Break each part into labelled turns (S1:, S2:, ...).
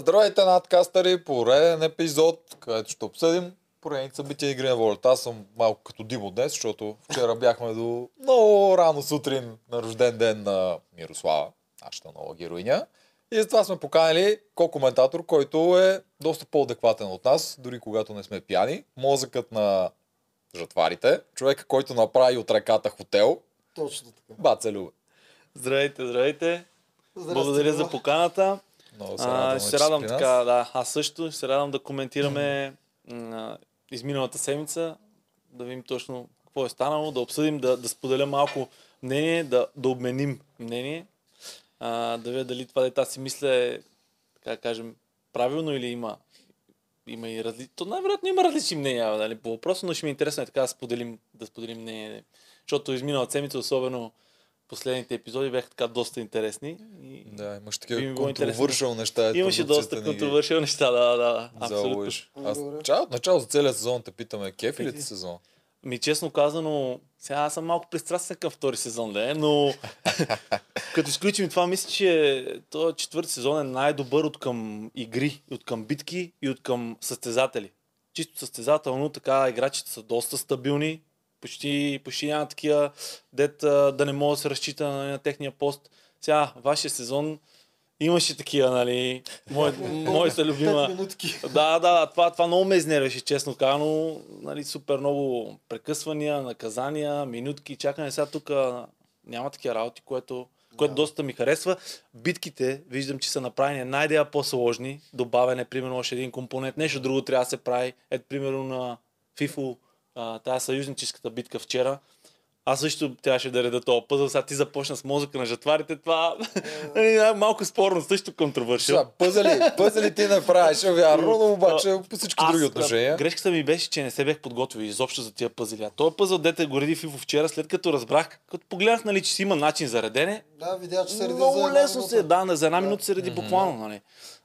S1: Здравейте, надкастъри, пореден епизод, където ще обсъдим поредица бития игри на волята. Аз съм малко като Димо днес, защото вчера бяхме до много рано сутрин на рожден ден на Мирослава, нашата нова героиня. И затова сме поканили ко-коментатор, който е доста по-адекватен от нас, дори когато не сме пияни. Мозъкът на жатварите, човека, който направи от ръката хотел,
S2: Точно така.
S1: баца любе.
S3: Здравейте, здравейте.
S2: Здрасти,
S3: Благодаря
S2: Боба.
S3: за поканата.
S1: Много се радвам,
S3: А, ще се
S1: че си
S3: радвам
S1: при нас.
S3: така, да. Аз също ще се радвам да коментираме м, изминалата седмица, да видим точно какво е станало, да обсъдим, да, да споделя малко мнение, да, да обменим мнение, а, да видя дали това дете си мисля е, така да кажем, правилно или има има и разли... То най-вероятно има различни мнения нали, по въпроса, но ще ми е интересно е така да споделим, да споделим мнение. нали. Защото изминалата седмица, особено последните епизоди, бяха така доста интересни. И...
S1: Да, имаш
S3: Би
S1: такива
S3: ми било
S1: контровършал неща. ето
S3: Имаше
S1: продукцията
S3: доста
S1: ни ги
S3: контровършил неща, да, да, да. Абсолютно.
S1: залъгваш. Аз
S2: Ами Добре.
S1: чай от начало за целия сезон те питаме, кеф ли ти сезон?
S3: Ми честно казано, сега аз съм малко пристрастен към втори сезон, да е, но като изключим това, мисля, че този четвърти сезон е най-добър от към игри, от към битки и от към състезатели. Чисто състезателно, така играчите са доста стабилни, почти, почти няма такива дет а, да не мога да се разчита на, на техния пост. Сега, вашия сезон имаше такива, нали, мое, моята любима...
S2: Пет минутки.
S3: Да, да, да, това, това много ме изнервеше, честно казано. Нали, супер много прекъсвания, наказания, минутки, чакане. Сега тук няма такива работи, което, което
S2: Да.
S3: доста ми харесва. Битките, виждам, че са направени една идея по-сложни. Добавяне, примерно, още един компонент. Нещо друго трябва да се прави. Ето, примерно, на FIFA, а, тая съюзническата битка вчера. Аз също трябваше да реда този пъзъл. Сега ти започна с мозъка на жатварите. Това нали, малко спорно, също контровършил.
S1: Сега, пъзели, пъзели ти направиш, вярно, но обаче по всички други
S3: а,
S1: отношения.
S3: Грешката ми беше, че не се бях подготвил изобщо за тия пъзели. А този пъзел, дете го реди Фифо вчера, след като разбрах, като погледнах, нали, че си има начин за редене,
S2: Да, видя, че се реди за
S3: много
S2: една
S3: лесно
S2: минута.
S3: се е, да, на- за една
S2: Да.
S3: минута се реди буквално. Нали.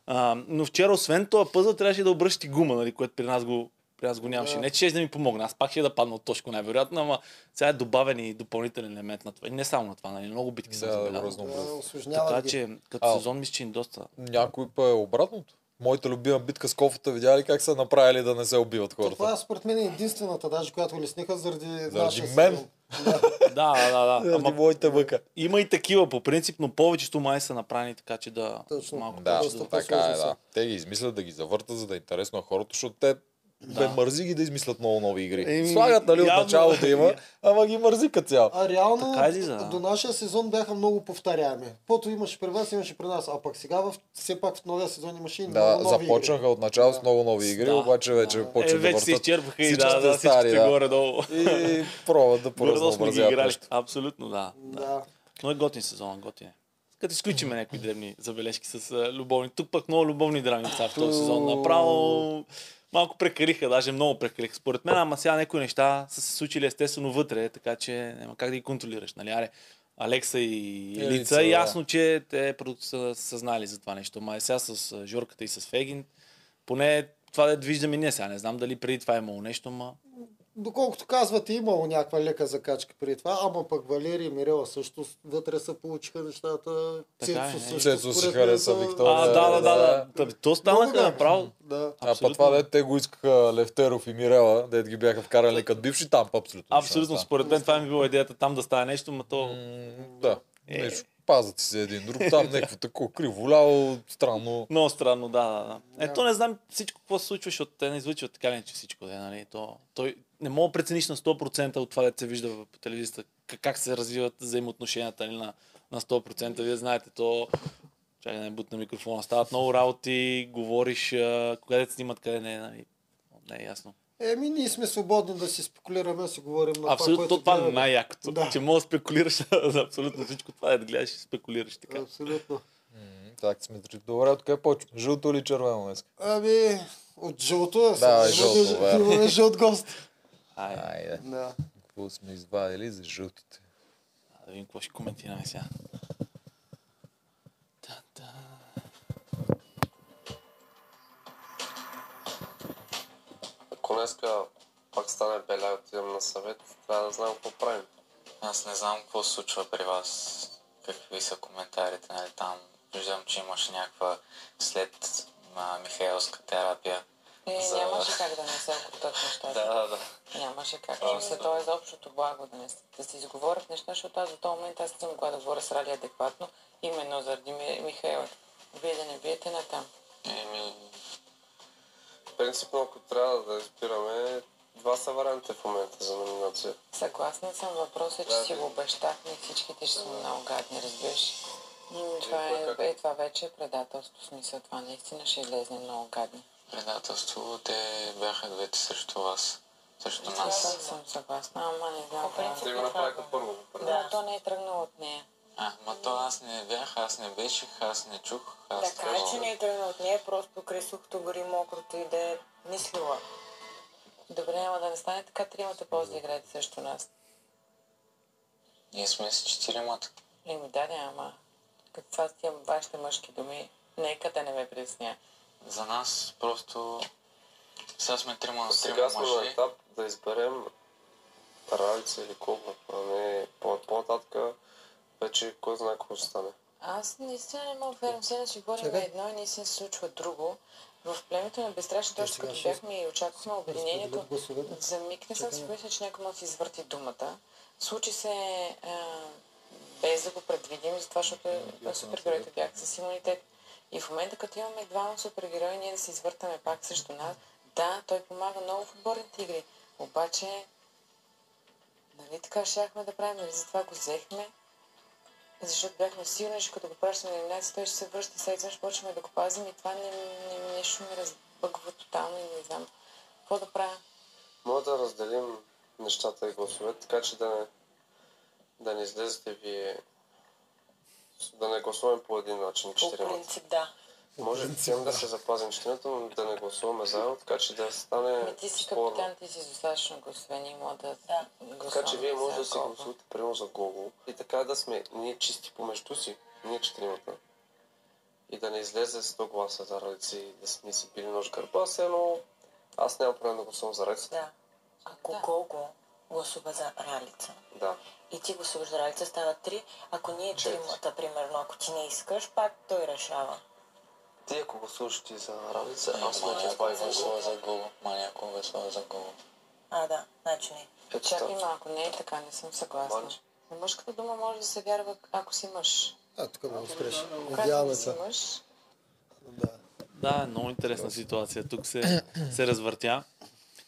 S3: А, но вчера, освен този пъзел, трябваше да обръщи гума, нали, което при нас го при нас го нямаше.
S2: Да.
S3: Не, че ще да ми помогне. Аз пак ще е да падна от точка, най-вероятно, ама сега е добавен и допълнителен елемент на това. И не само на това, нали? Много битки съм
S1: Да,
S3: забелязал.
S1: грозно.
S2: Да, осложняват
S3: Така
S2: е ги.
S3: че,
S1: Ау.
S3: като сезон, мисля, че им доста.
S1: Някой па е обратното. Моята любима битка с кофата, видя ли как са направили да не се убиват
S2: Това
S1: хората?
S2: е според мен единствената, даже която лесниха заради,
S1: мен.
S2: сезон.
S3: Да, да,
S2: Е,
S3: да.
S1: Ама
S3: Ама
S1: моите мъка.
S3: Има и такива по принцип, но повечето май са направени така, че да
S2: Точно.
S3: малко
S1: Да,
S3: повече да...
S2: доста
S1: така е,
S2: по-сложни
S1: да.
S2: са.
S1: Те ги измислят да ги завъртат, за да е интересно на хората, защото те Бе, мързи ги да измислят много нови игри.
S3: Еми,
S1: Слагат, нали, от
S3: явно.
S1: началото има, ама ги мързи като цяло.
S2: А реално
S3: Така излиза, да.
S2: до нашия сезон бяха много повторяеми. Пото имаше при вас, имаше при нас. А пък сега в, все пак в новия сезон имаше и
S1: Да,
S2: Ами, много нови
S1: започнаха от начало с много нови игри,
S3: Да.
S1: обаче вече
S2: Да.
S3: Е,
S1: почва да
S3: вече се
S1: въртат.
S3: изчерпаха и
S1: Всичките
S3: да, да,
S1: стари,
S3: всичките
S1: да.
S3: горе-долу.
S1: И пробват да
S3: Горе-долу сме ги играли.
S1: поразнообразят.
S3: Абсолютно, да.
S2: игри. Да.
S3: Но е готин сезон, готин е. Като изключиме някакви древни забележки с а, любовни. Тук пък много любовни драми са в този сезон. Направо малко прекариха, даже много прекариха. Според мен, ама сега някои неща са се случили естествено вътре, така че няма как да ги контролираш. Нали? Аре, Алекса и
S1: Елица,
S3: Елица,
S1: да.
S3: ясно, че те продукти са са знали за това нещо. Ма е сега с а, Жорката и с Фегин, поне това да виждаме ние сега. Не знам дали преди това е имало нещо, ма...
S2: Доколкото казвате, имало някаква лека закачка при това, ама пък Валерий и Мирела също вътре се получиха нещата.
S3: Така е,
S2: Цецо
S3: е.
S2: също.
S1: Цецо си
S2: според
S1: хареса
S2: мен, за-
S1: Виктория.
S3: А, да, да, да, да. Та, То станаха
S2: Много е.
S3: направо.
S2: Да.
S1: А па
S3: Абсолютно.
S1: това де те го искаха Левтеров и Мирела, дед ги бяха вкарали като бивши там, па абсолютно. нищо не
S3: Абсолютно,
S1: стана.
S3: според мен това ми била идеята там да стане нещо, но то...
S1: М, Да,
S3: Е.
S1: нещо. Пазат си се един друг, там някакво такова криво, ляло, странно.
S3: Много странно, да, да, да.
S2: Да.
S3: Ето не знам всичко какво се случва, защото те не излучват така ли, че всичко да е, нали? То, той не мога да прецениш на 100% от това, да се вижда в- по телевизията, к- как се развиват взаимоотношенията нали, на, на 100%. Вие знаете, то... Чакай да не бутна микрофона. Стават много работи, говориш, а, къде те снимат, къде не, нали? Не е ясно.
S2: Еми, ние сме свободни да си спекулираме, да си говорим на
S3: абсолютно,
S2: това,
S3: то,
S2: което
S3: това е
S2: гледаме.
S3: най-якото.
S2: Да.
S3: Че мога да спекулираш за абсолютно всичко. Това е да гледаш и спекулираш така.
S2: Абсолютно.
S1: М, Так сме три. Добре, откъде почва? Жълто или червено днес?
S2: Ами, от жълто е.
S1: Да,
S2: сега.
S1: жълто,
S2: Имаме-
S1: верно.
S2: Имаме жълт гост.
S3: Ай, да
S1: Айде.
S2: Да.
S1: Какво сме извадили за жълтите?
S3: видим какво ще коментираме сега.
S4: Ако днеска пак стане беля и отидем на съвет, трябва да знам какво правим.
S5: Аз не знам какво се случва при вас, какви са коментарите, нали там. Виждам, че имаш някаква след а, Михайловска терапия.
S6: Е,
S5: За-
S6: нямаше как да не се окутат нещата.
S5: Да, да, да.
S6: Нямаше как. Мисля, то е за общото благо да, не, с- да се изговорят неща, защото аз до този момент аз не съм могла да говоря с Рали адекватно, именно заради Ми, Михайла. Вие да не биете на там.
S5: Еми,
S4: Принципно, ако трябва да избираме, два са вариантите в момента за номинация.
S6: Съгласна съм, въпросът е, че
S4: Да,
S6: си
S4: да.
S6: го обещахме и всичките ще са много гадни, разбираш. М, Това е,
S4: пък
S6: е, това вече е предателство, в смисъл това наистина ще излезне много гадни.
S5: предателство, те бяха двете срещу вас. Срещу
S6: Аз
S5: нас.
S6: съм съгласна, ама не знам.
S7: По принцип
S4: Те го
S7: е това.
S4: направиха първо.
S6: Да, то не е тръгнало от нея.
S5: А, ма то аз не бях, аз не беше, аз не чух, аз
S7: Така е, че
S5: трябвало-
S7: не е тръгнал от нея, просто край сухото гори мокрото и да е мислила.
S6: Добре, ама да не стане така, тримата после да играете срещу нас.
S5: Ние сме с четиримата.
S6: Еми, Е, да, да, ама каква са тия вашите мъжки думи? Нека да не ме притесня.
S5: За нас просто... Сега сме трима на трима
S4: Сега сме на
S5: мъже.
S4: етап да изберем Ралица или Кобна, а не по- по-нататък вече кой знае какво ще стане.
S6: Аз наистина не мога да вярвам, сега ще говорим
S2: Чакай.
S6: едно и наистина се случва друго. В племето на безстрашни,
S2: Те
S6: точно
S2: Е, сега
S6: като
S2: ще
S6: бяхме и очаквахме обвинението,
S2: разпределят гласовете.
S6: за миг не съм
S2: Чакай.
S6: си помисля, че някой може да си извърти думата. Случи се а, без да го предвидим, затова, защото е, супергероите бяха с имунитет. И в момента, като имаме двама супергерои, ние да се извъртаме пак срещу нас, да, той помага много в отборните игри. Обаче, нали така щяхме да правим, нали затова го взехме, защото бяхме сигурни, че като го пращаме на елиминация, той ще се връща и сега изведнъж почваме да го пазим и това не, не, нещо ми разбъгва тотално и не знам какво да правя.
S4: Може да разделим нещата и гласовете, така че да не, да не излезете вие да не гласуваме по един начин
S7: По
S4: четиримата.
S7: принцип, да.
S4: Може хем да се запазим четиримата, но да не гласуваме заедно, така че да
S6: Ами
S5: Е,
S4: стане
S6: ти си
S4: спорно.
S6: капитан, ти си с достатъчно гласове, ние мога да
S7: Да.
S4: Така че вие може да си
S6: го
S4: гласувате прямо за Гого и така да сме ние чисти помежду си, ние четиримата. И да не излезе 100 гласа за ръци и да сме си били нож в гърба, все едно аз нямам проблем да гласувам за ръци.
S7: Да. Ако
S6: Да.
S7: Гого гласува за Ралица
S4: Да.
S7: и ти гласуваш за Ралица, става три. Ако ние
S4: Четири.
S7: тримата, примерно, ако ти не искаш, пак той решава.
S4: Ти ако гласуваш ти за ръци,
S5: Ма
S4: аз не ти
S5: някой
S4: пай
S5: гласува
S4: гласувам
S5: е за
S4: за...
S5: Гого. Ма някой гласува за Гого.
S7: А, да, значи не.
S4: Ето
S6: Чакай
S4: така.
S6: малко, не е така, не съм съгласна.
S4: Манче.
S6: На мъжката дума може да се вярва, ако си мъж.
S2: А, тук е много стреш.
S6: Когато
S2: Надяваме
S6: не си
S2: се.
S6: мъж,
S2: Да.
S3: Да, е много интересна ситуация. Тук се, се развъртя.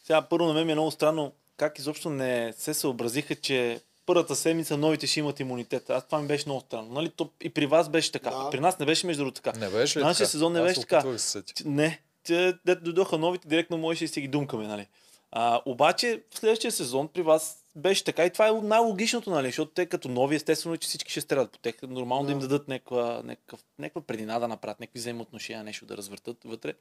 S3: Сега първо на мен ми е много странно как изобщо не се съобразиха, че първата седмица новите ще имат имунитет. Аз това ми беше много странно. Нали? То и при вас беше така.
S2: Да.
S3: При нас не беше между другото така.
S1: Не беше ли
S3: Нашия
S1: така?
S3: сезон не
S1: Аз
S3: беше
S1: се
S3: така.
S1: опитвах да се сетя.
S3: Ти- Не, те, те дойдоха новите, директно можеше и си ги думкаме, нали? А, обаче в следващия сезон при вас беше така и това е най-логичното, нали? Защото те като нови, естествено, е, че всички ще стрелят по тях. Нормално да, им дадат някаква, някаква, някаква предина да направят, някакви взаимоотношения, нещо да развъртат вътре.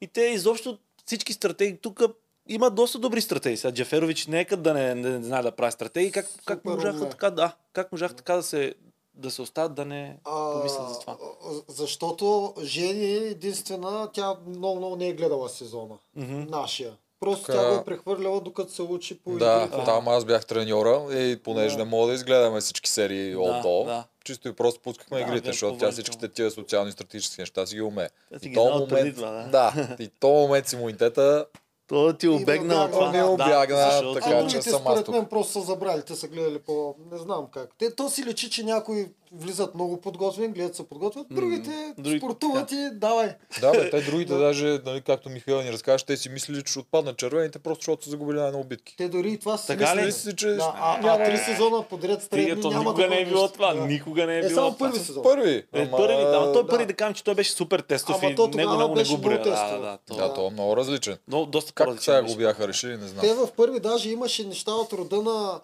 S3: И те изобщо всички стратегии тук има доста добри стратегии. Сега Джаферович нека да не, не, не знае да прави стратегии. Как, как
S2: Супер
S3: можаха
S2: умна.
S3: така, да, как можаха така да се, да се остават, да не
S2: А,
S3: помислят за това?
S2: а, Защото Жени е единствена, тя много, много не е гледала сезона.
S3: Мгм.
S2: Нашия. Просто
S1: Така.
S2: тя го е прехвърляла, докато се учи по
S1: Да,
S2: игрите.
S1: там аз бях треньора и понеже
S3: Да.
S1: не мога да изгледаме всички серии от до,
S3: да.
S1: чисто и просто пускахме
S3: Да,
S1: игрите,
S3: бях
S1: защото тя
S3: повързан.
S1: всичките тия социални стратегически неща си ги умее.
S3: Тя си
S1: И
S3: ги
S1: то
S3: знала преди
S1: момент,
S3: това,
S1: да, и то момент с имунитета
S3: То да ти
S2: да,
S3: обегна от това.
S2: не
S1: обягна,
S3: защото-
S1: така
S2: а
S1: че
S2: другите
S1: съм аз
S2: Ами, според
S1: тук.
S2: мен просто са забрали, те са гледали по... Не знам как. Те, то си лечи, че някои влизат много подготвени, гледат се подготвят, другите
S3: Други-
S2: спортуват и давай.
S1: Да, бе, те другите даже, нали, както Михаил ни разкаже, те си мислили, че ще отпаднат червените, просто защото са загубили най-много битки.
S2: Те дори и това си
S3: Така ли? е.
S1: Мислили
S2: мислили.
S1: си, че
S2: Да, а, а, три сезона подред
S3: Стига,
S2: стрелби
S3: то
S2: няма
S3: никога не е
S2: такова
S3: било
S2: нещо.
S3: това.
S2: Да.
S3: Никога не е,
S2: Е,
S3: било
S2: само
S3: това.
S2: първи сезон.
S1: първи.
S3: Е,
S1: ама-
S3: първи, да, той
S2: да.
S3: първи, да кажем, че той беше супер тестов
S2: Ама
S3: и
S2: то
S3: него
S2: тогава
S3: много не
S2: беше
S3: го броя. Да,
S2: много
S3: да,
S2: тестов.
S3: да, то-
S1: Да, то е много различен.
S3: Но доста
S1: Как
S3: по-различен
S1: сега го
S3: беше.
S1: бяха решили, не знам.
S2: Те в първи даже имаше неща от рода на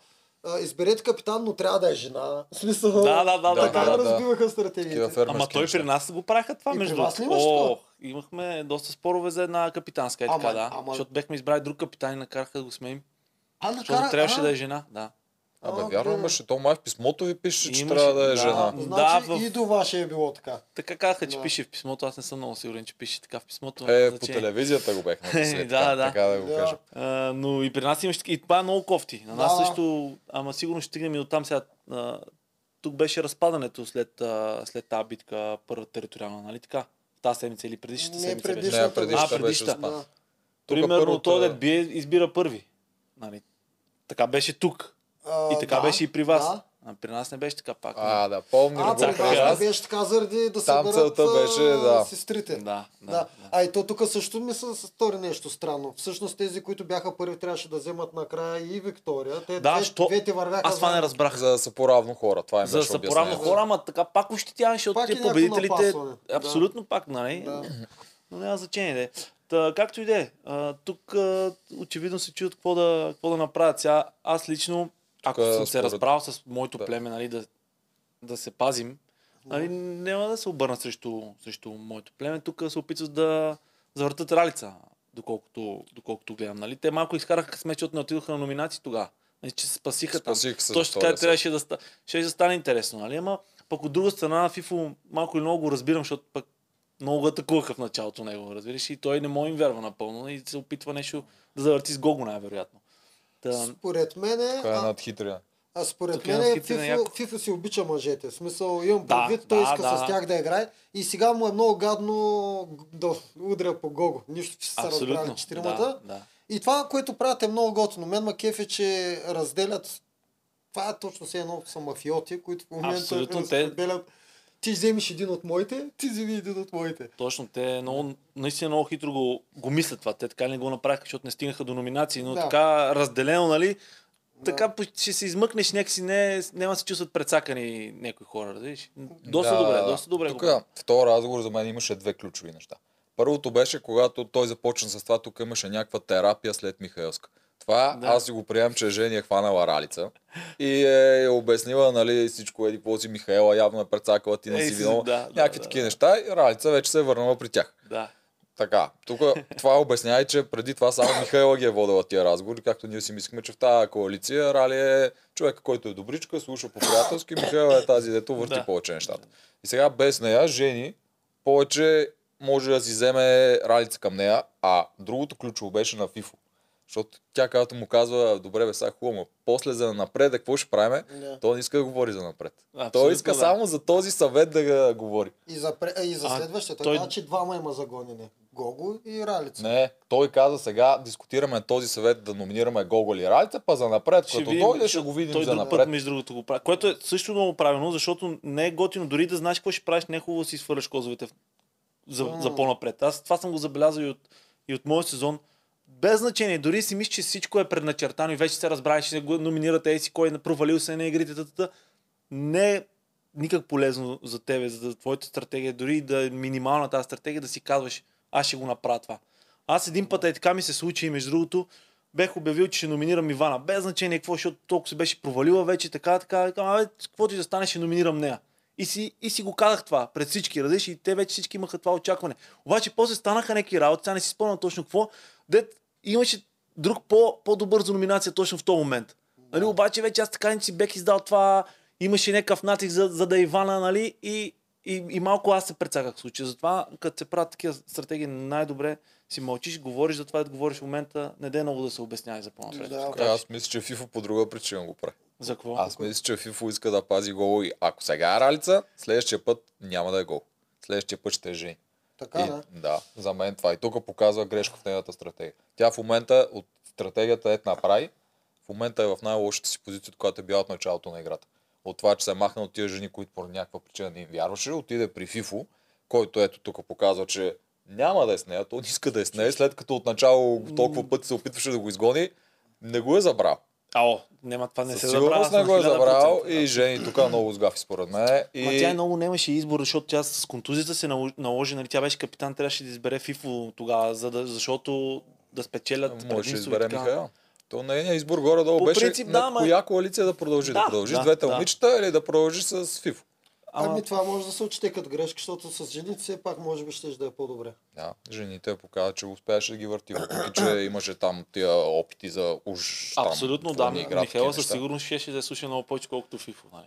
S2: а, изберете капитан, но трябва да е жена. В смисъл,
S3: Да, да, да, да,
S2: така
S3: да, да.
S2: разбиваха
S1: Такива
S2: стратегиите.
S1: фермерски
S3: Ама той
S1: неща.
S3: при нас го правиха това,
S2: И при
S3: между
S2: вас ли имаш
S3: О, имахме доста спорове за една капитанска, е
S2: Ама-
S3: така, да.
S2: ама-
S3: Защото бяхме избрали друг капитан и накараха да го сменим.
S2: А,
S3: Защото
S2: накара-
S3: трябваше
S2: а,
S3: да е жена, да.
S1: Абе,
S2: А,
S1: вярно
S2: окей.
S1: имаше. То май в писмото ви пише, че
S3: Имаше,
S1: трябва да е
S3: да.
S1: жена.
S2: Значи
S3: Да, в-
S2: и до ваше е било така.
S3: Така казаха, че
S2: Да.
S3: пише в писмото, аз не съм много сигурен, че пише така в писмото. но няма
S1: Е, по
S3: значение.
S1: телевизията го бяхме
S3: Е,
S1: написали.
S3: да,
S1: така,
S3: да.
S1: така да го
S2: Да.
S1: кажа.
S3: А, но и при нас имаше таки- и това е много кофти. На нас
S2: Да.
S3: също, ама сигурно ще стигнем и до там сега. А, тук беше разпадането след, а, след тази битка, първа териториална, нали така? В тази седмица или предишната
S2: Не,
S3: седмица.
S2: предишната.
S3: Беше.
S1: Не, предишната,
S3: А, предишната.
S1: беше спад.
S2: Да.
S1: Тука
S3: Примерно
S1: първата-
S3: той да е бие, избира първи. Нали? Така беше тук.
S2: А,
S3: И така
S2: да,
S3: беше и при вас.
S2: Да.
S3: А при нас не беше така пак.
S1: А, да, помня.
S2: А,
S1: го
S2: при
S3: Цаках
S2: вас
S3: аз.
S2: не беше така заради да
S1: Там
S2: съберат
S1: целта
S2: а,
S1: беше, да.
S2: сестрите.
S3: нали? да,
S2: Да.
S3: да, да.
S2: А и то тук също ми се стори нещо странно. Всъщност тези, които бяха първи, трябваше да вземат накрая и Виктория. Те
S3: Да,
S2: две,
S3: що-
S2: двете вървяха.
S3: Аз това не
S2: заедно.
S3: разбрах.
S1: За да са по-равно хора. Това им
S3: За да
S1: беше
S3: са поравно
S1: обяснението.
S3: хора, ама така пак ощетяваше от
S2: Пак
S3: тия
S2: е някакво
S3: победителите.
S2: напасване. Да.
S3: Абсолютно пак, нали?
S2: Да.
S3: Но няма значение. Де. Та, както и да е, а, тук а, очевидно се чуят какво да, какво да направят. Сега, аз лично, ако
S1: Тук,
S3: съм се
S1: според-
S3: разбрал с моето
S1: Да.
S3: племе, нали, да, да се пазим, нали, няма да се обърна срещу, срещу моето племе. Тук се опитват да завъртат ралица, доколкото, доколкото гледам. Нали. Те малко изкараха късмет, защото не отидоха на номинации тогава. Нали, че се спасиха там.
S1: Спасих се.
S3: Точно така трябваше да, ста- ще да стане интересно, нали? Ама пък от друга страна, Фифо малко или много го разбирам, защото пък много го атакуваха в началото него, разбираш? И той не може им вярва напълно и се опитва нещо да завърти с Гого, най-вероятно. Та,
S2: Според мен е...
S1: Кой е
S2: а-
S1: надхитря?
S2: А според
S3: Тук има
S2: мен е,
S3: хит и на
S2: Фифо,
S3: яко.
S2: Фифо си обича мъжете. В смисъл, имам
S3: Да,
S2: предвид, той
S3: да,
S2: иска
S3: да.
S2: с тях да играе. И сега му е много гадно да удря по Гого. Нищо, че са се
S3: абсолютно.
S2: разбрали четиримата.
S3: Да, да.
S2: И това, което правят е много готино. Мен ма кеф е, че разделят... Това е точно все едно са мафиоти, които в момента
S3: Абсолютно, те-
S2: разделят... Ти вземеш един от моите, ти вземи един от моите.
S3: Точно, те много, наистина много хитро го, го мислят това. Те така не го направиха, защото не стигнаха до номинации, но
S2: Да.
S3: така разделено, нали? Така пъ- ще се измъкнеш някакси, не, няма да се чувстват прецакани някои хора, разбираш? Доста
S1: Да,
S3: добре,
S1: да.
S3: доста добре.
S1: Тук,
S3: го правят.
S1: в този разговор за мен имаше две ключови неща. Първото беше, когато той започна с това, тук имаше някаква терапия след Михайлска. Това да.
S3: Да.
S1: аз си го приемам, че Жени е хванала ралица и е обяснила, нали, всичко еди по си Михаела, явно е прецакала, ти не
S3: Ей,
S1: си
S3: си-
S1: виновна,
S3: да, да,
S1: някакви
S3: да,
S1: такива
S3: да.
S1: неща и ралица вече се е върнала при тях.
S3: Да.
S1: Така, тук това обяснява, че преди това само Михайла ги е водила тия разговори, както ние си мислихме, че в тази коалиция Рали е човек, който е добричка, слуша по приятелски, Михайла е тази, дето върти
S3: Да.
S1: повече нещата. И сега без нея, Жени, повече може да си вземе Ралица към нея, а другото ключово беше на Фифо. Защото тя, когато му казва, добре бе, сега е хубаво, ма после за напред, какво ще правим,
S2: Да.
S1: той не иска да говори за напред.
S3: Абсолютно
S1: Той иска
S3: да.
S1: само за този съвет да га- говори.
S2: И за, пре- а, и за
S3: А,
S2: следващата.
S3: той-
S2: Той... Значи двама има загонени. Гого и Ралица.
S1: Не, той каза сега, дискутираме този съвет да номинираме Гого или Ралица, па за напред,
S3: Ще
S1: като
S3: видим,
S1: дойде ще го видим
S3: Той
S1: за
S3: друг път,
S1: напред.
S3: между другото, го прави. Което е също много правилно, защото не е готино. Дори да знаеш какво ще правиш, не е хубаво да си свърляш козовете в- за,
S2: М.
S3: за по-напред. Аз това съм го забелязал и от, и от моя сезон. Без значение, дори си мислиш, че всичко е предначертано и вече се разбрали, че го номинирате еси, кой е провалил се на игрите, тата. Не е никак полезно за тебе, за твоята стратегия, дори и да е минимална тази стратегия, да си казваш, аз ще го направя това. Аз един път е така ми се случи и между другото, бех обявил, че ще номинирам Ивана. Без значение какво, защото толкова се беше провалила вече, така, така, така, абе, каквото и да стане, ще номинирам нея. И си, и си го казах това пред всички, различни, и те вече всички имаха това очакване. Обаче после станаха някакви работи, сега не си спомням точно какво, дет имаше друг по, по-добър за номинация точно в този момент. Нали, обаче вече аз така не си бех издал това, имаше някакъв натиск за, за да е Ивана, нали, и, и, и малко аз се прецаках в случая. Затова, като се правят такива стратегии, най-добре си мълчиш, говориш за това, да говориш в момента, не дай много да се обясняваш за по-напред.
S2: Да.
S3: Така,
S1: Е, Аз мисля, че Фифо по друга причина го прави.
S3: За какво?
S1: Аз мисля, че Фифо иска да пази Гого и ако сега е Ралица, следващия път няма да е Гого. Следващия път ще е Жени.
S2: Така,
S1: и,
S2: да.
S1: да, за мен това. И тук показва грешка в нейната стратегия. Тя в момента от стратегията е направи, в момента е в най-лошата си позиция, от която е била от началото на играта. От това, че се е махна от тия жени, които по някаква причина не им вярваше, отиде при Фифо, който ето тук показва, че няма да е с нея, той не иска да е с нея, след като отначало толкова пъти се опитваше да го изгони, не го е забрал.
S3: Ао, няма това не
S1: Със
S3: се забравя.
S1: сигурност
S3: аз на
S1: не го е
S3: 1000%.
S1: забрал и жени тук много сгафи според мен.
S3: И...
S1: И...
S3: Ма тя много нямаше избор, защото тя с контузията се нал- наложи, нали, тя беше капитан, трябваше да избере Фифо тогава, за да, защото да спечелят
S1: Може да
S3: предимство и
S1: избере
S3: така.
S1: Михаил. То нейният избор горе-долу
S3: По
S1: беше
S3: принцип, да,
S1: на
S3: ма-
S1: коя коалиция да продължи. Да,
S3: Да,
S1: да продължи
S3: да,
S1: с двете
S3: да.
S1: момичета или да продължи с Фифо.
S3: Ама
S2: Ами това може да се отчете като грешка, защото с жените все пак може би ще да е по-добре.
S1: Да, жените показват, че успяваше да ги върти, въпреки че имаше там тия опити за уж. там
S3: абсолютно
S1: двойни
S3: да,
S1: игра, такива
S3: Михаила със
S1: неща.
S3: е сигурност ще, ще да слуша много повече, колкото Фифо. Нали.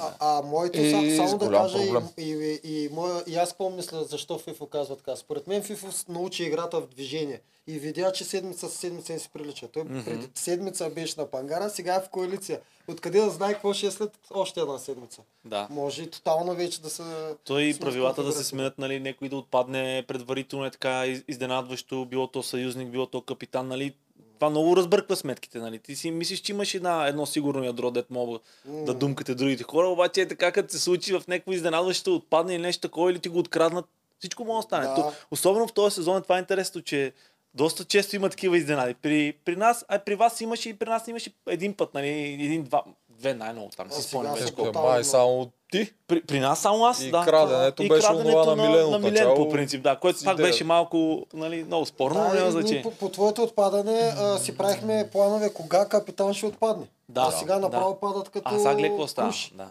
S2: А, а моето
S1: И
S2: са-
S1: с
S2: само да
S1: голям
S2: кажа и,
S1: проблем.
S2: и, и, и, моя, и аз помисля защо Фифо казва така. Според мен Фифо с- научи играта в движение и видя, че седмица с седмица не си прилича. Той
S3: Мгм.
S2: mm-hmm. преди седмица беше на пангара, сега е в коалиция. Откъде да знае какво ще е след още една седмица?
S3: Да.
S2: Може и тотално вече да се...
S3: Той и
S2: Смисъл,
S3: правилата да се
S2: конфигурация.
S3: сменят, нали, някой да отпадне предварително е така из- изненадващо, било то съюзник, било то капитан, нали. Това много разбърква сметките, нали. Ти си мислиш, че имаш една, едно сигурно ядро, дет мога да
S2: М.
S3: думкате другите хора, обаче е така, като се случи в някакво изненадващо отпадне или нещо такова, или ти го откраднат, всичко може да стане.
S2: Да.
S3: То, особено в този сезон това е интересно, че доста често има такива изненади. При, при нас, а при вас имаше и при нас имаше един път, нали, един-два, две най-много там,
S2: А
S3: си
S2: сега
S3: спомням
S2: се
S3: вече.
S2: Тотално.
S1: Тежко е, май само ти.
S3: При, при нас само аз,
S1: И
S3: да.
S1: краденето
S3: и
S1: беше
S3: краденето
S1: онова на Милен
S3: на
S1: от
S3: Милен
S1: начало.
S3: по принцип, да, което
S1: Си
S3: пак
S1: идея.
S3: беше малко, нали, много спорно, но
S2: Да,
S3: няма
S2: и
S3: значение.
S2: ние по, по твоето отпадане а, си правихме планове кога капитан ще отпадне.
S3: Да,
S2: а сега
S3: да.
S2: направо падат като...
S3: А сега гледай какво става.
S2: куш.
S3: Да.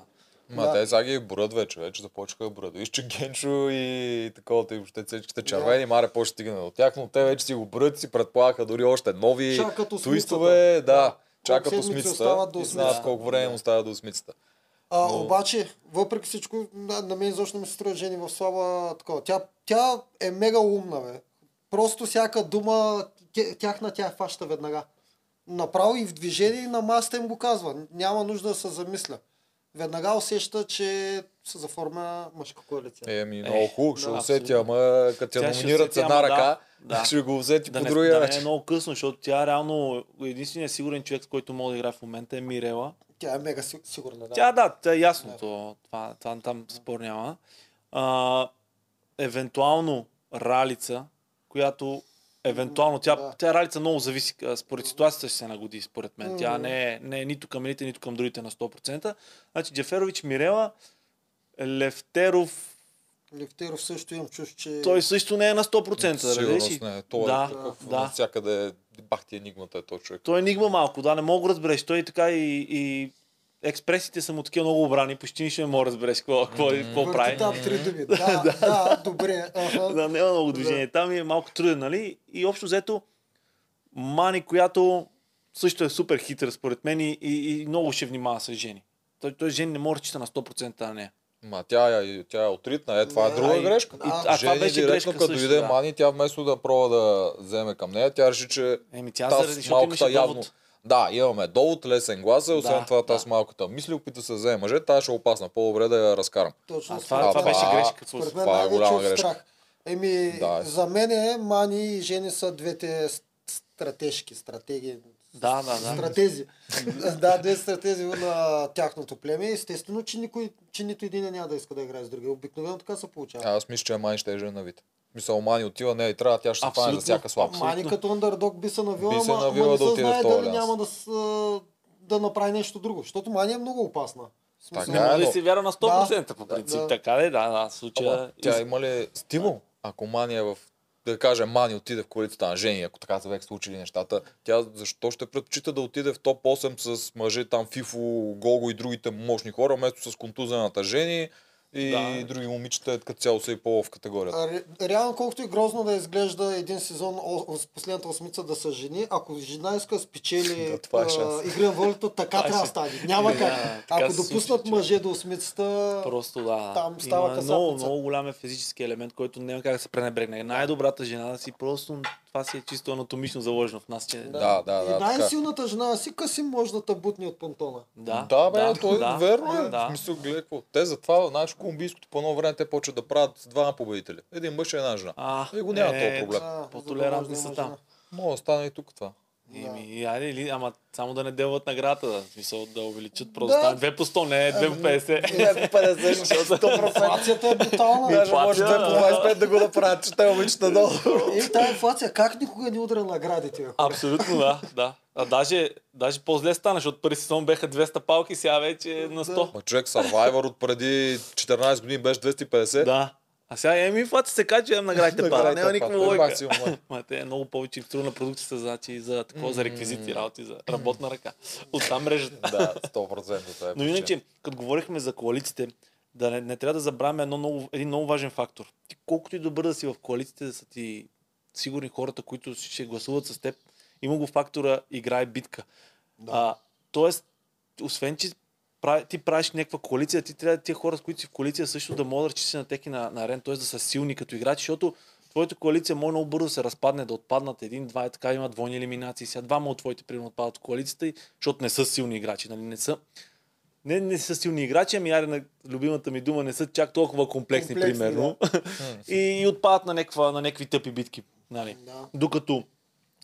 S1: Ма
S2: Да.
S1: те сега ги борят вече, вече започнаха да борят. Виж, че Генчо и такова, и въобще всичките червени, маре по стигна от тях, но те вече си го борят, си предполагаха дори още нови
S2: Чакат осмицата.
S1: туистове, да, чакат
S2: седмици
S1: осмицата
S2: остават до
S1: и знаят
S2: осмицата.
S1: колко време остава до осмицата.
S2: А,
S1: Но-
S2: Обаче, въпреки всичко, на, на мен изобщо не ми се струва Жени в слаба такова. Тя, тя е мега умна, бе. Просто всяка дума, тя- тяхна тя фаща веднага. Направо и в движение и на маста им го казва. Няма нужда да се замисля. Веднага усеща, че се заформя мъжка коалиция.
S1: Еми,
S3: Е,
S1: ами, много хубаво, ще
S3: да,
S1: усети,
S3: абсолютно.
S1: ама като я
S3: Тя ще
S1: номинират с
S3: усети,
S1: една
S3: ама
S1: ръка,
S3: да, да.
S1: ще го усети
S3: Да,
S1: по
S3: не,
S1: другия
S3: да не е
S1: начин.
S3: много късно, защото тя реално единственият сигурен човек, с който мога да играе в момента е Мирела.
S2: Тя е мега си- сигурна. Да.
S3: Тя да, тя е ясно,
S2: Да.
S3: то, това, там, там спор няма. А, евентуално Ралица, която евентуално тя,
S2: Да.
S3: тя Ралица много зависи, а, според ситуацията ще се нагоди, според мен. Тя
S2: Мгм.
S3: не е, не е нито към едните, нито към другите на 100%. Значи Джеферович, Мирела, Левтеров,
S2: Левтеров също имам чуш, че...
S3: той също не е на 100%. да
S1: Сигурност
S3: разбереш?
S1: не, той
S3: Да,
S1: е такъв,
S3: да.
S1: навсякъде бах ти енигмата е този човек.
S3: Той енигма малко, да, не мога да разбереш. Той е така и, и експресите са му такива много обрани, почти нищо не мога да разбереш какво, какво, какво
S2: Върти
S3: прави.
S2: там три думи. Да, да, добре. Аха.
S3: Да, няма много движение. Там е малко труден, нали? И общо взето, Мани, която също е супер хитър, според мен, и, и, и много ще внимава с жени. Той, той жени не може да чита на 100% на нея.
S1: Ма тя, е- тя е отритна, е, това е
S2: Не,
S1: друга
S3: а и-
S1: грешка.
S2: и- а
S1: а,
S3: това
S1: Жени
S3: беше
S1: директно,
S3: грешка
S1: като
S3: също,
S1: дойде
S3: да.
S1: Мани, тя вместо да пробва да вземе към нея, тя реши, че
S3: Еми, тя
S1: таз
S3: заради, защото имаше довод.
S1: Да, имаме довод, лесен глас, е, освен
S3: Да,
S1: това таз
S3: да.
S1: малката мисли, опита се да вземе мъже, тая ще е опасна, по-добре да я разкарам.
S2: Точно
S3: А,
S2: с
S3: това, това
S1: това-
S3: беше грешка. какво
S2: Според
S3: се-
S2: мен
S1: Това е
S2: най-вече
S1: голяма
S2: от
S1: грешка.
S2: страх. Еми,
S1: Да.
S2: да. за мен е, Мани и Жени са двете с- стратежки, стратегии.
S3: Да, да, да.
S2: Стратези. да, две стратези на тяхното племе. Естествено, че, никой, че нито един няма да иска да играе с другия. Обикновено така се получава.
S1: А, аз мисля, че Мани ще е женавита. Мисъл, Мани отива, не, и трябва, тя ще се фане за
S3: Абсолютно.
S1: всяка слабост.
S2: Мани
S3: абсолютно.
S2: като андердог би се навила,
S1: Би се
S2: ама-
S1: навила
S2: ама не
S1: да
S2: се
S1: отиде в
S2: знае
S1: този
S2: дали
S1: алианс.
S2: няма да, с, да направи нещо друго. Защото Мани е много опасна. В смисъл,
S1: Така
S3: Не
S1: е,
S3: може
S1: но-
S3: да се вяра на 100% по принцип.
S2: да.
S3: Така е, да, да. в Случая...
S1: Ама, тя е има ли стимул? Ако Мани е в да кажем, Мани отиде в коалицията на жени, ако така са век случили нещата, тя защо ще предпочита да отиде в топ 8 с мъже там Фифо, Гого и другите мощни хора, вместо с контузената жени и
S3: Да.
S1: други момичета, като цяло са и по в категорията.
S2: А, ре- Реално колкото и грозно да изглежда един сезон о- с последната осмица да са жени, ако жена иска да спечели
S1: Да, това е
S2: а,
S1: шанс. е
S2: игра на волята, така
S3: Това
S2: трябва да
S3: ще-
S2: стане. Няма
S3: Да,
S2: как.
S3: така
S2: Ако
S3: се
S2: допуснат
S3: случи, че-
S2: мъже до осмицата,
S3: Просто да.
S2: Там става
S3: Има
S2: касапница.
S3: много, много голям е физически елемент, който няма как да се пренебрегне. Най-добрата жена да си просто това си е чисто анатомично заложено в нас, че да.
S1: Да, да, да.
S2: и
S1: така.
S2: най-силната жена си Касим може да табутни от понтона.
S3: Да,
S1: Да, бе, той верно е. В
S3: Да.
S1: смисъл, гледай какво. Те затова, знаеш, колумбийското по едно време те почват да правят с двама победители. Един мъж и една жена.
S3: А, е,
S1: И го няма този проблем.
S2: А, за
S3: По-толерантни
S2: да
S3: са
S2: може
S3: там.
S2: да има
S1: Може да стане и тук това.
S3: Еми, айде, ли, ама само да не делват наградата, да. В смисъл да увеличат, просто
S2: Да. Ами,
S3: да. 2 по 100, не 2 по 50.
S1: Е, 50, защото 100%
S2: Инфлацията е брутална.
S1: Даже може
S3: Инфлация,
S1: 2 по 25 да го направят, че те е обичат долу.
S2: и тази инфлация как никога не удря наградите? бе?
S3: Абсолютно да, да. А даже, даже по-зле стана, защото първи сезон беха 200 палки, сега вече е на 100.
S1: Ма човек, Survivor от преди 14 години беше 250.
S3: Да. А сега еми инфлация се качва, ем наградите пада. Няма никаква логика.
S1: лойка.
S3: Ма те е много повече инфраструктурна продукция са значи за такова, за реквизити, работи, за работна ръка. От там мрежата.
S1: Да, 100% това е.
S3: Но иначе, като говорихме за коалиците, да не, не трябва да забравяме едно много, един много важен фактор. Ти колкото и добър да си в коалиците, да са ти сигурни хората, които ще гласуват с теб, има го фактора играе битка. Да. А, тоест, освен, че прави- ти правиш някаква коалиция, ти трябва тия хора, с които си в коалиция, също да могат да разчистят на теки на, на рен, т.е. да са силни като играчи, защото твоята коалиция може много бързо да се разпадне, да отпаднат един, два и така има двойни елиминации. Сега двама от твоите примерно отпадат от коалицията, и- защото не са силни играчи, нали? Не са, не, не са силни играчи, ами аре на любимата ми дума, не са чак толкова комплексни,
S2: Комплексни,
S3: комплексни примерно. и, и отпадат на, някаква, на някакви тъпи битки. Нали?
S2: Да.
S3: Докато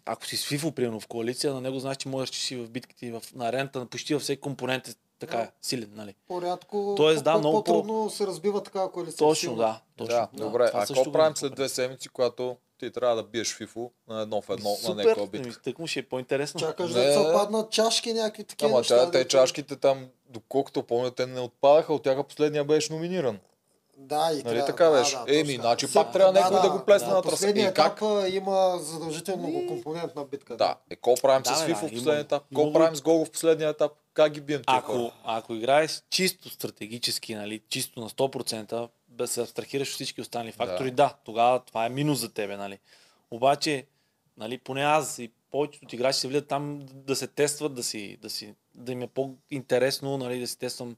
S3: ако си с фифо, примерно в коалиция, на него знаеш, че можеш, че си в битките и в, на арената, на почти във всеки компонент е така
S2: Да.
S3: силен, нали?
S2: По-рядко,
S3: Тоест, да,
S2: по-
S3: много по-
S2: по-трудно се разбива такава коалиция.
S3: Точно, да. Точно,
S1: Да, добре.
S3: Това
S1: А
S3: също
S1: какво
S3: го
S1: правим
S3: има.
S1: след две седмици, когато ти трябва да биеш фифо на едно в едно на
S3: Супер,
S1: някаква битка?
S3: ами, тъкмо ще е по-интересно.
S2: Чакаш
S1: Не.
S2: да се паднат чашки, някакви такива
S1: Ама
S2: неща.
S1: тя, те
S2: дето-
S1: чашките там, доколкото помня, те не отпадаха, от тях последния беше номиниран.
S2: Да, и
S1: Нали
S2: трябва-
S1: така
S2: да,
S1: беше?
S2: да,
S1: Еми,
S2: точно.
S1: значи
S2: Сега-
S1: пак трябва някой да го плесне на тръса.
S2: Последния
S1: И как?
S2: етап а, има задължително многокомпонентна битка.
S1: Да. Е, какво правим
S3: Да,
S1: с
S3: бе,
S1: Фифо
S3: да,
S1: в
S3: има-
S1: последния етап?
S3: има
S1: Какво
S3: го-
S1: правим с Гого в последния етап? Как ги бием тия хора?
S3: Ако, ако играеш чисто стратегически, нали, чисто на 100%, да се абстрахираш от всички останали фактори, да. тогава това е минус за тебе, нали. Обаче, нали, поне аз и повечето от играчи се видят там да се тестват, да, си, да, си, да им е по-интересно, нали, да си тествам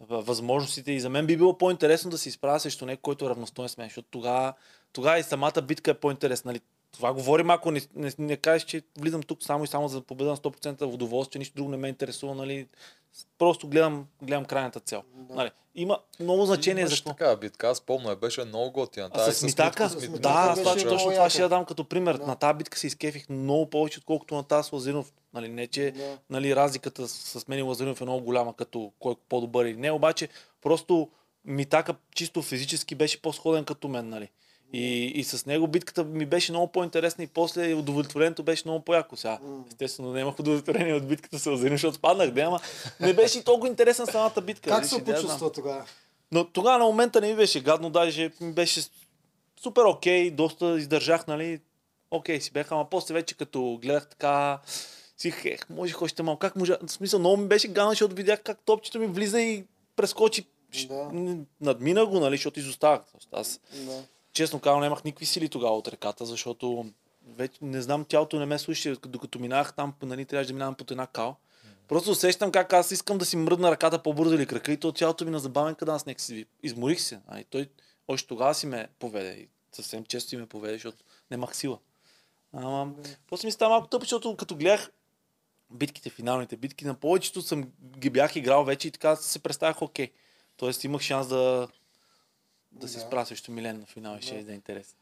S3: в- възможностите. И за мен би било по-интересно да се изправя срещу някой, който е равностоен с мен, защото тогава, тогава и самата битка е по-интересна. Нали, това говорим, ако не, не, не кажеш, че влизам тук само и само за да победа на 100% в удоволствие, нищо друго не ме интересува, нали? С- Просто гледам, гледам крайната цел.
S2: Да.
S3: Нали, има много значение за
S1: Имаше
S3: какво.
S1: такава битка, аз помня, беше много готина.
S3: А
S1: Тази
S3: с Митака?
S1: Митко, с
S2: Митака
S3: Да, аз това,
S2: беше
S1: Митака,
S3: точно
S2: много
S3: това
S2: яко.
S3: ще я дам като пример.
S2: Да.
S3: На тази битка се изкефих много повече, отколкото на тази с Лазинов. Нали, не, че
S2: Да.
S3: нали, разликата с с мен и Лазаринов е много голяма, като кой е по-добър или не, обаче просто Митака чисто физически беше по-сходен като мен, нали? И, и с него битката ми беше много по-интересна и после удовлетворението беше много по-яко. Сега,
S2: М.
S3: естествено, нямах удовлетворение от битката с Лазаринов, защото спаднах, да, ама не беше и толкова интересна самата битка.
S2: Как
S3: нали, ще
S2: се
S3: да я знам.
S2: почувства тогава?
S3: Но тогава на момента не ми беше гадно, даже ми беше супер окей, доста издържах, нали, окей си бях, ама после вече като гледах така, си хех, можех още малко, как може, в смисъл, много ми беше гадно, защото видях как топчето ми влиза и прескочи,
S2: Да.
S3: да. надмина го, нали, защото изоставах. Аз,
S2: Да.
S3: честно казвам, нямах никакви сили тогава от реката, защото вече не знам, тялото не ме слуша, докато минах там, нали, трябваше да минавам под една кал. Просто усещам как аз искам да си мръдна ръката по-бързо или крака и то тялото ми на забавен каданс някак си изморих се. А и той още тогава си ме поведе. И съвсем често си ме поведе, защото нямах сила. Ама, после ми става малко тъпо, защото като гледах битките, финалните битки, на повечето съм ги бях играл вече и така се представях окей. Тоест имах шанс да, да се
S2: Да.
S3: справя срещу Милен на финал и ще е да е интересно.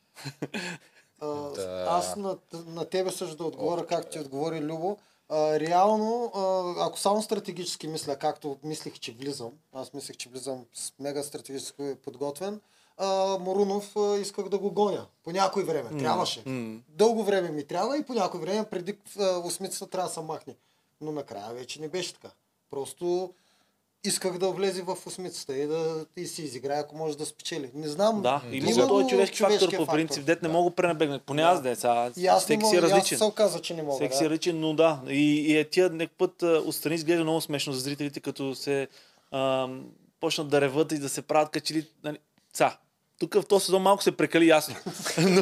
S2: А,
S1: Да.
S2: Аз на, на тебе също да отговоря, както ти отговори Любо. А, реално, а, ако само стратегически мисля, както мислих, че влизам, аз мислех, че влизам с мега стратегически подготвен, а, Морунов а, исках да го гоня. По някой време. Трябваше.
S3: М.
S2: Дълго време ми трябва и по някое време преди а, осмицата трябва да се махне. Но накрая вече не беше така. Просто исках да влезе в осмицата и да и си изиграе, ако може да спечели. Не знам.
S3: Да,
S1: М,
S3: има
S1: има
S3: го този
S2: го
S3: човешки
S2: човешкия
S3: фактор по принцип, дет не мога го пренебегна. Поне
S2: Да.
S3: аз да е сега.
S2: И аз не
S3: Всеки
S2: мога,
S3: си е
S2: и аз
S3: различен.
S2: се оказа, че не мога.
S3: Всеки
S2: да.
S3: си е различен, но да. И, и е тия някакъв път а, отстрани изглежда много смешно за зрителите, като се а, почнат да реват и да се правят качели. Нали, ца. Тук в този сезон малко се прекали ясно. но,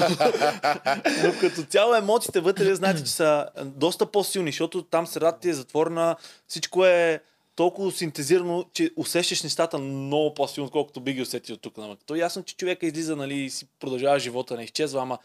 S3: но, като цяло емоциите вътре, вие знаете, че са а, доста по-силни, защото там средата ти е затворена, всичко е толкова синтезирано, че усещаш нещата много по-силно, отколкото би ги усетил от тук. навън. То е ясно, че човека излиза нали, и си продължава живота, не изчезва, ама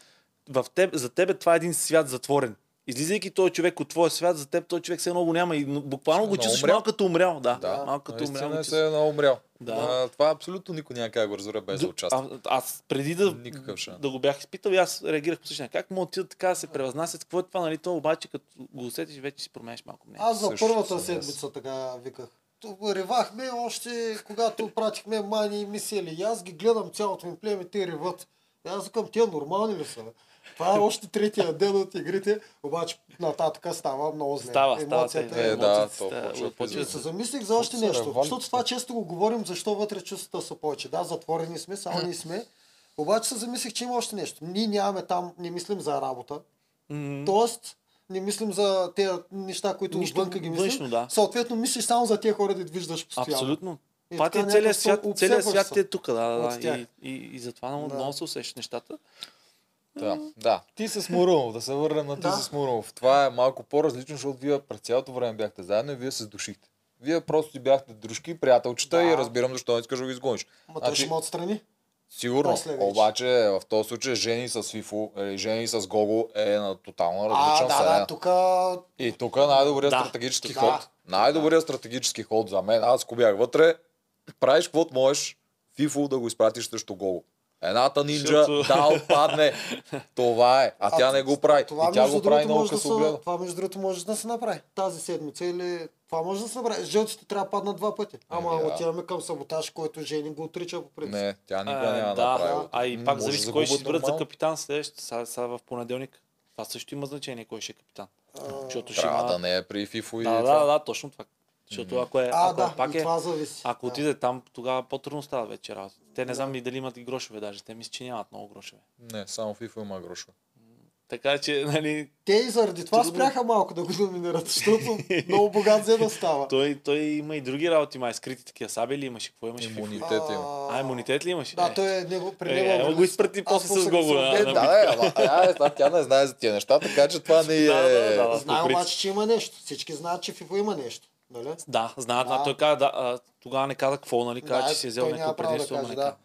S3: в теб, за теб това е един свят затворен. Излизайки този човек от твоя свят, за теб този човек все едно го няма и буквално го
S1: Много
S3: чувстваш
S1: умрял.
S3: малко като умрял. Да,
S1: Да,
S3: малко като умрял. го
S1: наистина
S3: чувстваш.
S1: се е много умрял.
S3: Да.
S1: А, това абсолютно никой няма как да го разбере без да
S3: Ду-
S1: участва.
S3: А, аз преди да,
S1: Никакъв шанс.
S3: да го бях изпитал, и аз реагирах по същия. начин. Как му отидат така да се превъзнасят? Какво е това, нали? То обаче, като го усетиш, вече си променяш малко мнение.
S2: Аз за
S1: Също съм
S2: първата
S1: аз.
S2: седмица така виках. Ту- Ревахме още, когато пратихме Мани и Мисели. И аз ги гледам цялото ми племе, те реват. И аз викам, тия нормални ли са? бе? Това е още третия ден от игрите, обаче нататък става много зле.
S3: Става, става.
S2: Емоцията
S1: Е,
S2: е...
S1: да,
S3: емоциите
S1: то
S3: ста-
S1: почва
S3: почва
S2: И
S1: да
S2: се
S3: да-
S2: замислих за още
S1: Се
S2: нещо,
S1: ревали.
S2: защото това често го говорим, защо вътре чувствата са повече. Да, затворени сме, само ние сме. Обаче се замислих, че има още нещо. Ние нямаме там, не мислим за работа,
S3: М,
S2: Тоест, не мислим за тези неща, които
S3: Нищо
S2: отвънка ги мислим.
S3: външно, да.
S2: Съответно, мислиш само за тези хора, да виждаш постоянно.
S3: Абсолютно.
S2: Е,
S3: Това ти
S2: така
S3: е целият
S2: някакво
S3: свят, целият
S2: обсебваш
S3: свят
S2: се.
S3: е тук, да, да,
S2: от тях.
S3: и, и, и затова много,
S2: Да.
S3: много се усещаш нещата.
S1: Да, да. Ти с Мурумов, да се върнем на ти
S2: Да.
S1: с Мурумов. Това е малко по-различно, защото вие през цялото време бяхте заедно и вие се душихте. Вие просто си бяхте дружки, приятелчета
S2: Да.
S1: и разбирам защо не искаш да го изгониш.
S2: Ма той
S1: Значи-
S2: ще ме отстрани.
S1: Сигурно,
S2: После вече.
S1: обаче в този случай жени с Фифо или жени с Гого е на тотално
S2: А,
S1: различна
S2: да, да,
S1: вселена.
S2: тук
S1: И тук е най-добрият
S3: Да.
S1: стратегически
S2: Да.
S1: ход. Най-добрият стратегически ход за мен. Аз ако бях вътре, правиш каквото можеш, Фифо да го изпратиш срещу Гого. Едната нинджа
S3: Защото-
S1: да отпадне. Това е. А,
S2: А,
S1: тя не го прави.
S2: това,
S1: и тя
S2: между
S1: го прави
S2: другото,
S1: много
S2: може да се,
S1: късо гледа.
S2: това между другото може да се направи тази седмица или това може да се направи. Жълтите трябва да паднат два пъти. Ама
S1: Еми, Е, да.
S2: отиваме към саботаж, който Жени го отрича по принцип.
S1: Не, тя никога
S3: Е,
S1: няма да направи.
S3: да, а и пак
S1: Може да
S3: зависи кой ще
S1: загубят
S3: изберат за
S1: нормално.
S3: капитан следващ, сега, сега в понеделник. Това също има значение кой ще е капитан. Защото ще
S1: Трябва да
S3: има...
S1: не е при Фифо и
S3: Да, да,
S1: това.
S3: да, да, точно това. Защото ако е,
S2: А,
S3: ако
S2: да,
S3: е пак
S2: и
S3: е,
S2: това зависи.
S3: ако
S2: Да.
S3: отиде там, тогава по-трудно става вече работа. Те не знам и дали имат и грошове даже, те мисля, че нямат много грошове.
S1: Не, само Фифо има грошове.
S3: Така че, нали,
S2: Те и заради това
S3: Трудно.
S2: спряха малко да го номинират, защото много богат взе да става.
S3: той, той има и други работи, май скрити такива сабели имаше, какво имаше? в FIFA?
S1: Имунитет. има.
S3: А, имунитет ли имаше?
S2: Да,
S3: Е.
S2: той е него, при
S3: Е,
S2: него.
S3: е, го изпрати после с Гого, да, да.
S1: Да, да, ама а, е, тя не знае за тия неща, така че това не е...
S3: Да, да, да, да.
S2: Знае
S3: по принцип.
S2: обаче, че има нещо. Всички знаят, че ФИФО има нещо. Нали?
S3: Да, знаят, да.
S2: Да.
S3: той каза, да, а, тогава не каза какво, нали, каза,
S2: Да,
S3: че си е взел
S2: той няма
S3: някакво
S2: право да
S3: предимство, ама
S2: каже,
S3: не
S2: да.
S3: каза.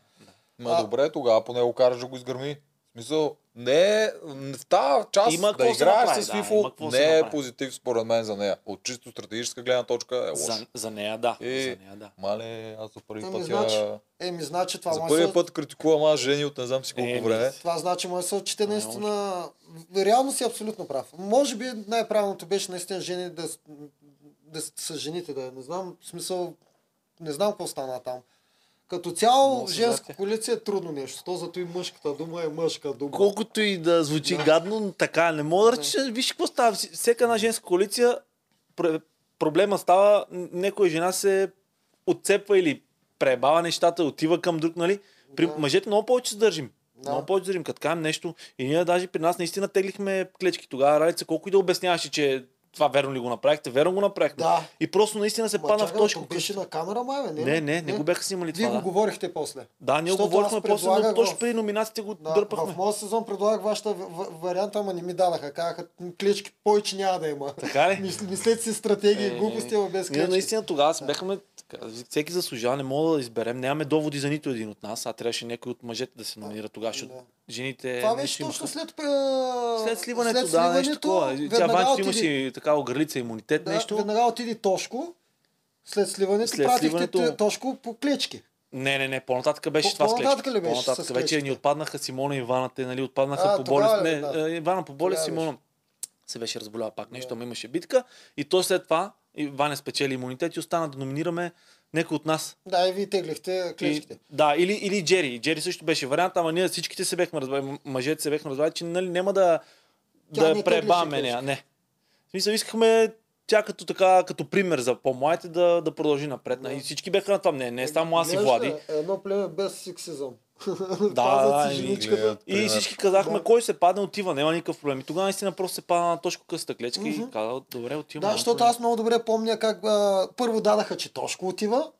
S1: Ма
S2: А-
S1: добре, тогава поне го караш да го изгърми. В смисъл, не е- в тази част
S3: Има
S1: да
S3: какво се
S1: играеш
S3: направи,
S1: с
S3: да,
S1: Фифо,
S3: има какво се
S1: не е
S3: направи.
S1: позитив според мен за нея. От чисто стратегическа гледна точка е лошо.
S3: За, за, нея, да.
S1: Е.
S3: За нея, да.
S1: Мале, аз за първи
S2: Ами,
S1: път
S2: значи,
S1: я...
S2: Еми, значи това
S1: За
S2: може
S1: първи
S2: да
S1: път критикувам аз жени от не знам си колко
S3: Еми,
S1: време.
S2: Това значи, може да се отчете наистина. Реално си е абсолютно прав. Може би най-правилното беше наистина жени да, с- да с- с жените, да е. не знам, в смисъл, не знам какво стана там. Като цяло,
S3: Много се
S2: женска
S3: зате.
S2: коалиция е трудно нещо. То зато и мъжката дума е мъжка дума.
S3: Колкото и да звучи да. гадно, но така не мога да рече. Виж какво става. Вс- Всяка една женска коалиция, пр- проблема става, н- някоя жена се отцепва или пребава нещата, отива към друг, нали? При
S2: Да.
S3: мъжете много повече се държим.
S2: Да.
S3: Много повече се държим, като кажем нещо. И ние даже при нас наистина теглихме клечки. Тогава Ралица, колко и да обясняваше, че това верно ли го направихте, верно го направихме.
S2: Да.
S3: И просто наистина се
S2: Ма
S3: падна в
S2: чакай,
S3: точка.
S2: то Беше на камера, май, бе, не?
S3: Не, не, не го бяха снимали
S2: Вие
S3: това.
S2: го
S3: да.
S2: говорихте после.
S3: Да, ние
S2: Защото
S3: го говорихме
S2: аз
S3: после, но
S2: предлагах
S3: точно
S2: в-
S3: преди номинациите го
S2: Да,
S3: дърпахме.
S2: в моят сезон предлагах вашата в- в- варианта, ама не ми дадаха. Казаха, клечки повече няма да има.
S3: Така ли?
S2: Мис- Мислете си стратегии,
S3: Е,
S2: глупости, ама без
S3: Ние
S2: клечки.
S3: наистина тогава си бяхме, така, всеки заслужава, не мога да изберем, нямаме доводи за нито един от нас, а трябваше някой от мъжете да се номинира тогава, защото
S2: Да.
S3: жените...
S2: Това
S3: не
S2: беше
S3: си имаха.
S2: точно след, а,
S3: е, след сливането, да, нещо такова. И Тя
S2: веднага
S3: Ванчето
S2: отиде-
S3: имаше и такава огърлица, имунитет,
S2: да,
S3: нещо.
S2: Веднага отиде Тошко, след сливането,
S3: След
S2: след пратихте
S3: сливането-
S2: те- Тошко по клечки.
S3: Не, не, не, по-нататък беше
S2: По-
S3: това с
S2: по-нататък
S3: клечки.
S2: ли беше
S3: По-нататък.
S2: с
S3: Вече
S2: клечките?
S3: ни отпаднаха Симона и Ивана, те нали, отпаднаха
S2: А,
S3: по
S2: тогава
S3: болест.
S2: ли,
S3: Не,
S2: да.
S3: е, Ивана по болест,
S2: Тогава
S3: Симона се беше разболяла пак нещо, ама имаше битка. И то след това, и Ваня спечели имунитет и остана да номинираме някой от нас.
S2: Да, и вие теглихте
S3: И,
S2: клечките.
S3: да, или, или Джери. Джери също беше вариант, ама ние всичките се бехме разбрали, м- мъжете се бехме разбрали, че нали, няма да,
S2: Тя
S3: да
S2: не е
S3: я
S2: теглеше
S3: пребаме нея.
S2: тежко.
S3: Не. В смисъл, искахме тя като, така, като пример за по-младите да, да продължи напред. нали.
S2: Да.
S3: И всички беха на това мнение. Не само е, аз и
S2: Гледаш ли,
S3: Влади.
S2: Едно племе без сексизъм.
S3: да, ами,
S2: Пазят си
S3: и-
S2: женичката.
S3: И всички казахме,
S2: Да.
S3: кой се падне, отива, няма никакъв проблем. И тогава наистина просто се пада на точка къста клечка и
S2: Мгм.
S3: каза, добре, отивам.
S2: Да,
S3: няма
S2: защото
S3: проблем.
S2: аз много добре помня как а, първо дадаха, че Тошко отива.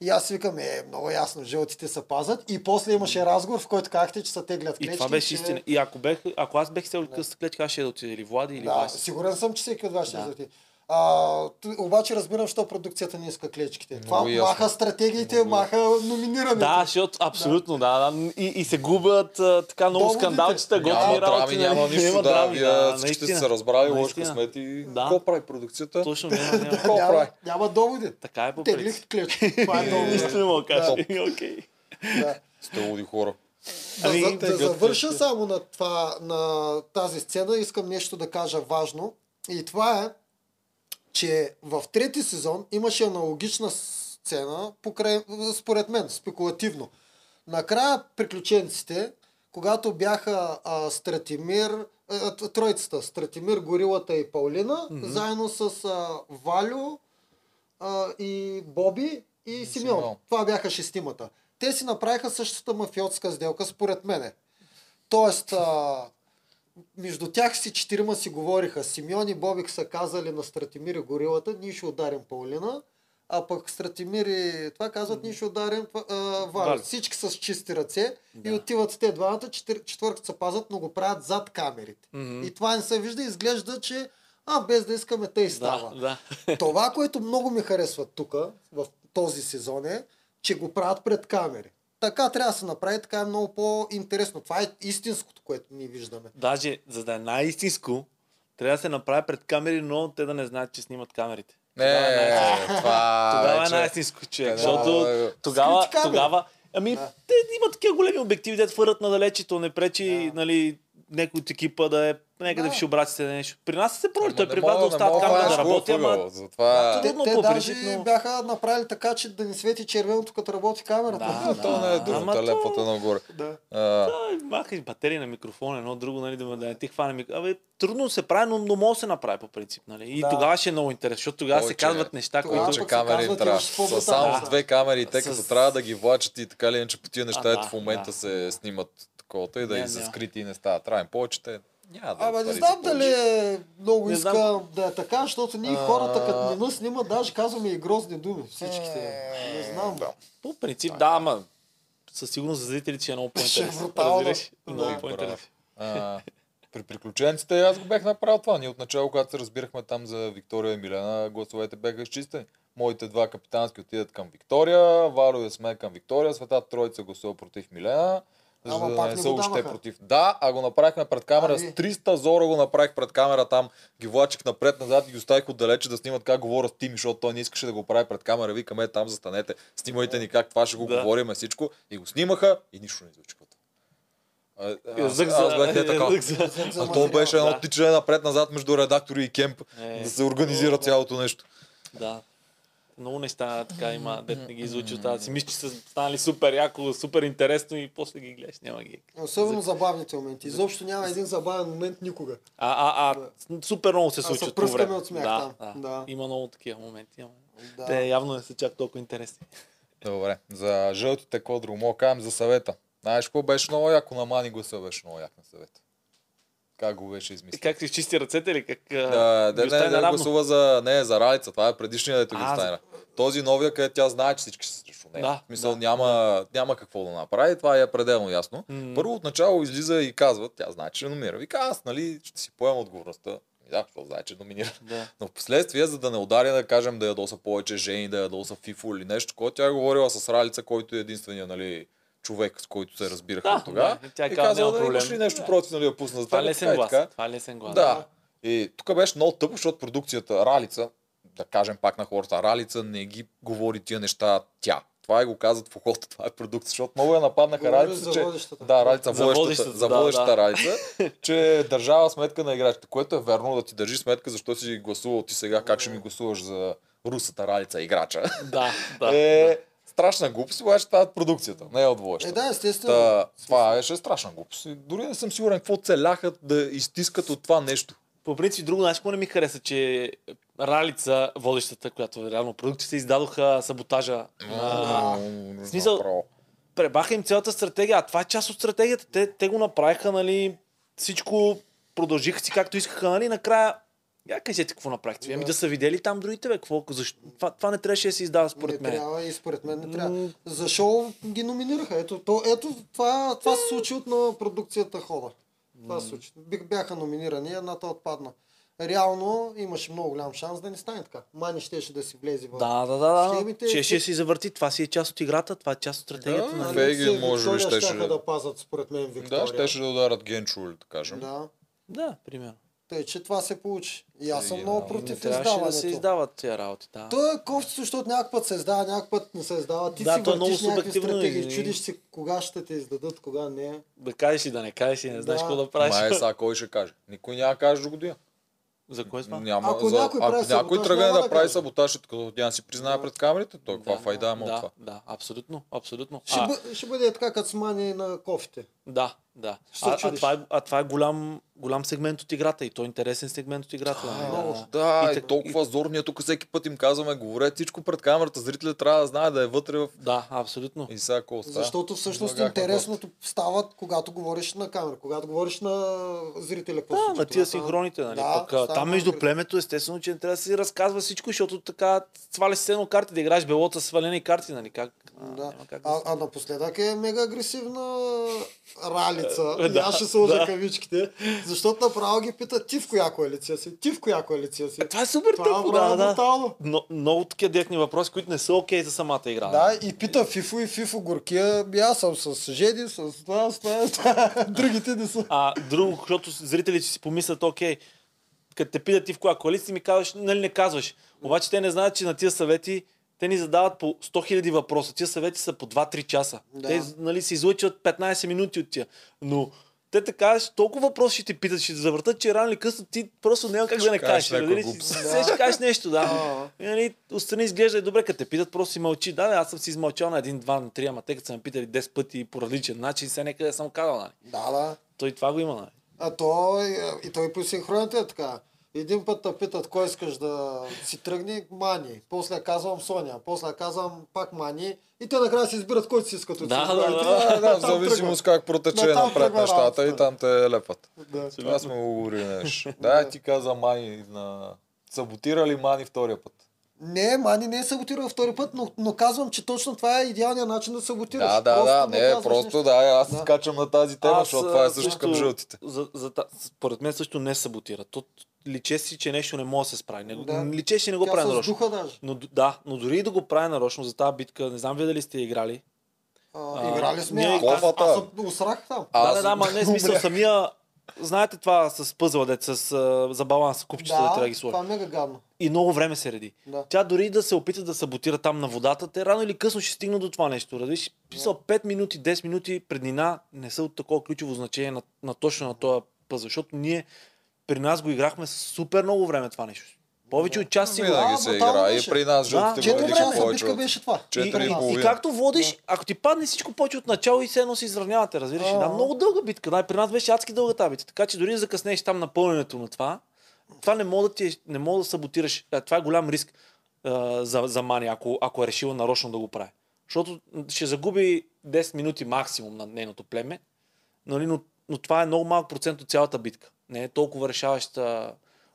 S2: И аз си викам, е, много ясно, жълтите се пазят. И после имаше разговор, в който казахте, че са теглят
S3: И
S2: клечки.
S3: това беше
S2: че-
S3: истина. И ако, бех, ако аз бех сел къста клечка, аз ще да отида или Влади, или
S2: Да,
S3: Васи.
S2: сигурен съм, че всеки от вас ще
S3: Да.
S2: излети. А, т- обаче разбирам, що продукцията не иска клечките. Това
S1: ясно.
S2: маха стратегиите, маха номинирането.
S3: Да, защото абсолютно, да. да. И, и се губят а, така много
S2: Доводите.
S3: скандалчета, готини
S1: Няма
S3: работи.
S1: драми,
S3: нали?
S1: няма нищо, да,
S3: драми,
S1: вие всички сте
S3: наистина.
S1: се разбрали, лош
S3: Наистина.
S1: късмет и
S3: Да.
S1: какво прави продукцията?
S3: Точно, няма, няма.
S1: Какво прави?
S2: няма, няма доводи.
S3: така е по принцип.
S2: Теглих клечки. Това е доводи.
S3: Нищо не мога кажа.
S1: Да.
S3: Окей.
S2: да.
S1: Сте луди хора.
S2: Да,
S3: Ами,
S2: за, да
S3: теглят
S2: завърша само на, това, на тази сцена, искам нещо да кажа важно. И това е, че в трети сезон имаше аналогична сцена, покрай, според мен, спекулативно. Накрая приключенците, когато бяха а, Стратимир, а, т- троицата, Стратимир, Горилата и Паулина, mm-hmm. заедно с а, Валю а, и Боби и Симеон.
S1: Симеон.
S2: Това бяха шестимата. Те си направиха същата мафиотска сделка, според мене. Тоест, а, между тях си четирима си говориха. Симеон и Бобик са казали на Стратимир и Горилата, ние ще ударим Паулина. А пък Стратимир и това казват, ние ще ударим това, а, Валя.
S3: Валя.
S2: Всички с чисти ръце
S3: Да.
S2: и отиват те двамата, четвър- четвърката се пазят, но го правят зад камерите.
S3: Мгм.
S2: И това не се вижда, изглежда, че а без да искаме те и става.
S3: Да, да.
S2: Това, което много ми харесва тук, в този сезон е, че го правят пред камери. Така трябва да се направи, така е много по-интересно. Това е истинското, което ние виждаме.
S3: Даже за да е най-истинско, трябва да се направи пред камери, но те да не знаят, че снимат камерите.
S1: Не,
S3: Тогава е най-истинско.
S1: това
S3: Тогава е
S1: вече-
S3: най-истинско човек.
S1: Къде-
S3: Защото
S1: Да,
S3: тогава,
S2: Скрити камери.
S3: тогава, ами,
S2: Да.
S3: те имат такива големи обективи, дето фърят надалече, то не пречи,
S2: Да.
S3: нали, някой от екипа да е някъде
S2: Да.
S3: в шибраците нещо. При нас се
S1: Ама
S3: проли, той е
S1: не
S3: при
S1: мога-
S3: вас да
S1: не
S3: остават
S1: мога
S3: камера да
S1: хванеш
S3: работи,
S1: глупаво,
S3: ама
S1: Затова... е-
S2: Те,
S3: Трудно
S2: те
S3: по-прежит,
S2: даже
S3: но-
S2: бяха направили така, че да ни свети червеното, като работи камерата.
S1: А, то не е
S3: Ама
S1: думата,
S3: то-
S1: лепата нагоре.
S2: Да.
S1: А,
S3: Ай, махай батерии на микрофона, едно друго, нали, да, ме- да не ти хване мик... Абе, трудно се прави, но, но може да се направи по принцип, нали? И
S2: Да.
S3: тогава ще е много интересно, защото тогава се
S1: Повече- е.
S3: казват неща,
S2: Тогава
S1: Повече
S3: които...
S2: пък се
S1: камери им
S2: казват,
S1: трябва.
S2: имаш свобода.
S1: Са само
S3: Да.
S1: с две камери, те като
S3: С-
S1: трябва да ги влачат и така или иначе по тия неща,
S3: А,
S1: ето
S3: да,
S1: в момента
S3: да.
S1: се снимат такова, и да
S3: Не,
S1: и
S3: не.
S1: за скрити не става. Трябва им повече, те няма да пари
S2: Абе, не
S1: за
S2: знам
S1: повече.
S2: дали е много
S3: Не знам.
S2: искам да е така, защото ние
S1: А.
S2: хората, като не нас снимат, даже казваме и грозни думи. Всичките. Не знам.
S1: Да.
S3: По принцип, да, ама със сигурност за зрителите ще е много
S2: Ще е
S3: по-интересно.
S2: брутално.
S3: Разбираш?
S2: Да.
S3: Много
S1: Ти
S3: по-интересно.
S1: А, при приключенците аз го бях направил това. Ние от начало, когато се разбирахме там за Виктория и Милена, гласовете бяха изчистени. Моите два капитански отидат към Виктория, Варо и сме към Виктория, Света Троица гласува против Милена. За
S2: Ама
S1: да
S2: пак
S1: не
S2: не
S1: се
S2: го
S1: още
S2: даваха.
S1: против. Да, а го направихме пред камера.
S2: Ами.
S1: С 300 зора го направих пред камера там. Ги влачих напред-назад и ги оставих отдалече да снимат как говоря с Тими, защото той не искаше да го прави пред камера. Викаме там, застанете, снимайте ни как това ще го
S3: Да.
S1: говориме всичко. И го снимаха и нищо не излучи. А, аз,
S3: Язък
S1: аз бях не така.
S3: язък Е, за-
S2: За
S1: А то
S2: материал.
S1: беше едно
S3: да.
S1: тичане напред-назад между редактори и кемп,
S3: Е,
S1: да се организира цялото нещо.
S3: Да. Много неща така има, дет не ги излучи от тази. Мисля, че са станали супер яко, супер интересно и после ги гледаш, няма ги.
S2: Особено забавните моменти. Изобщо няма един забавен момент никога.
S3: А, а, а, супер много се
S2: се
S3: случват по
S2: пръскаме
S3: време.
S2: от смях
S3: да,
S2: там.
S3: да.
S2: Да.
S3: Има много такива моменти. Ама.
S2: Да.
S3: Те явно не са чак толкова интересни. Е,
S1: Добре, за жълтите кодро, мога да кажем за съвета. Знаеш какво беше много яко на Мани гласа беше много як на съвета. Как го беше
S3: И
S1: измислил?
S3: как си изчисти ръцете или как а,
S1: Да,
S3: ги
S1: да, не,
S3: остави
S1: не,
S3: наравно?
S1: гласува за, не, за Ралица, това е предишния, дето ги
S3: А,
S1: остана. Този новия, където тя знае, че всички са срещу нея.
S3: Да,
S1: в смисъл,
S3: да,
S1: няма, няма какво да направи, това е пределно ясно.
S3: М.
S1: Първо отначало излиза и казва, тя знае, че номинира. Вика, аз, нали, ще си поема отговорността. Ми, Да, защото знае, че номинира.
S3: Да.
S1: Но в последствие, за да не ударя, да кажем, да ядоса повече жени, да ядоса фифо или нещо, което тя е говорила с Ралица, който е единствения, нали, човек, с който се разбираха
S3: Да,
S1: от тогава.
S3: да, тя
S1: и
S3: казва,
S1: казала,
S3: няма
S1: да, имаш ли
S3: проблем.
S1: нещо
S3: Да.
S1: против, нали, да пусна за
S3: Това е
S1: теб,
S3: лесен
S1: така и
S3: глас.
S1: така.
S3: Това е лесен глас.
S1: Да. И тук беше много тъпо, защото продукцията Ралица, да кажем пак на хората, Ралица не ги говори тия неща тя. Това и го казват в ухото, това е продукция, защото много я нападнаха
S2: Говориш
S1: Ралица,
S2: за
S1: че...
S2: водещата.
S1: Да, Ралица,
S3: За
S1: водещата,
S3: водещата,
S1: за
S3: да,
S1: водещата
S3: да.
S1: Ралица, че е държава сметка на играчите, което е верно да ти държи сметка, защо си гласувал ти сега, как ще ми гласуваш за русата Ралица играча.
S3: Да, да.
S1: е страшна глупост, обаче това е от продукцията, не е от водещата.
S2: Е, да, естествено.
S1: Та, това беше страшна глупост. И Дори не съм сигурен какво целяха да изтискат от това нещо.
S3: По принцип, друго нещо, не ми хареса, че Ралица, водещата, която е реално продукцията, издадоха саботажа. на-
S1: М,
S3: в смисъл,
S1: направо.
S3: Пребаха им цялата стратегия, а това е част от стратегията. Те, те го направиха, нали, всичко продължиха си както искаха, нали, накрая я кажете какво направихте. Вие Ами
S2: Да.
S3: да са видели там другите, бе, какво, защо? Това, това не трябваше да се издава според
S2: не
S3: мен.
S2: трябва и според мен не
S3: М.
S2: трябва. За шоу ги номинираха. Ето, то, ето това, това се случи от на продукцията Хода. Това се случи. Бих- Бяха номинирани, едната отпадна. Реално имаше много голям шанс да не стане така. Мани щеше да си влезе в...
S3: Да, да, да, да.
S2: Схемите-
S3: Че ще си завърти, това си е част от играта, това е част от стратегията.
S1: Да,
S3: нали.
S2: Алекса
S1: Фейгин,
S2: и
S1: може би,
S2: Виктория
S1: щеше
S2: щяха
S1: да-
S2: да пазат, според мен, Виктория.
S1: Да, щеше да ударят Генчо, да кажем.
S2: Да.
S3: да примерно.
S2: Тъй, че това се получи. И аз съм
S1: Фейгин, да.
S2: много
S1: И не
S2: против
S3: трябваше да се
S2: издаването.
S3: издават тия работи. Да.
S2: Той е кофти, защото някакъв път се издава, някакъв път не се издава. Ти
S3: Да,
S2: си
S3: то е много
S2: въртиш някакви
S3: субективно
S2: стратегии,
S3: и-
S2: чудиш се кога ще те издадат, кога не.
S3: Да кажеш и да не кажеш и не знаеш
S2: Да.
S3: какво да правиш.
S1: Май е сега кой ще каже? Никой няма да каже до година.
S3: За кое това?
S1: Няма,
S2: Ако
S1: за,
S2: някой прави
S1: ако някой
S2: саботаж,
S1: тръгне
S2: няма
S1: да,
S2: да
S1: прави
S2: каже.
S1: саботаж, като тя си признае пред камерите, то каква файда има от
S3: да,
S1: това?
S3: Да, абсолютно, абсолютно.
S2: Ще,
S3: а,
S2: бъ, ще бъде така като с мани на кофите.
S3: Да, да.
S2: Ще се
S3: А, а,
S2: чудиш.
S3: това е, а това е голям, голям сегмент от играта и то е интересен сегмент от играта. нали?
S2: много.
S3: Да.
S1: Да,
S3: И
S1: и,
S3: так-
S1: толкова зор, ние тук всеки път им казваме, говорете всичко пред камерата, зрителят трябва да знае да е вътре в...
S3: Да, абсолютно.
S2: Е,
S1: И сега какво става?
S2: Защото всъщност
S1: Излагахме
S2: интересното става, когато говориш на камера, когато говориш на зрителя. какво се
S3: Да,
S2: случва,
S3: на тия
S2: когато-
S3: синхроните, нали?
S2: Да,
S3: Пък, а,
S2: става
S3: там
S2: много
S3: между
S2: интересно.
S3: племето, естествено, че не трябва да си разказва всичко, защото така сваляш се едно карти, да играеш белота с свалени карти, нали? Как, а,
S2: Да.
S3: няма как да
S2: А,
S3: се-
S2: а напоследък е мега агресивна ралица. и
S3: Е,
S2: аз
S3: да,
S2: ще сложа
S3: да.
S2: кавичките. Защото направо ги питат ти в коя коалиция си, ти в коя коалиция си.
S3: Е, това е супер
S2: Това е
S3: тъпо,
S2: направо
S3: да, да.
S2: брутално.
S3: Но, много такива директни въпроси, които не са окей за самата игра.
S2: Да, и пита Фифо и Фифо горкия, «Ми аз съм с Жени, с това, с това, с това. Другите не са.
S3: А друго, защото зрителите си помислят, окей, като те питат ти в коя коалиция, ми казваш, нали не казваш. Обаче те не знаят, че на тия съвети те ни задават по 100 000 въпроса. Тия съвети са по 2-3 часа.
S2: Да.
S3: Те нали, се излъчват 15 минути от тия. Но те така, с толкова въпроси ще ти питат, ще те завъртат, че рано или късно ти просто няма как да не
S1: Ще кажеш
S3: кажеш.
S1: някоя
S3: Нали,
S1: глупост.
S3: Си- се ще кажеш нещо, да. И, нали, отстрани изглежда и добре, като те питат, просто си мълчи. Да, да, аз съм си измълчал на един, два, на три, ама те като са ме питали 10 пъти по различен начин, сега някъде съм казал, нали.
S2: Да, да.
S3: Той това го има, нали.
S2: А то и- и той по синхроните е така. Един път те питат кой искаш да си тръгне, мани. После казвам Соня, после казвам пак мани. И те накрая си избират който си искат от
S3: Да,
S2: всичко.
S3: да,
S2: И
S3: да.
S2: те-
S1: Да, да, в
S2: там тръгват.
S1: зависимост как протече
S2: Натам
S1: напред
S2: тръгва
S1: нещата и
S2: работата.
S1: там те лепат.
S2: Да.
S1: Това сме го говорили нещо. Да, ти каза Мани на... Саботирали Мани втория път.
S2: Не, Мани не е саботирал втори път, но, но казвам, че точно това е идеалният начин да саботираш.
S1: Да, да, да, не,
S2: казваш
S1: просто
S2: нещо.
S1: да, аз
S2: Да.
S1: скачам на тази тема,
S3: Аз,
S1: защото това е
S3: а,
S1: също
S3: също-
S1: към жълтите.
S3: За, за, та- според мен също не саботира. То личе си, че нещо не може да се справи. Не,
S2: Да.
S3: да. Личе си не го
S2: Тя
S3: прави
S2: с
S3: нарочно.
S2: духа даже.
S3: Но, д- да, но дори и да го прави нарочно за тази битка, не знам вие дали сте играли.
S2: А,
S3: А,
S2: играли сме.
S3: ние-
S2: Аз, аз,
S1: Кофата.
S2: аз се усрах там.
S3: да, да, да, ама не е смисъл самия... Знаете това с пъзъла, дет, с, а, за баланс, купчета, да, трябва да ги сложи.
S2: това е мега гадно.
S3: И много време се реди.
S2: Да.
S3: Тя дори и да се опита да саботира там на водата, те рано или късно ще стигнат до това нещо. Разбираш, писал 5 минути, 10 минути преднина не са от такова ключово значение на, на точно на този пъзъл, защото ние при нас го играхме супер много време това нещо. Повече от час си го
S2: Да,
S1: Винаги се
S2: брутално
S1: игра. И
S2: беше.
S1: при нас
S3: Да,
S1: жълтите го
S2: Четири
S3: години
S1: водиха
S2: часа
S1: повече.
S2: битка
S1: от-
S2: беше това.
S3: и,
S1: Четири и
S3: и, и
S1: половина.
S3: както водиш, ако ти падне всичко почва от начало и се едно се изравнявате, разбираш? Една
S2: А.
S3: много дълга битка. Да, и при нас беше адски дълга тази битка. Така че дори да закъснеш там на пълненето на това, това не мога да, ти, е- не мога да саботираш. А, Това е голям риск а, за, за Мани, ако, ако е решила нарочно да го прави. Защото ще загуби 10 минути максимум на нейното племе, нали, но, но това е много малък процент от цялата битка. Не е толкова решаваща.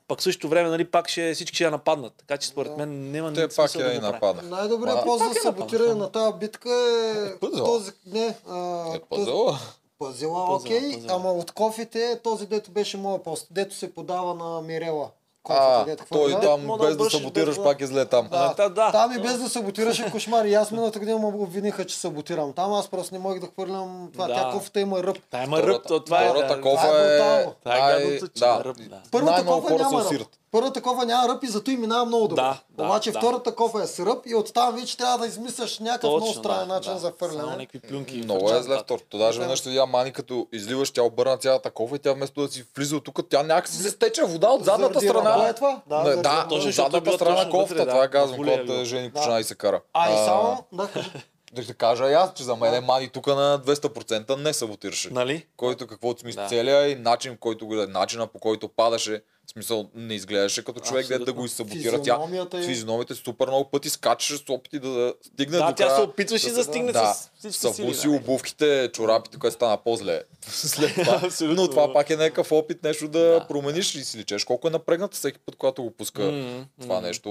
S3: Пак в същото време, нали, пак ще, всички ще я нападнат. Така че според мен няма
S1: Те
S3: никакъв
S1: пак
S3: смисъл
S1: я и
S3: го прави.
S1: нападаха.
S2: Най-добрият
S1: Ма-
S2: пост
S3: Пак
S2: за
S3: е нападна,
S2: саботиране
S3: само.
S2: на тази битка е
S1: Е, пъзела.
S2: този... Не, а,
S1: Е,
S2: този-
S1: пазала.
S2: Пазила,
S3: Пазела,
S2: окей,
S3: пазела.
S2: ама от кофите е този, дето беше моят пост, дето се подава на Мирела. Кофата,
S1: А,
S2: дето
S1: той
S2: хвърля.
S1: там,
S3: Мога да
S1: без да
S3: обръщаш,
S1: саботираш,
S3: без да-
S1: пак изле там.
S3: Да, та, да.
S2: Там е и без да саботираше кошмар. И аз миналата година му обвиниха, че саботирам. Там аз просто не мога да хвърлям това.
S3: Да.
S2: Тя кофата има ръб.
S3: Та има ръб, то това е.
S1: Втората
S3: да.
S1: кофа
S2: Това е
S1: е...
S2: брутално.
S3: Това е
S1: най-
S3: гадното, че
S1: да.
S3: на ръб, да.
S2: Първата
S1: Най-много
S2: кофа
S1: хора се
S2: няма ръб.
S1: усират.
S2: Първата кофа няма ръб и зато и минава много добре.
S3: Да, да,
S2: Обаче
S3: да.
S2: втората кофа е с ръб и оттам вече трябва да измисляш някакъв
S3: Точно,
S2: много странен
S3: да,
S2: начин
S3: да.
S2: за
S3: Само
S2: хвърляне.
S3: някакви плюнки.
S1: Много е
S3: фърчат,
S1: зле
S3: да.
S1: второто. Даже
S2: Да.
S1: веднъж видя Мани, като изливаш, тя обърна цялата кофа и тя вместо да си влиза от тук, тя някакси се стече вода от задната
S2: Заради ръба
S1: страна.
S2: е това?
S1: Да,
S2: заради
S1: да,
S2: ръба.
S1: от
S3: Точно, защото е
S1: задната
S3: било
S1: страна на
S3: точно вътре,
S1: кофта.
S3: да.
S1: Това е казвам,
S3: Голия е
S1: когато
S3: било.
S1: жени
S2: Да.
S1: почина и се кара.
S2: А и само, да, кажи.
S1: Да ти кажа и аз, че за мен е Мани тук на 200% не саботираше.
S3: Нали?
S1: Който каквото смисъл,
S3: Да.
S1: целия и начин, който го е, начина по който падаше, в смисъл не изглеждаше като човек, дето да
S3: Абсолютно. е-
S1: го изсаботира. Тя
S2: Физиономията й.
S1: физиономите супер много пъти скачаше с опити да- да стигне
S3: Да,
S1: до
S3: тя се
S1: края.
S3: опитваше да стигне
S1: Да,
S3: с всички сили. нали?
S1: събуси
S3: да.
S1: обувките, чорапите, което стана по-зле. След това.
S3: Абсолютно.
S1: Но това пак е някакъв опит нещо да,
S3: Да.
S1: промениш и си личеш. Колко е напрегната всеки път, когато го пуска.
S3: М,
S1: Това
S3: м.
S1: нещо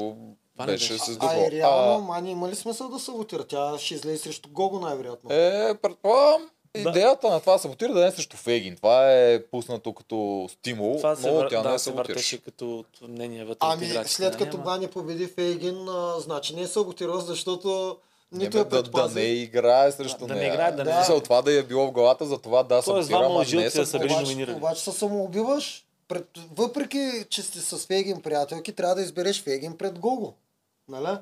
S3: Това не
S1: беше
S3: беше.
S1: с
S2: А,
S1: добро.
S2: и реално, мани има ли смисъл да саботира? Тя ще излезе срещу Гого най-вероятно.
S1: е, предполагам,
S3: Да.
S1: идеята на това саботира да не е срещу Фегин. Това е пуснато като стимул,
S3: Това се,
S1: но
S3: вър-
S1: тя не
S3: да,
S1: е
S3: се
S1: саботираш.
S3: въртеше като мнение вътре от
S2: Ами,
S3: играчите,
S2: след
S3: нали,
S2: като
S3: ама-
S2: Бани победи Фейгин, а, значи не е саботирал, защото нито
S1: Не,
S2: е
S1: бе, да, да не
S2: предпазил.
S1: играе срещу
S3: Да не
S1: нея.
S3: играе, да
S2: не-
S1: Мисъл, това да я е било в главата, за това да
S3: Тоест,
S1: саботира,
S3: двама
S1: ама не е
S3: жълтия са
S1: саботираш.
S3: били
S2: Обаче,
S3: номинирани.
S2: обаче се самоубиваш. Пред, въпреки, че сте с Фейгин приятелки, трябва да избереш Фейгин пред Гого. Нали?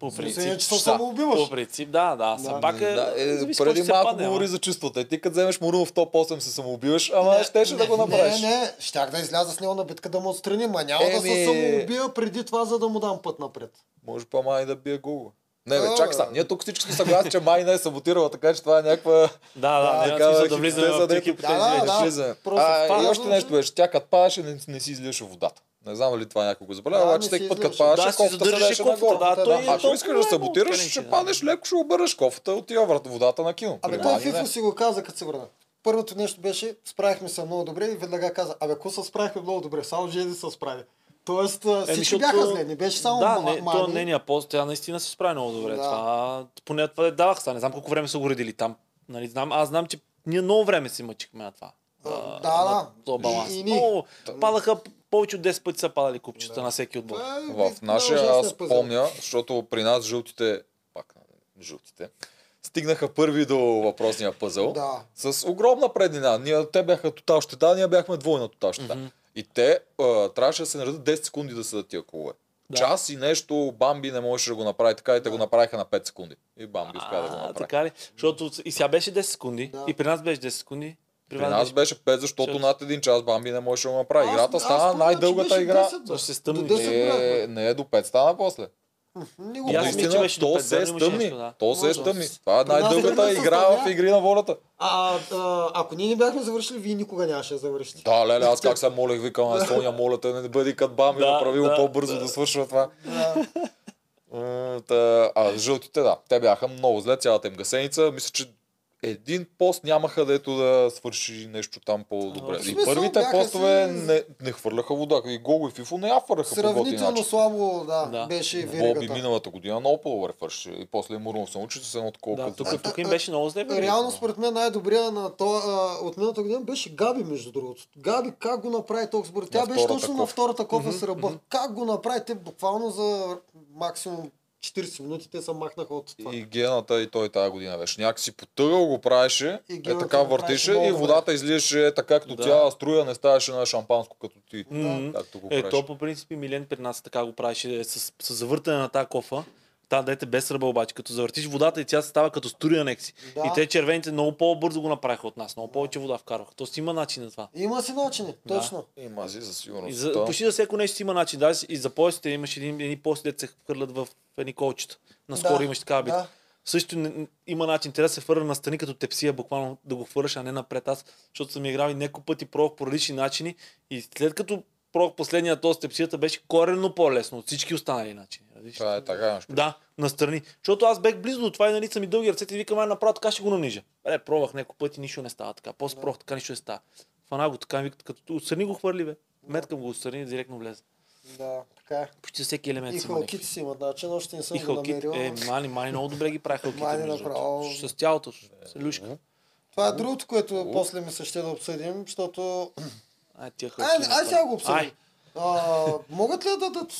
S3: По
S2: Мисля, не,
S3: принцип,
S2: че се
S1: да.
S2: самоубиваш.
S3: по принцип, да, да. Са
S2: Да.
S3: пак е,
S1: Да, е,
S3: зависи кой
S1: преди
S3: ще се
S1: малко
S3: падне, ама.
S1: говори за чувствата. И ти като вземеш Мурунов в топ 8 се самоубиваш, ама щеше да го направиш.
S2: Не, не, щях да изляза с него на битка да му отстрани, ма няма да
S1: Еми-
S2: се самоубия преди това, за да му дам път напред.
S1: Може по-май да бие Гого. Не, бе,
S2: А,
S1: чакай сега. Ние тук всички сме съгласни, че май не е саботирала, така че това е някаква...
S3: Да, да, няма
S1: такава
S3: смисъл да влизаме
S1: хипотеза,
S3: в тия
S1: дето-
S3: хипотези.
S2: Да, да,
S1: не,
S3: вече.
S1: да влизаме.
S2: просто
S1: А, и
S2: пада,
S1: още
S2: да.
S1: нещо беше. Тя като падаше, не, не си излияше водата. Не знам дали това някой го забравя,
S2: Да, не
S1: обаче
S2: си
S1: всеки път като
S2: излияше.
S1: падаше,
S3: Да, си
S1: кофта се
S3: задържаше
S1: лееше
S3: кофта,
S1: нагоре.
S3: да, той е
S1: Ако
S3: толкова
S1: искаш да
S3: е
S1: саботираш,
S3: отделен,
S1: ще
S3: да.
S1: падеш леко, ще обърнеш кофата, отива врата водата на кино.
S2: Абе,
S1: При
S2: той
S1: Мани не.
S2: Фифо си го каза, като се върна. Първото нещо беше, справихме се много добре и веднага каза, абе, ако се справихме много добре, само жени се справи. Тоест, а, всички
S3: Ами, защото-
S2: бяха зле, не беше само
S3: Да,
S2: ма-
S3: не,
S2: мани.
S3: то нейния пост, тя наистина се справи много добре.
S2: Да.
S3: е Това, поне това я давах, сега не знам колко време са го редили там. Нали, знам, аз знам, че Ние много време си мъчихме на това.
S2: Да,
S3: А,
S2: да,
S3: на
S2: да.
S3: този баланс.
S2: И- и ние.
S3: много, падаха повече от 10 пъти са падали купчета
S2: Да.
S3: на всеки отбор.
S2: Това е
S1: В
S2: много
S1: нашия аз
S2: ужасен пазар.
S1: спомня, защото при нас жълтите, пак жълтите, стигнаха първи до въпросния пъзъл.
S2: Да.
S1: С огромна преднина. Ние, те бяха тотал щета, ние бяхме двойна тотал щета.
S3: Мгм.
S1: И те а, трябваше да се наредят 10 секунди да са тия колове.
S3: Да.
S1: Час и нещо, Бамби не можеше да го направи така и те го направиха на 5 секунди. И Бамби успя да го
S3: А,
S1: направи.
S3: така ли? Защото и сега беше 10 секунди,
S2: Да.
S3: и при нас беше 10 секунди.
S1: При нас беше 5, защото
S3: Шест.
S1: над един час Бамби не можеше да го направи.
S2: Аз-
S1: Играта
S2: аз
S1: стана
S2: спомням, че
S1: най-дългата
S2: беше
S1: игра.
S2: 10
S3: То ще се стъмни.
S2: До 10
S1: Е,
S2: бяхме.
S1: не е до 5, стана после.
S2: Не
S1: Но
S2: го
S3: И аз мисля,
S1: наистина,
S3: че беше до
S1: то
S3: пет,
S1: се е
S3: верно имаше
S1: стъмни.
S3: нещо, да.
S1: То се
S2: Ужас.
S1: стъмни. Това е
S2: При нас
S1: най-дългата
S2: играта
S1: игра в
S2: съставя-
S1: игри на волята.
S2: А, а, ако ние не бяхме завършили, вие никога нямаше да завършите.
S1: Да, леле, аз как се молех, викам, аз Соня, моля те, не бъди като бам и
S3: Да,
S1: направи го
S3: да,
S1: по-бързо да,
S3: да.
S1: свършва това.
S2: Да.
S1: М, та, а жълтите, да, те бяха много зле, цялата им гасеница. Мисля, че един пост нямаха дето да свърши нещо там по-добре.
S3: В
S1: И
S2: смисъл,
S1: първите
S2: бяха
S1: постове
S2: си-
S1: не, не хвърляха вода. И Гого и Фифо не я фърляха по готи
S2: Сравнително
S1: начин.
S2: слабо, да,
S3: Да.
S2: беше
S1: Боби
S2: веригата.
S1: миналата година много по-добре фърши. И после е Мурнов се научи с едно такова.
S3: Да,
S1: като-
S3: тук, тук им беше много зле.
S1: е
S3: бе,
S2: Реално
S3: бе.
S2: според мен най-добрия на то, а, от миналата година беше Габи, между другото. Gabi как го направи толкова бързо? Тя
S1: На
S2: беше
S1: втората
S2: точно на
S1: кофа.
S2: втората кофа с ръба. Как го направи? Те буквално за максимум 40 минути те се махнаха от това.
S1: И гената и той тази година беше. Някакси потъгал го правеше,
S2: И
S1: е
S2: гената
S1: така
S2: го правеше
S1: въртеше
S2: много
S1: и
S2: добре.
S1: водата излизаше е така като
S3: Да.
S1: тя, а струя не ставаше на шампанско като ти.
S3: М.
S1: Както го
S3: Е,
S1: правеше.
S3: то по принцип и Милен при нас така го правеше с, с завъртане на тази кофа. Та дете без ръба обаче, като завъртиш водата и тя се става като струя некси.
S2: Да.
S3: И те червените много по-бързо го направиха от нас, много повече вода вкарваха. Тоест има начин на това.
S2: Има си начини,
S3: Да.
S2: точно.
S1: Има си със
S3: И
S1: сигурност.
S3: за,
S1: Та.
S3: почти за всяко нещо си има начин. Даже и за поясите имаш един, едни пояси, дето се хвърлят в едни колчета. Наскоро
S2: Да,
S3: имаш такава битка.
S2: да.
S3: Също не- не- има начин. Трябва да се хвърля на страни като тепсия, буквално да го хвърляш, а не напред. Аз, защото съм играл и няколко пъти пробвах по различни начини. И след като пробвах последния този с тепсията, беше коренно по-лесно от всички останали начини. Разбираш?
S1: Това е така. нещо.
S3: Да, настрани. Защото аз бех близо до това и нали са ми дълги ръцете и викам, ай направо така ще го нанижа. Е, пробвах няколко пъти, нищо не става така. После пробвах така, нищо не става. Фана го така, вика, като отстрани го хвърли, бе. Меткам го отстрани и директно влезе.
S2: Да, така е.
S3: Почти
S2: И
S3: всеки елемент си има някакъв.
S2: халките си имат начин, още не съм
S3: И
S2: го
S3: халкит.
S2: намерил.
S3: Е,
S2: но-
S3: мани, мани, много добре ги прави халките.
S2: Мани
S3: между другото.
S2: направо.
S3: С тялото, с с люшка.
S2: Това е другото, което после ми се ще да обсъдим, защото...
S3: Ай, тия халки.
S2: Ай, ай сега го
S3: Ай.
S2: обсъдим. А, могат ли да дадат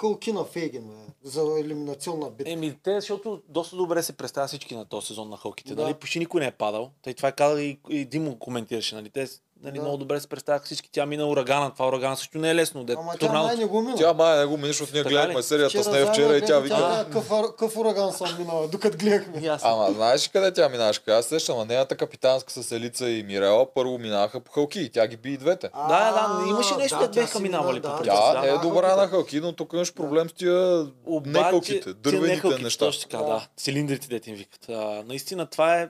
S2: халки на Фейгин, бе, за елиминационна битка?
S3: Еми, те, защото доста добре се представят всички на този сезон на халките.
S2: Да.
S3: Нали? Почти никой не е падал. Тъй това каза и, и Димо коментираше. Нали? Те нали,
S2: Да.
S3: много добре се представят всички. Тя мина урагана. Това урагана също не е лесно. Де,
S2: Ама тя
S3: торнадото.
S2: май не го мина.
S1: Тя май не го мини, защото ние
S3: Така ли?
S1: гледахме серията с нея вчера и тя вика.
S2: вика... Какъв ураган съм минала, докато гледахме.
S3: И аз-
S1: Ама знаеш ли къде тя минаше? Аз се сещам, на нейната капитанска с Елица и Мирела първо минаха по халки и тя ги би и двете.
S2: А,
S3: Да, да, имаше нещо,
S2: тя
S3: да бяха
S2: си
S3: минавали
S2: мина,
S3: по
S2: да,
S3: принцип.
S1: Тя
S3: да,
S1: е
S2: на
S1: добра на
S2: халките.
S1: халки, но тук имаш проблем с тия не
S3: Обаче,
S1: халките,
S3: тия не
S1: дървените
S3: халките,
S1: неща.
S3: Точно така, да. да. Цилиндрите, дете им викат. А, наистина това е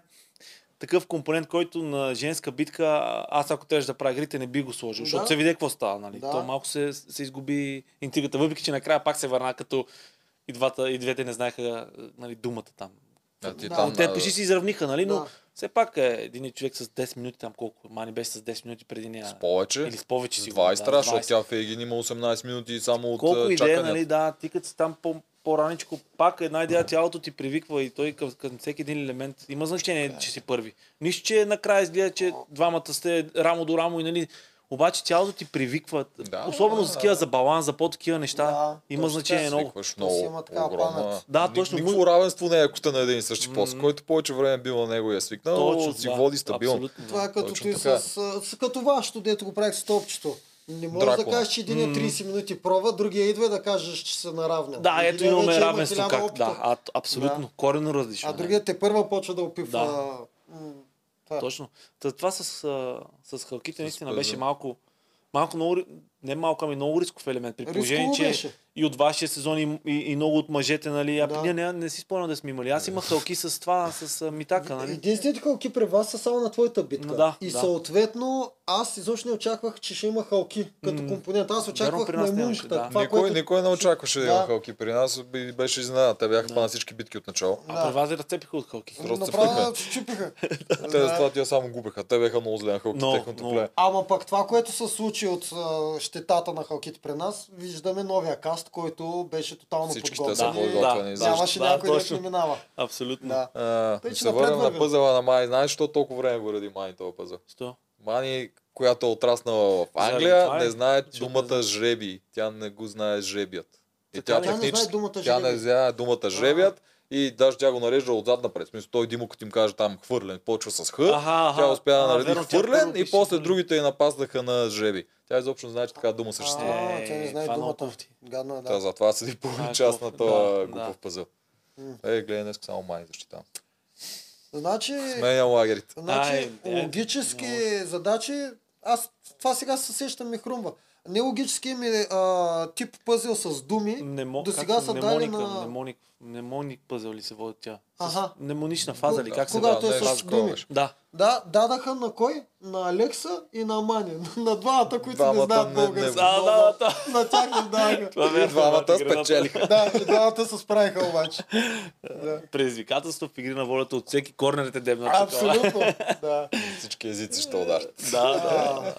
S3: такъв компонент, който на женска битка, а, аз ако трябваше да правя игрите, не би го сложил,
S2: Да.
S3: защото се видя какво става. Нали?
S2: Да.
S3: То малко се, се изгуби интригата, въпреки че накрая пак се върна, като и, двата, и двете не знаеха нали, думата там.
S1: А ти
S2: Да.
S1: там,
S3: Те
S1: а,
S3: почти се изравниха, нали? Но
S2: Да.
S3: все пак е, един човек с 10 минути там колко. Мани беше с 10 минути преди нея.
S1: С повече.
S3: Или с повече си.
S1: 20 да,
S3: е
S1: защото тя Фейгин има 18 минути и само от
S3: Колко
S1: а,
S3: идея,
S1: чаканията.
S3: нали, да, ти като си там по, по-раничко, пак една идея тялото ти привиква и той към, към всеки един елемент има значение, че си първи. Нищо, че накрая изгледа, че двамата сте рамо до рамо и нали, обаче тялото ти привиква,
S1: Да,
S3: да, особено
S1: да,
S3: за такива, за баланс, за по-такива неща,
S2: Да,
S3: да, има
S2: точно
S3: значение
S2: така.
S3: много.
S1: Свикваш
S2: То си
S1: много
S2: има такава
S1: огромна...
S2: памет.
S3: Да,
S1: Ни-
S3: точно.
S1: Никакво равенство не е, ако сте на един и същи пост.
S3: М.
S1: Който повече време бил на него и е свикнал,
S3: Точно,
S1: си
S3: да,
S1: води стабилно.
S3: абсолютно, да.
S2: Това е като
S1: Точно
S2: той
S1: така.
S2: с, с, като вашето, дето го правих с топчето. Не можеш да
S1: Дракула.
S2: кажеш, че един е 30 минути прова, другия идва и да кажеш, че се наравня.
S3: Да,
S2: Или
S3: ето
S2: вече
S3: имаме
S2: е, има
S3: равенство.
S2: хиляда
S3: Как,
S2: опита.
S3: да, а, абсолютно.
S2: Да.
S3: Корено различно.
S2: а
S3: да.
S2: другият те първа почва да опитва. м, това.
S3: Точно. Та, това с, а, с халките наистина
S1: пъзъл.
S3: беше малко, малко много, ри- не малко, ами много рисков елемент. При
S2: Рисково
S3: положение, че
S2: беше.
S3: и от вашия сезон и, и, и много от мъжете, нали, а
S2: Да.
S3: да. ние не, не си спомням да сме имали. Аз имах халки с това, с а, митака, нали.
S2: Е, Единствените халки при вас са само на твоята битка.
S3: М, да,
S2: и
S3: да.
S2: съответно, аз изобщо не очаквах, че ще има халки като
S3: М,
S2: компонент. Аз очаквах
S3: при нас
S2: маймунката.
S3: нямаше, да.
S2: Това,
S1: никой,
S2: което...
S1: никой не очакваше да има
S2: Да.
S1: халки при нас. би- Беше изненада. Те бяха па на всички битки от начало.
S3: А при вас ви разцепиха от халки.
S1: Просто се
S2: Направо щупиха. Нали?
S1: Те за това тия само губеха. Те бяха много зле на халки.
S3: Много,
S1: Техното
S3: много.
S1: племе.
S2: Ама пък това, което се случи от... а, Ще щетата на халките при нас, виждаме новия каст, който беше тотално
S1: Всички те
S2: подготвен.
S1: са подготвени.
S3: Да,
S1: за-
S2: Нямаше
S3: да,
S2: някой, който
S3: точно.
S2: не минава.
S3: Абсолютно.
S2: Да.
S1: А,
S2: Тъй,
S1: да
S2: че
S1: се
S2: напред
S1: върнем на
S2: вървим.
S1: пъзела на Мани. Знаеш, защо толкова време го ради Мани този пъзел?
S3: Що?
S1: Мани, която е отраснала в
S3: Заради
S1: Англия,
S3: това е.
S1: не знае
S3: Защото не
S1: думата
S3: знае.
S1: жреби. Тя не го знае жребият. И тя,
S3: Така ли?
S2: Тя не знае
S1: технически,
S2: думата
S1: тя не
S2: жреби.
S1: знае думата жребият и даже тя го нарежда отзад напред. В Смисъл, той Димо, като им каже там хвърлен, почва с х.
S3: Аха,
S1: Е, Тя успя да
S3: А,
S1: нареди
S3: верно, тя
S1: хвърлен
S3: първо
S1: и
S3: пише
S1: после
S3: хвърлен.
S1: другите я напаснаха на жреби. Тя изобщо не знае, че така дума съществува.
S2: А, тя не
S3: Е,
S2: знае
S3: това е много
S2: думата.
S3: кофти.
S2: Гадно е,
S1: Та,
S2: да.
S1: затова седи половин
S3: Това е
S1: час
S3: кофе.
S1: на този
S3: Да,
S1: глупав
S3: да.
S1: пъзъл.
S2: М.
S1: Е, гледай, днес само Мани защитавам.
S2: Значи,
S1: Сменям лагерите.
S2: Значи,
S3: Ай, е,
S2: логически задачи, аз това сега се сещам ми хрумва. Нелогически ми а, тип пъзел с думи.
S3: Немо...
S2: До сега са дали
S3: немоника,
S2: на-
S3: Немоник, немоник пъзел ли се води тя?
S2: Аха.
S3: Немонична фаза ли? Как се
S2: Когато
S3: казва?
S1: не,
S2: е с
S1: това такова
S2: думи.
S1: беше.
S3: Да.
S2: Да, дадаха на кой? На Алекса и на Мани. На двамата, които
S1: Двамата
S2: не знаят
S1: не- не-
S2: български.
S3: Да,
S2: Но
S3: да,
S2: на-
S3: да.
S2: На тях не дадаха.
S3: Това бяха
S1: Двамата
S3: двата граната.
S1: спечелиха.
S2: Да, и двамата се справиха обаче. Да.
S3: Предизвикателство в игри на волята от всеки корнер те дебна.
S2: Абсолютно. Да.
S1: Всички езици
S2: Е.
S1: ще ударят.
S3: Да, да.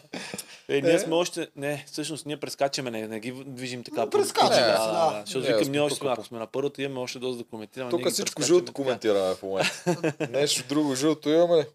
S2: А,
S3: Е, ние сме още... Не, всъщност ние прескачаме, не, не ги движим така.
S2: Ну,
S3: по-
S2: прескачаме
S1: си,
S3: да, да,
S2: да.
S3: да. Защото
S1: Ние
S3: викам,
S1: сме
S3: ние още,
S1: тук.
S3: ако сме на първата, имаме още доста да коментираме. ние
S1: Тук
S3: ги
S1: всичко
S3: прескачаме
S1: жълто
S3: така.
S1: коментираме в момента. Нещо друго жълто имаме.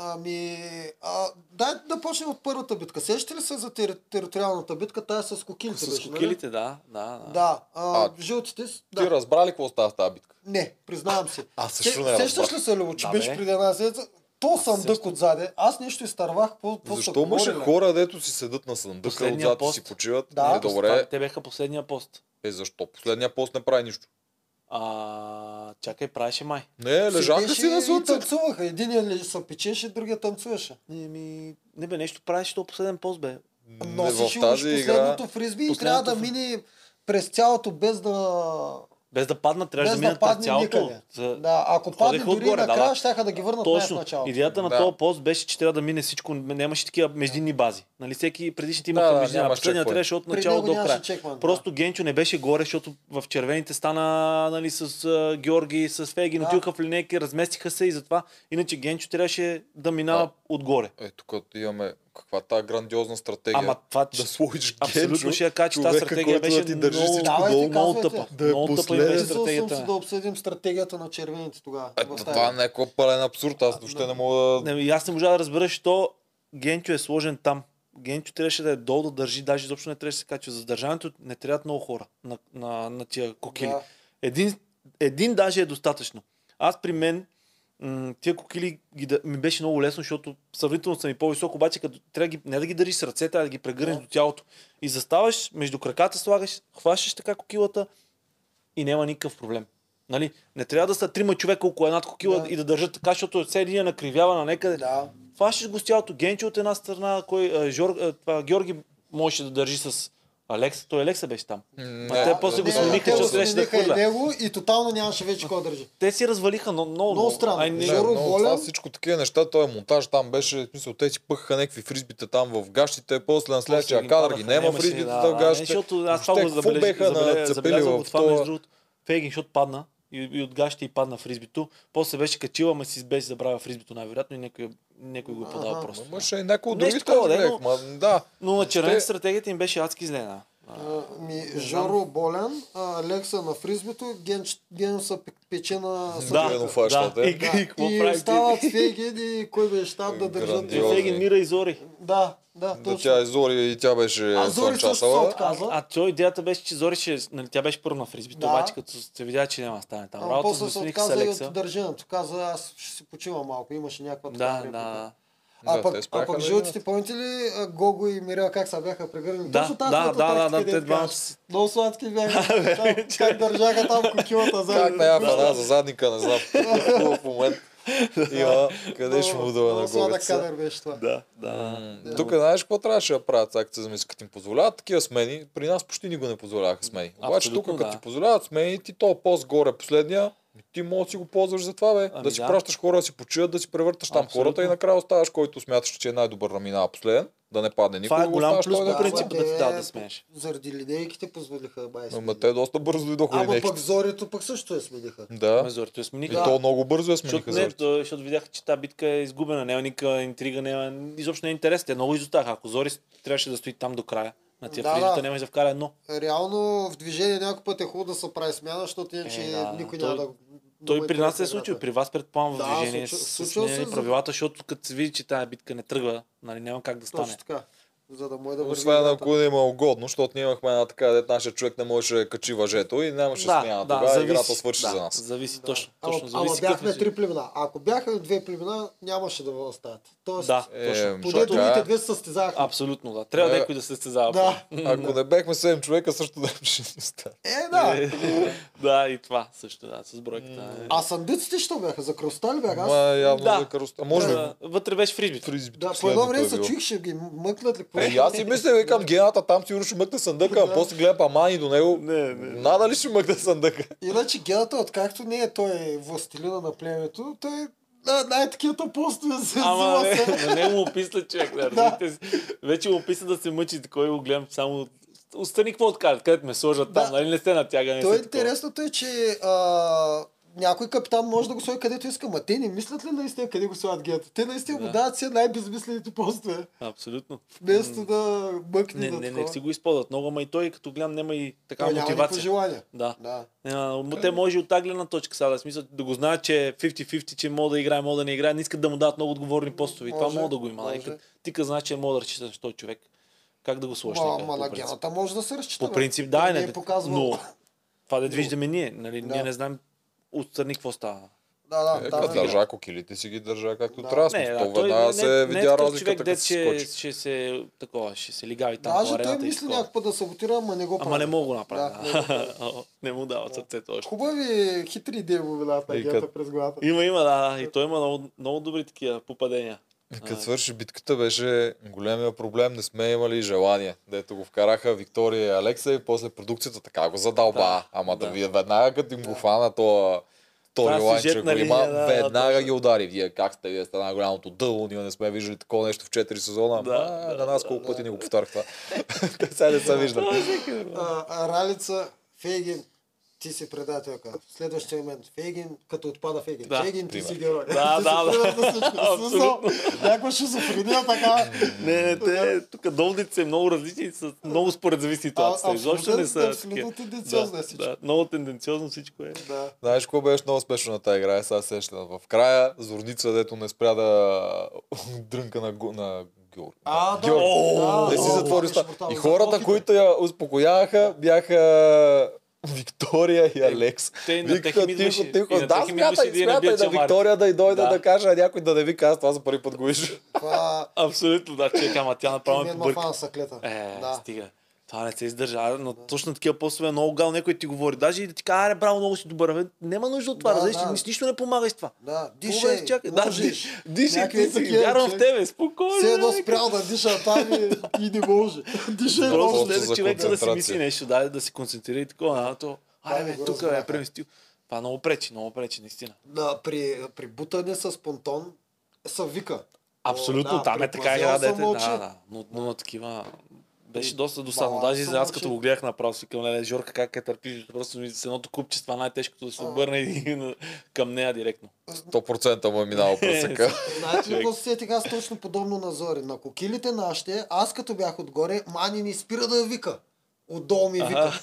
S2: Ами, а, дай да почнем от първата битка. Сещате ли се за тери- териториалната битка? Тая с кокилите.
S3: С
S2: беше, нали?
S3: кокилите, да, да, да.
S2: Да, а,
S1: А,
S2: жълтите. с- Да.
S1: Ти разбра ли какво става в тази битка?
S2: Не, признавам си.
S1: Аз също
S2: Се-
S1: не
S2: Сещаш
S1: разбрах.
S2: ли се, Любо, че
S3: Да,
S2: беше
S3: бе.
S2: преди една седмица? То съндък
S3: сещам.
S2: отзаде. Аз нещо изтървах. По, по
S1: Защо имаше хора, дето си седат на съндъка,
S3: Последния
S1: отзад и
S3: пост.
S1: си почиват?
S2: Да.
S1: Е, добре,
S3: Те бяха последния пост.
S1: е защо? Последния пост не прави нищо.
S3: А, чакай, правеше май.
S1: Не, Е, лежаха си на
S2: И
S1: слънце.
S2: танцуваха. Един ли се печеше, другия танцуваше.
S3: Не, ми... не бе, нещо правиш то последен пост, бе.
S1: Не, в
S2: Носиш уж
S1: тази игра
S2: последното фризби и трябва
S3: последното
S2: да
S3: фри-
S2: мине през цялото без да...
S3: Без да падна, трябваше
S2: без
S3: да
S2: да
S3: минат през
S2: падне
S3: цялото.
S2: никъде.
S3: За...
S2: Да, ако
S3: Ходеха
S2: падне дори
S3: отгоре, да,
S2: накрая,
S3: да.
S2: щяха да ги върнат най в
S3: Точно.
S2: началото.
S3: Идеята на
S1: Да.
S3: този пост беше, че трябва да мине всичко. Нямаше такива междинни бази. Нали, всеки предишните имаха
S1: Да, да,
S3: междинна.
S1: нямаше е.
S3: Последния
S1: чекпоинт.
S3: трябваше от
S2: При
S3: начало
S2: него
S3: до
S2: нямаше
S3: края.
S2: чекман,
S3: Просто Генчо не беше горе, защото в червените стана нали, с а, Георги, с Феги,
S2: Да.
S3: натюха в линейки, разместиха се и затова. Иначе Генчо трябваше да минава
S1: Да.
S3: отгоре.
S1: Е, тук имаме каква та грандиозна стратегия.
S3: Ама това, че...
S1: да сложиш
S3: Абсолютно
S1: Генджо,
S3: ще я кажа, че тази
S1: човека,
S3: стратегия
S1: който да
S3: беше
S1: ти държи
S3: много,
S1: всичко
S2: Давайте,
S1: долу.
S2: казвайте.
S3: много тъпа.
S1: Да е
S3: много тъпа им
S1: последен.
S3: беше
S2: Мислил съм си
S3: стратегията.
S2: да обсъдим стратегията на червените тогава.
S1: Е,
S2: в тази
S1: това е някакъв пълен абсурд. Аз въобще не мога да...
S3: Не, и аз не можа да разбера, що Генчо е сложен там. Генчо трябваше да е долу да държи, даже изобщо не трябваше да се качва. За държането не трябват много хора на, на, на тия кокили.
S2: Да.
S3: Един, един даже е достатъчно. Аз при мен м- тия кокили ги, да, ми беше много лесно, защото сравнително съм и по-висок, обаче като трябва ги, не да ги държиш с ръцете, а да ги прегърнеш
S2: Да.
S3: до тялото. И заставаш, между краката слагаш, хващаш така кокилата и няма никакъв проблем. Нали? Не трябва да са трима човека около една кокила
S2: Да.
S3: да. и да държат така, защото все един я накривява на някъде.
S2: Да.
S3: Фащаш го с тялото. Генче от една страна, кой, а, Жор, а, това, Георги можеше да държи с Алекса. Той Алекса беше там.
S1: Не,
S3: А те после го
S2: Не,
S3: смениха,
S2: те
S3: че
S2: го
S3: среща да
S2: смениха и
S3: хвърля.
S2: него и тотално нямаше вече кой да държи.
S3: Те си развалиха, но много.
S2: Много странно.
S3: Ай,
S1: Не,
S3: не,
S2: Жоро
S1: но това
S2: Волен.
S1: всичко такива неща, този монтаж там беше, в смисъл, те си пъхаха някакви фризбите там в гащите, после на следващия кадър ги няма
S3: нямаше,
S1: фризбите
S3: да,
S1: в
S3: да,
S1: гащите.
S3: Защото аз това
S1: Въобще,
S3: го
S1: какво
S3: забележих.
S1: беха
S3: забеле-
S1: нацепили
S3: забелязах
S1: в
S3: го това, между
S1: това?
S3: другото. Фейгин, защото падна и, и от гащите и падна в ризбито. После беше качила, ма си беше забравя в ризбито най-вероьятно и някой, някой го е подал
S2: Аха.
S3: просто.
S1: Имаше и някои от
S3: Нещо
S2: е
S1: другите,
S3: такова, да,
S1: човек,
S3: но-
S1: ма, да.
S3: Но на червен
S1: Те-
S3: стратегията им беше адски злена.
S2: А, Ми, Жоро Болян, а, Лекса на фризбито, Ген, Ген са пе- пече на
S1: Гено
S3: Да,
S2: съдбата.
S1: фаща,
S3: да.
S1: те.
S3: И, и, какво
S2: И
S3: прави Е,
S2: стават Фейген и кой беше там да държат.
S1: Грандиозни.
S3: Фейгин мира и зори.
S2: Да, да,
S1: Да, тя
S2: точно.
S1: е Зори и тя беше
S2: А Зори също се
S1: слънчасала.
S2: отказа.
S3: А то идеята беше, че Зори ще, нали, тя беше първа на фризбито,
S2: Да.
S3: обаче като се видя, че няма да стане там.
S2: А
S3: Работа
S2: после се
S3: засмениха с
S2: отказа и от
S3: Алекса.
S2: държането. Каза, аз ще си почивам малко. Имаше някаква
S3: Да, да,
S2: реплика.
S3: да. нали?
S2: А
S1: Да,
S2: пък,
S1: те
S2: а
S1: спряха
S2: пък
S1: да
S2: жълтите, помните ли а, Гого и Мирел как са бяха прегърнали?
S3: Да,
S2: Точно тази
S3: да,
S2: хвърта
S3: да, да,
S2: тактика,
S3: да,
S2: дето
S3: те двамата
S2: кажеш.
S3: си-
S2: Много сладки бяха. Там, как държаха там кокилата за
S1: Как не я пада за задника, не знам. е в момент има къде ще му дава на
S2: Много сладък
S1: голеца.
S2: кадър беше това.
S3: Да, да.
S1: М, Тук знаеш какво трябваше да правят, сега като се замисли, като им позволяват такива смени, при нас почти ни го не позволяваха смени. Обаче тук,
S3: Абсолютно,
S1: като
S3: да.
S1: ти позволяват смени, ти то по-горе последния, ми ти можеш да си го ползваш за това, бе.
S3: Ами
S1: да си
S3: да.
S1: пращаш хора, да си почиват, да си превърташ там
S3: Абсолютно.
S1: хората и накрая оставаш, който смяташ, че е най-добър на минава последен, да не падне никой.
S3: Това е
S1: го
S3: голям
S1: оставаш
S3: плюс
S1: той
S3: по
S1: да
S3: принцип
S1: е.
S3: да ти дадат да смееш.
S2: Заради линейките позволиха бай
S1: Ама те доста бързо дойдоха
S2: Ама пък
S1: линейките.
S2: зорито пък също я смениха.
S1: Да.
S3: Зори, той
S1: И
S3: смениха.
S1: то много бързо я смениха
S3: Защото, не,
S1: зорите.
S3: то, защото видяха, че тази битка е изгубена, няма никаква интрига, няма, изобщо не е интерес. Те много изостаха. Ако Зори трябваше да стои там до края, На тия
S2: Да,
S3: да,
S2: да.
S3: фризата нямаш да вкара едно.
S2: Реално в движение някой път е хубаво да се прави смяна, защото иначе
S3: Е, да.
S2: никой
S3: Той-
S2: няма да...
S3: Той
S2: да
S3: при
S2: му
S3: нас се е
S2: интересна
S3: случил,
S2: играта.
S3: при вас предполагам в
S2: Да,
S3: движение
S2: случва-
S3: с, с
S2: случва се
S3: сменени
S2: за-
S3: правилата, защото като се види, че тази битка не тръгва, нали, няма как да стане.
S2: Точно така. За да му е да върви
S1: Освен
S2: играта.
S1: ако не има угодно, защото ние имахме една така, дет нашия човек не можеше да качи въжето и нямаше смяна. Тогава играта свърши
S3: да,
S1: за нас.
S3: Зависи точно.
S2: Ама,
S3: точно
S2: ама
S3: зависи е.
S2: бяхме
S3: какви-
S2: три племена. Ако бяха две племена, нямаше да остават. Тоест,
S3: Да,
S1: Е,
S3: точно.
S2: поне
S1: защото-
S2: другите две се състезаваха.
S3: Абсолютно, да. Трябва
S1: Е,
S3: някой да се състезава.
S2: Да.
S1: Ако не бехме 7 човека, също да ще ни стане.
S2: Е, да.
S3: да, и това също, да, с бройката. е.
S2: А сандиците що бяха? За кръста ли бяха? Аз...
S1: Ма явно
S3: Да.
S1: за каруста. Може би
S3: Да, Вътре беше фризбит.
S1: фризбито
S2: Да, по едно
S1: последното
S2: време
S1: е
S2: се
S1: било.
S2: чуих, ще ги мъкнат ли? какво
S1: Е,
S2: ще
S1: и аз си
S2: стане?
S1: мисля, викам, гената там сигурно ще мъкне съндъка, а после гледам Амани до него.
S3: Не, не.
S1: Нада ли ще мъкне съндъка?
S2: Иначе гедата, откакто не е той властелина на племето, той на най-такива постове се
S3: Ама
S2: взима се.
S3: не, на него му описва човек. Да, разбирате си. Вече му описва да се мъчи, кой го гледам само... Остани какво откарат, където ме сложат там,
S2: Да.
S3: нали не сте натягани.
S2: Той интересното е, че а, някой капитан може да го сложи където иска, ма те не мислят ли наистина къде го слагат гедата? Те наистина му
S3: Да.
S2: дават все най-безмислените постове,
S3: Абсолютно.
S2: вместо да мъкне
S3: Не,
S2: да
S3: не, не,
S2: такова.
S3: си го използват много, ама и той като гледам няма и така
S2: Той няма никакво
S3: мотивация.
S2: желание.
S3: Да.
S2: Да.
S3: А, но те може и от тази гледна точка сега да смисъл, да го знаят, че е 50-50, че мога да играе, мога да не играе, не искат да му дадат много отговорни постове. И това
S2: Може,
S3: мога да го има. Нали?
S2: може.
S3: Като Ти като знаеш, че мога да разчиташ на този човек. Как да го сложиш?
S2: Ма, ма
S3: някъде, по
S2: на
S3: принцип?
S2: гената може да се разчита.
S3: По
S2: бе.
S3: принцип,
S2: Той не
S3: да, не,
S2: е показвал.
S3: но това да виждаме ние, нали?
S2: Да.
S3: Ние не знаем отстрани какво става.
S2: Да, да,
S1: Е,
S2: да.
S1: като
S2: да.
S1: държа кокилите си ги държа както
S2: Да.
S1: трябва.
S3: Не,
S1: смисъл,
S3: да,
S1: То
S3: той не,
S1: веднага
S3: не, не е
S1: се видя
S3: такъв
S1: разликата,
S3: човек,
S1: като
S3: дет
S1: се
S3: ще,
S1: скочи.
S3: ще, се, такова, ще се лигави там по
S2: Даже той
S3: арената и
S2: мисли
S3: такова.
S2: някакъв път да саботира, ама не го прави.
S3: Ама не мога го направя.
S2: Да, не го прави.
S3: О, не му дават сърцето още.
S2: Хубави е, хитри идеи му минават на
S1: И
S2: гената
S1: като-
S2: през главата.
S3: Има, има, да, да. И той има много, много добри такива попадения.
S1: Като свърши битката беше големия проблем, не сме имали желание. Дето го вкараха Виктория и Алекса и после продукцията така го задълба.
S3: Да,
S1: Ама да,
S3: да.
S1: вие веднага като им го хвана то Тори
S3: Това е
S1: Лайн, че го
S3: сюжетна
S1: има,
S3: линия, да, да,
S1: веднага
S3: точно.
S1: ги удари. Вие как сте, вие сте най-голямото дълго, ние не сме виждали такова нещо в 4 сезона.
S3: Да,
S1: Да,
S3: да,
S1: на нас колко пъти ни го повтарях това. Те сега не са виждали.
S2: А, а, Ралица, Фейгин, ти си предателка. В следващия момент, Фейгин, като отпада Фейгин.
S3: Да.
S2: Фейгин, ти си
S1: Пример.
S2: герой.
S3: Да,
S2: Ти си
S3: да, да.
S2: пример на всички. В смисъл, Някаква шизофрения така.
S3: Не, не, те, тук доводите са много различни и са много според зависите.
S2: А-
S3: Изобщо не
S2: абсолютно-
S3: са
S2: абсолютно
S3: такива.
S2: тенденциозно е
S3: Да,
S2: всичко.
S3: Да, много тенденциозно всичко е.
S2: Да.
S1: Знаеш какво беше много спешно на тази игра? Е, Сега сещам. В края Зорница, дето не спря да дрънка на, го- на Георг.
S2: А, да.
S1: Георг.
S2: Да,
S1: Не
S2: да,
S1: си
S2: да,
S1: затвори
S2: да,
S1: уста.
S2: брутално.
S1: И
S2: За
S1: хората,
S2: малките.
S1: които я успокояха, бяха Виктория и Алекс.
S3: Е, те и на
S1: Викаха
S3: тях им идваше-
S1: тихо,
S3: и
S1: тихо.
S3: на
S1: Да,
S3: тях им идваше
S1: смятай,
S3: да я набият
S1: смятай да
S3: чамар.
S1: Виктория да и дойде
S3: Да.
S1: да каже, а някой да не ви казва, това за първи път го вижда.
S2: Това
S3: Абсолютно, да, човек, ама тя
S2: е
S3: направо ме
S2: мен
S3: побърка.
S2: мафан клета.
S3: Е,
S2: Да.
S3: стига. Това не се издържа, а, но точно такива постове е много гал, някой ти говори. Даже и да ти кажа, аре, браво, много си добър, бе. Няма нужда от това,
S2: Да,
S3: да,
S2: да.
S3: да. нищо не помага с това.
S2: Да,
S3: Хубаво е,
S2: дишай,
S3: чакай, да,
S2: можеш.
S3: Дишай,
S2: Някакви
S3: ти си,
S2: такива,
S3: вярвам в
S2: човек.
S3: тебе, спокойно.
S2: Все едно
S3: бе,
S2: спрял да диша там и, и не може. Диша е не
S3: Просто
S1: Просто
S2: може.
S1: за
S3: гледа човека да си
S1: концентрация.
S3: мисли нещо, да, да се концентрира и такова, а то...
S2: Да,
S3: Аре,
S2: го
S3: бе, тук
S2: разбраха.
S3: е преместил. Това много пречи, много пречи, наистина.
S2: Да, при, при бутане с понтон са вика.
S3: Абсолютно,
S2: да,
S3: там е така
S2: предпазил
S3: игра,
S2: съм
S3: дете. Да,
S2: мълчи.
S3: да, но, но на такива... Беше
S2: И
S3: доста досадно.
S2: баланс
S3: Даже
S2: съм
S3: за аз
S2: мълчи.
S3: като го гледах направо, си към леле, Жорка, как е търпиш, просто ми с едното купче, това най-тежкото да се обърне и на- към нея директно.
S1: 100% му е минало пръсъка.
S2: Знаете ли
S3: Човек.
S2: какво Значи, се сетих аз точно подобно на Зори? На кокилите нашите, аз като бях отгоре, мани не спира да я вика. Отдолу ми вика.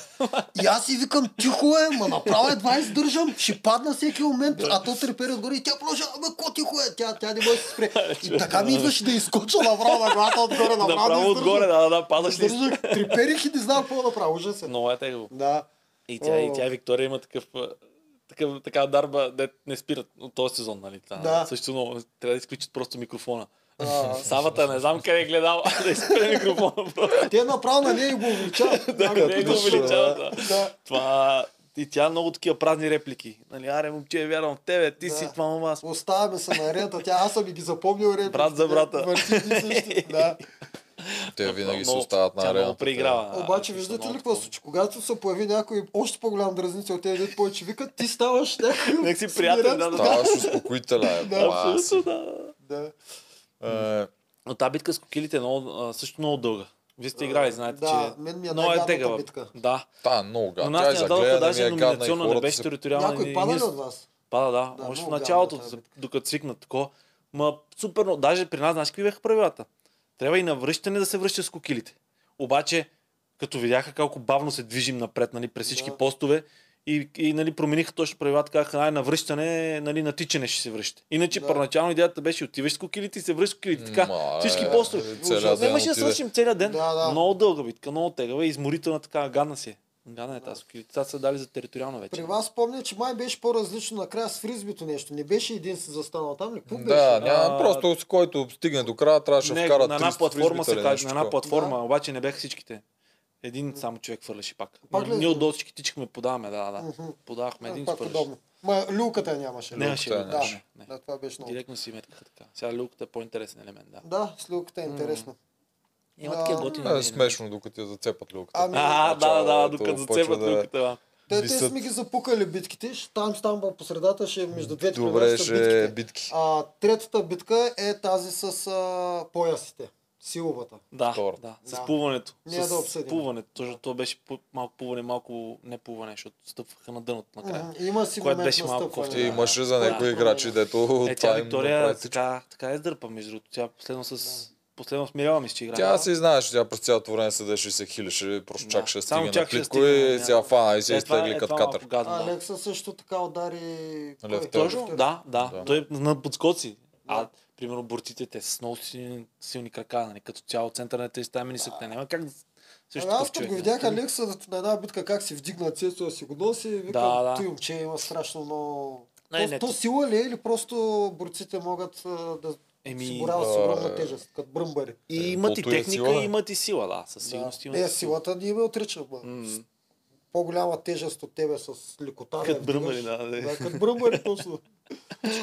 S2: И аз си викам, тихо е, ма направо едва издържам, ще падна всеки момент, а то трепери отгоре и тя продължава, ама ко тихо е, тя, тя не може да се спре. И така ми идваше да изкоча направо на главата отгоре, направо,
S3: Направо отгоре, да, да, да, падаш ли?
S2: Издържах, треперих и не знам какво да правя, ужасен.
S3: Много е тегаво.
S2: Да.
S3: И тя, и
S2: О.
S3: тя и Виктория има такъв, а, такъв така дарба, де не спират от този сезон, нали? Та,
S2: Да.
S3: Също много, трябва да изключат просто микрофона.
S2: А,
S3: Савата, не знам къде е гледал, да изпре микрофона просто.
S2: те направо на нея и го увеличават. Да,
S3: не го увеличават, да.
S2: Да.
S3: Това... И тя много такива празни реплики. Нали, аре, момче, вярвам в тебе, ти
S2: Да.
S3: си това мама. Аз...
S2: Оставяме се на рента, тя аз съм и ги запомнил репите.
S3: Брат за брата.
S2: Върти ги същи, да.
S1: Те винаги се
S3: Много-
S1: остават на
S3: Тя много
S1: арената.
S3: преиграва.
S2: Обаче
S3: Аз
S2: виждате
S3: много
S2: ли какво се
S3: такова.
S2: случи? Когато се появи някой още по-голям дразница от тези дет повече викат, ти ставаш някакъв.
S3: Нека си приятел,
S2: смирен.
S3: да, да,
S1: Ставаш успокоителя. е, бас.
S3: Абсолютно, да.
S2: да.
S1: Е,
S3: Но тази битка с кокилите е много, а, също много дълга. Вие сте играли, знаете,
S2: Да,
S3: че
S2: мен ми е
S3: много е
S2: най-гадната
S3: тегава.
S2: битка.
S3: Да.
S1: Та, много
S3: Но
S1: гадна. Тя и
S3: нас ни
S1: за
S3: я дадоха
S1: гледане ми
S3: даже
S1: е гадна и
S3: номинационно, не
S1: хората
S3: беше
S1: се
S3: териториална.
S2: Някой
S3: ни-
S2: пада
S3: ние
S2: ли
S3: с-
S2: от вас?
S3: Пада, да.
S2: Да,
S3: Още в
S2: много е
S3: началото,
S2: гадна тази битка.
S3: докато свикнат такова. Ма супер, но даже при нас, знаеш какви бяха правилата? Трябва и на връщане да се връща с кокилите. Обаче като видяха колко бавно се движим напред нали, през всички
S2: Да.
S3: постове и, и нали, промениха точно правилата, казаха най- на връщане, нали, на тичане ще се връща. Иначе
S2: Да.
S3: първоначално идеята беше отиваш с кокилите и се връщаш с кокилите. Така,
S1: Ма,
S3: всички
S1: е,
S3: постове.
S1: целият
S3: Ужасно.
S1: ден
S3: Имаше да
S1: отиде.
S3: свършим целият ден.
S2: Да, да.
S3: Много дълга битка, много тегава и изморителна така, гадна си. е. Гадна е тази кокилите. Сега са дали за териториално вече.
S2: При вас помня, че май беше по-различно накрая с фризбито нещо. Не беше един си застанал там ли? Какво беше?
S1: Да,
S3: А,
S1: няма, просто с който стигне до края, трябваше да
S3: Не,
S1: вкара
S3: на една
S1: 300
S3: платформа
S1: фризбита
S3: се
S1: или
S3: каже,
S1: нещо
S3: на една
S1: такова.
S3: платформа, обаче не бяха всичките. Един само човек хвърляше пак.
S2: Пак
S3: Пак
S2: ли?
S3: Ние от дочки тичахме, подаваме, да, да.
S2: Мгм.
S3: Подавахме един
S2: Пак
S3: хвърляше.
S2: подобно. Ма люлката я нямаше.
S3: Не, ще
S1: Люлката
S2: да.
S1: нямаше.
S3: не.
S2: Да, това беше много.
S3: Директно си меткаха така. Сега люката е по-интересен елемент, да.
S2: Да, с люлката е интересно.
S3: Има
S2: Да.
S3: такива готини.
S1: Е,
S2: нали?
S3: идеи,
S1: смешно, докато я зацепат люлката.
S2: Ами,
S3: А, да, да, да,
S1: Началото
S3: докато
S1: почва
S3: зацепват
S1: да е.
S3: люката, да.
S2: Те, те
S1: висят.
S2: сме ги запукали битките, ще- там стамба по средата, ще е между двете
S1: Добре,
S2: племена са
S3: е
S2: битките.
S1: ще битки.
S2: А, третата битка е тази с а, поясите. Силовата.
S3: Да,
S1: Второ.
S3: да. С
S2: Да.
S3: плуването.
S2: Ние да
S3: С
S2: обсъдим.
S3: плуването. Точно това беше пу- малко плуване, малко не плуване, защото стъпваха на дъното накрая.
S2: Мгм, Има си
S3: Което
S2: момент
S3: беше
S2: на
S3: малко
S2: стъпване.
S1: Ти
S3: кофти.
S2: Да.
S1: имаше за
S3: Да.
S1: някои играчи, дето
S3: Е, тя
S1: това им
S3: Виктория
S1: направи всичко.
S3: така, така е дърпа, между другото. Тя последно с... Последно с Мирела ми ще играе. Е,
S1: Тя си знаеш, тя през цялото време седеше и се хилеше, просто
S3: Да.
S1: чакаше да
S3: Само
S1: стигне на
S3: чакаше да
S1: плитко и
S3: стигне,
S1: сега фана и се
S3: Е, това- е,
S1: изтегли като
S3: това
S1: катър.
S3: малко гадно,
S2: А,
S3: да.
S2: Алекса също така удари... кой? е
S1: Левтер.
S3: Точно, да, да.
S1: е- Да.
S3: Той е на подскоци. А, примерно, бортите те са с много силни, силни крака, нали? като цяло център на 30 минисък. Те няма как да...
S2: Ами
S3: Също такъв
S2: аз като
S3: човек.
S2: го
S3: нали?
S2: видях Алекса на една битка как си вдигна цецо да си го носи, викам,
S3: Да, да.
S2: той момче има страшно много...
S3: Не,
S2: то,
S3: не,
S2: то
S3: ти-
S2: сила ли е или просто борците могат а, да
S3: Еми,
S2: се борават с
S1: да.
S2: огромна тежест, като бръмбари?
S3: И имат и
S1: Колкото е
S3: техника,
S1: сила,
S3: и
S1: да.
S3: имат и сила, да. Със сигурност
S2: да.
S3: имат.
S2: Не,
S3: и сила.
S2: силата ние ме отрича. Mm.
S3: М.
S2: По-голяма тежест от тебе с лекота.
S3: Като
S2: я вдигаш.
S3: бръмбари, да, да.
S2: да като бръмбари, точно.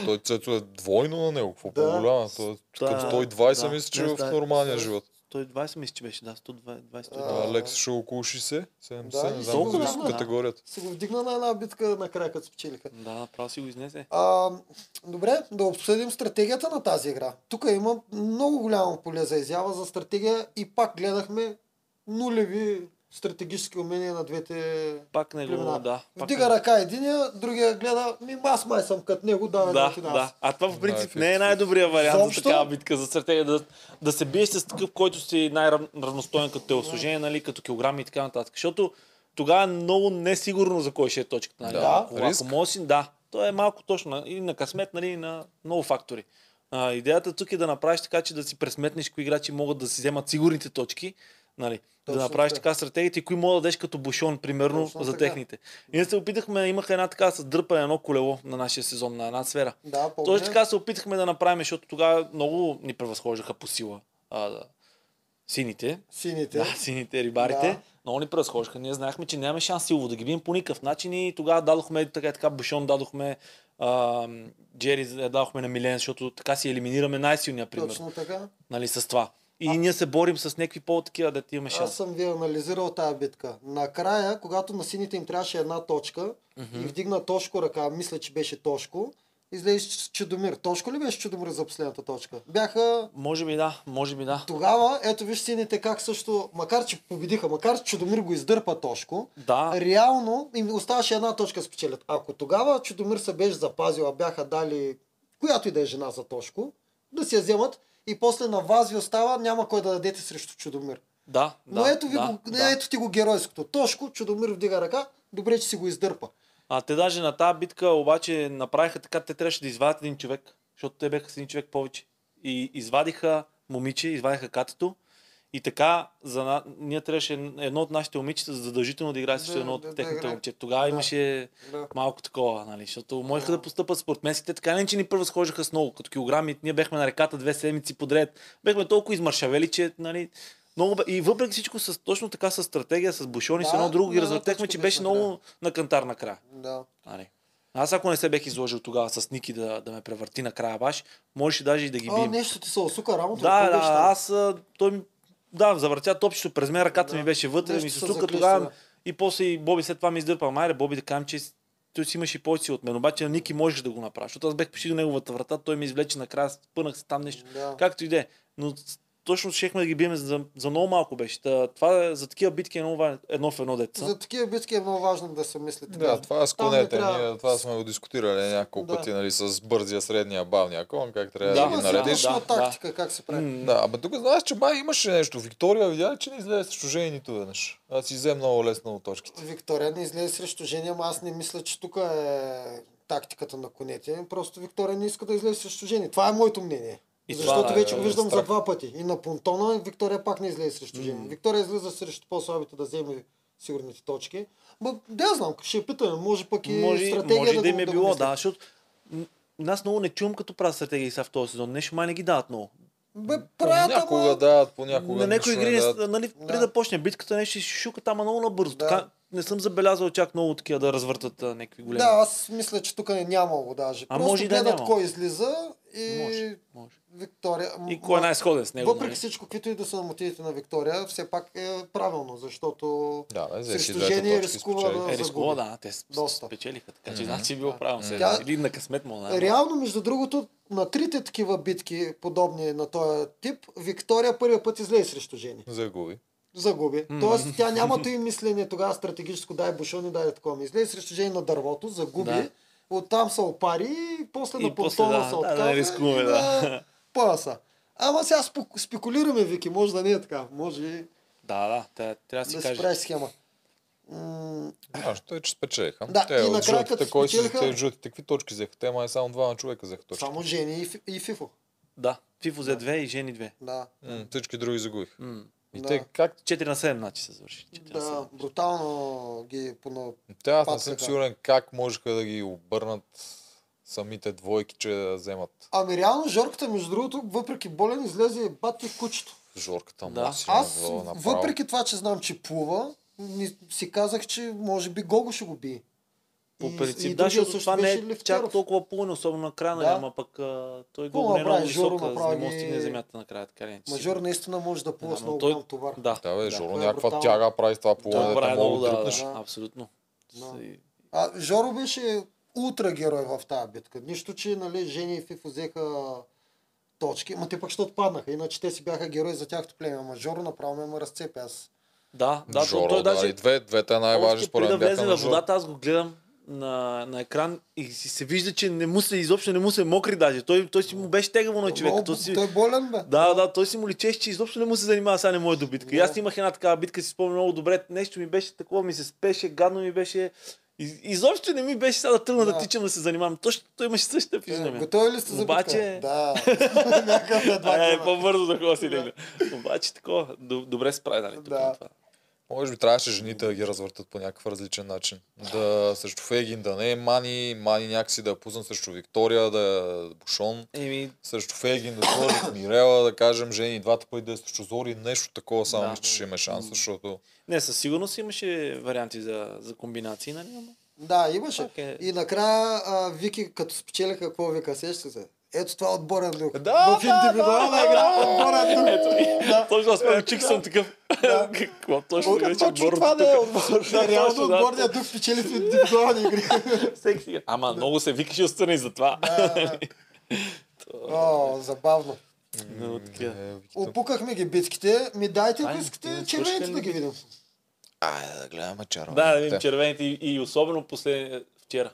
S1: Той цецо е двойно на него, какво
S2: Да.
S1: по-голяма. Той е
S3: Да,
S1: към 120
S3: да.
S1: мисля, че
S3: Не, е
S1: в
S3: да.
S1: нормалния живот.
S3: 120 мисля, че беше, да, 120. 120.
S2: А,
S1: Алекс ще е около 60, 70,
S2: Да,
S1: не
S2: и
S1: знам
S2: толкова,
S1: зависи от
S3: да.
S1: категорията.
S2: Си го вдигна на една битка накрая, като спечелиха.
S3: Да, направо си го изнесе.
S2: А, добре, да обсъдим стратегията на тази игра. Тук има много голямо поле за изява за стратегия и пак гледахме нулеви стратегически умения на двете.
S3: Пак не го,
S2: племена.
S3: да. Пак не е
S2: Вдига ръка единия, другия гледа, ми аз май съм като него, давай
S3: да,
S2: ти дам аз».
S3: да. А това в принцип
S1: Да,
S3: не е
S1: ефективно.
S3: най-добрият вариант
S2: Заобщо-
S3: за такава битка за стратегия. Да, да се биеш с такъв, който си най-равностоен като телосложение, нали, като килограми и така нататък. Защото тогава е много несигурно за кой ще е точката. Нали?
S1: Да,
S3: ако, ако
S1: риск.
S3: може си, да. То е малко точно. И на късмет, нали, и на много фактори. А, идеята тук е да направиш така, че да си пресметнеш кои играчи могат да си вземат сигурните точки. Нали, да
S2: Точно
S3: направиш
S2: така.
S3: така стратегията и кои мога да дадеш като бушон, примерно,
S2: Точно
S3: за
S2: така.
S3: техните. Ние се опитахме, имаха една така с дърпане едно колело на нашия сезон, на една сфера.
S2: Да, помня.
S3: Точно така се опитахме да направим, защото тогава много ни превъзхождаха по сила. А, да. Сините,
S2: Сините.
S3: да, сините рибарите,
S2: Да.
S3: много ни превъзхождаха. Ние знаехме, че нямаме шанс силово да ги бием по никакъв начин и тогава дадохме така и така бушон, дадохме а, Джери, я дадохме на Милен, защото така си елиминираме най-силния пример
S2: Точно така.
S3: нали, с това. И ние се борим с някакви по-такива, да ти имаме
S2: Аз
S3: шанс.
S2: съм ви анализирал тази битка. Накрая, когато на сините им трябваше една точка и вдигна Тошко ръка, мисля, че беше Тошко, излезе Ч- Чудомир. Тошко ли беше Чудомир за последната точка? Бяха
S3: Може би да, може би да.
S2: тогава, ето виж сините как също, макар че победиха, макар че Чудомир го издърпа Тошко,
S3: Да,
S2: реално им оставаше една точка спечелят. Ако тогава Чудомир се беше запазил, а бяха дали която и да е жена за Тошко, да си я вземат и после на вас ви остава, няма кой да дадете срещу Чудомир.
S3: да,
S2: Но
S3: да,
S2: ето, ви
S3: да,
S2: го,
S3: да.
S2: ето ти го геройското. Тошко, Чудомир вдига ръка, добре, че си го издърпа.
S3: А те даже на тази битка обаче направиха така, те трябваше да извадят един човек, защото те бяха с един човек повече. И извадиха момиче, извадиха катето. И така, за на... ние трябваше едно от нашите момичета задължително да играе срещу
S2: Да,
S3: едно от
S2: да, да
S3: техните
S2: играе.
S3: момче. Тогава
S2: Да.
S3: имаше
S2: Да.
S3: малко такова, нали? Защото можеха да постъпат спортменските, така не, че ни първо схожаха с много, като килограми. Ние бехме на реката две седмици подред. Бехме толкова измършавели, че, нали, много... бе- И въпреки всичко, с, точно така с стратегия, с бушони, с
S2: Да,
S3: едно друго ги
S2: да, да,
S3: развъртехме,
S2: точно
S3: че
S2: беше
S3: беше
S2: накрая.
S3: много на кантар накрая.
S2: Да.
S3: Нали. Аз ако не се бех изложил тогава с Ники да, да ме превърти накрая баш, можеше даже и да ги
S2: А,
S3: бием.
S2: нещо ти се осука работа.
S3: да,
S2: какво
S3: да,
S2: беше там?
S3: аз а, той ми- да, завъртя топчето през мен, ръката
S2: Да.
S3: ми беше вътре,
S2: Нещо
S3: ми се
S2: се
S3: стука
S2: заклеща,
S3: тогава
S2: да.
S3: и после и Боби след това ми издърпа. Майре, Боби да кажем, че той си имаше повече сила от мен, обаче на Ники можеш да го направиш. Защото аз бех почти до неговата врата, той ми извлече накрая, спънах се там нещо.
S2: Да.
S3: Както и де. е. Но с- точно щехме да ги бием за, за много малко беше. Та, това е- за такива битки е много важно. Едно в едно деца.
S2: За такива битки е много важно да се мисли така.
S1: Да, това е с
S2: Там не
S1: конете.
S2: трябва.
S1: Ние това сме го дискутирали няколко
S2: Да.
S1: пъти, нали, с бързия, средния, бавния кон, как трябва
S3: Да,
S1: да, ги
S2: Има
S3: да,
S2: си
S1: наредиш.
S2: точно
S3: да.
S2: тактика как се прави.
S3: М,
S1: Да, абе тук знаеш, че май имаше нещо. Виктория видя, ли, че не излезе с чужени нито веднъж. Аз си взе много лесно от точките.
S2: Виктория не излезе срещу Жени, ама аз не мисля, че тук е тактиката на конете. Просто Виктория не иска да излезе срещу Жени. Това е моето мнение.
S3: И
S2: Защото
S3: това е
S2: вече го виждам
S1: страх.
S2: за два пъти. И на понтона и Виктория пак не излезе срещу Жени. Виктория излиза срещу по-слабите да вземе сигурните точки. Ма, да, я знам, ще я питам. Може пък и
S3: може,
S2: стратегия
S3: може да,
S2: да,
S3: им е било, да,
S2: да.
S3: защото м, аз много не чувам като правят стратегии сега в този сезон. Нещо май не ги дават много.
S2: Бе, правят,
S1: Понякога е
S2: ама...
S1: дават, понякога
S3: на някои
S1: нищо не
S3: игри, не,
S1: дават.
S3: с- нали, преди да.
S2: Да.
S3: почне битката, нещо ще шука там много набързо.
S2: Да.
S3: Така, не съм забелязал чак много такива да развъртат а, някакви големи.
S2: Да, аз мисля, че тук не нямало даже.
S3: А
S2: Просто
S3: може и да е
S2: гледат
S3: нямало.
S2: кой излиза и
S3: Може, може.
S2: Виктория.
S3: И кой
S2: ма-
S3: е най-сходен с него?
S2: Въпреки
S3: нали?
S2: всичко, каквито и да са мотивите на Виктория, все пак е правилно, защото
S1: Да, да, взе си
S2: Срещу
S1: двете
S2: Жени
S1: точки,
S2: рискува
S1: спечели.
S2: да-
S3: Е, рискува,
S2: загуби.
S3: да, те с-
S2: Доста.
S3: спечелиха, така че значи е било правилно. се.
S2: Тя-
S3: Или на късмет му, е да.
S2: реално, между другото, на трите такива битки, подобни на този тип, Виктория първия път излезе срещу Жени.
S1: Загуби.
S2: Загуби. Тоест тя няма и мислене тогава стратегическо, дай бушони, дай такова. Ми излезе срещу Жени на дървото, загуби.
S3: Да.
S2: Оттам се опари и после
S3: И
S2: на
S3: после,
S2: понтона
S3: да,
S2: се
S3: да,
S2: отказва.
S3: да, рискуваме,
S2: и
S3: да.
S2: на Пояса. Ама сега спо- спекулираме, Вики, може да не е така. Може и
S3: Да, да, тя- трябва да си
S2: да си
S3: каже.
S2: правиш схема. М,
S1: Нашето е, че спечелиха.
S2: Да,
S1: те
S2: и
S1: от
S2: накрая, като
S1: жълтите, кой си
S2: спечелиха-
S1: те от жълтите, какви точки взеха? Те май само двама човека взеха точки.
S2: Само Жени и, Фи- и Фифо.
S3: Да, Фифо за две и жени две.
S2: Да.
S1: М, всички други загубиха.
S3: М.
S1: И
S2: Да.
S1: те как
S3: 4 на 7, значи се завърши. 4 на
S2: Да,
S3: 7.
S2: брутално ги е пона...
S1: Те, аз не
S2: Пак
S1: съм
S2: така.
S1: сигурен как можеха да ги обърнат самите двойки, че да вземат
S2: Ами реално Жорката, между другото, въпреки болен, излезе и бати в кучето.
S1: жорката му.
S3: Да.
S1: си
S2: Аз,
S1: е било направо.
S2: въпреки това, че знам, че плува, ни- си казах, че може би Гого ще го бие.
S3: По
S2: И-
S3: принцип,
S2: и
S3: да,
S2: другия
S3: защото
S2: също
S3: това не
S2: беше
S3: е
S2: Левтеров.
S3: чак толкова пълно, особено на края, нали,
S2: Да.
S3: ама пък а, той
S2: Какво
S3: го не е много
S2: направи? Жоро
S3: висока, за да не
S2: направи-
S3: може да стигне земята накрая, така ли?
S2: Мажор наистина може да плува
S3: Да,
S2: с
S3: но
S2: много
S3: той-
S2: голям товар.
S3: Да,
S1: Да, бе, Жоро,
S2: Това е
S1: някаква
S2: брутално.
S1: тяга прави с това
S3: Да,
S1: половина,
S3: прави
S1: да,
S3: много,
S1: мога да
S3: да,
S1: дръпнеш.
S3: да, абсолютно.
S2: Да.
S3: И-
S2: А Жоро беше ултра герой в тази битка. Нищо, че нали, Жени и Фифо взеха точки, ма те пък ще отпаднаха, иначе те си бяха герои за тяхното племе. Ама Жоро направо ме ме разцепи аз.
S3: Да, да,
S1: Жоро,
S3: Жоро, той
S1: да,
S3: даже
S1: и две, двете най-важни
S3: още преди
S1: е според
S3: да
S1: мен бяха
S3: влезе
S1: на
S3: на
S1: Жоро.
S3: водата, аз го гледам на, на екран и си се вижда, че не му се, изобщо не му се е мокри даже. Той, той си му беше тегаво на човек.
S2: Много-
S3: Той си,
S2: Той е болен, бе.
S3: Да, да, той си му личеше, че изобщо не му се занимава, сега не му е до битка. И аз имах една такава битка, си спомням много добре, нещо ми беше такова, ми се спеше, гадно ми беше. И- Изобщо не ми беше сега да тръгна да,
S2: Да.
S3: тичам да се занимавам. Точно той имаше същата
S2: Е,
S3: физиономия.
S2: Готови ли сте за
S3: Обаче-
S2: битка? Да. Някъв на два
S3: Е,
S2: километра.
S3: по-бързо да хова си легна. Обаче такова, до- добре се прави, нали? тук
S2: Да.
S3: на това.
S1: Може би трябваше жените да ги развъртат по някакъв различен начин. Да, срещу Фегин да не е Мани, Мани някакси да я пуснат срещу Виктория, да е Бушон.
S3: Еми,
S1: Срещу Фегин да сложат Мирела, да кажем, жени двата пъти да е срещу Зори, нещо такова, само
S3: Да.
S1: мисля, че ще има шанс, защото
S3: не, със сигурност имаше варианти за, за комбинации, нали? Ама...
S2: Да, имаше.
S3: Пак е-
S2: И накрая а, Вики, като спечелиха, какво вика, сещате се? Ето това е отборен дух.
S1: Да,
S2: в индивидуална игра, отборен дух.
S3: Ето ми,
S2: Да.
S3: точно аз спомням, чик съм такъв. Какво точно
S2: От-
S3: вече
S2: точно
S3: отбор
S2: това
S3: тук?
S2: да е отбор.
S3: Да,
S2: Да, реално
S3: точно, да.
S2: отборният дух печели в индивидуални игри.
S3: Всеки си- Ама много се викаше отстрани за това.
S2: О, забавно.
S3: Много такива.
S1: е, Виктор.
S2: Опукахме ги битките. Ми дайте, ако
S3: Ай,
S2: искате,
S3: не
S2: червените
S3: слушате
S2: да ги
S3: ли?
S2: видим.
S1: Айде да гледаме червените.
S3: Да, да видим червените и, и особено после вчера.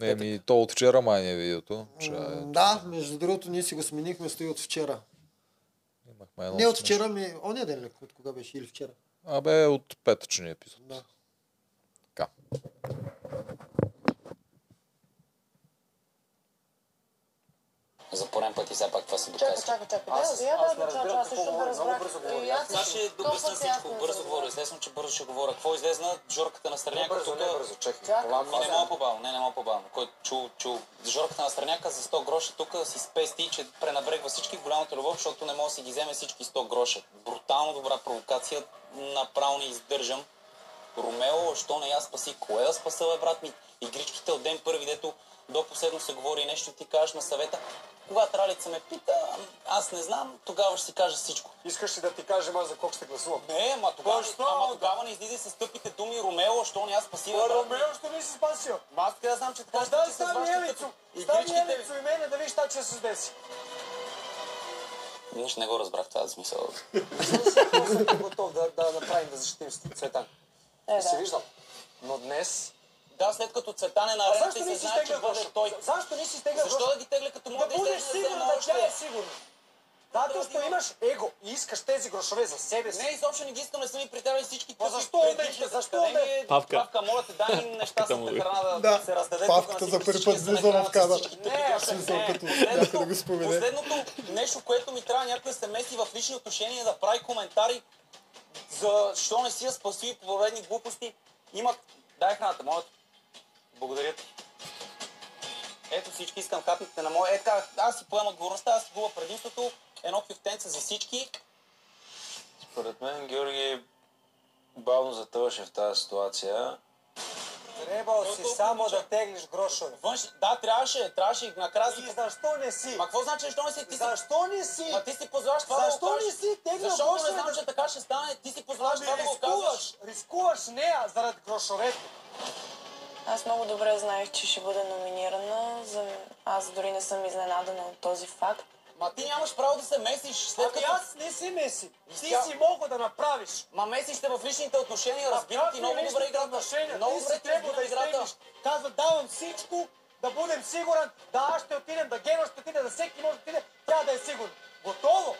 S1: Не, ми, то от вчера май не е видеото. Че,
S2: М,
S1: е,
S2: Да, между другото, ние си го сменихме стои от вчера.
S1: имахме едно
S2: Не от
S1: смешно.
S2: вчера, ми... Оня ден ли? От кога беше? Или вчера?
S1: Абе, от петъчния епизод.
S2: Да.
S1: Така.
S5: За пореден път и все пак това се
S7: Чакай,
S5: доказва.
S7: чакай, чакай.
S5: Аз-
S7: Да, я
S5: аз
S7: да
S5: не
S7: разбера,
S5: разбирам
S7: аз
S5: какво
S7: също не
S5: говоря, много
S7: разбрах.
S5: бързо говоря.
S7: И аз
S5: Аз ще
S7: също
S5: обясня
S7: Значи, толкова е се ясно
S5: Значи, всичко, бързо
S7: разбрах.
S5: говоря. Естествено, че бързо ще говоря. Какво излезна жорката на страня?
S4: бързо, не бързо, чакай.
S7: Чакай.
S5: Ами не, не мога по-бавно, не, не мога по-бавно. Който е чул, чул. Жорката на страняка за 100 гроша тук си спести, че пренабрегва всички в голямата любов, защото не може да си ги вземе всички 100 гроша. Брутално добра провокация, направо не издържам. Ромео, що не я спаси? Кое да спаса, бе, брат ми? Игричките от ден първи, дето до последно се говори нещо и ти кажеш на съвета. Когато Ралица ме пита, аз не знам, тогава ще си кажа всичко.
S4: Искаш ли да ти кажем аз за колко ще гласувам?
S5: Не, ма тогава,
S4: Защо?
S5: ама тогава не излизай с тъпите думи, Ромео, що не аз спаси, бе, брат ми?
S4: Ромео ще ми се спасил.
S5: Аз така знам, че така
S4: Дай
S5: ти се
S4: стани
S5: изваждате
S4: Елицо.
S5: тъпи.
S4: Стани
S5: Игричките ви-
S4: Елицо и мене да видиш как ще се деси.
S5: Нищо не го разбрах това смисъл. готов да, да направим да защитим Цветан.
S7: Е,
S4: Се
S7: да.
S4: виждам. Но днес...
S5: Да, след като Цветан е на
S4: А
S5: арената
S4: защо
S5: и
S4: не
S5: се
S4: си
S5: знае, че
S4: стегна
S5: бъде
S4: гроша?
S5: той.
S4: Защо не си стегна
S5: Защо да ги тегля като
S4: Да
S5: мога
S4: бъдеш сигурен, да тя е сигурна. Да, защото
S5: има.
S4: имаш его и искаш тези грошове за себе
S5: Не,
S4: си.
S5: изобщо не ги искам, не са ми притягали всички
S4: Ма
S5: тъпи
S4: защо бе,
S5: предишни,
S4: бе, защо
S5: къде
S4: бе?
S5: ми е-
S3: Павка.
S5: Павка, моля те, дай ми
S3: му, бе.
S8: е.
S5: нещастната храна да,
S9: Да,
S5: се раздаде.
S9: Павката
S5: тук на
S9: за
S5: всички,
S9: първи път
S5: всички се
S9: влиза в
S5: нахранят с
S9: кадър.
S5: всички
S4: Не,
S5: тъпи
S4: аз
S5: гроша.
S9: мисля,
S5: Не,
S9: като
S5: следното-
S9: някой да го спомене.
S5: Последното нещо, което ми трябва някой да се меси в лични отношения, да прави коментари за що не си я спаси и поредни глупости. Имат... Дай храната, моля те. Благодаря ти. Ето всички искам хапните на моя. Е, така, аз си поемам отговорността, аз си губа предимството. Едно кюфтенце за всички.
S8: Според мен Георги бавно затъваше е в тази ситуация.
S4: Трябвал си
S5: Защото
S4: само
S5: обичам.
S4: да теглиш грошове.
S5: Външ... Да, трябваше, трябваше и накрая си...
S4: И защо не си?
S5: Ма какво значи, защо не си ти си...
S4: Защо не си?
S5: Ма ти си позволяваш това да
S4: Защо
S5: го
S4: не
S5: кажеш.
S4: си тегнал
S5: Защото не
S4: грошове
S5: знам,
S4: да-
S5: че така ще стане. Ти си позволяваш
S4: Ами
S5: това да го казваш.
S4: рискуваш, рискуваш нея заради грошовете.
S6: Аз много добре знаех, че ще бъда номинирана. За... Аз дори не съм изненадана от този факт.
S5: Ма ти нямаш право да се месиш, след
S4: Ами
S5: като... Ами
S4: аз не си меси. Ти
S5: Тя-
S4: си мога да направиш.
S5: Ма месиш те в личните отношения, разбирам ти
S4: Какви
S5: много добре
S4: лични
S5: играта.
S4: отношения?
S5: Много
S4: Ти
S5: добре
S4: си
S5: ти
S4: трябва да
S5: разбирам играта.
S4: изтеглиш. Казва, давам всичко, да бъдем сигурен. Да, аз ще отидем, да Гено ще отиде, да всеки може да отиде. Тя да е сигурна. Готово.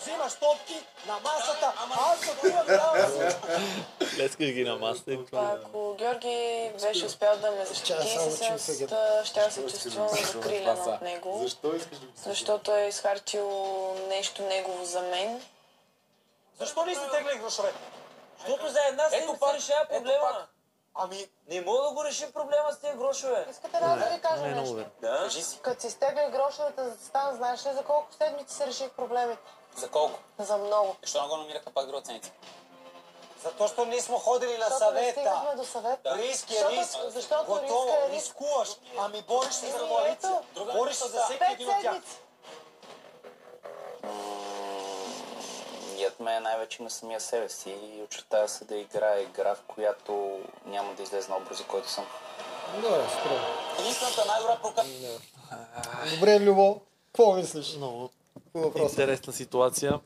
S4: Взимаш топки на масата. Аз отивам, давам всичко.
S3: Леска ги на масата и това.
S6: Ако Георги беше успял да ме защити,
S2: само
S6: със
S2: чул сега.
S6: сигурност а, ще да се чувствам закрилена от него.
S9: Защо искаш да го слушаш?
S6: Защото е изхарчил нещо негово за мен.
S4: Защо не си теглих грошовете?
S7: Защото за една
S5: Ето
S7: седмица
S5: пак,
S7: решава
S5: ето
S7: проблема.
S5: пак.
S4: Ами,
S7: Не мога да го решим проблема с тези грошове.
S10: Искате да, да ви кажа
S3: Не е много
S10: нещо?
S3: верно.
S7: Да.
S5: Кажи си,
S10: Като си изтеглих грошовете за Стан, знаеш ли за колко седмици се реших проблеми?
S5: за колко?
S10: За много.
S5: Защо не го номираха пак друга ценица?
S4: зато що ние сме ходили на
S10: Защото не
S4: съвета.
S10: стигнахме до съвет.
S4: Риск е
S10: Защото-
S4: риск.
S10: Защото
S4: Готово,
S10: риска е риск.
S4: рискуваш. Ами бориш се за
S10: Ами,
S4: коалиция.
S10: ето.
S5: Друга
S4: Бориш се за
S5: да.
S4: всеки
S10: Пет
S4: един от тях.
S10: седмици.
S5: Ният ме е най-вече на самия себе си и очертава се да играе игра, в която няма да излезе на образа, който съм.
S2: Добре, струва.
S5: Единствената най-добра прокат
S2: Добре, Любо, какво мислиш?
S3: Много
S2: По въпроса.
S3: интересна ситуация.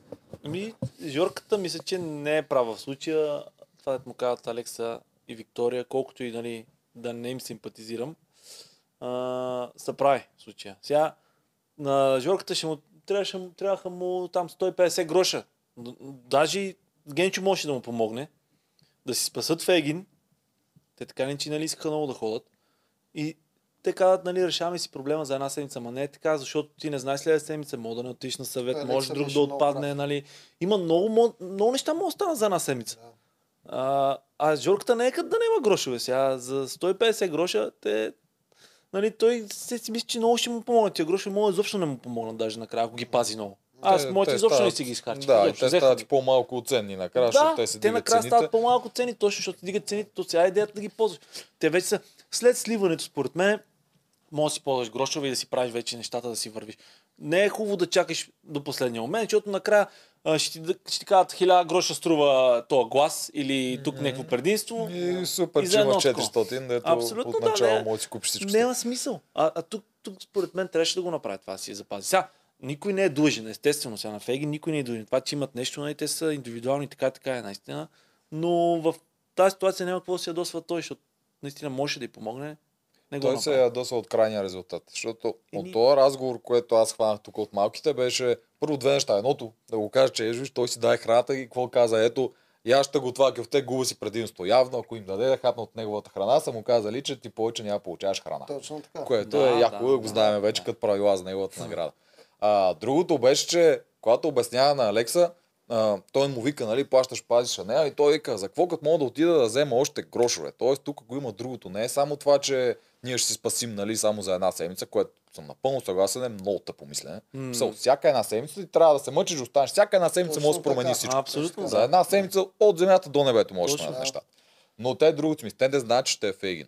S3: Ми, Жорката мисля, че не е права в случая. Това дето му казват Алекса и Виктория, колкото и нали, да не им симпатизирам, а, са прави в случая. Сега на Жорката ще му, трябваше, му- трябваха му там 150 гроша. Д- Даже и Генчо може да му помогне да си спасат Фегин. Те така не че нали искаха много да ходят. И те казват, нали, решаваме си проблема за една седмица, ма не е така, защото ти не знаеш следващата седмица, може да не отиш на съвет,
S2: Алекса
S3: може друг
S2: беше
S3: да
S2: много
S3: отпадне,
S2: прав.
S3: нали. Има много, мо- много неща може да станат за една седмица.
S2: Да.
S3: А, а Жорката не е като да няма грошове сега. За 150 гроша те... Нали, той се си мисли, че много ще му помогнат. Тия грошове могат изобщо не му помогнат даже накрая, ако ги пази много. Аз
S1: Те-
S3: моите
S1: те
S3: изобщо не
S1: стават-
S3: си ги изхарчих.
S1: Да, и
S3: изобщо,
S1: те
S3: взеха
S1: стават
S3: ги.
S1: и по-малко ценни накрая,
S3: Да,
S1: защото те си
S3: те
S1: дигат
S3: накрая
S1: цените.
S3: стават по-малко цени, точно защото ти дигат цените, то сега е идеята да ги ползваш. Те вече са, след сливането, според мен, може да си ползваш грошове и да си правиш вече нещата, да си вървиш. Не е хубаво да чакаш до последния момент, защото накрая а, ще ти, да- ще ти кажат хиляда гроша струва този глас или тук някакво предимство.
S1: И супер,
S3: И
S1: че
S3: за едно
S1: имаш
S3: ско.
S1: 400, дето
S3: Абсолютно, да,
S1: отначало е
S3: не.
S1: може да си купиш всичко.
S3: Няма смисъл. А, а тук, тук, според мен, трябваше да го направи това, да си я запази. Сега, никой не е длъжен, естествено, сега на Феги никой не е длъжен. Това, че имат нещо, нали, те са индивидуални, така, така е, наистина. Но в тази ситуация няма какво да се ядосва той, защото наистина може да й помогне. Не го
S1: Той се е
S3: направи.
S1: ядоса от крайния резултат. Защото
S3: Еми-
S1: от този разговор, което аз хванах тук от малките, беше първо две неща. Едното, да го кажа, че Ежович, той си даде храната и какво каза, ето, я ще го това кефте, губа си предимство. Явно, ако им даде да хапна от неговата храна, са му казали, че ти повече няма да получаваш храна.
S2: Точно така.
S1: Което
S3: Да,
S1: е яко
S3: да,
S1: да, го
S3: да,
S1: знаем вече
S3: да.
S1: като правила за неговата награда. А, другото беше, че когато обяснява на Алекса, а, той му вика, нали, плащаш, пазиш, а не, и той вика, за какво като мога да отида да взема още грошове? Тоест, тук го има другото. Не е само това, че ние ще си спасим, нали, само за една седмица, което съм напълно съгласен, е много тъпо мислене.
S3: М.
S1: Mm. Всяка една седмица ти трябва да се мъчиш, да останеш. Всяка една седмица
S2: Точно
S1: може да промени
S2: така.
S1: всичко.
S3: Абсолютно.
S1: За една седмица от земята до небето може да
S3: Точно.
S1: станат нещата. Но те другото ми, те не знаят, че ще е Фегин.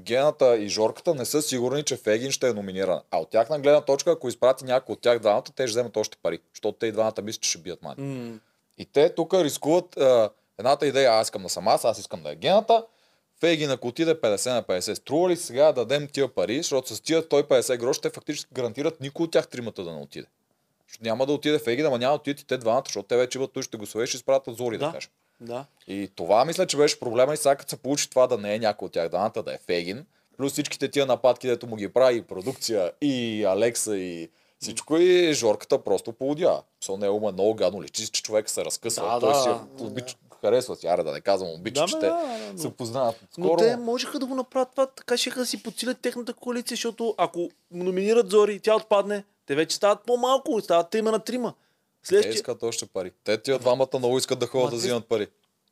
S1: Гената и Жорката не са сигурни, че Фегин ще е номиниран. А от тяхна гледна точка, ако изпрати някой от тях двамата, те ще вземат още пари, защото те и двамата мислят, че ще бият мани.
S3: М,
S1: И те тук рискуват а, едната идея, аз искам да съм аз, аз искам да е гената. Фейгин, ако отиде 50 на 50, струва ли сега да дадем тия пари, защото с тия 150 грош те фактически гарантират никой от тях тримата да не отиде. Защото няма да отиде Фейгин, ама няма да отидат и те двамата, защото те вече имат ще гласове и ще изпратят зори, да,
S3: Да.
S1: да кажем.
S3: Да.
S1: И това мисля, че беше проблема и сега като се получи това да не е някой от тях даната, да е Фегин, плюс всичките тия нападки, дето му ги прави и продукция, и Алекса, и всичко, и Жорката просто поудя. Со не е ума много гадно, личи, си, че човек се разкъсва,
S3: Да,
S1: той
S3: да.
S1: си я обич... харесва си, аре да не казвам обича,
S3: Да,
S1: че
S3: бе,
S1: те
S3: да, да, да.
S1: се познават.
S3: Но
S1: Скоро,
S3: те можеха да го направят това, така ще да си подсилят техната коалиция, защото ако номинират Зори и тя отпадне, те вече стават по-малко, стават трима на трима.
S1: те
S3: Следващия,
S1: искат още пари. Те тия двамата много искат да ходят
S3: Ма
S1: да
S3: ти-
S1: взимат пари.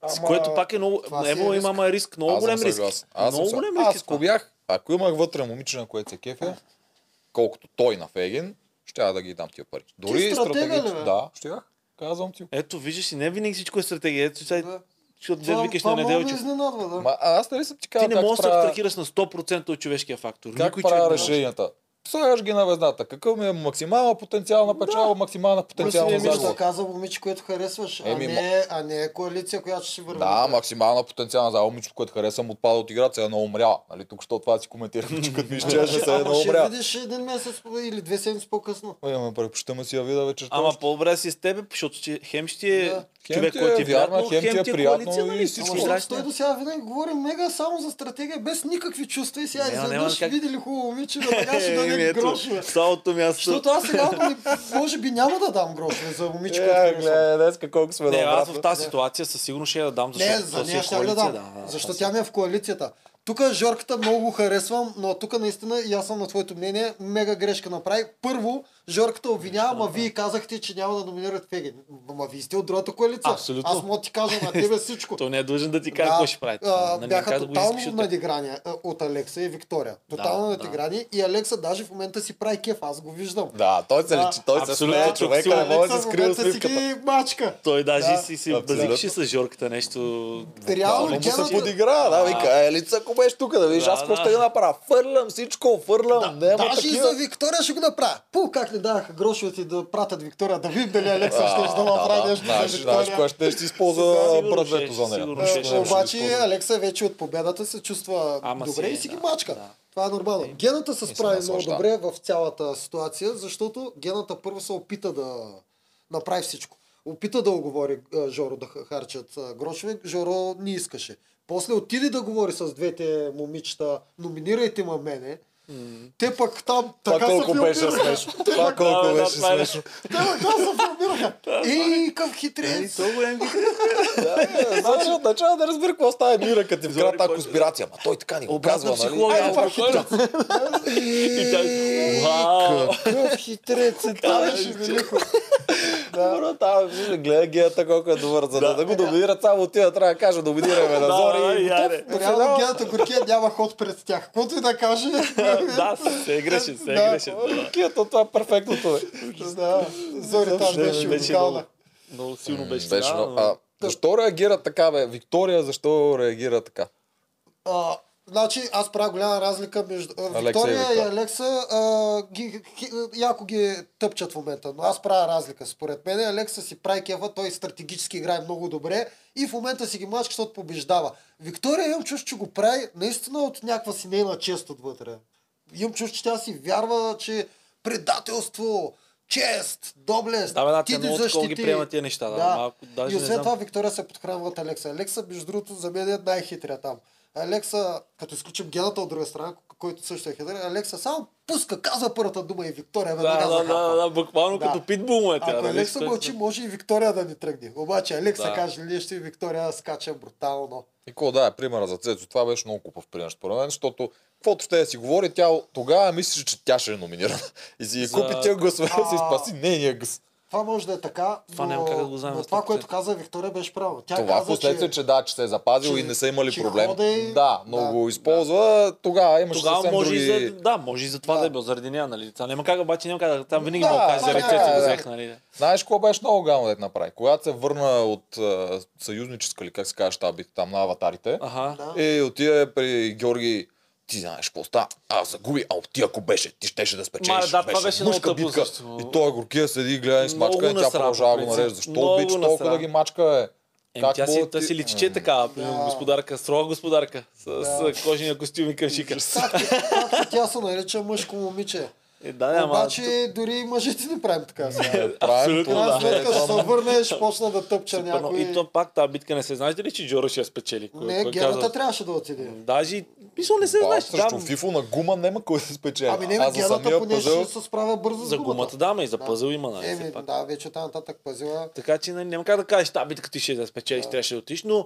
S3: с което пак е много,
S2: това си е
S3: Ево
S2: риск.
S3: има риск, много
S1: Аз съм
S3: голям риск.
S1: съгласен. Аз съм
S3: много
S1: съ-
S3: голям риск.
S1: Аз
S3: е
S1: ако
S3: това.
S1: бях, ако имах вътре момиче, на което се кефя, колкото той на Фегин, ще да ги дам тия пари. Дори
S2: стратега ли,
S1: стратегично.
S2: бе?
S1: Да, щях. Казвам ти.
S3: Ето, виждаш ли, не винаги всичко е стратегия. Ето, сега,
S2: Да.
S3: защото дед
S2: Това,
S3: викаш на
S2: това много ме
S3: неделче.
S2: изненадва, да.
S1: Ма, а аз нали съм ти
S3: Ти
S1: казал
S3: не
S1: как
S3: можеш да се
S1: правя,
S3: абстрахираш на 100% от човешкия фактор.
S1: как
S3: Никой
S1: правя
S3: човек не може.
S1: решенията. Слагаш ги на везната. Какъв ми е максимална потенциална печалба, максимална потенциална
S3: Плюс ми е
S1: загуба.
S2: Мисля, каза момиче, което харесваш, а,
S1: Еми,
S2: не, а не коалиция, която ще си върви.
S1: Да,
S2: напред.
S1: максимална потенциална загуба. Момичето, което харесвам, отпада от играта, се едно умря. Нали, тук, що това си коментирам, че като ми изчезне, се е едно
S2: Ама ще
S1: умря.
S2: видиш един месец или две седмици по-късно.
S1: Имаме предпочитаме си я вида вечерта.
S3: Ама по-добре си с теб, защото ще- хем ще е
S2: Да.
S1: Хем
S3: човек,
S1: ти е
S3: който ти е
S1: вярна,
S3: приятно,
S1: хем ти е
S3: хем ти е
S1: приятно
S3: коалиция,
S1: и
S3: нали?
S1: всичко.
S2: Ама
S1: Ще
S2: защото
S3: Израснеш.
S2: той до сега винаги говори мега само за стратегия, без никакви чувства и сега
S3: Няма, няма
S2: изведнъж
S3: как.
S2: видели хубаво момиче, да така ще
S3: Еми,
S2: даде
S3: ето,
S2: грошове.
S3: Салото място.
S2: Защото аз сега, ако ми- може би няма да дам грошове за момиче,
S1: Е,
S2: което харесвам.
S1: гледай, днеска колко сме
S3: Не,
S1: на
S3: аз в
S1: обратно.
S3: тази ситуация със сигурност ще я дам, защото
S2: Не, за
S3: то си е
S2: нея ще я дам.
S3: коалиция, да, да,
S2: Защо
S3: това
S2: тя
S3: си-
S2: ми е в коалицията. Тук Жорката много го харесвам, но тук наистина и аз съм на твоето мнение. Мега грешка направи. Първо, Жорката обвинява, ма вие казахте, че няма да номинират Фегин. Ма вие сте от другата коалиция.
S3: Абсолютно.
S2: Аз мога да ти кажа на тебе всичко.
S3: Той не е длъжен да ти каже какво ще прави.
S2: а,
S3: Нали,
S2: бяха
S3: как да го
S2: тотално
S3: изискаш от теб?
S2: надиграни а, от Алекса и Виктория. Тотално
S3: да.
S2: надиграни и Алекса даже в момента си прави кеф, аз го виждам.
S1: Да, той се
S2: Да,
S1: личи, той се
S3: абсолютно,
S1: смее,
S3: тук
S1: човека
S3: си
S1: не може да
S2: Алекса
S1: се
S2: в
S1: скрие от
S2: момента си
S1: сливката.
S2: ги мачка.
S3: Той даже
S2: Да,
S3: си си
S1: абсолютно.
S3: базикши с Жорката нещо.
S2: Реално,
S1: Реално му
S2: Дженът-
S1: се подигра, да, вика, е лица, ако беше тук, да видиш,
S3: Да,
S1: аз какво
S3: да.
S1: ще я направя, фърлям всичко, фърлям, няма
S2: Даже и за
S1: такива.
S2: Виктория ще го направя. Пу, как не даваха грошовете да пратят Виктория, да видим дали Алекса
S1: А,
S2: ще да направи нещо за
S1: знаеш, знаеш, кое
S2: Виктория.
S1: ще ще използва
S3: Сигурно ще,
S1: братлето за нея.
S3: сигурно
S2: Е,
S3: ще, ще, ще
S2: Обаче
S3: използва.
S2: Алекса вече от победата се чувства
S3: Ама си
S2: добре
S3: е,
S2: и си ги
S3: да,
S2: мачка.
S3: да.
S2: Това е нормално. Гената се
S1: се
S2: справи много
S1: наслаждава.
S2: добре в цялата ситуация, защото гената първо се опита да направи всичко. Опита да оговори а, Жоро да ха- харчат а, грошове, Жоро не искаше. После отиде да говори с двете момичета, номинирайте ма мене. Те пък там
S1: Това
S2: така се
S1: колко беше
S2: филмираха.
S1: смешно. Това
S3: Да,
S1: колко
S3: бе, да,
S1: беше
S3: това е
S1: смешно.
S2: Те така се филмираха. Ей, какъв хитрец!
S3: Той голям вик.
S1: Е, Значи от начало да разбира какво става мира, като ти
S3: Зори,
S1: вкрата
S3: кой-
S1: конспирация. Ма той така ни го
S3: Обратна
S1: казва, нали?
S3: психология.
S1: Ай, това хитро.
S3: И тя- Вау!
S1: Какъв хитрец е това,
S3: беше
S1: Да, там вижда, гледа геята колко е добър. За да, да го доминират само тия, трябва да кажа, доминираме на
S3: Да,
S1: зори. и
S3: да,
S1: готов.
S3: яре.
S1: До
S2: Е, Реално
S1: финала.
S2: гената горкия няма ход пред тях. Каквото и да каже.
S3: Да, се е грешен, се е
S2: Да,
S3: грешен. да.
S1: Геята, това е перфектното. бе.
S2: Да, Зори там
S3: Точно,
S2: беше
S3: беше
S2: уникална.
S3: Много силно
S1: М,
S3: беше.
S1: Беше,
S3: това,
S1: но,
S3: но-
S1: а, защо реагира така, бе? Виктория, защо реагира така?
S2: А, значи аз правя голяма разлика между а,
S1: Алекса и
S2: Виктория и
S1: Виктория.
S2: Алекса. А, ги, хи, яко ги тъпчат в момента, но аз правя разлика. Според мен Алекса си прави кефа, той стратегически играе много добре и в момента си ги мачка, защото побеждава. Виктория имам чувство, че го прави наистина от някаква си нейна чест отвътре. Имам чувство, че тя си вярва, че предателство, чест, доблест,
S3: Да, бе, да, тя
S2: ти да
S3: много такова ги
S2: защити.
S3: приема тия неща. Да,
S2: Да.
S3: малко, даже
S2: и
S3: не
S2: освен
S3: знам.
S2: това Виктория се подхранва от Алекса. Алекса, между другото, за мен е най-хитрия там. Алекса, като изключим гената от друга страна, ко- който също е хитър, Алекса само пуска, казва първата дума и Виктория
S3: Да,
S2: веднага
S3: да, да,
S2: захапва.
S3: да, буквално
S2: Да.
S3: като питбул му е тя.
S2: Ако
S3: нали?
S2: Алекса
S3: Той-
S2: мълчи, може и Виктория да ни тръгне. Обаче Алекса
S3: Да.
S2: каже нещо и Виктория скача брутално.
S1: И какво да е примера за Цецо? Това беше много купав пример, според мен, защото каквото ще е да си говори, тя тогава мислеше, че тя ще е номинирана. И си
S3: За-
S1: за... купи тия гласове, да си
S2: А.
S1: спаси нейния гъс.
S2: Това може да е така,
S3: Това
S2: но,
S3: няма как да го знаем
S2: но
S3: на
S2: това,
S3: 100%.
S2: което каза Виктория, беше правилно. Тя
S1: Това
S2: каза,
S1: последствие,
S2: че...
S1: че... да, че се е запазил
S2: че-
S1: и не са имали
S2: че
S1: проблем.
S2: ходи-
S1: Да, но
S2: да,
S1: го използва, тогава имаше
S3: Тогава
S1: съвсем
S3: може
S1: други...
S3: и за, да, може и за това
S2: Да.
S3: да, е бил, заради нея, нали? Това няма как, обаче няма как да, там винаги
S1: Да,
S3: мога да кажа,
S2: това
S3: заради
S2: няма
S3: Цецо
S2: как,
S3: го
S2: да.
S3: взех, нали?
S1: Знаеш какво беше много гамо да направи? Когато се върна от а, съюзническа или как се казва щабите там на аватарите,
S3: Аха.
S2: Да.
S1: и отиде при Георги ти знаеш какво става. Аз загуби, а от ти ако беше, ти щеше да спечелиш.
S3: Мале, да, това беше много
S1: мъжка
S3: тъпо,
S1: битка.
S3: също.
S1: И той горкия седи и гледа и
S3: Много
S1: смачка, и тя
S3: насрам,
S1: продължава да
S3: по
S1: го
S3: принцип.
S1: нарежда. Защо
S3: Много
S1: обича толкова
S3: насрам.
S1: да ги мачка, е?
S3: Еми, тя
S1: мога
S3: си, тя си личи, че е такава, примерно,
S2: Да.
S3: господарка, сурова господарка, с, с кожения костюм и къмшика.
S2: Както, както тя се нарича мъжко момиче.
S3: Е, да, да, ама...
S2: Обаче дори мъжете не правим така сега.
S1: Е, правим
S3: Абсолютно,
S1: това.
S2: Една
S3: да.
S2: след като се върнеш, почна да тъпча
S3: Супер, но
S2: някой.
S3: И то пак тази битка не се знаеш дали, че Джора ще я спечели. Кой-
S2: Не,
S3: кой
S2: гената
S3: каза?
S2: трябваше да отиде.
S3: Даже, и- мисъл, не се
S1: Ба,
S3: знаеш.
S1: срещу
S3: Да,
S1: Фифо на гума няма кой да се спечели.
S2: Ами не,
S1: а за
S2: гената
S1: самия
S2: поне
S1: пъзъл...
S2: ще се справя бързо с
S3: за гумата, да, ма и за
S2: Да.
S3: пъзъл има, нали? все
S2: Еми,
S3: пак.
S2: да, вече там нататък пазила.
S3: Така че нали, няма как да кажеш, тази битка ти ще я спечелиш, трябваше да отиш, но
S2: Е.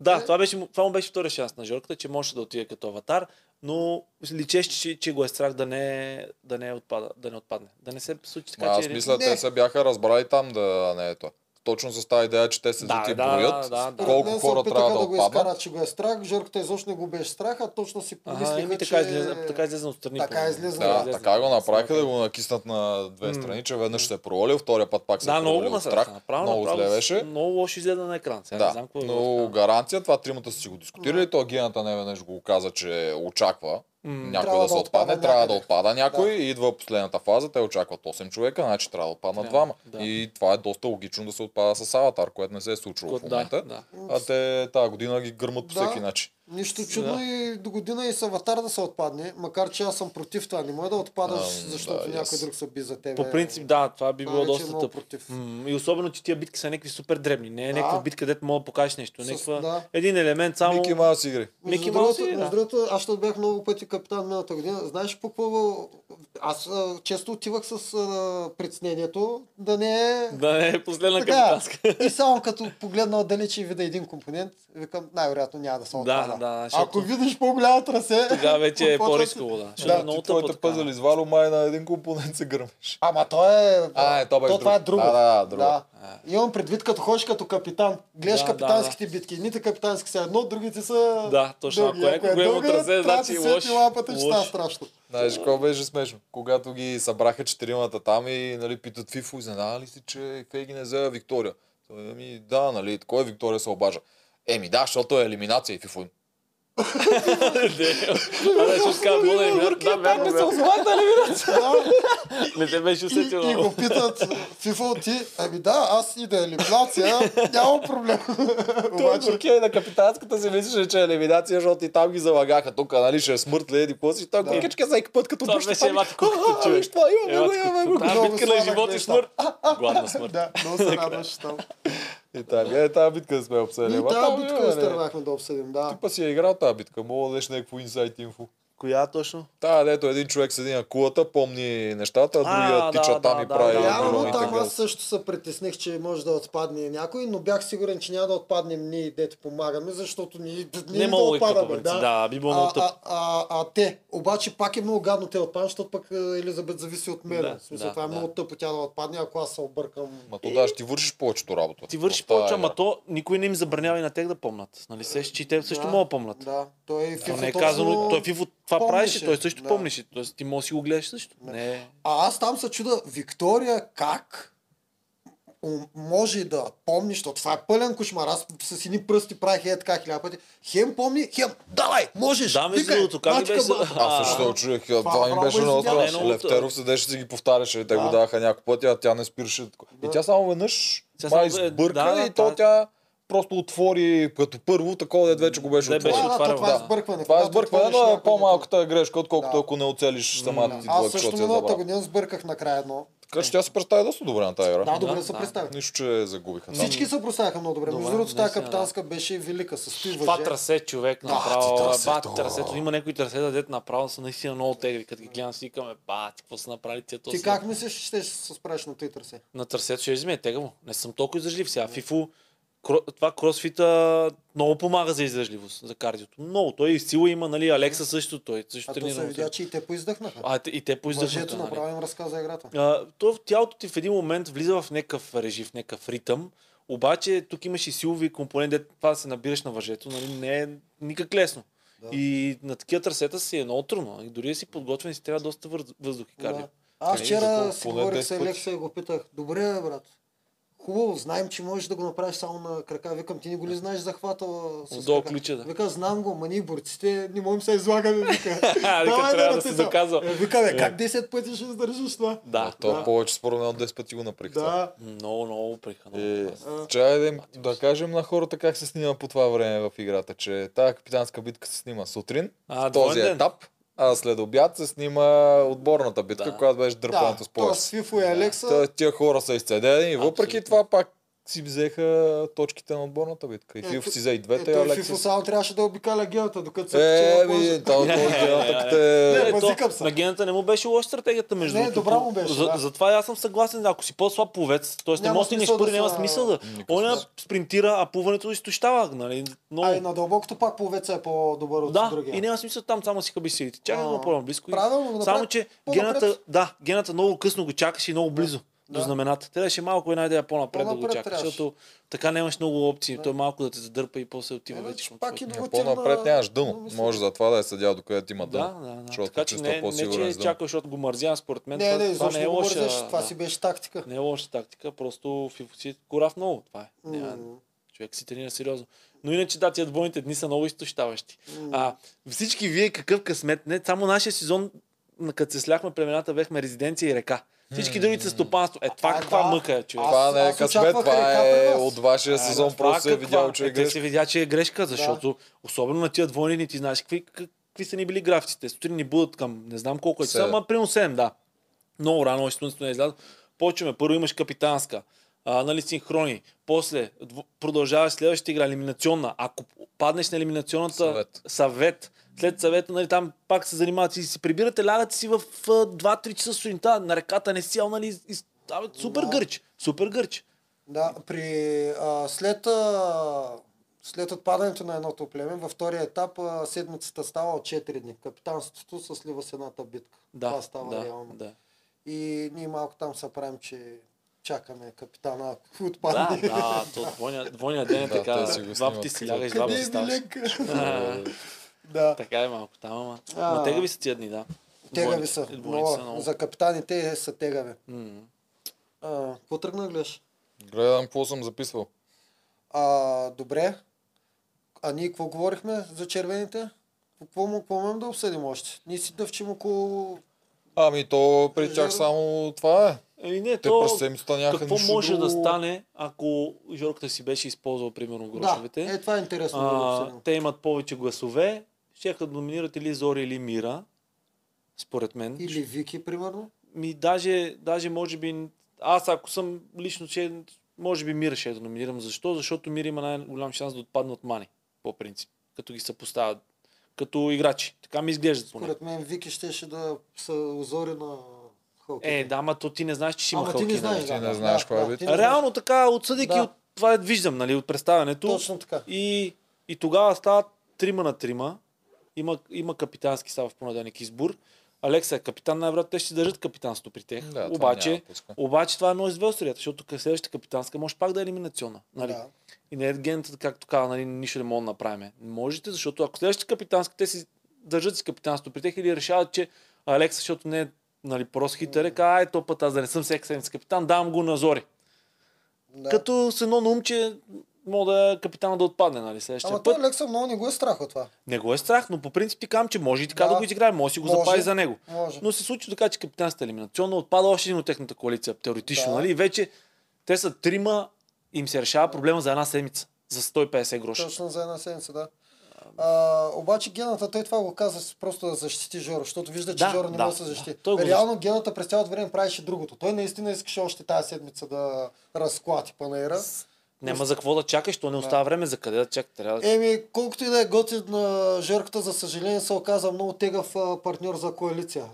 S3: да, това, беше, му- това му беше втория шанс на Жорката, че можеше да отиде като аватар, но личеш, че, че го е страх да не, да не, отпада, да не отпадне. Да не се случи
S1: Ма,
S3: така,
S1: аз
S3: че...
S1: мисля,
S2: Не.
S1: те се бяха разбрали там да не е това. Точно с тази идея, че те се
S3: Да,
S1: да, и
S3: да,
S1: броят,
S3: да, да.
S2: Според
S1: колко
S2: мен се
S1: хора
S2: опитаха
S1: трябва да,
S2: да го
S1: отпаднат.
S2: изкарат, че го е страх. Жорката изобщо не го беше страх, а точно си
S3: Ага,
S2: помислиха, че...
S3: еми, така, излезе, така излезе отстрани.
S2: Така
S3: по-добре.
S2: излезе,
S1: Да,
S2: излезе.
S1: така го направиха да
S3: Излезе.
S1: го накиснат на две страни, че веднъж се е провалил, втория път пак се
S3: Да,
S1: е
S3: много
S1: провалил
S3: на
S1: от страх.
S3: Направо,
S1: много
S3: направо,
S1: зле беше.
S3: Много лошо изгледа на екран. Сега не
S1: Да,
S3: знам какво е
S1: но
S3: било така.
S1: гаранция, това тримата са си го дискутирали, то гената не веднъж го каза, че очаква
S3: М,
S1: някой
S2: Трябва
S1: да се
S2: да
S1: отпадне,
S2: отпада
S1: трябва да
S2: някъде.
S1: отпада някой и идва последната фаза, те очакват 8 човека, значи трябва да отпаднат
S3: Трябва,
S1: двама.
S3: да.
S1: И това е доста логично да се отпада с аватар, което не се е случило в
S3: Кот- Да,
S1: момента.
S3: да.
S1: А те тази година ги гърмат по
S2: Да.
S1: всеки начин.
S2: Нищо чудно и до година и с аватар да се отпадне, макар че аз съм против това. Не може да отпадаш,
S1: Ам,
S2: защото
S1: да, и аз.
S2: някой друг се би за теб.
S3: По принцип, да, това би
S2: Това
S3: било
S2: вече е
S3: доста
S2: много
S3: тъпо.
S2: против.
S3: М, И особено, че тия битки са някакви супер дребни. Не е
S2: Да.
S3: някаква битка, където мога да покажеш нещо.
S2: С-
S3: Някаква...
S2: да.
S3: Един елемент само...
S1: Мики Маус игри.
S3: Мики
S2: Между
S3: Маус
S2: другото,
S3: и- да.
S2: между другото, аз ще бях много пъти капитан миналата година. Знаеш по какво? Аз а, често отивах с а, притеснението да не е...
S3: Да не е последна
S2: Така.
S3: капитанска.
S2: И само като погледна отдалече и видя един компонент, викам, най-вероятно няма да се
S3: Да,
S2: отпада.
S3: да,
S2: Ако
S3: защото-
S2: видиш по-голямо трасе...
S3: Тогава вече е
S2: почва да се-
S3: по-рисково, да. Защото е много
S1: ти
S3: тъпо
S1: твоите
S3: така.
S1: пъзели с Вало май на един компонент се гърмиш.
S2: Ама то е...
S1: А, е, то беше
S2: това е
S1: друго.
S2: друго.
S1: Да, да, да, друго.
S2: Имам предвид, като ходиш като капитан, гледаш
S3: Да, да,
S2: капитанските битки. Едните капитански са едно, другите са...
S3: Да, точно.
S2: други.
S3: Ако е големо трасе,
S2: трябва
S3: значи
S2: да
S3: е
S2: свети
S3: лош.
S2: Лапата, че
S3: Лош.
S2: става страшно.
S1: Знаеш, какво беше смешно? Когато ги събраха четиримата там и нали, питат Фифо, изненада ли си, че Фейги не взе Виктория? Той, Ами да, нали, кой Виктория се обажа? Еми да, защото е елиминация и Фифо. им.
S3: Да, да, ще кажа, мога да им вярвам. Да, вярно, вярно.
S2: Да,
S3: Не те беше
S2: и, и
S3: усетила.
S2: го питат, Фифо, ти, ами да, аз и да е лимплация, няма проблем.
S1: Той
S2: Обаче,
S1: Туркия и на капитанската си мислеше, че е елиминация, защото и там ги залагаха. Тук, нали, ще е смърт, леди, какво си. Той
S2: Да.
S1: кукичка всеки път, като
S3: Това
S1: дъжд,
S3: беше
S1: там,
S3: елате куката,
S1: «А,
S3: човек».
S1: Виж това, имаме
S3: Елате
S1: го, имаме го.
S3: куката. Та
S2: Много
S3: Е, битка на
S2: сладък
S3: живот и
S2: беше.
S3: смърт. Гладна смърт.
S2: да, много се радваш там.
S1: И така, е, тази битка да сме я обсъдили.
S2: И
S1: Ама
S2: Ами, тази
S1: там
S2: битка е
S1: имаме,
S2: я
S1: не.
S2: стървахме да обсъдим, да.
S1: Ти па си е играл тази битка, мога да дадеш някакво инсайт инфо.
S3: Коя точно?
S1: Та, дето един човек седи на кулата, помни нещата, а
S3: А,
S1: другия
S3: да,
S1: тича
S3: да,
S1: там и
S3: да,
S1: прави
S3: да, да,
S2: Явно
S1: огромните
S3: да,
S2: там
S1: гъл.
S2: аз също се притесних, че може да отпадне някой, но бях сигурен, че няма да отпаднем ние, дето помагаме, защото ние, ние
S3: Не
S2: да
S3: мога логика,
S2: отпадаме.
S3: по принцип. Да, би било много
S2: а,
S3: тъпо.
S2: а, а, а, те, обаче пак е много гадно те отпаднат, защото пък е, Елизабет зависи от мен.
S3: Да,
S2: в смисъл,
S3: да,
S2: това е
S3: да.
S2: много тъпо тя да отпадне, ако аз се объркам.
S1: Ма то да, ще ти вършиш повечето работа.
S3: Ти вършиш
S1: в тази игра.
S3: повече, ама то никой не им забранява и на тях да помнат. Нали се, че и те също
S2: Да,
S3: могат да помнат.
S2: Да, той е
S3: То
S2: фифо
S3: не е
S2: точно-
S3: казано, той Фифо това
S2: помнише.
S3: правеше, той също
S2: Да.
S3: помнише. Тоест ти можеш да си го гледаш също. Не.
S2: А аз там се чуда, Виктория как м- може да помни, защото това е пълен кошмар. Аз с едни пръсти правих е така хиляда пъти. Хем помни, хем, давай, можеш,
S3: Да, между
S2: викай,
S3: другото, как ми
S2: мачка
S3: беше-
S2: баба.
S3: А,
S1: Аз също се очудих, а, това ми
S2: Браво,
S1: беше много
S2: извинявай.
S1: страшно.
S3: Не, но-
S1: Левтеров седеше и си ги повтаряше, и те го даваха няколко пъти, а тя не спираше. И тя само веднъж
S3: Тя
S1: май
S3: само- е,
S1: избърка
S3: да,
S1: и
S3: да,
S1: то
S3: да.
S1: тя просто отвори като първо, такова дед вече го беше
S3: Не беше
S1: отворил.
S2: Да, да, то
S3: отварял,
S2: това е
S3: да.
S2: сбъркване.
S1: Това е
S2: Когато
S1: сбъркване,
S2: отвориш
S1: но е
S2: някой
S1: по-малката грешка, отколкото
S2: Да.
S1: ако не оцелиш самата ти
S2: да. Аз
S1: длъг,
S2: също
S1: защото си я
S2: миналата
S1: забравя.
S2: година сбърках накрая едно.
S1: Така че тя се представи доста добре на тази игра.
S2: Да, добре
S3: да,
S2: се
S3: да.
S2: представя.
S1: Нищо, че загубиха. там.
S2: Всички се представяха много добре. Между
S3: Добре,
S2: другото, тази
S3: наистина, да.
S2: капитанска беше велика. С той
S3: Това
S2: въже.
S3: трасе човек
S1: ти
S3: направо.
S1: трасето.
S3: Ба, трасето. Има някои трасета, дето направо са наистина много тегли. Като ги гледам си викаме, ба, ти какво са направили тия
S2: Ти
S3: този
S2: как мислиш, че ще се справиш на той трасе?
S3: На трасето ще изме, тегаво. Не съм толкова издръжлив сега. Фифо, кро- това кросфита много помага за издръжливост, за кардиото. Много. Той и сила има, нали? Алекса също, той също
S2: А то
S3: тренира.
S2: се видя,
S3: много.
S2: че и те поиздъхнаха.
S3: А, те- и те по
S2: Мъжето
S3: издържането. нали?
S2: направо им разказа играта.
S3: А, то в тялото ти в един момент влиза в някакъв режим, в някакъв ритъм, обаче тук имаш и силови компонент, дето това да се набираш на въжето, нали, не е никак лесно. Да. И на такива трасета си е много трудно. И дори да си подготвен, си трябва доста вър- въздух и кардио.
S2: Да. Аз
S1: Е, за
S2: вчера
S1: колко?
S2: си
S1: Поне
S2: говорих
S1: 10
S2: с
S1: пъти.
S2: Елекса и го питах. Добре, бе, брат. Хубаво, знаем, че можеш да го направиш само на крака. Викам, ти не го ли знаеш захвата с
S3: Отдолу
S2: крака?
S3: ключа, да.
S2: Вика, знам го, ма ние борците не можем се излагаме. Вика,
S3: А, вика,
S2: Давай
S3: трябва да
S2: ръце
S3: се
S2: са.
S3: доказва.
S2: Е, Вика, бе, как 10 пъти ще издържиш това?
S3: Да,
S1: То
S3: да.
S1: повече според мен от 10 пъти го наприхта.
S2: Да.
S3: Много, много упреха. Много.
S1: Е, чай да, им- да кажем на хората как се снима по това време в играта, че тази капитанска битка се снима сутрин,
S3: А,
S1: в този
S3: двоен ден.
S1: етап, А след обяд се снима отборната битка,
S3: Да.
S1: която беше дърпаната с
S2: това
S1: пояс.
S2: с Фифо и Алекса.
S3: е
S1: Та, тия хора са изцедени и въпреки
S3: Абсолютно.
S1: това пак си взеха точките на отборната битка. И
S2: Е,
S1: Фифо
S2: фи-
S1: си взе и
S2: Е,
S1: двете, и
S2: той Фифо
S1: Алекса.
S2: само трябваше да обикаля гелата, докато се
S1: Е,
S2: качи на
S1: ми,
S2: кожата.
S1: този
S3: Не, не, не,
S1: гената
S3: не.
S1: те...
S2: Не,
S3: Е,
S2: базикам
S3: то,
S2: се.
S3: на гената не му беше лоша стратегията между
S2: Не,
S3: другото.
S2: добра му беше,
S3: За,
S2: да.
S3: Затова и аз съм съгласен, да, ако си по-слаб пловец, т.е. не
S2: Няма
S3: може да ни
S2: смисъл да
S3: шпъри, няма
S2: се-
S3: смисъл да. Оня спринтира, а плуването изтощава, нали? Но...
S2: А и на дълбокото пак половеца е по-добър от
S3: да,
S2: другия.
S3: и няма смисъл там само си хъби силите. Чакай
S2: А,
S3: го по-близко. и-
S2: правилно, да
S3: Само,
S2: направи
S3: че
S2: по-напред.
S3: гената, да, гената много късно го чакаше и много близо до
S2: Да.
S3: знамената. Трябваше малко една идея по-напред да го
S2: По-напред
S3: чакаш,
S2: трябваше.
S3: защото така нямаш много опции. Той малко да те задърпа и после отива
S2: Иначе
S3: вече. към
S2: значи пак
S3: твоето.
S2: и
S1: Е,
S2: другото
S1: По-напред нямаш
S2: но
S1: дъно.
S2: мисля-
S1: Може за това да е съдял докъдето има
S3: Да,
S1: дъно.
S3: да, да.
S1: Защото
S3: Така че
S1: чувства
S3: не, не
S1: по-сигурен е с
S3: че
S1: дъно.
S3: чакаш, защото го мързя, според мен.
S2: Не,
S3: това,
S2: не,
S3: това
S2: изобщо
S3: не
S2: не
S3: е
S2: го
S3: лоша.
S2: бързеш. Това
S3: да.
S2: си беше тактика.
S3: Не е лоша тактика, просто фифо си корав много. Това е. Няма,
S2: М,
S3: човек си тренира сериозно. Но иначе да, тия двойните дни са много изтощаващи.
S2: м.
S3: А всички вие какъв късмет, не, само нашия сезон, на като се сляхме племената, бехме резиденция и река. Всички другите са стопанство. Е, това
S2: А,
S3: каква
S2: да.
S3: мъка е, човек.
S1: Това
S2: Аз-
S1: не е
S2: аз
S1: късмет,
S2: очаквах река
S1: това е
S2: при нас.
S1: от вашия
S3: Е,
S1: сезон.
S3: това
S1: Просто е
S3: каква-
S1: видял, че е
S3: е, те се
S1: грешка.
S3: видя, че е грешка, защото особено на тия двойни ни ти знаеш какви, как- какви са ни били графиците. Сутрин ни будат към не знам колко е часа,
S1: Седем.
S3: ама примерно 7, да. Много рано, още слънцето не е излязло. Почваме, първо имаш капитанска, а, нали, синхрони, после дво- продължаваш следващата игра, елиминационна. Ако паднеш на елиминационната
S1: Съвет.
S3: съвет, след съвета, нали, там пак се занимават и си прибирате, лягате си в а, 2-3 часа сутринта, на ръката не си ял, нали, из- из- абе, супер
S2: Да.
S3: гърч, супер гърч.
S2: Да, при, а, след, а, след отпадането на едното племе, във втория етап а, седмицата става от 4 дни. Капитанството се слива с едната битка.
S3: Да,
S2: Това става
S3: да,
S2: реално.
S3: да.
S2: И ние малко там се правим, че чакаме капитана, ако
S3: Да,
S2: отпадне.
S3: да, то двойния, двойния ден е
S1: Да,
S3: така.
S1: те си го
S3: Два пъти
S1: снимат.
S3: си лягаш, два
S2: Къде
S3: пъти
S2: е
S3: ставаш.
S2: Миленка?
S3: А,
S2: да.
S3: Така е малко там, ама.
S2: А.
S3: Ма тегави са тия дни, да.
S2: Тегави
S3: Двойни-
S2: са.
S3: двойни
S2: Много.
S3: много.
S2: За капитаните са тегави.
S3: М.
S2: А, Какво тръгна да гледаш?
S1: Гледам какво съм записвал.
S2: А, добре. А ние какво говорихме за червените? Какво, му- какво можем да обсъдим още? Ние си дъвчим около...
S1: Ами то при тях само това е.
S3: Еми Ами не,
S1: Те
S3: то
S1: през седмицата нямаха
S3: какво
S1: нищо
S3: може да
S1: друго.
S3: стане, ако Жорката си беше използвал, примерно,
S2: Да,
S3: грошовете?
S2: е, това е интересно да го
S3: А,
S2: обсъдим.
S3: те имат повече гласове. Щяха да номинират или Зори, или Мира. Според мен.
S2: Или Вики, примерно.
S3: Ми даже, даже може би, аз ако съм лично, че може би Мира ще я да номинирам. Защо? Защото Мира има най-голям шанс да отпадне от Мани, по принцип, като ги съпоставят като играчи. Така ми изглеждат поне.
S2: Според мен Вики щеше да се озори на Халки.
S3: Е, да, ма то ти не знаеш, че ще има значи
S2: Ама ти
S3: халки.
S2: не знаеш.
S1: Ти
S2: да,
S1: не
S2: да,
S1: знаеш
S2: да,
S1: кой е
S2: да,
S1: бит.
S2: ти не знаеш.
S3: Реално така, отсъдейки
S2: Да.
S3: от това, виждам, нали, от представянето.
S2: Точно така.
S3: И, и тогава стават трима на трима. Има, има капитански става в понеделник избор. Алекса е капитан, най-вероятно те ще си държат капитанството при тях.
S1: Да, това
S3: обаче,
S1: няма да пуска.
S3: обаче това е едно извел средата, защото къс- следващата капитанска може пак да е елиминационна. Нали?
S2: Да.
S3: И не е гената, както каза, нали, нищо не можем да направим. Можете, защото ако следващата капитанска, те си държат си капитанството при тях или решават, че Алекса, защото не е нали, прост хитър, е, казва, ай, то път аз да не съм всеки седмица капитан, давам го на Зори.
S2: Да.
S3: Като с едно на ум, че мога да е капитана да отпадне, нали? Следващия
S2: Ама
S3: път.
S2: той Лекса много не го е страх от това.
S3: Не го е страх, но по принцип ти казвам, че може и така да,
S2: Да.
S3: го изиграе, може да си го
S2: Може.
S3: запази за него.
S2: Може.
S3: Но се случи така, че капитанската елиминационна отпада още един от техната коалиция, теоретично,
S2: Да.
S3: нали? И Вече те са трима, им се решава проблема за една седмица, за 150 гроша.
S2: Точно за една седмица, да. А, обаче гената, той това го каза с- просто да защити Жоро, защото вижда, че
S3: Да,
S2: Жоро не
S3: да,
S2: може да се
S3: да.
S2: защити.
S3: Той го
S2: Реално гената през цялото време правеше другото. Той наистина искаше още тази седмица да разклати панера.
S3: Няма за какво да чакаш, то не остава време за къде да чака. Трябва да...
S2: Еми, колкото и да е готин на Жорката, за съжаление се оказа много тегав а, партньор за коалиция.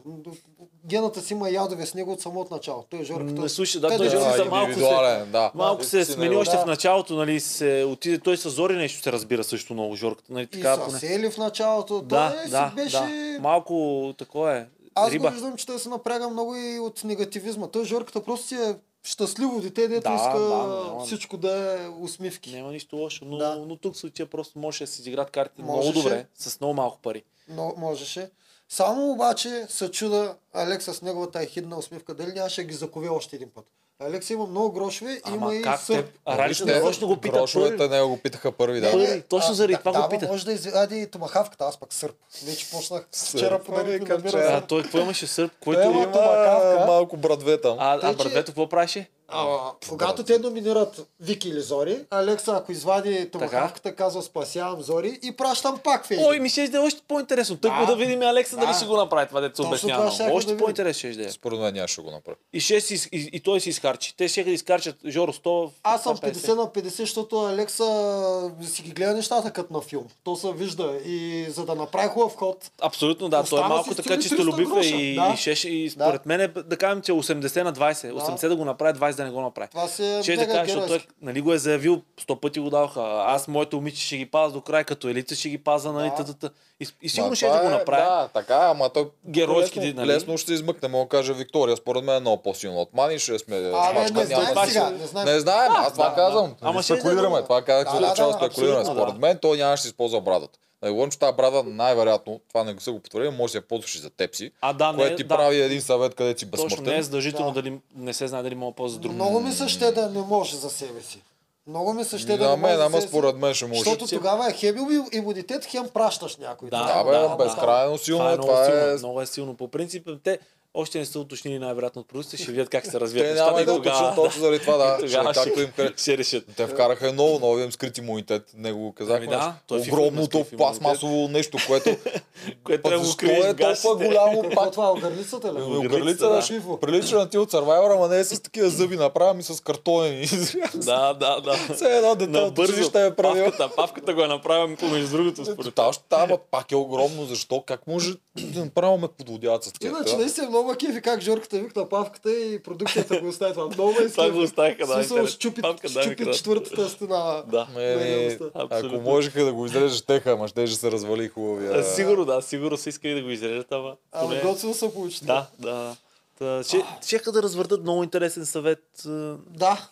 S2: Гената си има ядове с него от самото начало. Той е Жорката...
S3: Не слушай, да,
S2: Те
S3: той е
S2: да,
S3: Жорката
S2: да,
S3: за малко се...
S1: Индивидуален, да.
S3: Малко се
S1: Ти си
S3: смени
S1: него.
S3: още
S2: Да.
S3: в началото, нали, се отиде, той с Зори нещо се разбира също много, Жорката, нали,
S2: И
S3: така
S2: са
S3: поне.
S2: сели в началото.
S3: Да,
S2: той
S3: да,
S2: си беше...
S3: да. Малко такова е.
S2: Аз
S3: Риба.
S2: го виждам, че той се напряга много и от негативизма. Той Жорката просто си е щастливо дете, дето
S3: Да,
S2: иска
S3: да, няма.
S2: всичко да е усмивки.
S3: Няма нищо лошо, но,
S2: Да.
S3: но тук случая просто може да се изиграят картите
S2: Можеше.
S3: много добре, с много малко пари.
S2: Но можеше. Само обаче се чуда Алекса с неговата ехидна усмивка. Дали нямаше да ги закове още един път. Алекс има много грошове, има
S3: Ама
S2: и
S3: как
S2: сър.
S3: те? А Ралица
S1: Вижте,
S3: нарочно го пита.
S1: Грошовете не го питаха първи, да.
S3: Първи, точно заради това го
S2: Е, да, ама
S3: пита.
S2: може да извади и томахавката, аз пък сърп. Вече почнах
S1: Сърп.
S2: вчера подарих ми
S1: Викам,
S2: набира
S1: че-
S3: А
S2: сърп.
S3: той какво имаше сърп,
S1: Той
S3: който... е
S2: Ема-
S1: има
S2: тумакавка.
S1: малко брадве там.
S3: А, а
S2: Тъй, че-
S3: братвето какво правеше?
S2: А, когато те номинират Вики или Зори, Алекса, ако извади томахавката, казва спасявам Зори и пращам пак Фейди.
S3: Ой, ми ще е още по-интересно. Тък да. да видим Алекса дали
S2: Да.
S3: ще го направи това, дето се
S2: Точно
S3: обяснява.
S2: това щях да
S3: Още
S2: видим.
S3: по-интересно ще е.
S1: Според мен нямаше да го направи.
S3: И, ще си, и, и, той си изхарчи. Те ще да изхарчат Жоро 100
S2: Аз съм 50 на 50, защото Алекса си ги гледа нещата като на филм. То се вижда. И за да направи хубав ход,
S3: Абсолютно, да. Той е
S2: Остава
S3: малко
S2: си
S3: така
S2: 300
S3: чистолюбив е
S2: гроша.
S3: и,
S2: Да.
S3: и, ще, и според мен е, да кажем, че 80 на 20. 80 да го направи, 20 да не го направи.
S2: това си е
S3: Ще да
S2: мега
S3: кажа, защото
S2: геройски.
S3: той нали, го е заявил, сто пъти го даваха. Аз моето момиче ще ги пазя до край, като елица ще ги пазя, нали,
S2: Да.
S3: тата. И, и сигурно
S1: Ма
S3: ще
S1: това
S3: да го
S1: е,
S3: направи.
S1: Да, така, ама той
S3: Геройски,
S1: лесно,
S3: нали?
S1: лесно ще измъкне, мога да кажа Виктория. Според мен е много по-силна от Мани, ще сме
S2: Абе,
S1: мачка,
S2: не
S1: няма
S2: знаем
S1: да-
S2: сега, не знаем.
S1: Не знаем, аз това
S2: да,
S1: казвам.
S3: да. Ама
S1: Ама
S3: ще
S1: спекулираме,
S2: да-
S1: това казах,
S2: Да,
S1: да,
S2: да,
S1: начало
S2: да,
S1: спекулиране.
S3: абсолютно,
S1: Според
S3: да.
S1: мен той нямаше да използва брадата. Да не говорим, че тази брада най-вероятно, това не го са го потвърдили, може да си я ползваш и за тепси,
S3: А, да, не,
S1: което ти
S3: да,
S1: прави един съвет, къде си
S3: точно не е
S1: безсмъртен.
S3: задължително
S2: Да.
S3: дали не се знае дали мога да ползва друг.
S2: Много ми се ще да не може за себе си. Много ми се ще да
S1: На
S2: не може
S1: мен,
S2: за
S1: ама
S2: себе си.
S1: според мен ще може.
S2: Защото тогава е хем иму- имунитет, хем пращаш някой. е
S1: Да,
S3: Да,
S1: бе,
S3: да,
S1: безкрайно силно
S3: Това е
S1: е,
S3: много
S1: това
S3: силно.
S1: е...
S3: Много е силно. По принцип, те още не са уточнили най-вероятно от продукцията, ще видят как се развият.
S1: Те
S3: нещата
S1: няма
S3: и
S1: и да
S3: тогава-
S1: уточнят точно заради това, да. ще е
S3: Тогава
S1: Както им
S3: ще, ще решат.
S1: Те вкараха едно ново им скрит имунитет. Не го казахме.
S3: Ами да,
S1: Да,
S3: той е в фигурно
S1: огромното
S3: скрит
S1: пластмасово нещо, което пък
S3: Което трябва да го
S1: защо
S3: криеш
S1: е
S3: в гащите.
S1: толкова голямо
S2: Какво
S1: пак.
S2: това е огърлицата ли?
S1: Гърлица да ще прилича на ти от Survivor, ама не е с такива зъби, направя ми с картонени.
S3: Да, да, да.
S1: Все едно дете
S3: На
S1: от училище е правил.
S3: павката, павката го е направил между другото според
S1: Та още там, пак е огромно. Защо? Как може да направо ме подлодяват с тях?
S2: Иначе наистина е много кефи как Жорката викна павката и продукцията го остави това. Много е
S3: Това го оставиха, да.
S2: Смисъл,
S3: интерес.
S2: щупи,
S3: Павка, дай ми
S2: щупи
S3: кръст.
S2: четвъртата стена.
S3: Да.
S1: Ме, не,
S2: Абсолютно.
S1: ако можеха да го изрежеш теха, ама ще се развали хубавия.
S3: А, Е, Сигурно, да, сигурно са искали да го изрежат, ама
S2: Ама
S3: поне...
S2: готино се получи.
S3: Да, да. Та, ще, щеха да развъртат много интересен съвет. е, а,
S2: Да.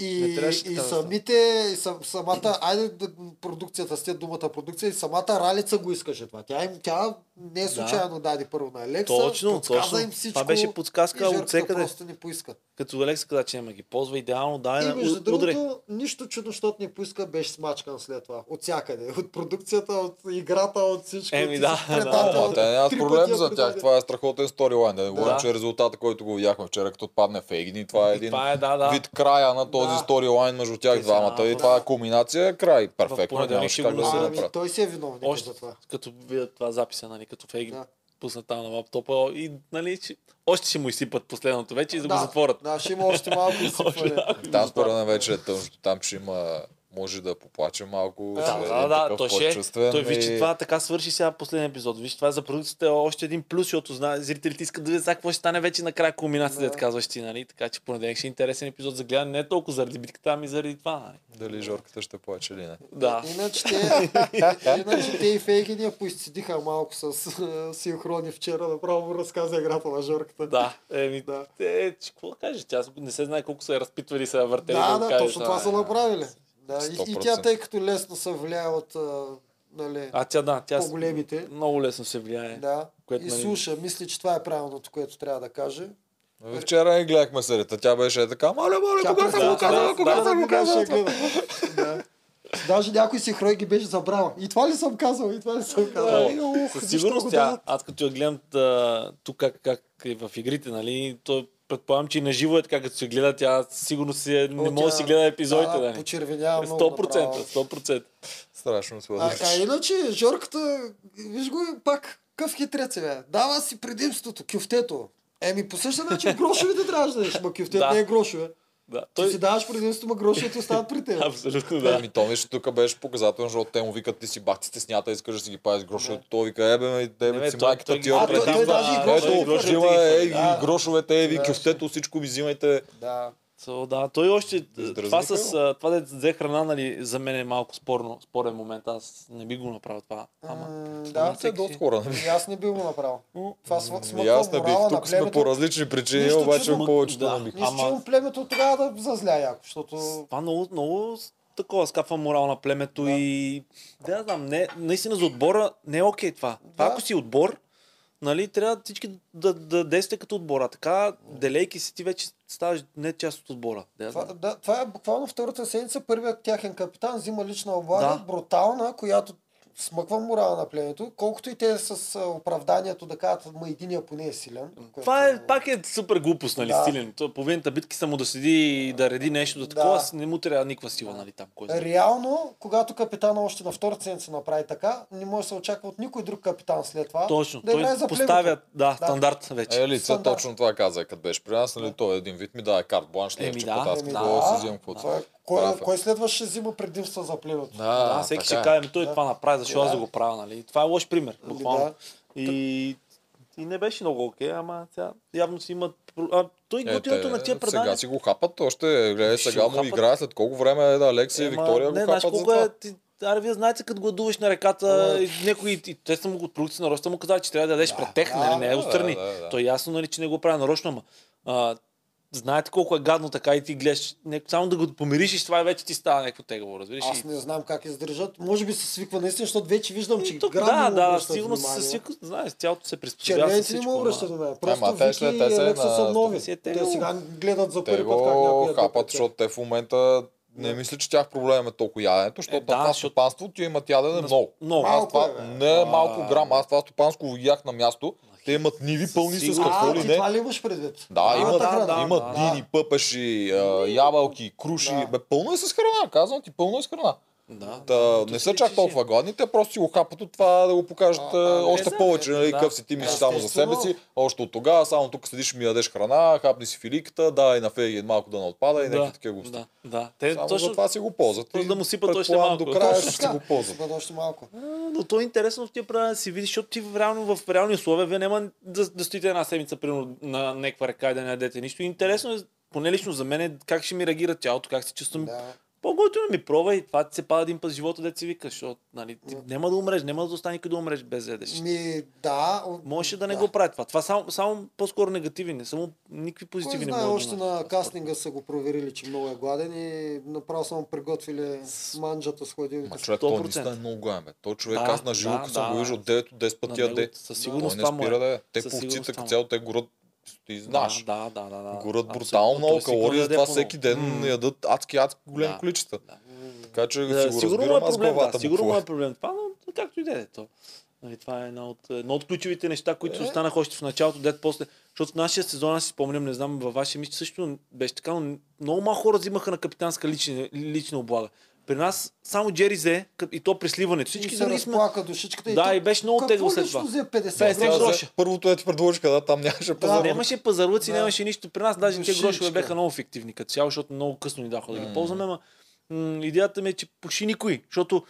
S2: И,
S3: Не трябваше
S2: и
S3: така да
S2: самите, и сам, самата, айде да- продукцията, сте думата продукция, и самата Ралица го искаше това. Тя, им, тя не е случайно даде първо на Алекса,
S3: Точно,
S2: подсказа
S3: точно.
S2: им всичко.
S3: Това беше подсказка
S2: и
S3: от
S2: жертвата
S3: всекъде.
S2: просто не поиска.
S3: Като Алекс каза, че няма ги ползва идеално, дай
S2: И
S3: на
S2: между
S3: у- удре.
S2: другото, нищо чудно, защото не поиска, беше смачкан след това. От всякъде. От продукцията, от играта, от всичко.
S3: Еми
S2: Ти
S3: да,
S2: си
S3: да.
S2: предател,
S1: Ама те нямат
S2: три
S1: проблем
S2: пъти я
S1: за тях.
S2: предаде.
S1: Това е страхотен сторилайн. Да не говорим,
S3: Да.
S1: че е резултата, който го видяхме вчера, като отпадне Фейгни, това е един
S3: Това е, да, да.
S1: вид края на този
S2: Да.
S1: сторилайн между тях
S3: Те са,
S1: двамата. И
S3: да.
S1: това е кулминация, край. Перфектно.
S3: понеделник ще
S1: Нямаше как
S3: го
S1: да се
S3: направят.
S2: Ами,
S1: направи.
S2: той си е виновник
S3: Още
S2: за това.
S3: като видят това записа, нали, като Фейгин
S2: Да.
S3: пусна там на лаптопа и нали, ще, още ще му изсипат последното вече и да, го затворят.
S2: Да, ще има още малко изсипване.
S1: Там според мен вече е тъмно. Там ще има може да поплаче малко.
S2: Да,
S1: ще е
S3: Да, да,
S1: един
S3: да,
S1: такъв
S3: той ще.
S1: по-чувствен
S3: Той виж, че
S1: и-
S3: това така свърши сега последния епизод. Виж, това за продукцията е още един плюс, защото знае, зрителите искат да видят сега какво ще стане вече накрая кулминацията, да. казваш ти, нали? Така че понеделник ще е интересен епизод за гледане, не е толкова заради битката, ами заради това, нали?
S1: Дали Жорката ще плаче или не.
S3: Да.
S2: Иначе те, иначе те и фейки ни я поизцедиха малко с е, синхрони вчера. Направо му разказа играта на Жорката.
S3: Да, еми, да.
S2: Да.
S3: Е, че, какво да кажеш? Тя не се знае колко са я разпитвали и са я въртели.
S2: Да,
S3: го
S2: да,
S3: каже
S2: точно това са направили. Да, и, и тя
S1: 100%.
S2: тъй като лесно се влияе от а, нали,
S3: А тя да, тя с-
S2: по-големите.
S3: много лесно се влияе.
S2: Да.
S3: което
S2: и
S3: нали-
S2: слуша, мисли, че това е правилното, което трябва да каже.
S1: Вчера я гледахме серията. Тя беше е така, моля, моля,
S2: Тя
S1: кога
S2: през-
S1: съм го
S2: да,
S1: казала,
S3: да,
S1: кога
S3: да,
S1: съм
S2: да,
S1: го казала.
S2: да, да. Даже някой си хрой ги беше забрал. И това ли съм казал, и това ли съм казал.
S3: Да,
S2: Ох,
S3: Със
S2: Ами, защо
S3: сигурност
S2: го
S3: тя,
S2: дават?
S3: аз като я гледам та, тук как, как е в игрите, нали, то предполагам, че и на живо е така, като се гледа, тя сигурно си е, не
S2: О,
S3: може да
S2: тя-
S3: си гледа епизодите,
S2: да,
S3: да,
S2: да.
S3: нали?
S2: Почервенява много
S3: 100%,
S2: направо.
S3: 100%.
S1: Страшно сладко.
S2: А,
S3: Значи.
S2: а иначе, Жорката, виж го и пак, къв хитрец е, бе. Дава си предимството, кюфтето. Еми, по същия начин грошовете трябваше да дадеш, ма кюфтето
S3: Да.
S2: не е грошове.
S3: Да,
S2: Ти си
S3: той...
S2: даваш предимство, ма грошовете остават при теб.
S3: Абсолютно,
S1: Да.
S3: да.
S1: Ами то виж, тук беше показателно, защото те му викат, ти си бах, ти стеснята, искаш да си ги пазиш грошовете. Той вика, ебе, ме,
S3: Не,
S1: тебе си
S3: бе, той- той
S1: майката ти
S3: ги
S1: е
S2: А, той-
S1: преди.
S2: той даже и грошовете
S1: Ето,
S2: хвърли.
S1: взима, е, и
S2: Да.
S1: грошовете, е, ви
S2: Да.
S1: кюфтето, всичко ми взимайте.
S2: Да.
S3: So, да, той още... Това,
S1: Издразниха
S3: с,
S1: го.
S3: а, това да взе храна, нали, за мен е малко спорно, спорен момент. Аз не би го направил това. Ама...
S2: М,
S1: Да,
S2: Да,
S1: те доста хора. нали?
S2: И Ами, аз не би го направил. е Това см-
S1: И
S2: смъква
S1: Ами, аз не бих,
S2: морала на
S1: тук сме
S2: племето.
S1: по различни причини,
S2: Нищо
S1: обаче
S2: чудно.
S1: повечето
S3: Да.
S1: не бих.
S2: Мисля,
S3: Ама-
S2: че му племето тогава да зазля яко, защото...
S3: Това много, много с- такова скапва морал на племето да. и да, да знам, не, наистина за отбора не е окей това. Да. това.
S2: Да.
S3: Ако си отбор, нали, трябва всички да, да действате като отбора. Така, делейки си, ти вече ставаш не част от отбора. Да, я
S2: Това,
S3: знам.
S2: да, това е буквално втората седмица. Първият тяхен капитан взима лична облага,
S3: Да.
S2: брутална, която смъквам морала на племето, колкото и те с а, оправданието да кажат, ма единия поне е силен. което
S3: Това е, пак е супер глупост, нали,
S2: Да.
S3: стилен. То, половината битки само да седи и да реди нещо, да
S2: Да.
S3: такова, с- не му трябва никаква сила, нали, там. Кой знае.
S2: Реално, когато капитана още на втората седмица направи така, не може да се очаква от никой друг капитан след това.
S3: Точно,
S2: да
S3: той
S2: играе за
S3: поставя,
S2: племето.
S3: да, стандарт вече.
S1: Е, лица
S2: Стандарт.
S1: точно това каза, като беше при нас, нали, той един вид ми дава карт бланш, не е,
S3: Еми
S1: че
S3: да,
S1: аз
S2: Еми,
S1: като
S2: Ами да.
S1: си взимам каквото.
S2: Това е- Кой,
S1: Прав е.
S2: кой следващ ще взима предимства за племето?
S1: Да,
S3: да, всеки
S1: така
S3: ще
S1: е.
S3: каже, ми той това направи, защо
S2: Да.
S3: аз да го правя, нали? Това е лош пример,
S2: Ами
S3: буквално.
S2: да.
S3: И, и не беше много окей, ама сега явно си имат... про- А, той
S1: Е,
S3: готиното
S1: те
S3: на тия
S1: Сега
S3: предания.
S1: си го хапат, още гледай
S3: Ще
S1: сега
S3: го
S1: му
S3: хапат.
S1: играе след колко време е да Алекси и
S3: Ема,
S1: Виктория
S3: не,
S1: го
S3: знаеш
S1: хапат за
S3: колко
S1: това.
S3: е... Ти, аре, вие знаете, като гладуваш на реката, и някой... И, те са му от продукция на Роста му казали, че трябва да ядеш пред тех, нали? Не е
S1: да,
S3: отстрани.
S1: да, да.
S3: Той ясно, нали, че не го прави нарочно, ама... А, знаете колко е гадно така и ти гледаш. Не, само да го помириш и с това вече ти става някакво тегаво, разбираш?
S2: Аз
S3: И-
S2: не знам как издържат. Може би се свиква наистина, защото вече виждам, че
S3: И Ами тук, да,
S2: грам Значи, не му
S3: да,
S2: обръщат
S3: сигурно се
S2: внимание.
S3: свиква, знаеш, тялото се приспособява с
S2: Червените не
S3: всичко.
S2: му обръщат
S3: ама-
S2: внимание. Просто
S1: Ама те
S2: Вики
S1: след-
S2: и
S1: те са
S2: Алекса
S1: на-
S2: са нови.
S3: Си е
S2: Те
S3: тегло.
S2: сега гледат за
S1: Те
S2: първи път как
S1: го
S2: някой е
S1: хапат, защото те в момента не мисля, че тях проблем е толкова яденето, защото
S3: Е,
S1: е,
S3: да,
S1: на това
S3: защото-
S1: стопанство ти имат ядене много.
S3: Много.
S1: Аз
S2: Малко
S1: това,
S2: е, бе.
S1: не
S3: А.
S1: а... малко грам, аз това стопанско го видях на място. Те имат ниви пълни с
S3: сигурно.
S1: какво
S2: А,
S1: ли
S2: ти
S1: не.
S2: това ли имаш предвид?
S1: Да,
S2: А,
S1: имат,
S2: така,
S1: да,
S3: да,
S1: имат
S3: да.
S1: дини, пъпеши, а, ябълки, круши.
S2: Да.
S1: Бе, пълно е с храна, казвам ти, пълно е с храна.
S3: Да.
S1: Та, не
S3: си
S1: са
S3: личи
S1: чак толкова гладни, те просто си го хапат от това да го покажат а,
S2: а,
S1: още
S3: да,
S1: повече, нали,
S3: да.
S1: къв си ти мислиш
S2: Да,
S1: само за себе
S2: естествено.
S1: си, още от тогава, само тук седиш и ми ядеш храна, хапни си филиката, да, и на феги малко да не отпада и някакви такива глупости. Е,
S3: Да, да. Те
S1: Само
S3: точно
S1: за това си го ползват.
S3: просто
S1: и
S3: да му сипат още
S1: предполагам,
S3: е малко.
S1: До края
S2: Точно
S1: ще си
S2: така.
S1: го ползват.
S2: Бъде още малко.
S3: А, Но то е интересно в тия правила да си видиш, защото ти в реално в реални условия вие няма да, да стоите една седмица примерно, на някаква река и да не ядете нищо. Интересно е, поне лично за мен, е как ще ми реагира тялото, как се чувствам. Да.
S2: Да.
S3: По-готино е ми пробвай, това ти се пада един път в живота, да си викаш, защото нали, ти няма да умреш, няма да остане къде да умреш без да ядеш.
S2: Ми, да. о-
S3: Можеше да не го прави това. Това само, само по-скоро негативи, не само никакви
S2: Кой
S3: позитиви не
S2: знае,
S3: може
S2: още
S3: да има.
S2: на кастинга са го проверили, че много е гладен и направо са му приготвили манджата с хладилника.
S1: Ма човек, той наистина е много голяме. Той човек,
S3: Да,
S1: аз на жилка
S3: да,
S1: съм
S3: да.
S1: го виждал 9 от 10 пъти
S3: него
S1: яде.
S3: със сигурност
S1: той
S3: това
S1: не
S3: му е.
S1: спира да е. Те
S3: Със
S1: пловците
S3: сигурност
S1: като
S3: това му е.
S1: цяло те горят, ти знаеш.
S3: Да, да, да, да. да.
S1: горят
S3: Абсолютно.
S1: брутално много
S3: Той си го
S1: калории,
S3: яде
S1: затова
S3: по-много.
S1: всеки ден
S3: М.
S1: ядат адски, адски големи
S3: Да,
S1: количества.
S3: да.
S1: Така че
S3: Да,
S1: си го
S3: сигурно
S1: разбирам
S3: му е
S1: аз
S3: проблем, да,
S1: главата
S3: сигурно му
S1: му
S3: е проблем това, но както и да е то. Нали, това е една от, едно от ключовите неща, които
S2: Е.
S3: останах още в началото, дед после. Защото в нашия сезон, аз си спомням, не знам, във вашия мисля, също беше така, но много малко хора взимаха на капитанска лична, лична облага. При нас само Джери взе къп- и то при сливането.
S2: Всички
S3: Всички
S2: се
S3: други сме...
S2: разплака душичката.
S3: Да,
S2: то-
S3: и беше много
S2: какво
S3: тегло след
S2: лично
S3: това.
S2: взе 50
S3: Петдесет
S2: гроша?
S3: гроша.
S1: Сега, Първото е ти предложих, да, там нямаше
S3: Да,
S1: пазар.
S3: нямаше пазарлъци,
S2: е Да.
S3: нямаше нищо при нас. Даже те
S2: Душичка.
S3: грошове бяха много фиктивни като цяло, защото много късно ни даха да ги ползваме. Ма, м- идеята ми е, че почти никой, защото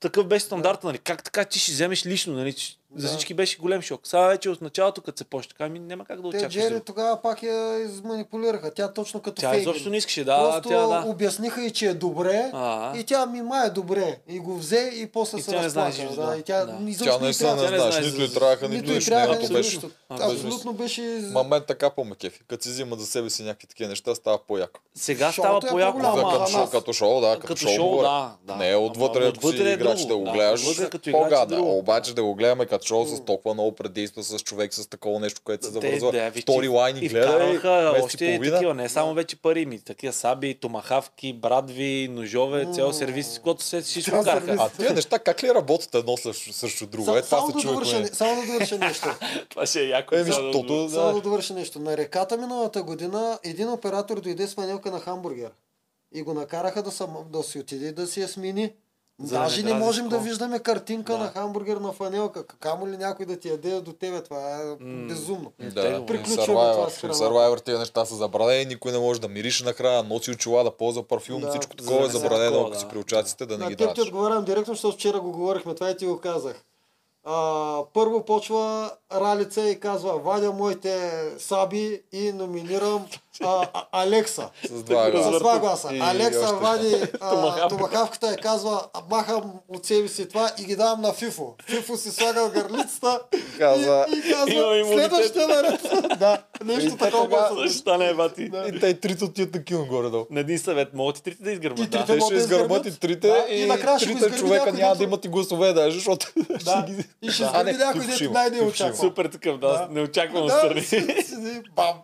S3: такъв беше стандарт, нали? Как така ти ще вземеш лично, нали? Че- За
S2: Да.
S3: всички беше голям шок. Сега вече от началото, като се почне така, ми няма как да
S2: Те
S3: очакваш.
S2: Джери
S3: друго.
S2: тогава пак я изманипулираха. Тя точно като
S3: Тя
S2: Фейгин.
S3: изобщо не искаше, да,
S2: Просто
S3: тя да.
S2: обясниха и, че е добре.
S3: А,
S2: И тя ми май е добре. И го взе и после
S3: И
S2: се
S3: тя не знае
S2: разплака.
S3: нищо, да.
S2: Да. И тя
S3: Да.
S2: изобщо
S1: Тя наистина не
S2: трябва.
S3: не
S1: знаеш,
S3: знае
S1: нито и
S3: за-
S1: трябваха,
S2: Нито
S1: нито
S2: и
S1: нищо.
S2: трябва,
S1: Нейното беше.
S2: абсолютно.
S3: А,
S2: Абсолютно беше...
S1: Ма мен така по-мекефи. Като си взимат за себе си някакви такива неща, става по-яко.
S3: сега
S2: шоуто
S3: става
S2: е
S3: по-яко,
S2: по-голямо,
S1: За
S2: ама
S1: като,
S2: за
S1: шоу,
S2: нас.
S1: като шоу, да, като, шоу, говоря.
S3: да, да.
S1: Не е отвътре,
S3: Ама
S1: ако си
S3: е
S1: играч
S3: друго,
S1: да го
S3: да,
S1: гледаш,
S3: отвътре като играч е
S1: по-гадно. е.
S3: друго.
S1: Обаче да го гледаме като шоу с толкова много предейства, с човек с такова нещо, което се
S3: Те, да,
S1: завързва.
S3: виж,
S1: Втори
S3: ти-
S1: лайн и
S3: и
S1: гледа
S3: вкараха
S1: и месец и
S3: още е
S1: половина.
S3: такива, не само вече пари ми, такива саби, томахавки, брадви, ножове, цял сервис, който се всичко
S2: Цял
S3: караха.
S2: сервис.
S1: А тия неща как ли работят едно срещу, срещу друго?
S2: Са-
S1: Е, това
S2: само,
S1: се
S2: да довърша,
S1: чуваме.
S2: не- само да довърша нещо.
S3: Това ще е яко.
S1: Еми,
S3: да, да,
S1: защото...
S2: Само
S1: да.
S2: да довърша нещо. На реката миналата година един оператор дойде с манелка на хамбургер. И го накараха да, съм, да си отиде и да си я смени.
S3: За да не
S2: Даже не
S3: дразни
S2: можем да
S3: такова.
S2: виждаме картинка
S3: Да.
S2: на хамбургер на фанелка. Камо ли някой да ти яде до тебе? Това е
S3: М.
S2: безумно.
S3: Те
S1: Да,
S3: го-
S2: Приключваме това с
S1: Survivor,
S2: храната.
S1: Survivor тия неща са забранени, никой не може да мирише на храна, носи очила, да ползва парфюм,
S2: Да,
S1: всичко
S3: за
S1: такова
S3: да
S1: е
S3: не се
S1: забранено,
S3: такова,
S1: ако си
S3: да.
S1: при участите да не
S2: На
S1: ги
S2: теб ти
S1: даваш.
S2: отговарям директно, защото вчера го говорихме. Това и ти го казах. А, първо почва Ралица и казва, вадя моите саби и номинирам а, а- Алекса.
S1: С два
S2: С
S1: гласа.
S2: два гласа.
S1: И
S2: Алекса
S1: още.
S2: вади а, томахавката и казва, «А, махам от себе си това и ги давам на Фифо. Фифо си слага гърлицата и,
S1: Каза,
S2: и казва,
S3: «Имам имунитет».
S2: следващия наред. да, нещо такова.
S3: Защо стане еба ти?
S1: И те трите отиват на кино горе-долу.
S3: На един съвет, могат и трите да изгърмат.
S2: И
S3: да.
S2: трите.
S1: Те ще
S2: могат да
S1: изгърмат и
S2: изгърмат.
S1: трите
S2: Да, и
S1: и
S2: накрая ще го
S1: трите
S2: изгърми
S1: човека
S2: някой
S1: няма да
S2: дето-
S1: имат и гласове даже, защото ще ги...
S2: И ще
S1: А, не,
S2: изгърби някой,
S1: Фифо ще
S2: дето
S1: има.
S2: най-не
S1: Фифо ще
S2: очаква.
S3: Супер такъв, да,
S2: Да.
S3: неочаквано
S2: Да,
S3: страни.
S2: седи, бам.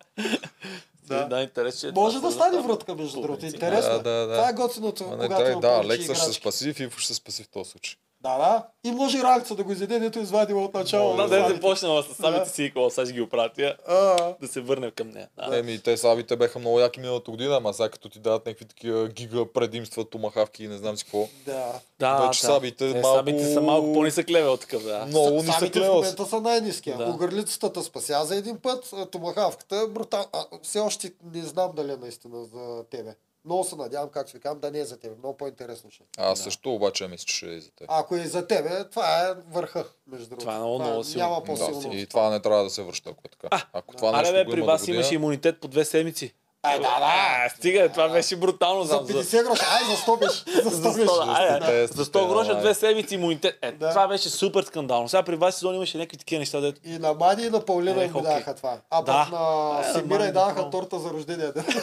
S3: Да, да, интерес, че
S2: Може
S3: Е, това
S2: да
S3: са-
S2: стане врътка, между другото.
S3: Да,
S2: Интересно. е.
S1: да, да.
S2: Това е готиното,
S1: Ма не,
S2: когато
S1: тай-
S2: има
S1: да,
S2: повече
S1: Алекса ще се
S2: играчки.
S1: спаси, Фифо ще се спаси в този случай.
S2: Да, да. И може и Ралица да го изяде, дето извадила от начало.
S3: Една
S2: на
S3: ден е
S2: сабите.
S3: почнала с сабите си и какво, сега ще ги опратя,
S2: А,
S3: да се върнем към нея. Да.
S1: Еми, Е, те сабите беха много яки миналата година, ама сега като ти дадат някакви такива гига предимства, томахавки и не знам си какво.
S2: да.
S3: Да,
S2: Значи
S1: Вече
S3: да.
S1: сабите
S3: Е,
S1: малко-
S3: Сабите са малко по-нисък левел такъв, да.
S1: Много ни се
S2: Самите в
S1: клева.
S2: момента са най-низкия.
S3: Да.
S2: Да. Огърлицата спася за един път, а томахавката е брутал. А, все още не знам дали е наистина за тебе. Много се надявам, както ви казвам, да не е за тебе. Много по-интересно ще. е.
S1: Аз също обаче мисля, че ще е за те.
S2: А Ако е за тебе, това е върха, между другото.
S3: Това е много, много силно.
S2: Няма
S1: Да,
S2: по-силно.
S1: и това не трябва да се връща, ако е така. ако това
S3: Аре
S1: нещо
S3: бе,
S1: го
S3: при
S1: има до
S3: вас
S1: година,
S3: имаше имунитет по две седмици.
S2: Е, да, да.
S3: А, стига, това беше брутално
S2: За
S3: за... за-
S2: 50 гроша. Ай, за 100 беше. За 100
S3: за 100,
S2: беше.
S3: да, ай,
S1: Те
S3: да.
S1: са
S3: За 100 гроша
S1: най-
S3: две седмици имунитет. Е,
S2: Да.
S3: това беше супер скандално. Сега при вас сезон имаше някакви такива неща, дето
S2: И на Мани и на Паулина
S3: Е,
S2: им
S3: хокей.
S2: даваха това. А
S3: Да.
S2: пък на
S3: Е,
S2: Семира
S3: Мани
S2: и даваха
S3: направо.
S2: торта за рождения ден.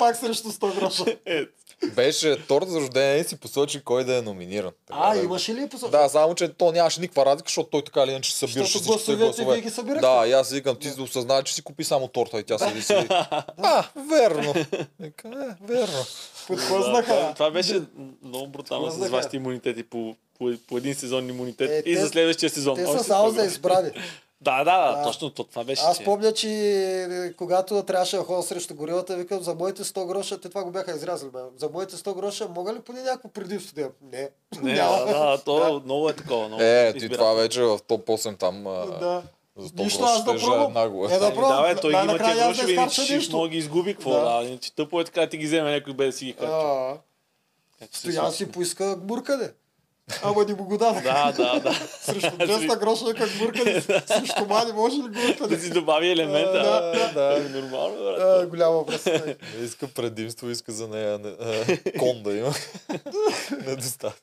S2: Пак срещу 100 гроша.
S1: Беше торт за рождение и си посочи кой да е номиниран. Така
S2: А,
S1: да е.
S2: имаше ли посочка?
S1: Да, само че то нямаше никаква разлика, защото той така или иначе се събираше
S2: Защото
S1: всичките
S2: гласовете
S1: гласове.
S2: вие ги събирахте.
S1: да, и аз си викам, ти да. осъзна, че си купи само торта и тя седи си. а, верно. Вика, е, верно.
S3: това,
S2: Подхлъзнаха.
S3: това беше много брутално с
S2: Лъзнаха.
S3: вашите имунитети по, по, по един сезон имунитет
S2: Е,
S3: и
S2: те-
S3: за следващия сезон.
S2: Те
S3: Още
S2: са
S3: с
S2: само
S3: това
S2: за
S3: го-
S2: избрани.
S3: Да, да, да,
S2: Да.
S3: точно то- това беше.
S2: Аз
S3: че-
S2: помня, че е, когато трябваше да ходя срещу горилата, викам, за моите 100 гроша, те това го бяха изрязали, бе. за моите 100 гроша, мога ли поне някакво предимство да имам? Не,
S3: Не,
S2: няма.
S3: да, да, то много е такова. Много
S1: Е, ти
S3: избирателно.
S1: това вече в топ 8 там. а,
S2: Да.
S1: За 100
S2: Нищо,
S1: гроша
S2: аз да
S1: ще
S2: пробвам.
S1: една гола.
S2: Е, да
S3: Еми, да, бе,
S2: пробвам.
S3: той ги има
S2: Най-накрая
S3: тия
S2: аз да
S3: грошове,
S2: изхарча
S3: иначе
S2: нещо.
S3: много ги изгуби, какво
S2: Да.
S3: да. Иначе тъпо е така, да ти ги вземе някой без да си ги харчи.
S2: А,
S3: Как се
S2: Стоян
S3: случва?
S2: си поиска гмуркане. Ама ни му го даде.
S3: Да, да, да.
S2: Срещу 200 гроша как гмуркане. Срещу мани може ли
S3: Да
S2: гмуркане?
S3: си добави елемента.
S2: Да,
S3: да. Нормално, брат.
S2: А, Голяма въпроса.
S1: Иска предимство, иска за нея не, а, кон да има. Недостатък.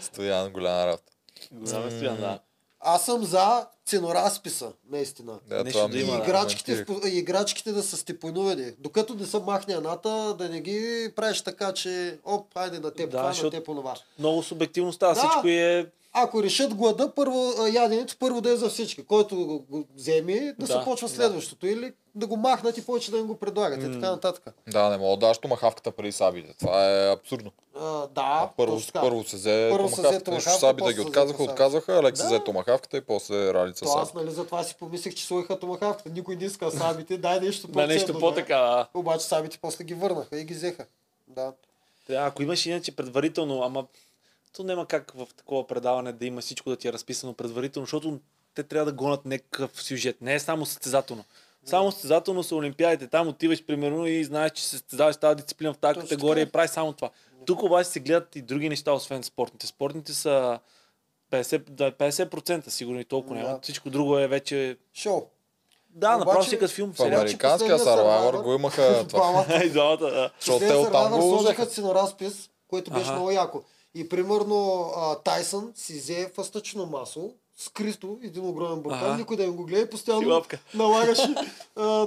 S1: Стоян, голяма работа.
S3: Голям е стоян, да.
S2: Аз съм за ценоразписа, наистина.
S1: Да,
S3: Нещо да
S1: Е, ми
S3: има,
S2: И
S3: да.
S2: играчките,
S1: коментирах.
S2: в, и играчките да са степенувани. Докато не са махне едната, да не ги правиш така, че оп, хайде на теб
S3: Да,
S2: да, това,
S3: защото-
S2: на теб онова.
S3: Много субективно става.
S2: Да.
S3: Всичко е...
S2: Ако решат глада, първо а, яденето, първо да е за всички. Който го, го вземе, да,
S3: Да,
S2: започва
S3: да.
S2: следващото. Или да го махнат и повече да им го предлагат. И
S3: М.
S2: така нататък.
S1: Да, не мога да даш томахавката преди сабите. Това е абсурдно.
S2: А, да,
S1: първо,
S2: точно така.
S1: първо се взе
S2: Първо се взе
S1: томахавката,
S2: томахавка,
S1: нещо саби да
S2: после
S1: ги
S2: се взе
S1: отказаха,
S2: саби.
S1: отказаха, Алекс
S2: Да.
S1: взе томахавката и после ралица
S2: То аз
S1: саби.
S2: нали за това си помислих, че слоиха томахавката. Никой не иска сабите, дай нещо по
S3: На нещо по-така. да.
S2: Обаче сабите после ги върнаха и ги взеха. Да.
S3: Трябва, ако имаш иначе предварително, ама то няма как в такова предаване да има всичко да ти е разписано предварително, защото те трябва да гонят някакъв сюжет. Не е само състезателно. Само състезателно са олимпиадите. Там отиваш примерно и знаеш, че се състезаваш в тази дисциплина в тази
S2: Точно
S3: категория
S2: така.
S3: и правиш само това. Тук обаче се гледат и други неща, освен спортните. Спортните са 50%, да, 50% сигурно и толкова няма.
S2: Да.
S3: Всичко друго е вече...
S2: Шоу.
S3: Да,
S2: Обаче-
S3: направо си като филм.
S1: В
S3: сериал.
S2: Америка.
S1: американския
S2: последния
S1: Survivor
S2: Survivor
S1: го имаха това.
S2: Двамата.
S3: И двамата, да.
S1: Защото те
S2: Последния
S1: оттам
S2: Survivor
S1: го
S2: сложиха
S1: взеха.
S2: си на разпис, който беше
S3: Аха.
S2: много яко. И примерно а, Тайсън си взе фъстъчно масло, скрито, един огромен
S3: Аха.
S2: буркан, никой да им го гледа и постоянно
S3: Силапка.
S2: налагаше а,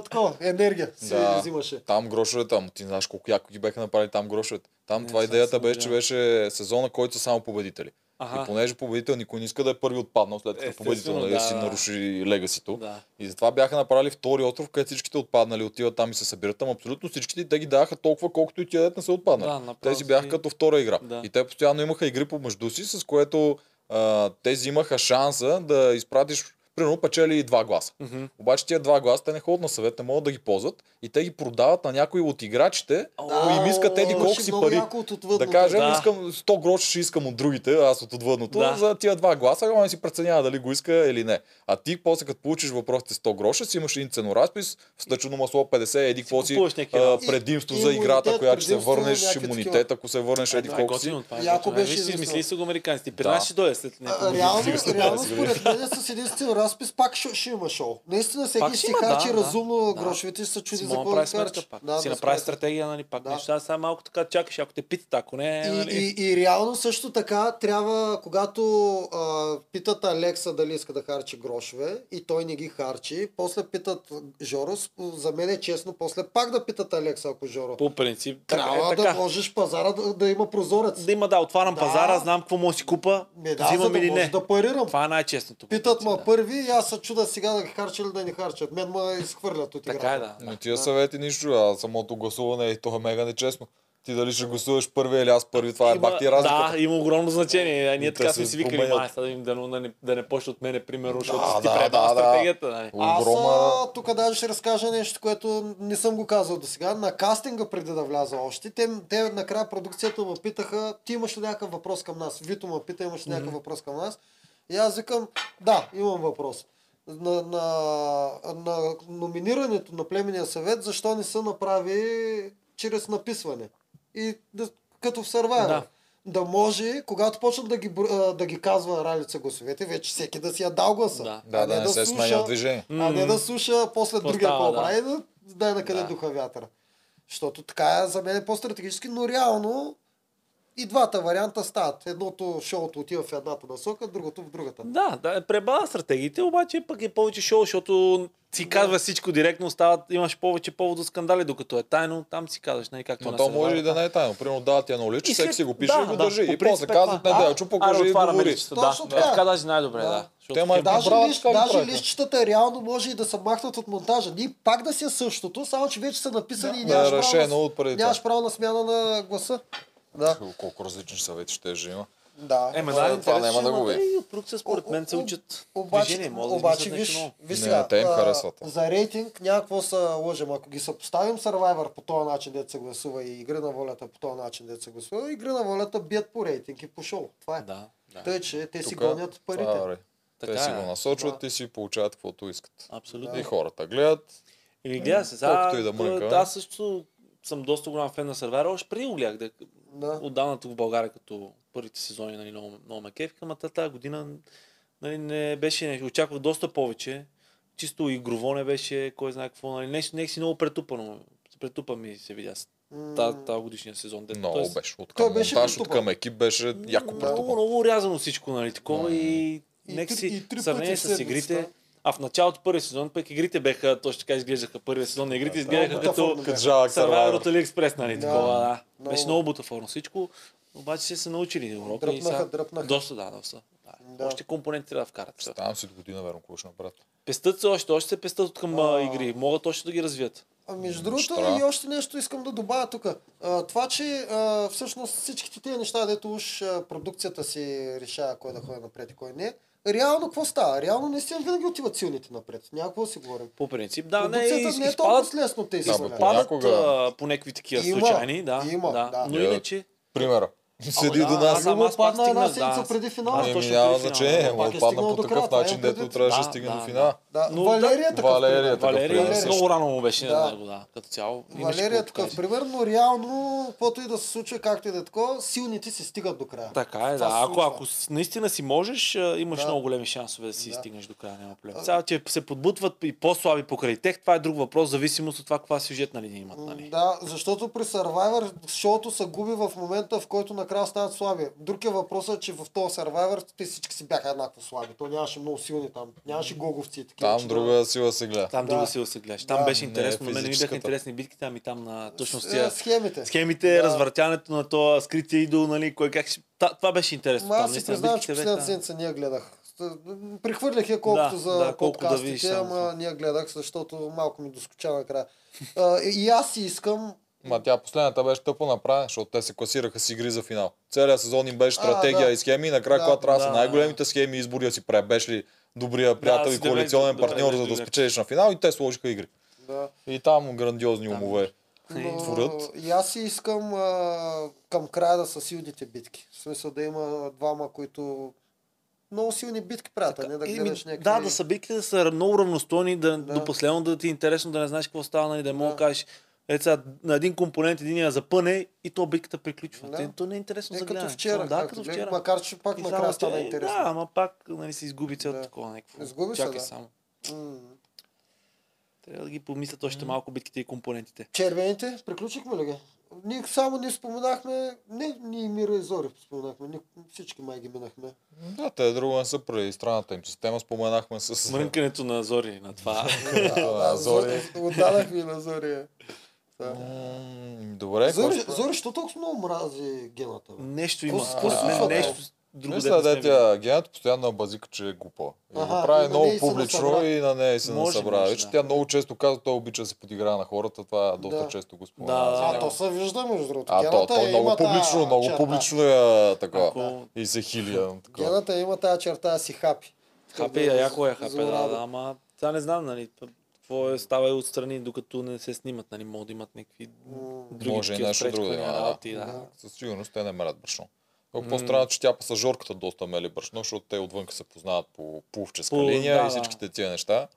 S2: такова, енергия си
S1: Да.
S2: взимаше.
S1: Там грошовете, ама ти знаеш колко яко ги бяха направили там грошовете. Там
S3: Не,
S1: това
S3: сега
S1: идеята
S3: съм
S1: беше, че
S3: гледал.
S1: беше сезона, който са само победители. И
S3: Аха.
S1: понеже победител никой не иска да е първи отпаднал, след като
S3: Естествено,
S1: победител нали,
S3: да,
S1: си
S3: да.
S1: наруши легасито.
S3: Да.
S1: И затова бяха направили втори остров, където всичките отпаднали отиват там и се събират. Там абсолютно всичките и те ги даваха толкова, колкото и тия дет не са
S3: Да,
S1: отпаднали.
S3: направо
S1: те си бяха
S3: си-
S1: като втора игра.
S3: Да.
S1: И те постоянно имаха игри помежду си, с което а, те имаха шанса да изпратиш, примерно, печели и два гласа.
S3: Мгм.
S1: Обаче тия два гласа те не ходят на съвет, не могат да ги ползват и те ги продават на някои от играчите, които им искат еди
S2: Имаше
S1: колко си
S2: много
S1: пари.
S2: Яко от отвъдното.
S1: Да кажем,
S3: Да.
S1: искам 100 гроша ще искам от другите, аз от отвъдното,
S3: Да.
S1: за тия два гласа, он си преценява дали го иска или не. А ти после като получиш въпросите 100 гроша, си имаш един ценоразпис, стъчено масло 50, еди какво си
S3: купуваш някакви
S1: а,
S3: работи.
S1: предимство
S2: И-
S1: за играта,
S2: имунитет,
S1: която ще се
S2: предимство,
S1: върнеш,
S2: някакви
S1: имунитет,
S2: такива.
S1: ако се върнеш, еди
S3: Това е
S1: колко си.
S3: готино, това е
S2: Яко
S3: готино.
S2: беше
S3: Виж си,
S2: измислено.
S3: мислили са го американците. При нас
S1: Да.
S3: ще дойде след няколко
S2: А,
S3: години.
S2: Реално,
S1: години, след
S2: реално
S1: 20 години.
S2: според мен с един стил разпис пак ще, ще има шоу. Наистина
S3: Пак
S2: всеки
S3: ще
S2: ще си
S3: има,
S2: харчи
S3: да, да.
S2: разумно
S3: Да.
S2: грошовете и ще се чуди
S3: си
S2: за
S3: мога
S2: какво
S3: да
S2: да
S3: прави сметка
S2: харчи.
S3: пак. Да, си направи стратегия, нали, пак
S2: Да.
S3: неща, сега малко така чакаш, ако те питат, ако не,
S2: И,
S3: нали.
S2: и, и реално също така трябва, когато а, питат Алекса дали иска да харчи грошове и той не ги харчи, после питат Жоро, с- за мен е честно, после пак да питат Алекса, ако Жоро.
S3: По принцип,
S2: Трябва
S3: така, е,
S2: да
S3: така.
S2: можеш пазара да, да има прозорец.
S3: Да има, да, отварям
S2: Да.
S3: пазара, знам какво мога да си купа,
S2: Не, да, за
S3: взимам
S2: да
S3: или
S2: може
S3: не.
S2: да парирам.
S3: Това е най-честното. по
S2: Питат
S3: принцип,
S2: ма
S3: да.
S2: първи и аз се чуда сега да ги харча или да не харчат. Мен ма изхвърлят от играта.
S1: Ами,
S3: Така е, да.
S1: Но тия съвети нищо, а самото гласуване и то е мега нечестно. Ти дали ще гласуваш първи или аз първи, това е бак ти разликата.
S3: Да, има огромно значение. А ние
S1: Те
S3: така
S1: се
S3: сме си викали,
S1: променят.
S3: май, сега да, им- да, да, не, да не почне от мене, примерно, защото
S1: Да,
S3: си ти
S1: да,
S3: да,
S1: да, да.
S3: стратегията. нали.
S2: Аз
S1: Огромна...
S2: а, тук даже ще разкажа нещо, което не съм го казал до сега. На кастинга преди да вляза още, те, те накрая продукцията ме питаха, ти имаш ли някакъв въпрос към нас? Вито ме пита, имаш ли някакъв въпрос към нас? И аз викам, да, имам въпрос. На, на, на номинирането на племенния съвет, защо не се направи чрез написване? И да, като в Survivor.
S3: Да.
S2: Да. да може, когато почнат да ги, бр- а, да ги казва Ралица гласовете, вече всеки да си я дал гласа.
S3: Да.
S1: Да, да, не се сменя движение.
S2: А не да слуша после
S3: Какво
S2: другия
S3: става,
S2: какво
S3: да.
S2: прави, да знае на къде
S3: Да.
S2: духа вятъра. Защото така е, за мен е по-стратегически, но реално и двата варианта стават. Едното шоуто отива в едната насока, другото в другата.
S3: Да, да, пребава стратегиите, обаче пък е повече шоу, защото си казва всичко директно, остават, имаш повече повод за скандали, докато е тайно, там си казваш, не както
S1: Но
S3: на
S1: то може и
S3: Survivor.
S1: да не е тайно. Примерно дават ти едно личе,
S3: И след-
S1: всеки си го пише и го държи.
S3: по
S1: И
S3: принцип
S1: после
S3: е
S1: казват, не,
S3: това.
S1: Делчо, покажи
S3: Аре,
S1: и
S3: отваряме
S1: говори.
S3: листчето,
S2: Точно
S3: да. Е,
S2: така.
S3: така даже най-добре, да.
S2: Да.
S3: Защото
S1: Те, ма,
S3: хем-
S1: да,
S2: Даже,
S1: правят
S2: лиш,
S1: така го
S2: даже
S1: правиха.
S2: лищата реално може и да се махнат от монтажа. Ние пак да си е същото, само че вече са написани и
S1: Да,
S2: нямаш,
S1: решено
S2: право,
S1: от преди
S2: на,
S1: това.
S2: нямаш право на смяна на гласа. Да.
S1: Колко различни съвети ще е, ще има.
S2: да.
S3: Е, ме,
S1: Това-
S3: да,
S1: това
S3: интерес
S1: няма
S3: ще
S1: да го
S3: има,
S1: ви.
S3: да, и от продукция според
S2: О,
S3: мен се
S2: о,
S3: учат
S2: Обаче,
S3: движение, може да
S2: обаче
S3: измислят нещо
S2: виж,
S3: ново.
S2: виж
S1: Не,
S2: сега,
S1: те им
S2: а,
S1: харесват.
S2: за рейтинг някакво са лъжем. Ако ги съпоставим Survivor по този начин, дето се гласува и Игри на волята по този начин, дето се гласува, Игри на волята бият по рейтинг и по шоу. Това е.
S3: Да, да.
S2: Тъй, че те си
S1: Тука,
S2: гонят парите.
S1: това е добре. Те
S3: Така
S1: си
S3: е.
S1: го насочват
S2: Да.
S1: и си получават каквото искат.
S3: Абсолютно.
S1: И хората гледат.
S3: Еми, гледа се.
S1: Колкото и
S3: Сега,
S1: да мрънка.
S3: да, аз също съм доста голям фен на Сървайра. Още преди го гледах. Да,
S2: Да.
S3: отдавна тук в България, като първите сезони, нали, много, много ме кефиха, ма та- тази година нали, не беше, не, очаквах доста повече. Чисто игрово не беше, кой знае какво. Нали. Нещо, не си много претупано. Претупа ми се видя с
S2: М,
S3: тази, тази годишния сезон. дето-
S1: Много
S3: тоест,
S1: беше. От
S2: Той
S1: към
S2: беше
S1: монтаж, от
S2: претупан.
S1: към екип беше яко
S3: много,
S1: претупан.
S3: много рязано всичко, нали, такова
S1: М.
S3: и,
S2: И
S3: нека
S2: три-
S3: си
S2: и три
S3: в сравнение
S2: пъти в
S3: с игрите.
S2: седмицата.
S3: А в началото първи сезон, пък игрите беха, точно така изглеждаха първия сезон на игрите, изглеждаха
S2: да.
S3: като,
S2: Бутафорно
S1: Като жалък
S3: Survivor
S1: сървайвер.
S3: от AliExpress, нали,
S2: Да.
S3: такова, да.
S2: Много.
S3: Беше много бутафорно всичко, обаче се са научили урока и
S2: Дръпнаха,
S3: сега...
S2: дръпнаха.
S3: Доста, да, доста. Да.
S2: Да.
S3: Още компоненти трябва да вкарат. все.
S1: Ставам си до година, верно, какво ще направят.
S3: Пестат се още, още се пестат от към а,
S2: А.
S3: игри. Могат още да ги развият.
S2: А между другото,
S1: Штраф.
S2: и още нещо искам да добавя тук. Това, че а, всъщност всичките тези неща, дето уж а, продукцията си решава кой да ходи напред и кой не, реално какво става? Реално наистина винаги отиват силните напред. Някакво си говорим.
S3: По принцип, да, не, и,
S2: Продукцията
S3: и
S2: не е толкова
S3: спадат,
S2: лесно те
S1: Да, бе,
S2: изпълняват.
S1: по-
S3: падат
S1: Понякога.
S3: а, по някакви такива
S2: Има,
S3: случайни, да,
S2: има,
S3: да.
S2: да.
S3: Но
S1: Я-
S3: иначе,
S1: Примера. Седи
S3: да,
S1: до нас.
S3: аз съм-
S2: Само
S3: пак
S2: падна една
S3: стигнах, да.
S2: седмица преди финала.
S3: Аз
S1: Ами
S3: точно
S1: няма
S3: преди финала,
S1: значение,
S3: да.
S1: но
S2: Пак е
S1: падна
S2: стигнал
S1: по
S2: до
S1: такъв
S2: края,
S1: начин,
S2: това е
S1: дето
S2: предвид.
S1: трябваше
S3: Да,
S1: да стигне
S3: да,
S1: до
S3: да.
S1: финала.
S2: Да,
S3: Но
S2: Валерия
S3: да,
S2: е такъв
S1: Валерия
S2: пример.
S1: така
S3: Валерия
S1: пример.
S3: много рано му беше
S2: Да.
S3: на него, да, като цяло. имаше
S2: Валерия
S3: какво
S2: е
S3: да
S2: такъв
S3: каже.
S2: пример, но реално, каквото и да се случва, както и да е такова, силните си стигат до края.
S3: Така е,
S2: Това
S3: да.
S2: се
S3: Ако,
S2: случва.
S3: ако с- наистина си можеш, а, имаш да.
S2: Да.
S3: много големи шансове да си да.
S2: Да.
S3: стигнеш до края, няма проблем.
S2: А-
S3: Сега, че се подбутват и по-слаби покрай тях, това е друг въпрос, в зависимост от това каква сюжетна линия имат. Нали?
S2: Да, защото при Survivor шоуто се губи в момента, в който накрая стават слаби. Друг е въпросът, че в този Survivor те всички си бяха еднакво слаби. То нямаше много силни там. Нямаше гоговци. и Такива,
S1: Там
S2: че-
S1: друга сила се гледа.
S3: Там
S2: Да.
S3: друга сила се гледаш. Там
S2: Да,
S3: беше
S1: не е
S3: интересно, на мен не ми бяха
S1: физическата.
S3: интересни битките, ами там на точно с
S2: С-
S3: тия
S2: е, Схемите.
S3: схемите,
S2: Да.
S3: развъртянето на този скрития идол, нали, кой как ще... Та, това беше интересно.
S2: Ма,
S3: там,
S2: аз си
S3: наистина,
S2: признавам, че
S3: битките
S2: последната
S3: бяха-
S2: седмица ние гледах. Прехвърлях я колкото
S3: Да,
S2: за
S3: да, колко да видиш
S2: подкастите,
S3: само това.
S2: ама ние гледах, защото малко ми доскоча накрая. А, и аз си искам
S1: Ма тя последната беше тъпо направена, защото те се класираха с игри за финал. Целият сезон им беше
S2: А,
S1: стратегия
S2: да.
S1: и схеми, и накрая,
S2: Да,
S1: когато трябва да са
S3: да.
S1: най-големите схеми, избори да си прави. Беше ли добрия приятел
S3: си
S1: и
S3: добре,
S1: коалиционен
S3: добре,
S1: партньор, за да
S3: добре.
S1: спечелиш на финал, и те сложиха игри.
S2: да,
S1: И там грандиозни
S3: Там.
S1: умове.
S3: Е,
S2: Но,
S1: творят.
S2: И аз си искам а, към края да са силните битки. В смисъл да има двама, които много силни битки правят, а не да
S3: Еми,
S2: гледаш някакви...
S3: Е, Да, да са биките да са много равностойни, да,
S2: Да.
S3: до последно да ти е интересно, да не знаеш какво става, нали, да мога да
S2: Да.
S3: кажеш, е, сега, на един компонент един я запъне и то битката приключва.
S2: Да.
S3: Да. То не е интересно
S2: Е,
S3: за
S2: като
S3: гледане.
S2: вчера,
S3: да,
S2: както
S3: като
S2: гледах,
S3: вчера.
S2: макар че пак
S3: И е,
S2: накрая
S3: само
S2: стана
S3: ще-
S2: интересно.
S3: Да, ама пак нали, се изгуби цялото
S2: Да.
S3: такова някакво.
S2: Изгуби се,
S3: Чакай
S2: да.
S3: само.
S2: М.
S3: Трябва да ги помислят още малко битките и компонентите.
S2: Червените, приключихме ли ги? Ние само не споменахме, не, ние и Мира и Зори споменахме, ни, всички май ги минахме.
S1: Да, те друго не са преди страната им система. Споменахме с...
S3: Мрънкането на Зори на това.
S2: Да,
S1: да, Зори.
S2: Отдадахме и на Зори. Да.
S1: М, Добре,
S2: Зори,
S1: Е, какво ще-
S2: Зори, що толкова много мрази гената? бе?
S3: Нещо има.
S2: Какво се
S3: Според мен
S2: случва,
S3: нещо. друго
S1: Мисля,
S3: дете
S1: да
S3: не сме
S1: тя генът постоянно е базика, че е глупа. И го
S2: Аха,
S1: прави
S2: и на
S1: много
S2: нея и се
S1: публично
S2: насъбра.
S1: и на нея и се
S3: Може,
S1: насъбра.
S3: може,
S1: Вече
S3: да.
S1: тя много често казва, той обича да се подигра на хората. Това доста
S2: Да.
S1: често го
S3: Да,
S1: спомена.
S3: да,
S1: за
S2: А,
S1: него.
S2: то се вижда, между другото.
S1: А то,
S2: Гената
S1: то
S2: е,
S1: много
S2: има тая
S1: публично, много
S2: черта.
S1: публично е така.
S3: Ако-
S1: И се хили. а, така.
S2: Гената има тази черта да си хапи.
S3: Хапе,
S2: Да,
S3: а яко е
S2: за-
S3: хапе,
S2: за
S3: да,
S2: работа.
S3: да, ама сега не знам, нали, п- какво е, става и отстрани, докато не се снимат, нали, могат да имат някакви други
S1: Може и
S3: такива
S1: нещо друго да
S3: спречкания
S1: има, да.
S3: работи, да.
S2: Да.
S1: Със сигурност те не мерят брашно. Колко
S3: М.
S1: по-странно, че тя па с жорката доста мели брашно, защото те отвънка се познават по пувческа
S3: По-
S1: линия
S3: да,
S1: и
S3: да.
S1: всичките тия неща.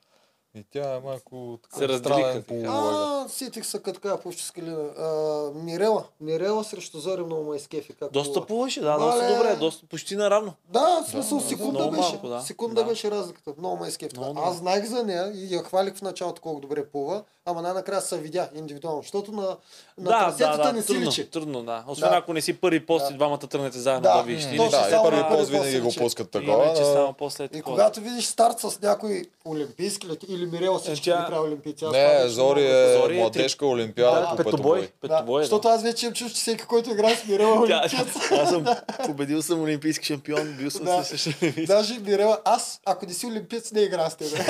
S1: И тя е малко така
S3: Се разделиха
S1: странен
S3: така.
S1: полулойдър.
S2: А, сетих се като така пушческа лина. А, Мирела. Мирела срещу Зори много ме изкефи. Как
S3: Доста
S2: плува.
S3: плуваше, да, доста
S2: Мале.
S3: добре, доста почти наравно.
S2: Да, в смисъл
S3: Да,
S2: секунда
S3: много
S2: беше.
S3: малко, да.
S2: Секунда
S3: Да.
S2: беше разликата. Много ме изкефи.
S3: Много, много.
S2: Аз знаех за нея и я хвалих в началото колко добре плува, ама най-накрая се видя индивидуално, защото на, на
S3: да, да,
S2: трасетата
S3: да,
S2: не си
S3: трудно,
S2: личи.
S3: трудно, да. Освен
S2: Да.
S3: ако не си първи пост и
S2: Да.
S3: двамата тръгнете заедно
S2: Да,
S3: да видиш.
S2: м,
S3: Иначе
S2: точно,
S1: Да,
S3: само-
S1: и
S2: само
S1: първи
S2: на
S1: пост
S2: първи
S1: винаги го
S2: пост
S1: пускат такова.
S3: Иначе
S1: но-
S3: само после е
S2: И
S3: такова.
S2: когато видиш старт с някой олимпийски лет или Мирела всички
S3: Тя-
S2: ги прави олимпийци. аз това
S1: Не,
S2: нещо
S1: Зори
S2: много-
S1: е
S3: Зори е
S1: младежка
S3: Да,
S1: олимпиада по
S3: петобой.
S1: петобой.
S3: Петобой, да.
S2: Защото аз вече им чуш, че всеки, който играе с Мирела, е
S3: Тя-
S2: олимпиец.
S3: Аз съм победил съм олимпийски шампион, бил съм
S2: Да.
S3: си също олимпийски.
S2: Даже Мирела, аз, ако не си олимпиец, не игра с тебе.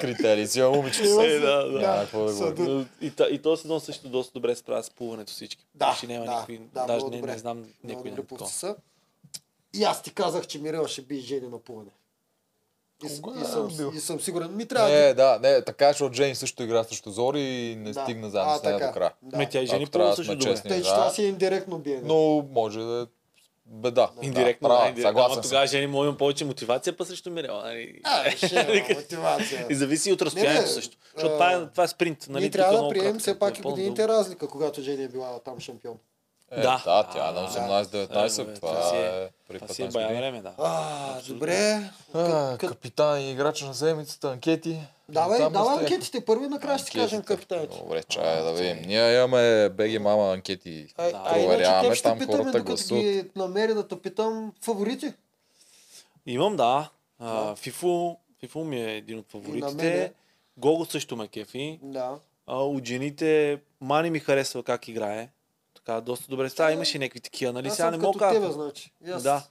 S1: Критерии си, а момичето са.
S3: Е, да, да.
S1: Няма какво да
S2: Са
S1: говорим.
S2: ду-
S3: Но И, та, и то се едно също доста добре се справя с плуването всички.
S2: Да,
S3: Значи няма
S2: да,
S3: никакви,
S2: да,
S3: даже
S2: много
S3: не,
S2: добре.
S3: не знам
S2: Много
S3: някой
S2: добре
S3: на
S2: пусти
S3: такова.
S2: са. И аз ти казах, че Мирела ще би Жени на плуване. И, с-
S1: Кога
S2: и, съм,
S1: е бил?
S2: и съм сигурен. Ми трябва да...
S1: Не, Е, да, не, така, защото Джейн също игра срещу Зори и не
S2: да.
S1: стигна заедно
S2: А,
S1: с нея
S2: така.
S1: до края.
S2: Да.
S3: Ме тя и жени
S1: Ако трябва
S3: плува
S1: да
S3: също
S1: сме
S3: добре.
S1: честни.
S2: Тъй, че
S1: да.
S2: това си е индиректно биене.
S1: Но може да е беда.
S3: Индиректно,
S1: да,
S3: да,
S1: права,
S3: индиректно. Ама
S1: съгласен съм.
S3: тогава жени може да има повече мотивация па срещу Мирела. нали?
S2: А, ще е мотивация.
S3: И зависи и от
S2: Не,
S3: разстоянието
S2: не,
S3: също.
S2: а,
S3: Защото това е, това е спринт. Нали?
S2: Ние
S3: Тук
S2: трябва
S3: е
S2: да
S3: много
S2: приемем
S3: кратко,
S2: все
S3: тук е
S2: пак и
S3: по-надолу.
S2: годините разлика, когато Жени е била там шампион.
S1: Е,
S3: Да.
S1: да. да, тя е на
S3: Да.
S1: 18-19,
S3: Да, бе, това
S1: това
S3: си е-
S1: е при
S3: Това си е
S1: 15
S3: бая
S1: години.
S3: време, да.
S2: А,
S3: Абсолютно.
S2: добре.
S1: А, Капитан и играч на седмицата, анкети.
S2: Давай,
S1: Там
S2: давай
S1: оставихме.
S2: анкетите първи, накрая ще ти кажем е
S1: Анкетите.
S2: капитаните.
S1: Добре, чая да видим. Ние имаме БГ Мама анкети.
S2: А, а иначе
S1: Проверяваме,
S2: теб ще
S1: там
S2: те питаме,
S1: хората
S2: докато
S1: гласуват.
S2: ги намери да те питам фаворити.
S3: Имам, да. А,
S2: Да.
S3: Фифо, Фифо ми е един от
S2: И на мен
S3: фаворитите.
S2: е.
S3: Гого също ме кефи.
S2: Да.
S3: А, от жените Мани ми харесва как играе. Така, доста добре става. Имаше някакви такива, нали?
S2: Аз
S3: Сега
S2: съм
S3: не
S2: като
S3: мога да
S2: тебе,
S3: кажа.
S2: значи. И аз-
S3: Да.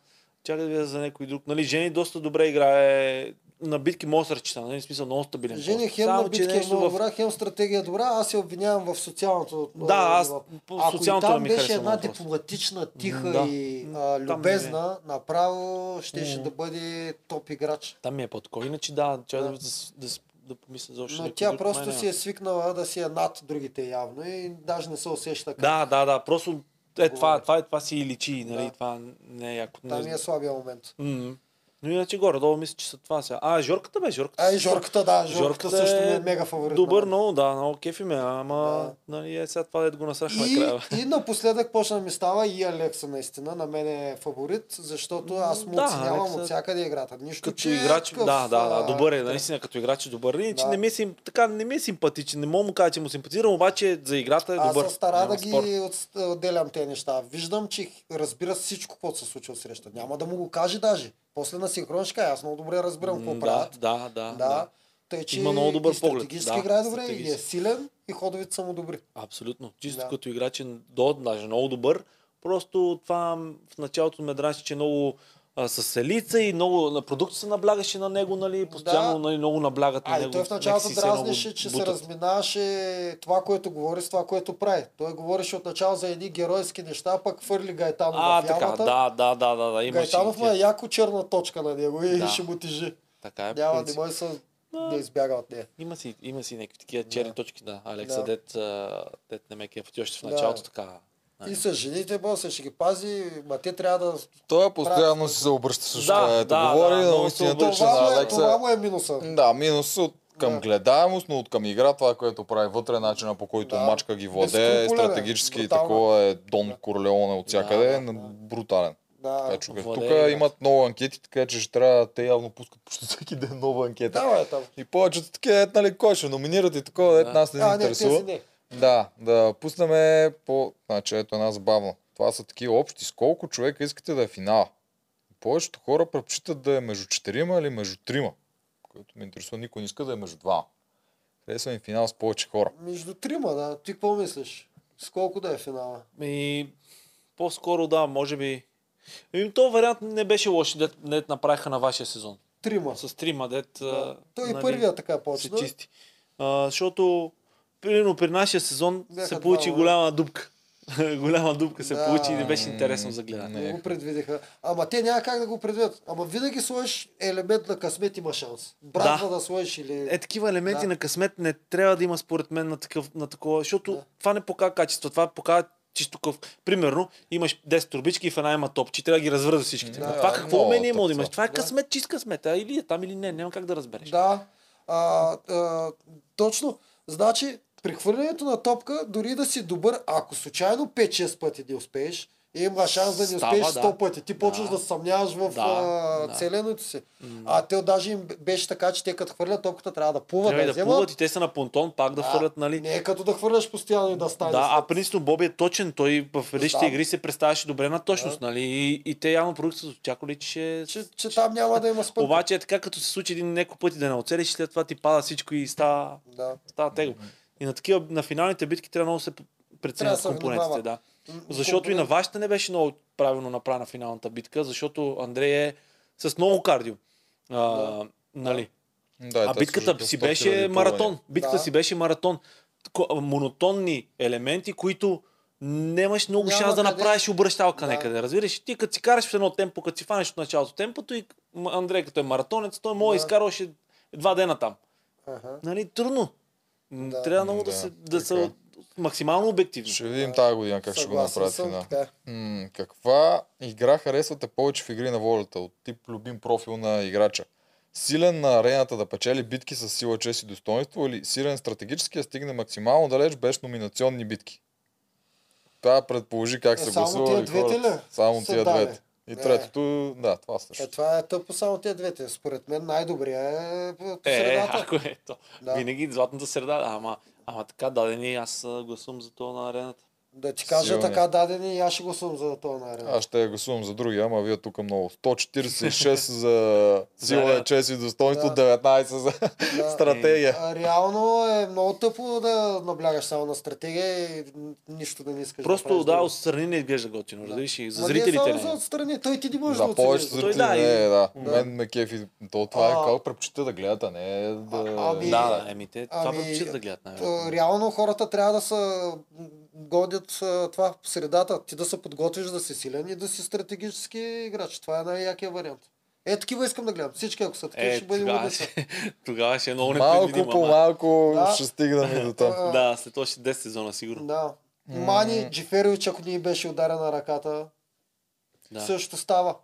S3: Чакай да видя за някой друг. Нали, Жени доста добре играе. На битки може да се разчита, нали? В смисъл много стабилен.
S2: Жени
S3: пост.
S2: хем на
S3: Само, че
S2: битки е
S3: нещо
S2: много
S3: в-
S2: добра, хем стратегия е добра, аз се обвинявам в социалното.
S3: Да, аз
S2: ниво.
S3: по
S2: Е, Ако и
S3: социалното
S2: там
S3: не ми
S2: беше
S3: харесва
S2: една
S3: много просто.
S2: дипломатична,
S3: М,
S2: тиха
S3: да.
S2: и
S3: М,
S2: а,
S3: там не е.
S2: любезна, направо щеше
S3: М.
S2: да бъде топ играч.
S3: Там ми е по-такова. Иначе да, чакай да,
S2: Да.
S3: да, с- да, с- да помисля за още
S2: Но
S3: някой
S2: тя
S3: друг, май
S2: просто
S3: няма.
S2: си е свикнала да си е над другите явно и даже не се усеща как.
S3: Да, да, да. Просто е, това,
S2: Говоря.
S3: това, е, това си и личи, нали?
S2: Да.
S3: Това не е яко.
S2: Там
S3: Не...
S2: е слабия момент.
S3: М. Но иначе горе-долу мисля, че са това сега. А, Жорката бе, Жорката.
S2: А и
S3: също-
S2: Жорката, да, Жорката,
S3: Жорката
S2: също ми
S3: е
S2: е мега фаворит.
S3: Добър,
S2: на мен.
S3: много, да, много кефи ме, ама нали, е сега това да го насрахме
S2: И,
S3: края.
S2: и напоследък почна да ми става и Алекса наистина, на мен е фаворит, защото аз му
S3: Да,
S2: оценявам
S3: Алекса-
S2: от всякъде играта. Нищо,
S3: Като
S2: че е
S3: играч,
S2: такъв,
S3: да, да, да,
S2: а,
S3: добър е, наистина като играч е добър. Иначе
S2: Да.
S3: не ми е, сим- така, не ми е симпатичен, не мога да му кажа, че му симпатизирам, обаче за играта е
S2: Аз
S3: добър.
S2: се стара
S3: няма
S2: да
S3: спор.
S2: ги от- отделям тези неща. Виждам, че разбира всичко, което се случва в среща. Няма да му го каже даже. После на синхрон ще каже, аз много добре разбирам какво
S3: М, да,
S2: правят.
S3: да, да,
S2: Да.
S3: да.
S2: Тъй, че
S3: Има много добър
S2: и
S3: поглед,
S2: стратегически
S3: да,
S2: играе добре и е
S3: стратегически.
S2: силен и ходовете са му добри.
S3: Абсолютно. Чисто
S2: Да.
S3: като играч е до, даже много добър. Просто това м, в началото ме драше, че много а, с селица и много на продукти се наблягаше на него, нали, постоянно нали, много наблягат на
S2: А, и
S3: него.
S2: той в
S3: някакси
S2: началото
S3: се е много
S2: дразнеше, че се
S3: бутат.
S2: разминаваше това, което говори с това, което прави. Той говореше от начало за едни геройски неща, пък хвърли Гайтанов
S3: А,
S2: в
S3: така,
S2: ямата.
S3: да, да, да, да, да, имаше.
S2: Гайтанов
S3: и
S2: му е
S3: тя.
S2: яко черна точка на него и
S3: Да.
S2: ще му тежи.
S3: Така е, по
S2: Няма, не
S3: принцип.
S2: може да се-
S3: Да.
S2: да избяга от нея.
S3: Има си, има си някакви такива черни
S2: Да.
S3: точки, да, Алекса,
S2: Да.
S3: дет, а, дет не ме кефати още в
S2: Да.
S3: началото, така. нали.
S2: И с жените, боса, ще ги пази, ма те трябва да...
S1: Той постоянно
S2: Прав.
S1: си се обръща също
S3: Да,
S1: да,
S3: да,
S1: да, говори,
S3: да,
S1: но
S3: много се
S1: истината е, че
S3: обръща.
S1: на
S2: Това му, е,
S1: Алекса...
S2: това му е минуса.
S1: Да, минус от към
S2: Да.
S1: гледаемост, но от към игра, това, което прави вътре, начина по който
S2: Да.
S1: мачка ги владее,
S2: Безскрупулен е,
S1: стратегически и
S2: брутално.
S1: такова е Дон Корлеоне от всякъде,
S3: да,
S1: н- брутален.
S2: Да,
S3: Е,
S1: Така че, Тук
S3: владее играта.
S1: имат много анкети, така че ще трябва, те явно пускат почти всеки ден нова анкета.
S2: давай е там.
S1: И повечето такива, ето, нали, кой ще номинират и такова, ето
S3: Да.
S1: нас не ни
S2: А, не,
S1: интересува.
S2: тези не.
S1: Да, да пуснем по... Значи, ето една забавна. Това са такива общи. С колко човека искате да е финал? Повечето хора предпочитат да е между четирима или между трима. Което ме интересува, никой не иска да е между двама. Харесва ми финал с повече хора.
S2: Между трима, да. Ти какво мислиш? С колко да е финала?
S3: Ми, по-скоро да, може би Еми, този вариант не беше лош, дет, дет направиха на вашия сезон.
S2: Трима.
S3: С трима, дет... а,
S2: Той е и
S3: нали,
S2: първия така
S3: се
S2: почна.
S3: чисти. А, защото, примерно, при нашия сезон
S2: Бяха
S3: се получи
S2: двама.
S3: голяма дупка. голяма дупка се
S2: Да.
S3: получи и не беше интересно за гледане.
S2: Не
S1: Не.
S2: го предвидиха. Ама те няма как да го предвидят. Ама винаги сложиш елемент на късмет има шанс. Братва да, сложиш или...
S3: Е, такива елементи
S2: Да.
S3: на късмет не трябва да има според мен на, такъв, на такова, защото
S2: Да.
S3: това не показва качество, това показва чисто къв. Примерно, имаш 10 турбички и в една има топче, трябва да ги развърза всичките.
S2: Да.
S3: Да, това
S1: Да,
S3: какво
S1: много
S3: мнение има да
S1: тъпца.
S3: имаш? Това е
S2: Да.
S3: късмет, чист късмет. А или е там, или не, няма как да разбереш.
S2: Да. А, а, точно. Значи, при хвърлянето на топка, дори да си добър, ако случайно 5-6 пъти не успееш, има шанс да не
S3: Става,
S2: успееш
S3: да.
S2: 100 пъти. Ти почваш да,
S3: Да.
S2: се съмняваш в
S3: Да,
S2: а,
S3: да.
S2: целеното си. А те даже им беше така, че те като хвърлят топката трябва да плуват,
S3: Трябва
S2: да,
S3: и да
S2: вземат.
S3: плуват и те са на понтон, пак да
S2: Да.
S3: фърлят, нали?
S2: Не е като да хвърляш постоянно и да стане.
S3: Да,
S2: след-
S3: а принципно Боби е точен. Той в предишните
S2: Да.
S3: игри се представяше добре на точност, нали? И, и те явно продукцията очаквали, че ще...
S2: че, че там няма да има спънка.
S3: Обаче е така, като се случи един няколко пъти да не оцелиш, след това ти пада всичко и става
S2: Да.
S3: става тегло. И на такива, на финалните битки трябва много да се
S2: Трябва да
S3: преценят
S2: се
S3: компонентите,
S2: внимава.
S3: да. Защото и на вашата не беше много правилно направена финалната битка, защото Андрей е с много кардио. А,
S2: Да.
S3: нали?
S1: Да, е и
S3: а
S1: те
S3: битката
S1: служат
S3: си
S1: 100
S3: беше
S1: хиляди
S3: маратон. Битката
S2: Да.
S3: си беше маратон. Тако- Монотонни елементи, които нямаш много
S2: Няма
S3: шанс да
S2: къде.
S3: направиш обръщалка
S2: Да.
S3: някъде. Разбираш? Ти като си караш в едно темпо, като си фанеш от началото темпото и м- Андрей като е маратонец, той може да
S2: Да.
S3: изкарваше два дена там.
S2: Ага.
S3: Нали, трудно. Да.
S2: Да.
S3: Трябва много да,
S1: Да,
S3: се, да
S1: така
S3: са
S1: е.
S3: максимално обективни.
S1: Ще видим тази година как ще го
S2: Съгласен
S1: направят
S2: съм,
S1: финал.
S2: така.
S1: М, каква игра харесвате повече в игри на волята? От тип любим профил на играча? Силен на арената да печели битки с сила, чест и достоинство или силен стратегически да стигне максимално далеч без номинационни битки? Това предположи как
S2: Е,
S1: са
S2: само
S1: гласували
S2: тия двете
S1: хората.
S2: ли
S1: Само
S2: са е.
S1: тия
S2: дали?
S1: двете. И
S2: Не.
S1: третото, да, това също.
S2: Е, това е тъпо само тези двете. Според мен най-добрият е по по
S3: Е, е,
S2: средата.
S3: ако е то. Да.
S2: Да.
S3: Винаги златната среда, да, ама, ама така дадени, аз а, гласувам за това на арената.
S2: Да ти кажа
S1: Силният.
S2: така дадени и аз ще го съм за този на арена.
S1: Аз ще я гласувам за другия, ама вие тук много. 146 за сила,
S3: Да.
S1: чест и достоинство,
S2: Да.
S1: 19 за
S2: Да.
S1: стратегия.
S2: А, Реално е много тъпо да наблягаш само на стратегия и м, нищо да не искаш.
S3: Просто
S2: правиш
S3: да,
S2: друго.
S3: отстрани не изглежда готино, да. разбираш и за
S2: Ма не
S3: зрителите.
S2: Само за
S3: Не.
S2: отстрани. Той ти не можеш да
S1: За
S2: оцениш.
S1: повечето
S2: дали.
S3: Той
S1: зрители,
S3: да, и-
S1: не, да.
S2: Да.
S1: Мен ме кефи. То това
S2: А-
S1: е как предпочита да гледат, а не да...
S2: А- ами-
S3: Да, да, еми те, това
S2: Ами,
S3: предпочитат да гледат най
S2: Та, Е, Реално хората трябва да са м, годят а, това в средата. Ти да се подготвиш да си силен и да си стратегически играч. Това е най-якия вариант. Е, такива искам да гледам. Всички, ако са такива,
S3: Е,
S2: ще бъде
S3: тогава,
S2: улица.
S3: ще, тогава ще е много
S1: Малко
S3: непредвидимо.
S1: по
S3: ама-
S1: малко
S2: Да.
S1: ще стигнем и до там.
S3: Да, след това ще 10 сезона, сигурно.
S2: Да. Мани Джиферович, ако не й беше ударена ръката,
S3: Да.
S2: също става.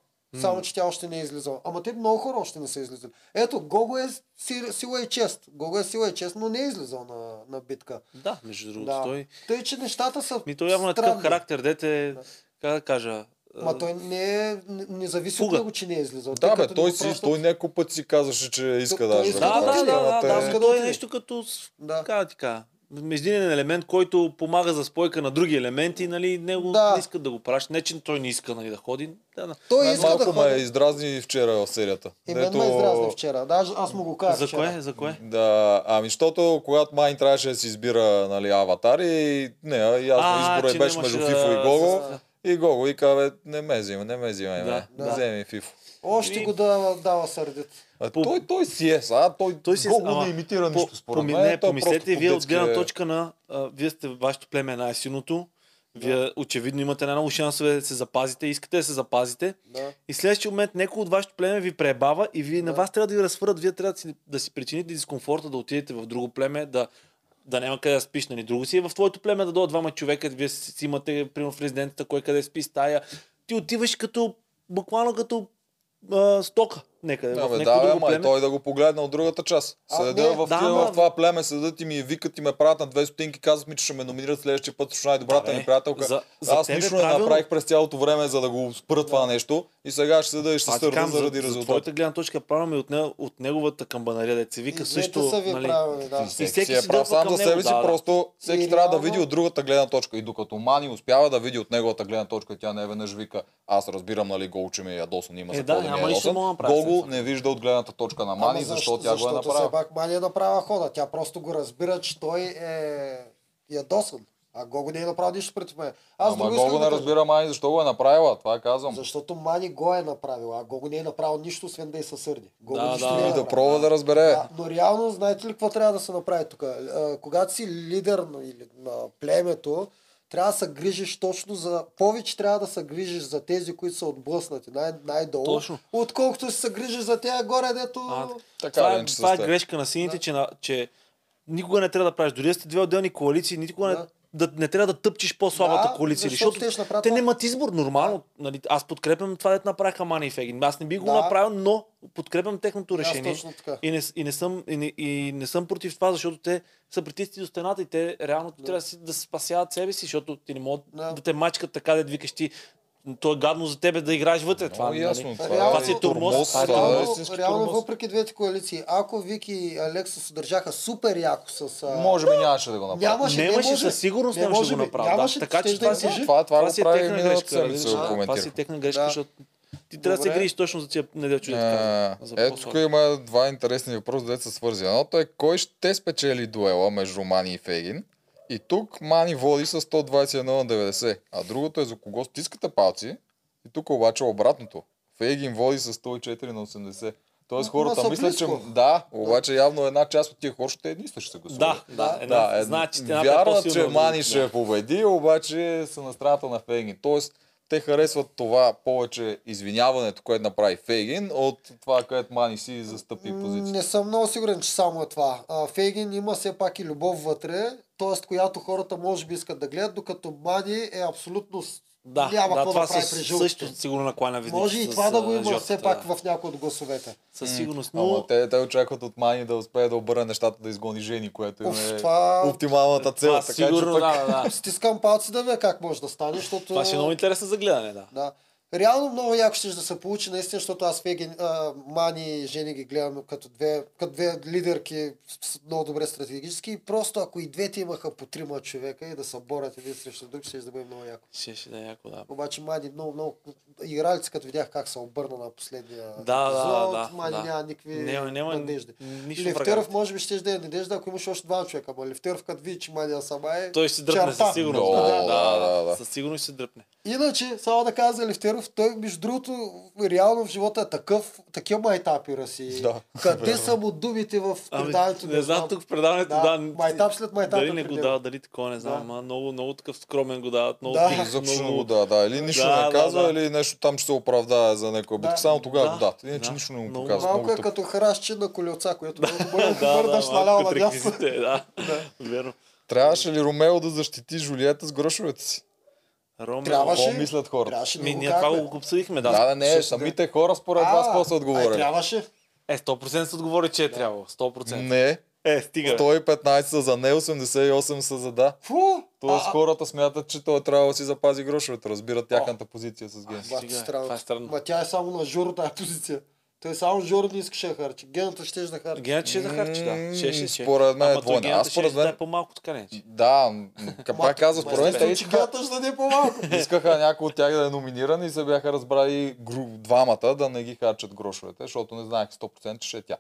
S2: Само, че тя още не е излизала. Ама те много хора още не са излизали. Ето, Гого е си- сила и чест. Гого е сила и чест, но не е излизал на, на битка.
S3: да, между другото,
S2: Да.
S3: той...
S2: Тъй, че нещата са
S3: Ми, той явно е такъв
S2: странни.
S3: характер, дете, как да кажа... а,
S2: Ма той не е, не- не зависи
S3: Фуга.
S2: от него, че не е излизал. Тъй
S1: Да, бе,
S2: като
S1: той
S2: го
S1: си,
S2: пращат-
S1: той няколко път си казваше, че иска
S2: Той-
S1: да е
S2: той
S1: аз
S2: иска
S3: Да,
S2: да
S3: да, да,
S2: отиде,
S3: да,
S2: ама
S1: те-
S3: да,
S2: иска
S3: да,
S2: да
S3: той е
S2: отиде.
S3: нещо като с-
S2: Да.
S3: така, така, междинен елемент, който помага за спойка на други елементи, нали, него
S2: Да.
S3: не искат да го пращат. Не, че той не иска нали, да ходи. Да, да.
S2: Той
S1: Мен
S2: иска да
S1: Малко ме е
S2: ходи.
S1: издразни вчера в серията.
S2: И мен ме
S1: Дето-
S2: издразни вчера. Да, аз- аз му го казах
S3: За
S2: вчера.
S3: кое? За кое?
S1: Да, ами, защото когато Майн трябваше да си избира нали, аватар и не, ясно,
S3: А,
S1: избора
S3: че
S1: беше между
S3: нямаше да-
S1: Фифо и Гого.
S3: с-
S1: И Гого и каза, бе, не ме взимай, не ме взимай,
S3: Да,
S1: да,
S2: да.
S1: вземи Фифо.
S2: Още
S3: И-
S2: го дава, дава сърдит.
S1: А,
S3: По-
S1: той, той си е, сега, той,
S3: Той си е-
S1: Гого
S3: ама,
S1: не имитира
S3: По,
S1: нищо според
S3: поми,
S1: мен. Е,
S3: не,
S1: той
S3: помислете,
S1: просто
S3: вие от
S1: по-детски
S3: гледна
S1: е-
S3: точка на... А, вие сте, вашето племе е най-силното. Вие очевидно имате най-много шансове да се запазите, искате да се запазите.
S2: Да.
S3: И в следващия момент някой от вашето племе ви пребава и вие, на
S2: Да.
S3: вас трябва да ви разфърят, вие трябва да си, да си причините дискомфорта, да отидете в друго племе, да, да няма къде да спиш, нали друго си. И в твоето племе да дойдат двама човека, вие си, си имате, примерно в резидентата, кой къде спи стая. Ти отиваш като, буквално като а, стока. Нека,
S1: Ами Да,
S3: в
S1: бе,
S3: някакво
S1: да, бе,
S3: друго
S1: ама и
S3: племе.
S1: той е да го погледне от другата част.
S2: А,
S1: Седя
S2: не,
S1: в,
S3: да,
S1: тия,
S3: ама-
S1: в това племе, седат и ми викат и ме правят на две стотинки, казват ми, че ще ме номинират следващия път с най-добрата
S3: Да,
S1: ми
S3: бе.
S1: приятелка.
S3: За- за
S1: Аз
S3: тебе
S1: нищо не
S3: правилно.
S1: направих през цялото време, за да го спра това нещо. И сега ще седа и ще
S3: Аз
S1: се
S3: ти
S1: сърда
S3: казвам,
S1: заради
S3: за, за
S1: резултата.
S3: твоята гледна точка правилно и от, не, от неговата камбанария, да се вика
S2: И двете
S3: също.
S2: са ви
S3: нали,
S2: правилни, да.
S3: И
S1: Всеки
S3: всеки
S1: си е
S3: си
S1: прав
S3: дърпа
S1: сам
S3: към
S1: за
S3: него,
S1: себе си,
S3: да, да.
S1: просто всеки
S2: И
S1: трябва да
S2: реално-
S1: види от другата гледна точка. И докато Мани успява да види от неговата гледна точка, и тя не веднъж вика, аз разбирам, нали, гол, че ми е ядосан, има
S3: Е,
S1: за
S3: да,
S1: какво да ми
S3: няма
S1: е
S3: нищо да мога да
S1: ядосан.
S3: направя след
S1: Гого
S3: това.
S1: не вижда от гледната точка на
S2: Ама
S1: Мани,
S2: защ-
S1: защо тя го е
S2: защото
S1: направила.
S2: все пак Мани е направила хода. Тя просто го разбира, че той е ядосан. А Гого не е направил нищо против мен. Аз
S1: Аз Ама
S2: друго
S1: Гого
S2: искам да
S1: не
S2: кажа.
S1: разбира Мани защо го е направила, това казвам.
S2: Защото Мани го е направил, а Гого не е направил нищо, освен да и се сърди. Гого
S3: Да,
S2: нищо
S3: да,
S2: не е
S1: Или да
S2: направил.
S1: пробва да
S3: Е.
S1: разбере.
S2: Да, но реално, знаете ли какво трябва да се направи тук? А, Когато си лидер на, или на племето, трябва да се грижиш точно за... Повече трябва да се грижиш за тези, които са отблъснати най- най-долу,
S3: Точно.
S2: отколкото си се грижиш за тя горе, дето...
S3: А,
S1: Така
S3: Това
S1: ли,
S3: е,
S1: че
S3: това е
S1: сте.
S3: грешка на сините,
S2: Да.
S3: че, на, че никога не трябва да правиш. Дори да сте две отделни коалиции, никога не,
S2: Да.
S3: да, не трябва да тъпчеш по-слабата
S2: Да,
S3: коалиция.
S2: защото
S3: Защото,
S2: те ще направят
S3: те
S2: това.
S3: нямат избор. Нормално. Нали, аз подкрепям това, дето направиха Мани и Фегин. Аз не би го
S2: Да.
S3: направил, но подкрепям техното
S2: Аз
S3: решение.
S2: точно така.
S3: И не, с- и, не съм, и, не, и не съм против това, защото те са притиснати до стената и те реално да. трябва да, си, да спасяват себе си, защото ти не могат да,
S2: Да.
S3: да те мачкат така, да викаш ти, то е гадно за тебе да играеш вътре. това,
S1: Много
S3: нали?
S1: ясно.
S2: Реално-
S1: Това
S2: Това си
S1: е
S2: е
S3: тормоз,
S1: тормоз.
S3: това е
S1: Това е
S3: тормоз.
S2: Реално,
S1: истински
S2: реално
S1: тормоз.
S2: въпреки двете коалиции, ако Вики и Алекса се държаха супер яко с... а,
S1: Може би нямаше да го направи.
S2: Нямаше, Значи, не
S3: Нямаше,
S2: може.
S3: със сигурност
S2: Не
S3: нямаше да
S2: може
S3: го
S2: би.
S3: направи. Да.
S2: Нямаше,
S3: Така че
S2: щеше да
S3: това
S2: ги
S3: си
S2: направи.
S1: Това- това го
S3: си е
S1: прави
S3: техна
S1: миналата
S3: грешка.
S1: седмица,
S3: разбираш
S1: го
S3: ли? Това си е
S1: коментирах.
S3: техна грешка,
S2: Да.
S3: защото ти трябва да се
S1: Добре.
S3: грижиш точно за тия неделя чуди.
S1: А, Ето тук има два интересни въпроса, дето са свързани. Едното е кой ще спечели дуела между Мани и Фегин. И тук Мани води с 121 на 90, а другото е за кого стискате палци. И тук обаче е обратното. Фейгин води с 104 на 80. Тоест
S2: Ама
S1: хората
S2: са
S1: мислят, че...
S2: близко.
S1: Да, обаче явно една част от тия хора ще е едни и същи ще гласуват.
S3: Да, да,
S2: Да,
S3: една,
S1: е,
S3: значи, едната е
S1: вярват,
S3: по-силна
S1: че
S3: от
S1: Мани
S3: другата.
S1: ще победи, обаче са на страната на Фейгин. Тоест, те харесват това повече извиняването, което направи Фейгин, от това, което Мани си застъпи позицията.
S2: Не съм много сигурен, че само е това. А, Фейгин има все пак и любов вътре, т.е. която хората може би искат да гледат, докато Мани е абсолютно... с-
S3: Да,
S2: няма
S3: да,
S2: какво
S3: това
S2: да прави
S3: със-
S2: при жълтите.
S3: също сигурно накланя винаги.
S2: Може и
S3: с,
S2: това да го
S3: а,
S2: има все
S3: жълтата,
S2: пак
S3: да.
S2: в някои от гласовете.
S3: Със сигурност.
S1: Ама
S3: Но
S1: те, те очакват от Мани да успее да обърне нещата, да изгони жени, което им е
S2: Уф, това-
S1: оптималната цел.
S3: това
S1: така,
S3: сигурно,
S1: че
S3: да,
S1: пък...
S3: да, да.
S2: Стискам палци да видя как може да стане, защото...
S3: Това ще е много интересно за гледане, да.
S2: Да. Реално много яко ще да се получи, наистина, защото аз Феген, а, Мани и Жени ги гледам като две, като две лидерки с- с много добре стратегически. И просто ако и двете имаха по трима човека и да се борят един срещу друг, ще да бъде много яко.
S3: Ще, ще да е яко, да.
S2: Обаче Мани много, много... Игралица, като видях как се обърна на последния
S3: да,
S2: епизод,
S3: да,
S2: Мани
S3: да.
S2: няма никакви
S3: Няма, няма
S2: надежди.
S3: нищо
S2: Левтеров
S3: врагарите.
S2: може би ще да е надежда, ако имаш още два човека. Ама Левтеров като види, че Мани е сама е...
S3: Той ще се дръпне
S2: черта.
S3: със сигурност.
S1: Да,
S3: Да, да,
S1: да, да.
S3: Със сигурност ще се дръпне.
S2: Иначе, само да кажа за Левтеров, той между другото реално в живота е такъв, такива майтапира си.
S1: Да.
S2: Къде са му думите в предаването?
S3: Ами, не знам тук в предаването,
S2: Да,
S3: да.
S2: майтап след майтап
S3: Дали
S2: е
S3: не го
S2: предел.
S3: дават, дали такова, не знам.
S2: Да.
S3: Ама много, много такъв скромен го дават. Много
S2: Да.
S3: тих,
S1: Изобщо не
S3: много-
S1: го да, да. Или нищо
S3: Да,
S1: не
S3: да,
S1: казва,
S3: да.
S1: или нещо там ще се оправдае за някоя битка.
S2: Да.
S1: Само тогава го
S3: Да,
S1: дадат. Иначе
S3: да.
S1: нищо не му
S3: Много
S1: показва.
S2: Малко е
S1: Много
S2: като харашче на колелца, което да,
S3: Да, да,
S2: върнаш
S3: малко
S2: наляво
S3: като
S2: надясно.
S3: реквизите, да. Верно.
S1: Трябваше ли Ромео да защити Жулиета с грошовете си?
S3: Роме,
S2: Трябваше.
S1: Какво мислят хората?
S2: Трябваше да
S3: Ми,
S2: го
S3: ние това
S2: кажем.
S3: го обсъдихме, да.
S1: Да, да, не, самите хора според
S2: А,
S1: вас какво са
S2: Ай,
S1: отговорили?
S2: трябваше.
S3: Е, 100% се отговори, че е трябвало. 100%.
S1: Не,
S3: Е, стига. бе.
S1: 115 са за не, 88 са за да.
S2: Фу!
S1: Тоест
S2: А,
S1: хората смятат, че той трябва да си запази грошовете, разбират тяхната позиция с Генс.
S2: бати,
S3: Стига,
S2: странно.
S3: това е странно.
S2: Ма тя е само на Жоро тази позиция. Той само Жоро не искаше да харчи. Гената ще да харчи.
S3: Гена, че ще да харчи, да.
S1: М,
S3: Ще, ще, ще.
S1: според мен е
S3: Ама той
S1: двойна.
S3: Гена
S1: Аз според
S3: ще ще
S1: мен-
S3: да е по-малко така не. че.
S1: Да, м, ка- пак казвам, според мен те
S3: ма,
S2: Той, че
S1: искаха,
S2: гената ще да е по-малко.
S1: искаха някой от тях да е номиниран и се бяха разбрали гру, двамата да не ги харчат грошовете, защото не знаех 100% че ще е тя.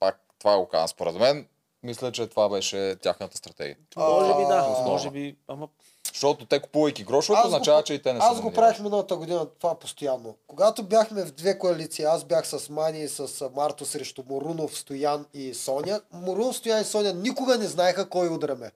S1: Пак това го казвам според мен. Мисля, че това беше тяхната стратегия.
S3: Може би да,
S1: А,
S3: може би, ама
S1: Защото те купувайки грошовете,
S2: Аз го
S1: означава,
S2: пра-
S1: че и те не са
S2: Аз го
S1: номинирани.
S2: правих миналата година това постоянно. Когато бяхме в две коалиции, аз бях с Мани и с а, Марто срещу Морунов, Стоян и Соня. Морунов, Стоян и Соня никога не знаеха кой удраме.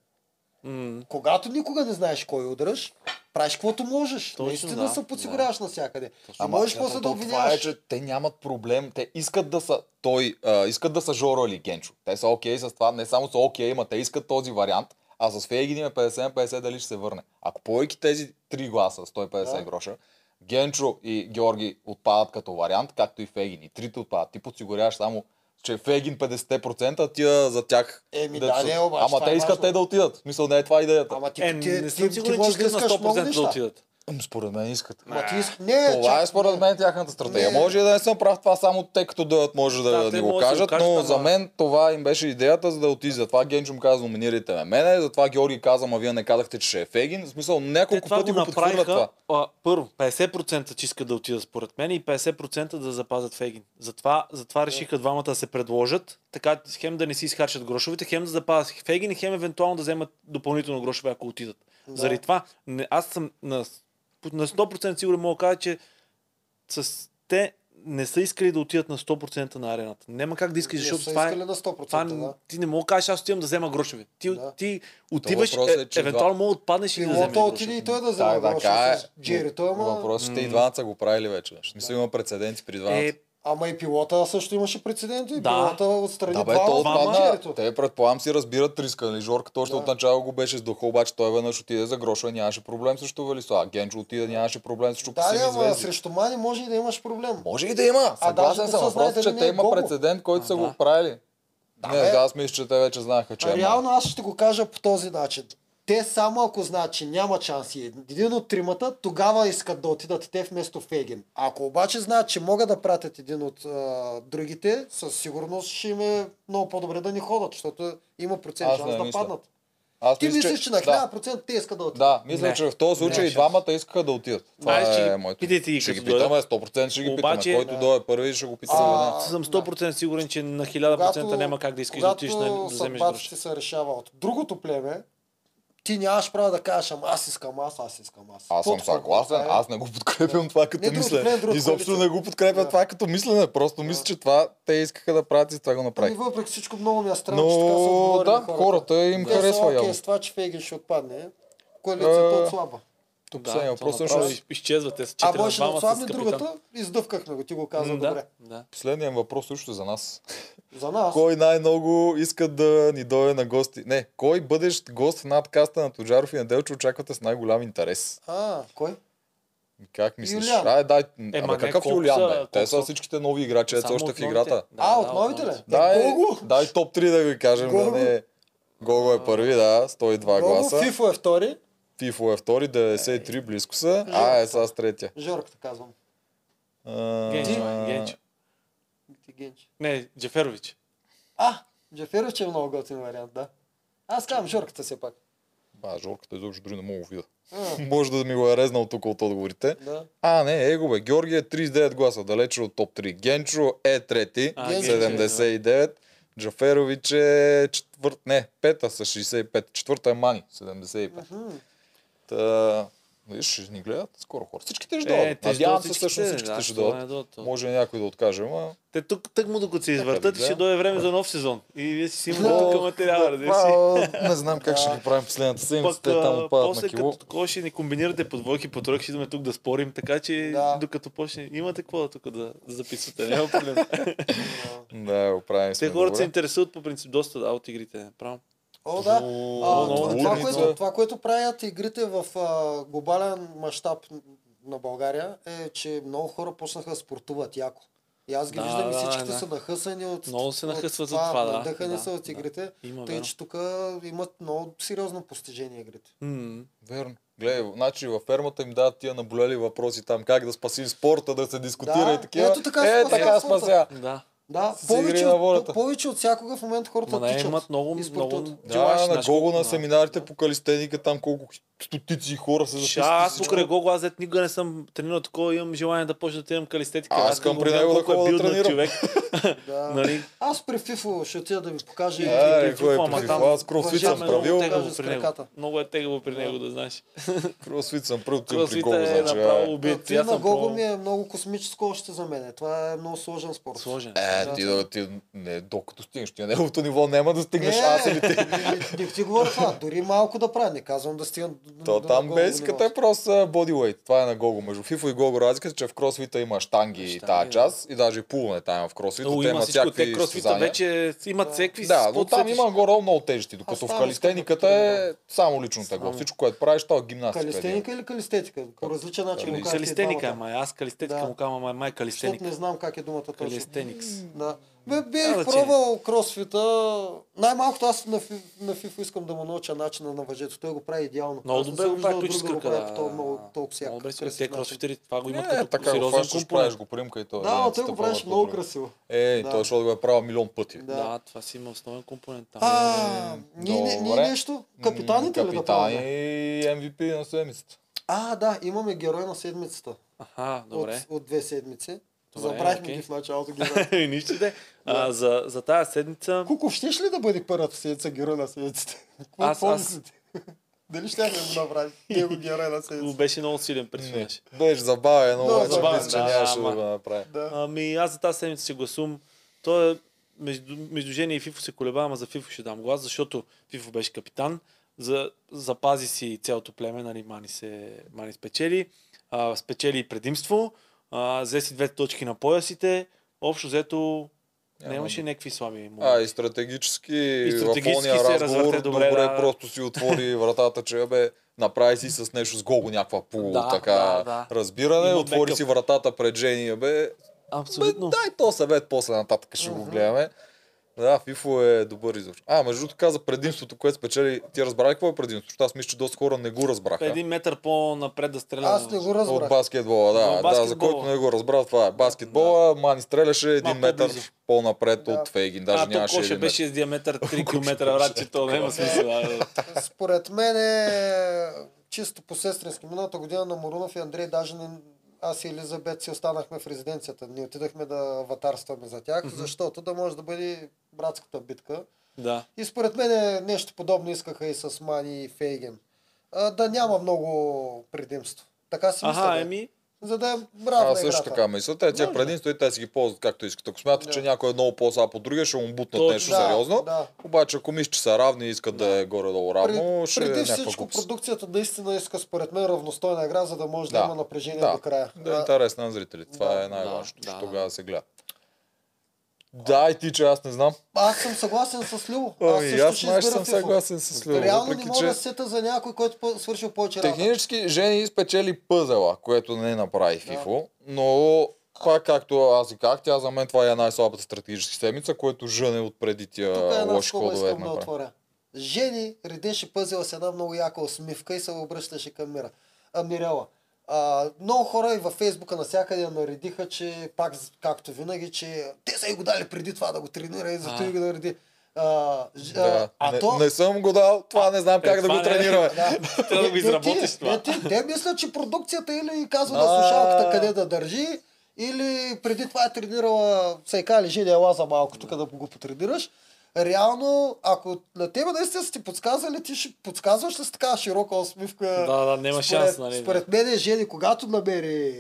S3: м,
S2: Когато никога не знаеш кой удръш, правиш каквото можеш.
S3: Точно,
S2: Наистина
S3: да,
S2: се подсигуряваш навсякъде. А
S1: Ама,
S2: можеш
S1: да,
S2: после
S1: то-
S2: да
S1: то Това е,
S2: обвиняваш.
S1: че те нямат проблем. Те искат да са той, а, искат да са Жоро или Генчо. Те са окей с това. Не само са окей, ма те искат този вариант. А с Фейгин им е 50 на 50 дали ще се върне. Ако поеки тези три гласа, 150
S2: Да.
S1: гроша, Генчо и Георги отпадат като вариант, както и Фейгин. И трите отпадат. Ти подсигуряваш само че Фейгин 50%, а тия за тях...
S2: Еми,
S1: дето
S2: да,
S1: са-
S2: не, обаче,
S1: Ама
S2: това
S1: те
S2: е
S1: искат
S2: важно.
S1: те да отидат. В смисъл, не е това идеята.
S2: Ама ти,
S3: Е,
S2: ти,
S3: не
S2: ти,
S3: съм
S2: ти, ти
S3: сигурен, че
S2: можеш да
S3: искат на
S2: искаш много
S3: 100% да
S2: неща.
S3: отидат.
S1: М, Според мен искат.
S2: Ма ти иск... Не,
S1: Това
S2: чак-
S1: е според мен тяхната стратегия.
S2: Не.
S1: Може и да не съм прав, това само те като дойдат може да,
S3: Да,
S1: да
S3: те
S1: ни
S3: могат
S1: го
S3: да си го
S1: кажат, но
S3: кажат,
S1: за
S3: ама-
S1: мен това им беше идеята, за да отиде. Затова Генчо му каза, номинирайте ме мене, затова Георги каза, ма вие не казахте, че ще е Фегин. В смисъл,
S3: Те
S1: няколко
S3: Е, това
S1: пъти
S3: го
S1: го подхвърлят това.
S3: направиха. А, първо, 50% че искат да отидат според мен и 50% да запазят Фегин. Затова,
S2: Е.
S3: затова решиха двамата да се предложат, така хем да не си изхарчат грошовете, хем да запазят Фегин и хем евентуално да вземат допълнително грошове, ако отидат.
S2: Да.
S3: Заради това, не, аз съм на, на 100% сигурен мога да кажа, че с те не са искали да отидат на 100% на арената. Няма как да искаш,
S2: не
S3: защото
S2: са
S3: това е...
S2: искали на 100%,
S3: Това,
S2: да.
S3: да. Ти не мога да кажеш, аз отивам да взема грошове. Ти,
S2: Да.
S3: да. ти отиваш, е,
S1: въпросът е, че
S3: евентуално мога да отпаднеш и да вземеш
S2: Пилота
S3: грошове.
S2: отиде и той да вземе
S1: Так,
S2: да,
S1: така е.
S2: с Джери. Той ама...
S1: Въпросът, че и двамата са го правили вече. В смисъл има прецеденти при двамата.
S3: Е,
S2: ама и пилота също имаше прецеденти. Да.
S3: Да.
S2: Пилота отстрани
S1: Да бе,
S2: двама
S1: то
S2: от
S1: отпадна.
S2: Джерито.
S1: Те предполагам си разбират риска. Нали? Жорка още
S2: Да.
S1: от начало го беше с духа, обаче той веднъж отиде за грошове, нямаше проблем срещу Велислава. Генчо отиде, нямаше проблем срещу
S2: Да,
S1: Касим
S2: да, ама
S1: Извезди.
S2: срещу Мани може и да имаш проблем.
S1: Може и да има.
S2: А даже
S1: Съгласен
S2: не
S1: съм.
S2: се знае
S1: Въпросът,
S2: дали
S1: че
S2: не
S1: те
S2: е
S1: има
S2: гол.
S1: прецедент, който са
S3: А,
S1: го
S3: да.
S1: правили.
S2: Да,
S1: Не,
S2: бе.
S1: да, аз мисля, че те вече знаеха, че
S2: А
S1: е
S2: реално аз ще го кажа по този начин. Те само ако знаят, че няма шанс и един от тримата, тогава искат да отидат и те вместо Фегин. Ако обаче знаят, че могат да пратят един от а, другите, със сигурност ще им е много по-добре да не ходят, защото има процент
S1: Аз
S2: шанс
S1: не
S2: да
S1: мисля.
S2: паднат.
S1: Аз
S2: Ти мислиш, че на
S1: да,
S2: 1000% те искат да отидат.
S1: да, мисля,
S3: Не.
S1: че в този случай
S3: Не,
S1: и двамата искаха да отидат. Това
S3: Знаеш, че
S1: е
S3: ги
S1: моето.
S3: питайте ги
S1: ще
S3: като
S1: ги питаме,
S3: дойдат.
S1: 100% ще ги
S3: Обаче-
S1: питаме. Който дойде първи, ще го питаме.
S2: А,
S1: веднага.
S3: Аз съм 100% сигурен, че на 1000% няма как да искаш да отидеш на, да
S2: когато
S3: вземеш
S2: съдбата
S3: гроши.
S2: ти се решава от другото племе, ти нямаш право да кажеш, ама аз искам, аз, аз искам, аз.
S1: Аз съм
S2: Каквото
S1: съгласен,
S2: е,
S1: аз не го подкрепям това като
S2: Не, друг член,
S1: мислене.
S2: друг
S1: Изобщо
S2: коалиция.
S1: не го подкрепям
S2: Да.
S1: това като мислене. Просто мисля, че това те искаха да правят и с това го
S2: Ами
S1: направих.
S2: въпреки всичко много ми е странно, че така са
S1: Но
S2: отговорили
S1: да, хората им
S2: Те са
S1: харесва
S2: окей
S1: явно.
S2: с това, че Фейгин ще отпадне. Коалицията
S1: Е,
S2: отслаба.
S1: Тук
S3: Да,
S1: последния
S3: това
S1: въпрос
S3: направо
S1: всъщност.
S3: из- изчезват. Те са
S2: А
S3: 4 на
S2: може да
S3: 2 с
S2: отслабне
S3: капитан.
S2: другата, издъвкахме го, ти го каза
S3: М,
S2: добре.
S3: да, да.
S1: Последният въпрос също е за нас.
S2: За нас.
S1: Кой най-много иска да ни дойде на гости? Не, кой бъдещ гост в надкаста на Тоджаров и Неделчо очаквате с най-голям интерес?
S2: А, кой?
S1: Как мислиш?
S2: Юлиан.
S1: А, дай,
S3: Е,
S1: ама
S3: ма не,
S1: какъв
S3: колко
S1: Юлиан,
S3: са-
S1: бе? Те са
S3: колко са?
S1: всичките нови играчи, ето
S3: Само
S1: още в
S3: отновите.
S1: играта.
S3: Да,
S2: А,
S3: да,
S2: от новите ли? Е,
S3: отновите.
S1: Дай,
S2: Гого!
S1: дай топ 3 да ви кажем. Да
S2: Гого.
S1: не... Гого е първи, да, 102
S2: Гого,
S1: гласа.
S2: Фифо е втори.
S1: Фифо е втори, 93 близко са. А, е сега с третия.
S2: Жорката казвам.
S1: А,
S3: Генчо, Генчо.
S2: Ти генч.
S3: Не, Джеферович.
S2: А, Джаферович е много готин вариант, да. Аз казвам Жорката все пак.
S1: Ба, Жорката изобщо дори не мога да го видя.
S2: А,
S1: Може да ми го е резнал тук от отговорите.
S2: да.
S1: А, не, его бе. Георги е 39 гласа, далече от топ 3. Генчо е трети,
S3: А,
S2: Генчо е,
S1: 79. Джаферович е четвърт, не, пета с 65. Четвърта е Мани, 75.
S2: Мгм.
S1: Та, виж, ще ни гледат скоро хора. Всичките ще
S3: Е,
S1: дойдат.
S3: те
S1: Надявам се
S3: дойдат
S1: всъщност
S3: всичките,
S1: всичките
S3: да,
S1: ще
S3: това е
S1: дойдат.
S3: не дойдат, това.
S1: Може някой да откаже, ама...
S3: Те тук, тък му докато се
S1: да
S3: извъртат, и ще
S1: гледам.
S3: дойде време за нов сезон. И вие си си имате
S1: Да.
S3: тук материала, разбираш си.
S1: Не знам как ще го правим последната седмица,
S3: Пък
S1: те там
S3: а,
S1: опадат
S3: после
S1: на
S3: като
S1: кило.
S3: такова ще ни комбинирате по двойки, по тройки, ще идваме тук да спорим, така че
S2: Да.
S3: докато почне, имате какво да тук да записвате, няма проблем.
S1: Да, го правим
S3: Те
S1: сме
S3: хората се
S1: добре.
S3: интересуват по принцип доста да, от игрите, право.
S2: О, да. А,
S3: О,
S2: това,
S1: Лудница.
S2: което, това, което правят игрите в а, глобален мащаб на България е, че много хора почнаха да спортуват яко. И аз ги
S3: Да,
S2: виждам и
S3: да,
S2: всичките
S3: да.
S2: са нахъсани от
S3: Много се
S2: от
S3: нахъсват от това, да,
S2: надъхани
S3: да,
S2: са от
S3: да.
S2: игрите.
S3: Има,
S2: Тъй,
S3: верно.
S2: че тук имат много сериозно постижение игрите.
S3: М.
S1: Верно. Гледай, значи във фермата им дават тия наболели въпроси там, как да спасим спорта, да се дискутира
S2: Да,
S1: и такива.
S2: ето така
S1: е,
S2: спасява
S1: така
S2: спорта.
S1: спася.
S3: Да.
S2: Да,
S1: С игри
S2: повече
S1: на
S2: от,
S1: волята.
S2: повече от всякога в момента хората
S3: Ма не,
S2: тичат.
S3: имат много,
S2: и
S3: много
S2: спортуват.
S1: Да, на
S3: знаеш
S1: Гого
S3: колко,
S1: на
S3: да.
S1: семинарите по калистеника, там колко стотици хора се
S3: Ша,
S1: записват.
S3: аз
S1: всичко.
S3: покрай Гого, аз дет никога не съм тренирал такова, имам желание да почна да имам калистетика.
S1: Аз
S3: като
S1: искам
S3: го
S1: при
S3: гледам
S1: него да
S3: колко е
S1: ходя да
S3: билднат
S1: тренирам.
S3: човек,
S2: Да.
S3: нали?
S2: Аз при Фифо ще отида да ви покажа.
S1: Е,
S2: и-
S1: е, какво е
S3: ама
S1: при
S3: там
S1: Аз кросфит
S2: въжа
S1: съм
S3: Там е много
S1: правил.
S2: те-
S3: тегаво
S2: С
S3: при него.
S2: краката.
S3: Много е тегаво при него, да знаеш.
S1: Кросфит съм правил ти при
S3: Кросфит
S1: Гого,
S3: е
S1: значи. е.
S3: направо убит.
S2: Ти
S3: Аз
S2: на
S3: съм
S2: Гого
S3: пробвал.
S2: ми е много космическо още за мен. Това е много сложен спорт.
S3: Сложен.
S1: Е, ти, да, ти, не, докато стигнеш, ти на неговото ниво няма да стигнеш,
S2: Не,
S1: аз или ти.
S2: Е, не, не ти говоря това. Дори малко да правя. Не казвам да стигна до-
S1: То
S2: до
S1: там
S2: голо
S1: бейската
S2: ниво.
S1: е просто бодилейт. Това е на Гого. Между Фифо и Гого разликата, е, че в кросфита има штанги и
S3: Щанги,
S1: тази
S3: да.
S1: част. И даже и пулване там има в кросфита.
S3: О,
S1: Те
S3: има
S1: имат
S3: всичко.
S1: всякакви
S3: Те кросфита
S1: състезания.
S3: вече имат всеки.
S1: Да, но там има горе много тежести, докато
S2: Аз
S1: в
S2: там искам да
S1: калистениката е само лично тегло. Всичко, което правиш, то е гимнастика.
S2: Калистеника или калистетика? По различен начин го
S1: Кали-
S2: казват и
S3: Калистеника,
S2: двамата.
S3: ама аз калистетика
S2: Да.
S3: му казвам, ама май е
S2: Защото
S3: калистеник.
S2: не знам как е думата точно.
S3: Калистеникс.
S2: Да. Бе,
S3: Ела,
S2: бе
S3: че.
S2: пробвал кросфита. Най-малкото аз на, фи, на FIFA искам да му науча начина на въжето. Той го прави идеално.
S3: Много
S2: Аз не
S3: добре
S2: съм
S3: го прави,
S2: виждал
S3: той че
S2: друг да го прави
S3: скърка.
S2: по този е много, толкова всяк.
S3: Много добре си.
S2: красив
S3: Те
S2: начин.
S3: кросфитери това го имат
S1: Е,
S3: като
S1: така го
S3: сериозен
S1: фащаш, правиш
S3: компонент.
S1: го примка и то. е
S2: Да, но
S1: единицата
S2: той го
S1: пробва
S2: правиш
S1: да
S2: много
S1: друго.
S2: красиво.
S1: Е,
S2: Да.
S1: той ще го е правил милион пъти.
S2: Да.
S3: Да, това си има основен компонент там. Е,
S2: А, ние, не- ние
S1: добре.
S2: нещо? Капитаните ли да
S1: Капитани
S2: правим?
S1: и MVP на седмицата.
S2: А, да, имаме герой на седмицата.
S3: Аха, добре.
S2: От, от две седмици.
S3: Добре,
S2: Забравихме
S3: окей.
S2: ги в началото. героя.
S3: Еми, Нищо де. А, за, за тази седмица...
S2: Куков, щеш ли да бъде първата седмица герой на седмицата? Какво
S3: Аз-
S2: какво
S3: аз-
S2: мислите? Дали ще го направи? Него герой на
S3: Го
S2: седмицата.
S3: беше много силен персонаж.
S1: Беше забавен, но
S2: Много
S1: е обаче
S3: забавен,
S1: мисля, че
S3: да,
S1: нямаше да
S3: ама.
S1: го направи.
S2: Да.
S3: Ами аз за тази седмица ще гласувам. Той е между, между Жени и Фифо се колеба, ама за Фифо ще дам глас, защото Фифо беше капитан. За, запази си цялото племе, нали, Мани, се, Мани спечели. А, спечели и предимство. А, взе си двете точки на поясите. Общо взето
S1: Няма
S3: нямаше
S1: да.
S3: някакви слаби моменти.
S1: А, и стратегически, и
S3: стратегически
S1: в
S3: се
S1: ония
S3: развърте
S1: разговор добре,
S3: добре, да.
S1: просто си отвори вратата, че бе, направи си с нещо с голо някаква полу,
S3: Да,
S1: така
S3: да, да.
S1: разбиране,
S3: Има
S1: отвори
S3: бекъп.
S1: си вратата пред Жени, бе, бе
S3: Абсолютно.
S1: дай то съвет, после нататък ще го гледаме. Да, Фифо е добър извор. А, между другото каза предимството, което спечели. Ти разбра ли какво е предимството? Защото аз мисля, че доста хора не го разбраха.
S3: Един метър по-напред да стреля.
S2: Аз не го
S1: От
S2: разбрах.
S1: баскетбола, да.
S3: От
S1: да, за
S3: баскетбола.
S1: който не го разбрал, това е. Баскетбола, Мани стреляше един
S3: Малко
S1: метър
S3: по-близо.
S1: по-напред
S2: Да.
S1: от Фейгин. Даже
S3: А, то
S1: нямаше
S3: коша
S1: един метър.
S3: беше с диаметър 3 км, брат, че то няма смисъл. а, е.
S2: Според мен е чисто посестрински. Миналата година на Морунов и Андрей даже не, аз и Елизабет си останахме в резиденцията. Не отидахме да аватарстваме за тях,
S3: Мгм.
S2: защото да може да бъде братската битка.
S3: Да.
S2: И според мен е нещо подобно искаха и с Мани и Фейген. А, да няма много предимство. Така си мисля.
S3: Аха, ами-
S2: бе.
S3: еми,
S2: За да е браво
S1: Аз също така мисля. Те тя
S3: Може.
S1: предимство и те си ги ползват както искат. Ако смятат,
S2: Да.
S1: че някой е много по-слаб от другия, ще му бутнат
S3: Точно.
S1: нещо сериозно.
S2: Да.
S1: Обаче, ако мислиш, че са равни и искат да е горе-долу равно,
S2: Пред,
S1: ще е
S2: преди
S1: някаква
S2: всичко
S1: глупост.
S2: продукцията наистина иска според мен равностойна игра, за да може да,
S1: Да.
S2: има напрежение
S1: Да.
S2: до края.
S1: Да е
S2: А,
S1: интересно на зрителите. Това
S2: Да,
S1: е най-важното,
S3: да,
S1: че
S3: да,
S1: тогава се гледа. Да, и ти, че аз не знам.
S2: Аз съм съгласен с Любо. Аз
S1: Ами,
S2: също
S1: аз
S2: ще
S1: май ще съм
S2: избера Фифо.
S1: съгласен с Любо.
S2: Реално не
S1: въпреки
S2: мога
S1: че-
S2: да се сета за някой, който по- свършил повече работа.
S1: Технически Жени спечели пъзела, което не направи Фифо, но пак както аз и как, тя за мен това е най-слабата стратегическа седмица, което Жъне от преди
S2: Тук е
S1: тия
S2: една
S1: лоши
S2: скоба
S1: ходове
S2: искам да
S1: направи.
S2: отворя. Жени редеше пъзела с една много яка усмивка и се обръщаше към Мира. А, Мирела. А, много хора и във Фейсбука навсякъде я наредиха, че пак, както винаги, че те са и го дали преди това да го тренира и зато
S3: А.
S2: и го нареди. А, ж-
S1: Да,
S2: а,
S1: не,
S2: а то...
S1: не съм го дал, това не знам
S3: Е,
S1: как да го
S3: това не е.
S1: тренираме.
S2: Да.
S3: Трябва да го
S2: Те-
S3: изработиш
S2: те-
S3: това.
S2: е, Те, те мислят, че продукцията или казва на
S1: А.
S2: слушалката къде да държи, или преди това е тренирала Сайка или Жени Ела за малко тук да го потренираш. Реално, ако на тебе наистина са ти подсказали, ти ще подсказваш ли с такава широка усмивка?
S3: Да, да, няма
S2: според,
S3: шанс, нали?
S2: Според мен е Жени, когато намери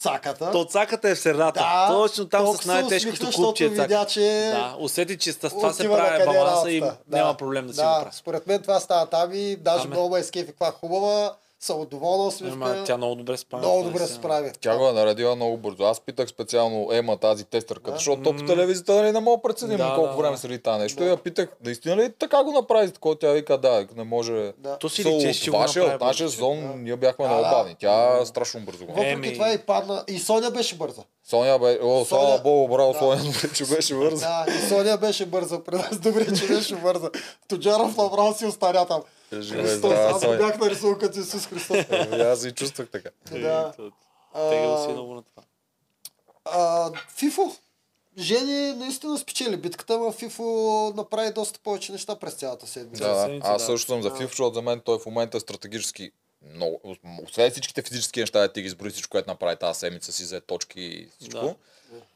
S2: цаката,
S3: То цаката е в сърната.
S2: да,
S3: Точно там
S2: толкова
S3: с
S2: се
S3: най-тежкото
S2: усмихна,
S3: купче е
S2: защото
S3: цаката.
S2: видя, че
S3: Да, усети, че с това се
S2: отива
S3: прави
S2: накъде е
S3: баланса и
S2: работата.
S3: няма проблем да си го прави.
S2: Според мен това става там и даже
S3: Аме.
S2: много е скефи, каква хубава, самодоволна усмивка.
S3: Ама тя много добре нали, справя.
S2: много
S3: това
S2: добре се
S3: наистина.
S2: справи.
S1: Тя го е наредила много бързо. Аз питах специално Ема, тази тестърка,
S2: Да.
S1: защото то по
S3: М.
S1: телевизията нали, не мога да преценим
S3: Да,
S1: колко
S3: да,
S1: време
S3: да.
S1: се ли това нещо.
S2: Да.
S1: И я питах, наистина ли така го направи? Такова тя вика, да, не може.
S2: Да.
S3: То си
S1: Сол,
S3: личеш, ще
S1: от
S3: го
S1: вашия,
S3: направи. Е,
S1: от нашия
S3: бъдеще.
S1: зон,
S2: Да.
S1: ние бяхме
S2: Да,
S1: много
S2: да.
S1: бавни. Тя страшно бързо го направи.
S2: Въпреки
S3: Еми.
S2: това и падна. И Соня беше бърза.
S1: Соня бе, о,
S2: Соня-
S1: слава богу, браво,
S2: Да.
S1: Соня, добре, че беше бързо.
S2: Да, и Соня беше бърза. При нас добре, че беше бърза. Тоджаров направо си остаря там.
S1: Живе,
S2: Христос,
S1: здрава,
S2: аз го
S1: Соня.
S2: бях нарисувал като Исус Христос.
S1: Е, Аз и чувствах така.
S3: Е,
S2: Да.
S3: то-
S2: А,
S3: Тегъл си много на това.
S2: а, Фифо, Жени наистина спечели битката, но Фифо направи доста повече неща през цялата седмица.
S1: Да, да.
S3: седмица,
S1: Аз
S3: да.
S1: също съм за
S2: Да.
S1: FIFA, защото за мен той в момента е стратегически много. Освен всичките физически неща, да ти ги изброи всичко, което направи тази седмица си, взе точки и всичко.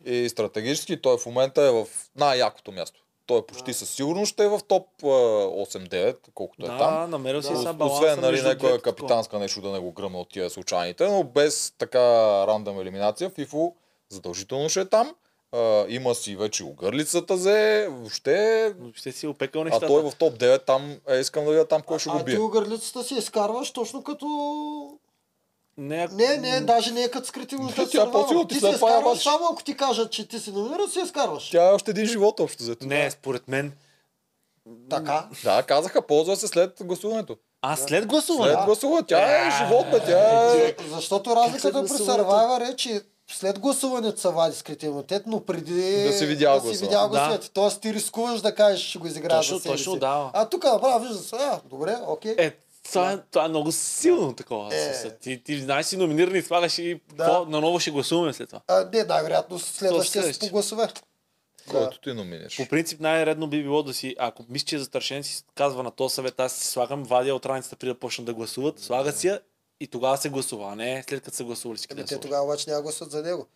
S1: И стратегически той в момента е в най-якото място. Той е почти
S2: Да.
S1: със сигурност ще е в топ а, 8-9, колкото е там.
S3: Да, намерил си
S2: Да.
S3: сега
S1: Ос-
S3: баланса.
S1: Освен нали,
S3: между
S1: някоя
S3: двете,
S1: капитанска нещо да не го гръмна от тия случайните, но без така рандъм елиминация, Фифо задължително ще е там. А, има си вече огърлицата зе, въобще...
S3: такова. Ще си опекал
S1: А
S3: нещата.
S1: той в топ 9 там, е, искам да видя там кой ще
S2: а
S1: го бие.
S2: ти огърлицата си изкарваш точно като...
S3: Не,
S2: Не, не, даже не е като скрити
S1: тя
S2: лъжа.
S1: по-сигурно ти
S2: ти се
S1: след това я
S2: изкарваш
S1: вадиш.
S2: само ако ти кажат, че ти си номиниран, си изкарваш.
S1: Тя е още един живот общо взето.
S3: Не, според мен.
S2: Така.
S1: Да, казаха, ползва се след гласуването.
S3: А след
S1: След
S3: гласуване.
S1: гласуването. Тя е живот, бе, тя е...
S2: Защото разликата
S3: след
S2: при
S3: гласуването?
S2: Survivor е, че след гласуването се вади скрития е имунитет, но преди
S1: Да си видял
S2: да си
S1: гласа.
S2: видял
S3: Да.
S2: гласовете. Тоест ти рискуваш да кажеш, ще го изиграеш
S3: Точно,
S2: за себе
S3: точно,
S2: си.
S3: да.
S2: А тук направо вижда се, а, добре, окей.
S3: Е, това, е, това е много силно такова.
S2: Е.
S3: Е. Ти, ти знаеш си номинирани, слагаш и
S2: Да.
S3: да. наново ще гласуваме след това.
S2: А, не, най-вероятно следващия си
S3: следващия.
S2: по гласове. Ами
S1: който ти номинираш.
S3: По принцип най-редно би било да си, ако мислиш, че е застрашен, си казва на този съвет, аз си слагам, вадя от раницата, преди да почнат да гласуват, слагат си я и тогава се гласува, а не след като са гласували си къде
S2: Ами
S3: да
S2: те
S3: сложат.
S2: тогава обаче няма гласуват за него.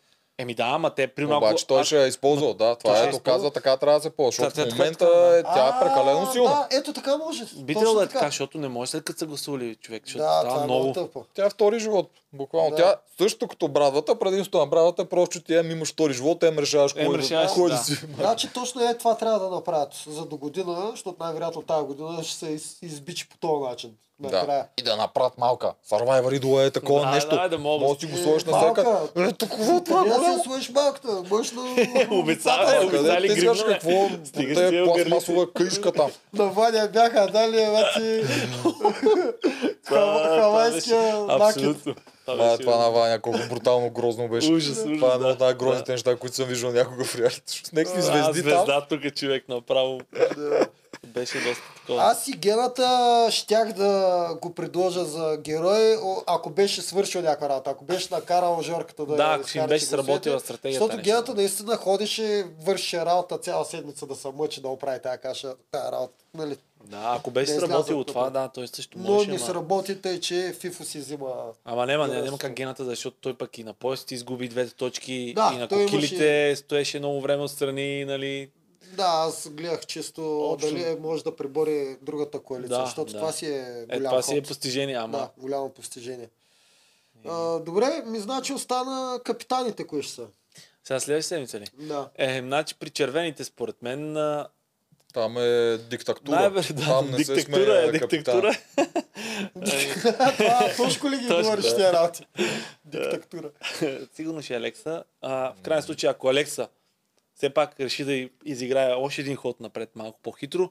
S3: Еми да, ама те при малко...
S1: Обаче той
S3: аз-
S1: ще я използва, да. Това
S3: ще
S1: е,
S3: я
S1: то
S3: използва.
S1: каза, така трябва да се ползва.
S3: Тя-
S1: Защото в
S3: тя-
S1: момента е- тя е
S2: А,
S1: прекалено силна.
S2: Да, ето така може.
S3: Би
S2: точно
S3: трябвало да е така, защото не може след като са гласували човек, защото
S2: Да,
S3: става
S2: това е много
S3: много...
S2: тъпо.
S1: Тя е втори живот. Буквално.
S2: Да.
S1: Тя също като брадвата, предимството на брадвата е просто, че ти им имаш втори живот, им решаваш
S3: Ем
S1: кой, да,
S3: решаваш,
S1: кой
S3: Е, да.
S1: да. си.
S2: Значи точно е това трябва да направят за до година, защото най-вероятно тази година ще се из- избичи по този начин.
S1: Да.
S2: Накрая.
S1: И да направят малка. Survivor идола е такова
S3: Да,
S1: нещо.
S3: да, да могат.
S1: Може да си го сложиш на
S2: Малка.
S1: всяка. Е, такова това,
S2: Трябва да
S1: големо.
S2: се сложиш малката, можеш да...
S3: Обицава,
S1: Е, къде
S3: обицали
S1: ти искаш
S3: гривна. бе.
S1: какво?
S3: Стига е с
S1: Те
S3: тия
S1: пластмасова къща там.
S2: На Ваня бяха нали, значи, дали, бати...
S3: Е, Това- това
S2: Хавайския
S3: беше-
S2: накид.
S3: Абсолютно.
S1: Това е
S3: беше-
S1: това на Ваня, колко брутално грозно беше.
S3: Ужас, ужас,
S1: това е едно
S3: да.
S1: от най-грозните неща, които съм виждал някога в реалите. Някакви
S3: А,
S1: звезди там.
S3: звезда тук е човек направо. Беше доста такова.
S2: Аз и гената щях да го предложа за герой, о, ако беше свършил някаква работа, ако беше накарал жорката да
S3: Да,
S2: я
S3: ако си им
S2: изкара,
S3: беше
S2: че го сети.
S3: сработила стратегията,
S2: Защото
S3: нещо.
S2: гената наистина ходеше, вършеше работа цяла седмица да се мъчи да оправи тази каша, тази работа. Нали?
S3: Да, ако беше
S2: Да излязат
S3: сработило
S2: тук.
S3: това, да, той също
S2: Но
S3: можеше.
S2: не се
S3: ама-
S2: работи, тъй че Фифо си взима...
S3: Ама няма, няма, няма
S2: Интересно.
S3: как гената, защото той пък и на пояс ти изгуби двете точки,
S2: Да,
S3: и на
S2: той имаше-
S3: кокилите стоеше много време отстрани, нали.
S2: Да, аз гледах чисто
S3: Общо.
S2: дали е, може да пребори другата коалиция,
S3: Да,
S2: защото
S3: да.
S2: това си е
S3: Е,
S2: голям
S3: това си е
S2: ход.
S3: постижение, ама
S2: Да, голямо постижение. А, добре, ми значи остана капитаните, кои ще са.
S3: сега следваща седмица ли?
S2: Да.
S3: Е, значи при червените, според мен, а,
S1: Там е диктатура.
S3: най-вероятно,
S1: там не се
S3: диктатура
S1: смея
S3: е,
S1: на капитана.
S3: диктатура.
S2: Това точно ли ги
S3: Точно,
S2: говориш
S3: Е, да.
S2: тия работи? Диктатура.
S3: Сигурно ще е Алекса. А, в крайна случай, ако Алекса все пак реши да и- изиграе още един ход напред малко по-хитро,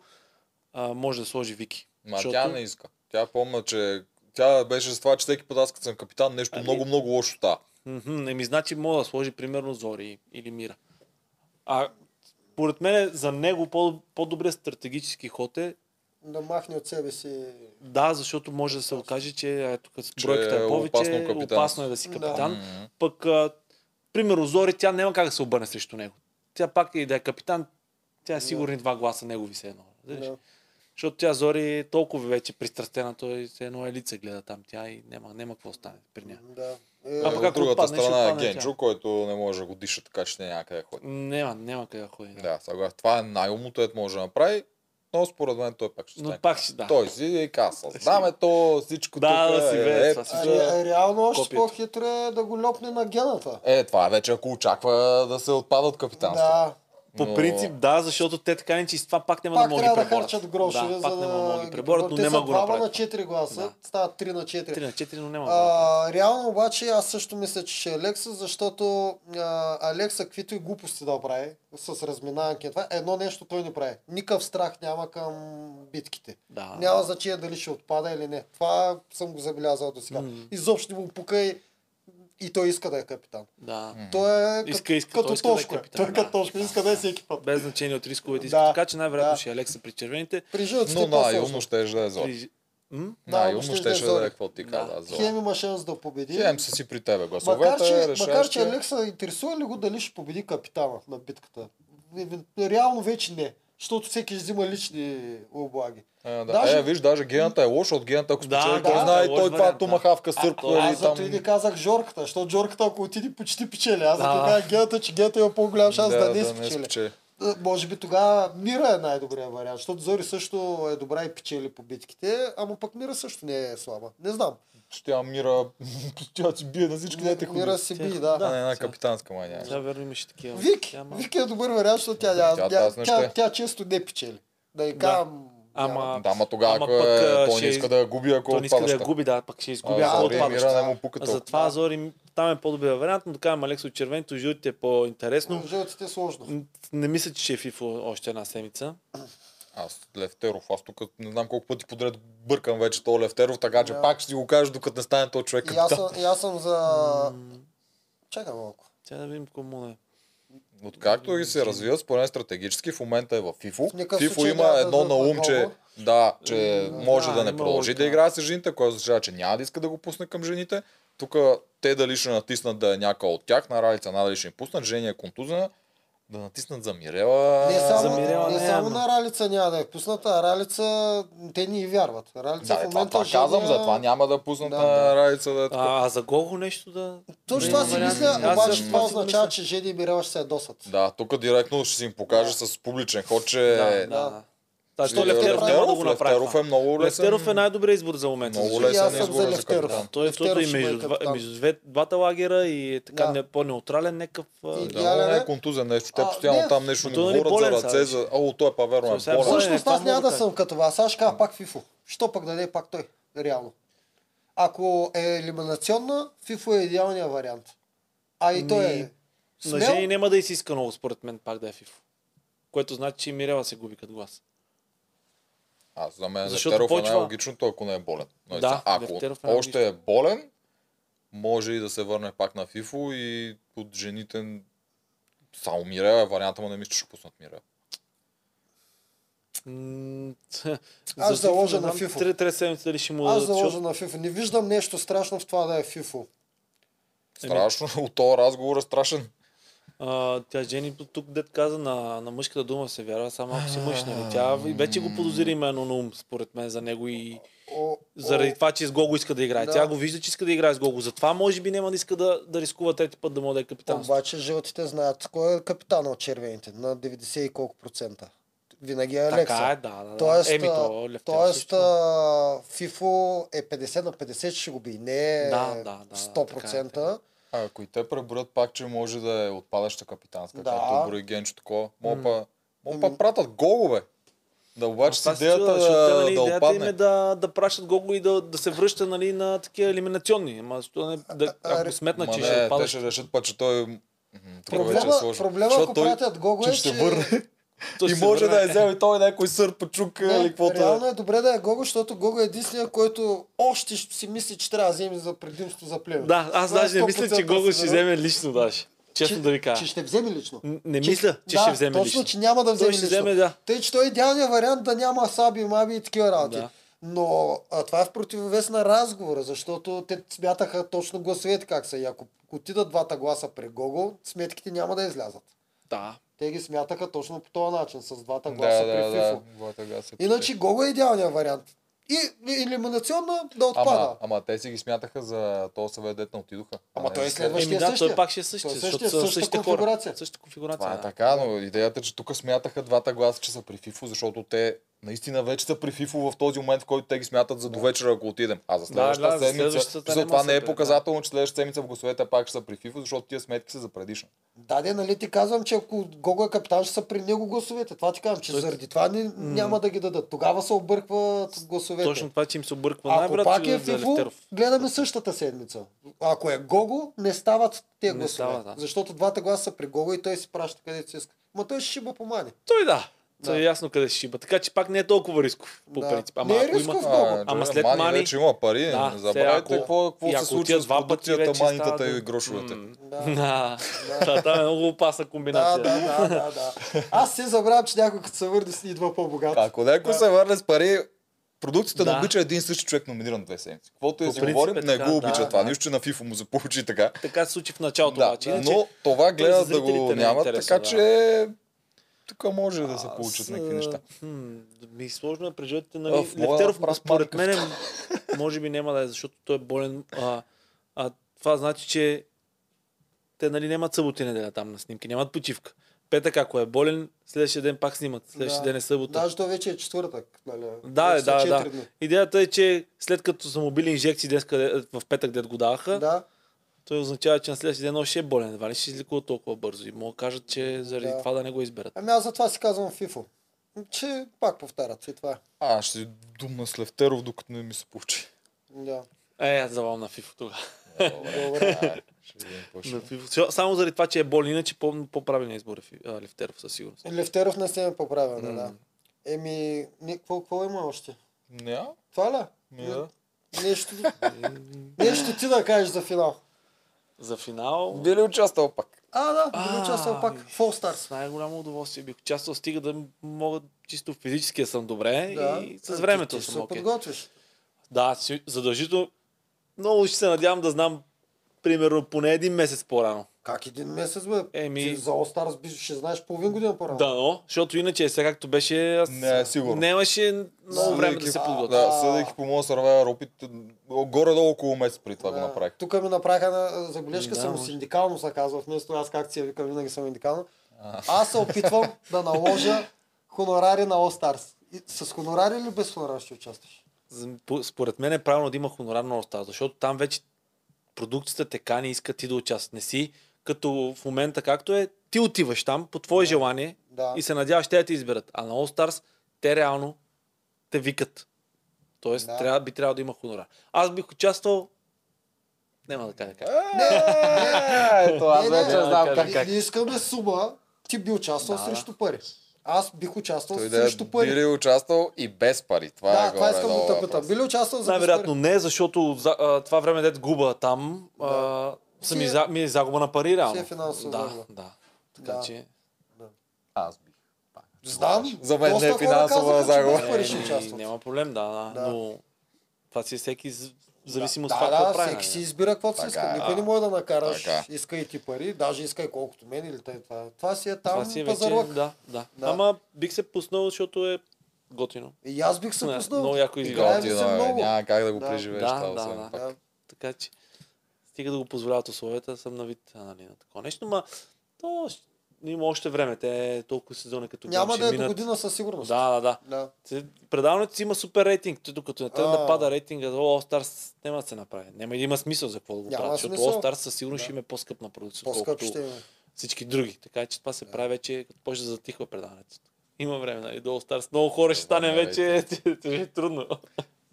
S3: а, може да сложи Вики.
S1: Ма тя не иска. Тя помня, че тя беше за това, че всеки път аз като съм капитан, нещо
S3: Ами-
S1: много, много лошо става.
S3: Мгм, Не ми значи, мога да сложи примерно Зори или Мира. А според мен е за него по- по-добрият стратегически ход е
S2: Да махне от себе си.
S3: да, защото може да се окаже, че е, тук
S1: Че
S3: бройката
S1: е
S3: е
S1: опасно
S3: повече, опасно,
S1: капитан.
S3: е да си
S2: Да.
S3: капитан.
S1: Мгм.
S3: Пък, а, примерно, Зори, тя няма как да се обърне срещу него. Тя пак и да е капитан, тя е сигурни два гласа негови се едно. Знаеш?
S2: Да.
S3: Защото тя Зори е толкова вече пристрастена, той се едно е лице гледа там тя и няма, няма какво стане при нея.
S2: Да.
S3: А пък
S1: Е,
S3: ако
S1: От другата
S3: отпадне, ще
S1: страна е
S3: отпадне
S1: Генджо, който не може да го диша, така че не е някъде ходи.
S3: Няма, няма къде да ходи. Да.
S1: Да, съгласен. Това е най-умното, ето може да направи, но според мен той пак ще
S3: Но
S1: стане.
S3: пак ще да.
S1: Той си и казва, знаме то, всичко
S3: Да,
S1: тук
S3: да си
S1: е,
S3: бе,
S1: е,
S3: това си
S1: е,
S2: А, ре- реално още
S3: Копието.
S2: по-хитро е да го лопне на гената.
S1: е, това е вече ако очаква да се отпада от капитанство.
S2: Да,
S3: По
S1: Но-
S3: принцип да, защото те така не че и с това пак няма
S2: пак
S3: да могат
S2: трябва
S3: да
S2: да
S3: преборят.
S2: харчат грошове,
S3: да,
S2: за
S3: пак няма да могат да
S2: ги
S3: преборят, но
S2: Те
S3: няма
S2: са
S3: го
S2: двама на
S3: направят.
S2: 4 гласа,
S3: Да.
S2: стават 3 на 4.
S3: 3 на 4, но няма а...
S2: А, реално обаче аз също мисля, че ще е Алекса, защото а, Алекса каквито и глупости да прави с разминаванки, и това едно нещо той не прави. Никакъв страх няма към битките.
S3: да.
S2: Няма значение дали ще отпада или не. Това съм го забелязал до сега.
S3: Мгм.
S2: Изобщо не му пука и, и той иска да е капитан.
S3: Да.
S2: Той е
S3: Иска,
S2: кът-
S3: иска, той
S2: като
S3: иска да е
S2: точка. той
S3: капитан, да.
S2: като точка иска да е всеки път.
S3: Без значение от рисковете.
S2: Да,
S3: Да, така че най-вероятно
S2: да.
S3: ще е Алекса при червените.
S2: При жълтите
S1: Но
S2: е по-сложно.
S1: най-умно ще да е зор.
S3: При... М?
S2: Да,
S1: Най-умно
S2: ще
S1: ще
S2: да е
S1: да
S2: Зор.
S1: е какво ти каза, зор.
S2: Хем има шанс да победи.
S1: Хем са си при тебе,
S2: Макар че,
S1: гласовете,
S2: макар, че
S3: е
S1: решаващи.
S2: Алекса интересува ли го дали ще победи капитана на битката? Е, Реално вече не. Защото всеки ще взима лични облаги.
S1: Е, да.
S2: Даже-
S1: Е, виж, даже гената е лоша от гената, ако
S3: Да,
S1: спечели,
S3: да,
S1: той знае,
S3: да,
S1: той
S3: лош
S1: това
S3: вариант,
S1: тума
S3: да.
S1: хавка стърпва
S2: Аз
S1: или
S2: зато и
S1: там...
S2: не казах Жорката, защото Жорката ако отиде почти печели. Аз зато
S3: Да.
S2: казах Гената, че Гената има по-голям шанс да, не
S1: да не
S2: спечели.
S1: спечели.
S2: Е, Може би тогава Мира е най-добрият вариант, защото Зори също е добра и печели по битките, ама пък Мира също не е слаба. Не знам.
S1: Че Тя мира, тя ти бие на всички дете худи.
S2: Мира си би, да.
S1: Да, не, една
S3: сега.
S1: капитанска май няма.
S3: Сега верно имаше такива.
S2: Вики.
S3: Тя малко-
S2: Вики е добър вариант, защото тя,
S1: Тя-
S2: няма- тя,
S1: тя
S2: тя,
S1: знае,
S2: тя,
S1: ще.
S2: често не печели. Да и
S3: Да.
S2: кам.
S3: Ама,
S1: Да, ма тогава,
S3: Ама
S1: ако
S3: пък,
S1: е,
S3: а,
S1: той
S3: ще
S1: не иска да я губи, ако
S3: Той не иска да я
S1: отпадаща.
S3: губи, да, пък ще изгуби,
S1: А,
S3: ако
S1: Зори и
S3: отпадаш.
S1: Мира не му пука толкова.
S3: Затова Зори там е по-добрия вариант, но да кажем Алекс от червеното, и жълтите е по-интересно.
S2: Жълтите е сложно.
S3: М, Не мисля, че ще е фифо още една седмица.
S1: Аз Левтеров, аз тук не знам колко пъти подред бъркам вече то Левтеров, така че пак ще си го кажа, докато не стане този човек
S2: И аз
S1: капитан.
S2: съм, и аз съм за Чакай малко.
S3: Тя да видим е. кому не.
S1: Откакто и се развиват, според мен стратегически, в момента е в
S2: В
S1: FIFO.
S2: никакъв
S1: FIFO
S2: случай
S1: има
S2: няма да
S1: едно
S2: дойде
S1: на ум, че
S2: отново.
S1: да, че
S3: М,
S1: може
S3: да,
S1: да не
S3: има
S1: продължи
S3: логика.
S1: да играе с жените, което означава, че няма да иска да го пусне към жените. Тук те дали ще натиснат да е някой от тях, на Ралица дали ще им пуснат, Жени е контузена, да натиснат за Мирела.
S2: Не само,
S3: за Мирела
S2: не
S3: не,
S2: само
S3: ама.
S2: на Ралица няма да е пусната, а Ралица те ни и вярват. Ралица
S1: Да, е,
S2: в
S1: това,
S2: момента
S1: това казвам,
S2: Жени е-
S1: затова няма да пуснат
S2: Да,
S1: на
S2: да.
S1: Ралица да е такова.
S3: А, а за Гого нещо да...
S2: Точно
S3: Не,
S2: това си
S3: вариант.
S2: мисля,
S3: Аз
S2: обаче
S3: също
S2: това
S3: това си
S2: означава,
S3: мисля.
S2: че Жени и Мирела ще се ядосат.
S1: Да, тук директно ще си им покаже с публичен ход, че
S3: да, да, да. Та,
S1: Ще-
S3: що Лефтеров няма да го направи
S1: Лефтеров
S3: това.
S1: е много лесен.
S3: Лефтеров е най-добрият избор за момента.
S1: Много
S3: за
S2: И
S1: лесен
S2: аз съм
S1: избор
S2: за
S1: за
S2: Лефтеров.
S1: капитан.
S3: Той е
S2: Лефтеров
S3: защото и
S2: ще бъде
S3: между, два,
S2: капитан.
S3: между две, двата лагера и е така
S2: Да.
S3: не, по-неутрален някакъв... а,
S2: И-
S1: Да,
S2: Идеален
S1: но не
S2: е.
S1: е контузен нещо. Те
S2: А,
S1: постоянно
S2: не.
S1: там нещо
S3: Но
S1: му
S3: той нали
S1: говорят
S3: болен
S1: за
S3: сега
S1: ръце. За... О, той е паверно е
S3: Той сега е
S1: болен.
S3: болен.
S2: Всъщност
S3: това
S2: аз
S3: мога
S2: няма да
S3: да
S2: съм като вас. Аз ще кажа пак Фифо. Що пък да не е пак той? Реално. Ако е елиминационна, Фифо е идеалният вариант. А и той е
S3: Ми,
S2: смел.
S3: На жени няма да и си иска много, според мен, пак да е фифо. Което значи, че и Мирела се губи като глас.
S1: Аз за мен
S3: Защото
S1: Лефтеров е
S3: почва-
S1: най-логичното, ако не е болен. Но
S3: Да,
S1: ако
S3: Лефтеров е
S1: още е болен, може и да се върне пак на Фифо и от жените само Мирела е варианта му, не мисля, че ще пуснат Мирела.
S3: М,
S2: Аз
S3: за
S2: заложа
S3: не
S2: на
S3: знам,
S2: FIFA.
S3: Три, три седмици дали ще му
S2: Аз
S3: дадат,
S2: заложа
S3: защото-
S2: на Фифо. Не виждам нещо страшно в това да е Фифо.
S3: Еми.
S1: Страшно, от този разговор е страшен.
S3: А, тя Жени тук дет каза на, на мъжката дума се вярва, само ако си мъж, нали? Тя и вече го подозира именно на ум, според мен, за него и
S2: О,
S3: заради
S2: о,
S3: това, че с Гого иска да играе.
S2: Да.
S3: Тя го вижда, че иска да играе с Гого. Затова може би няма да иска да, да рискува трети път да може да е капитан.
S2: Обаче жълтите знаят кой е капитана от червените. На 90 и колко процента. Винаги е Алекса.
S3: Така е, да, да. да.
S2: Тоест,
S3: Еми, то, е
S2: а,
S3: Левтеров
S2: тоест
S3: също.
S2: а, Фифо е 50 на 50 ще го би. Не е
S3: Да, да, да, да,
S2: 100%.
S3: така е,
S1: А, ако и те преброят пак, че може да е отпадаща капитанска,
S2: Да.
S1: да. както брои генчо такова,
S3: М.
S1: мога па,
S2: Ами-
S1: па пратят голове. Да обаче с
S3: Това се
S1: идеята
S3: чува, защото те,
S1: да,
S3: нали,
S1: да
S3: идеята им е
S1: отпадне.
S3: да, да пращат Гого и да, да се връща нали, на такива елиминационни. Ама, защо да не, да,
S2: а,
S3: ако сметна,
S1: Ма
S3: че
S1: не,
S3: ще
S1: те
S3: отпадаш.
S1: ще решат път, че той... м, Тук вече е
S2: Проблема,
S1: сложно.
S2: проблема
S1: Защото
S2: ако
S1: той-
S2: пратят Гого е,
S1: че ще
S2: че...
S1: върне.
S3: Той
S1: и
S3: ще се
S1: може да е
S3: върне.
S1: взел и той някой сър пачук
S2: Не,
S1: или каквото е.
S2: реално е добре да е Гого, защото Гого е единствения, който още ще си мисли, че трябва да вземе за предимство за племето.
S3: Да, аз
S2: Това е
S3: даже не мисля, че
S2: 100%
S3: Гого ще
S2: сигурен.
S3: вземе лично даже. Честно
S2: Че-
S3: да ви кажа.
S2: Че ще вземе лично.
S3: Н- Не мисля, че ще вземе
S2: точно,
S3: лично.
S2: че няма да вземе
S3: Той ще
S2: лично.
S3: вземе, да.
S2: Тъй, че той е идеалният вариант да няма саби, маби и такива работи.
S3: Да.
S2: Но а, това е в противовес на разговора, защото те смятаха точно гласовете как са. И ако отидат двата гласа при Гого, сметките няма да излязат.
S3: Да.
S2: Те ги смятаха точно по този начин, с двата гласа
S1: Да,
S2: при
S1: да,
S2: Фифо.
S1: да. Главата газ е
S2: Иначе Гого е идеалният вариант. И елиминационна да отпада.
S1: Ама, ама те си ги смятаха за този съвет, дет не отидоха.
S2: Ама
S1: А,
S2: той
S1: не,
S2: е следващия
S3: Еми да,
S2: същия.
S3: той пак ще е същия,
S2: Той е
S3: защото
S2: същия,
S3: са
S2: същата
S3: същите хора.
S2: конфигурация.
S3: Същата конфигурация.
S1: Това е
S3: да.
S1: така, но идеята е, че тук смятаха двата гласа, че са при ФИФО, защото те наистина вече са при ФИФО в този момент, в който те ги смятат за довечера, ако отидем. А за следващата
S3: да, за
S1: седмица,
S3: следващата
S1: защото
S3: няма
S1: това не е
S3: събер, да.
S1: показателно, че следващата седмица в гласовете пак ще са при ФИФО, защото тия сметки са за предишна.
S2: Да, де, нали ти казвам, че ако Гого е капитан, ще са при него гласовете. Това ти казвам, че
S3: Той-
S2: заради това ни, няма да ги дадат. Тогава се объркват гласовете.
S3: Точно това, че им се обърква
S2: Ако
S3: най-вероятно
S2: пак е
S3: за
S2: Фифо,
S3: Лефтеров.
S2: гледаме същата седмица. Ако е Гого, не стават те
S3: Не
S2: гласове.
S3: става, да.
S2: Защото двата гласа са при Гого и той си праща където си иска. Ма той ще шиба помани.
S3: Той да. Той
S2: Да.
S3: е ясно къде ще шиба. Така че пак не е толкова рисков по
S2: Да.
S3: принцип.
S2: Не е
S3: ако
S2: рисков,
S3: има...
S2: Много.
S3: Ама
S1: че
S3: след
S1: Мани
S3: Мани-
S1: вече има пари,
S3: Да,
S1: не
S3: сега
S1: забравяйте
S3: ако-
S1: какво,
S3: и
S1: какво
S3: ако
S1: се случва
S3: отидат
S1: с
S3: два пъти,
S1: продукцията,
S3: вече
S1: маните
S3: става
S1: и
S3: да-
S1: грошовете.
S3: М.
S2: Да.
S3: Да, това е много опасна
S2: Да,
S3: комбинация.
S2: да, да, да, да. Аз се забравям, че някой като се върне си идва по-богат.
S1: Ако някой се върне с пари, продукцията да.
S3: Да.
S1: не обича е един и същи човек номиниран две седмици. Каквото и
S3: По
S1: да си
S3: принцип е
S1: говорим, не
S3: така,
S1: го обича
S3: да,
S1: това.
S3: да.
S1: Нищо, че на FIFA му се получи така.
S3: Така се случи в началото
S1: Да,
S3: обаче. Иначе-
S1: но това гледат
S3: за
S1: да го
S3: зрителите не е
S1: нямат,
S3: интересно,
S1: така
S3: да.
S1: че тук може да се получат някакви неща.
S3: Хм, ми сложно е при жълтите,
S1: А,
S3: нали?
S1: в моя
S3: Лефтеров,
S1: прав
S3: според
S1: мамка.
S3: мен, може би няма да е, защото той е болен. А, а това значи, че те нали нямат събота и неделя там на снимки, нямат почивка. Петък, ако е болен, следващия ден пак снимат, следващия
S2: Да.
S3: ден е събота.
S2: Даже то вече е четвъртък. Нали?
S3: Да,
S2: Вече
S3: е,
S2: са
S3: да,
S2: четири
S3: да.
S2: дни.
S3: Идеята е, че след като са му били инжекции днес, къде, в петък, дед го даваха,
S2: Да.
S3: той означава, че на следващия ден още е болен. Едва ли ще излекува толкова бързо? И могат да кажат, че заради
S2: Да.
S3: това да не го изберат.
S2: Ами аз затова си казвам Фифо. Че пак повтарят и това. е.
S1: А, ще си думна с Левтеров, докато не ми се получи.
S2: Да.
S3: Е, завал на FIFA тогава.
S2: Добре.
S1: Добре. Ще видим какво ще
S3: На FIFA. Сега- Само заради това, че е болен, иначе по- по-правилен избор е Фи- а, Лефтеров със сигурност.
S2: Левтеров не се ме поправя, да,
S3: М.
S2: да. Еми, ни- какво, какво има още?
S1: Няма?
S2: Това ли?
S1: Не, да.
S2: Нещо, нещо ти да кажеш за финал.
S3: За финал.
S1: Би ли участвал пак?
S2: А, да, бил участвал пак.
S3: ами,
S2: в All Stars.
S3: С най-голямо удоволствие бих участвал, стига да мога чисто физически да съм добре
S2: Да.
S3: и
S2: Е,
S3: с
S2: ти-
S3: времето
S2: ти
S3: съм
S2: се
S3: окей.
S2: подготвиш.
S3: Да, си- задължително. Много ще се надявам да знам примерно поне един месец по-рано.
S2: Как един месец, бе?
S3: Еми-
S2: Ти За All Stars би- ще знаеш половин година по-рано.
S3: Да, но, защото иначе е, сега както беше, аз
S1: Не, сигурно.
S3: нямаше много време да се
S1: Съдейки-
S3: подготвя.
S1: Да, съдейки по моя сървайвер опит, горе-долу около месец при това го направих.
S2: Тук ми направиха на забележка,
S1: Ами
S3: Да,
S2: да, съм
S3: може.
S2: синдикално се казва, вместо аз как си я викам, винаги съм синдикално. Аз се опитвам да наложа хонорари на All Stars. И, с хонорари или без хонорари ще участваш?
S3: За- по- Според мен е правилно да има хонорар на All Stars, защото там вече продукцията така не иска ти да участваш. Не си като в момента както е, ти отиваш там по твое желание
S2: Да.
S3: и се надяваш те да те изберат. А на All Stars те реално те викат. Тоест
S2: Да.
S3: трябва, би трябвало да има хонорар. Аз бих участвал... Няма да кажа как.
S1: Е, това
S2: Не, не,
S1: вече
S2: не,
S1: знам
S3: не,
S1: как.
S3: не,
S2: Ние искаме сума, ти би участвал
S3: Да.
S2: срещу пари. Аз бих участвал
S1: Той да е
S2: срещу пари.
S1: били участвал и без пари. Това
S2: да,
S1: е
S2: това
S1: горе,
S2: искам да те питам. Би ли участвал за без
S3: Най-вероятно
S2: пари?
S3: не, защото за, а, това време дед губа там, да. а, съм
S2: Си е-
S3: и за, ми е загуба на пари реално.
S2: си е финансова загуба.
S3: да, да. Така
S2: Да.
S3: че...
S1: Аз бих.
S2: Знам.
S1: За мен
S2: доста
S1: не е
S2: хора
S1: финансова
S2: казаха, че
S1: загуба.
S2: без пари ще
S3: Еми,
S1: Е,
S2: участват.
S3: Е, ами, Няма проблем, да, да.
S2: Да.
S3: Но това си е всеки з- в зависимост от
S2: Да,
S3: това, какво
S2: да,
S3: прави.
S2: всеки
S3: нали?
S2: си избира каквото си
S1: Така
S2: иска.
S1: е.
S2: Никой не може да накараш.
S1: Така.
S2: Иска и ти пари, даже иска и колкото мен или тъй това. Това си е там
S3: Това си е вече,
S2: пазарлък.
S3: да, да,
S2: Да.
S3: Ама бих се пуснал, защото е готино.
S2: И аз бих се
S3: Не,
S2: пуснал.
S3: много яко
S2: Играе ми се
S1: Готино е, бе,
S2: много.
S1: няма как да го
S2: Да.
S1: преживееш
S3: Да,
S1: това,
S3: да,
S1: освен
S3: да.
S1: пак.
S2: Да.
S3: Така че, стига да го позволяват условията, съм на вид а, нали, на такова нещо, ма то ще- има още време. Те толкова сезона като
S2: Няма
S3: ще
S2: да е до
S3: минат.
S2: година със сигурност.
S3: Да, да, да.
S2: Да.
S3: Те- Предаването си има супер рейтинг. Той докато не тръгне
S2: А.
S3: да пада рейтинга, All Stars няма да се направи. Няма и да има смисъл за какво да го
S2: Няма
S3: правят, защото
S2: смисъл.
S3: All Stars със сигурност
S2: Да.
S3: ще е има по-скъпна продукция,
S2: По-скъп
S3: отколкото
S2: ще има.
S3: всички други. Така че това се прави вече, като почне да затихва предаването. Има време, нали? До All Stars. Много хора ще стане
S1: Време,
S3: вече ще е трудно.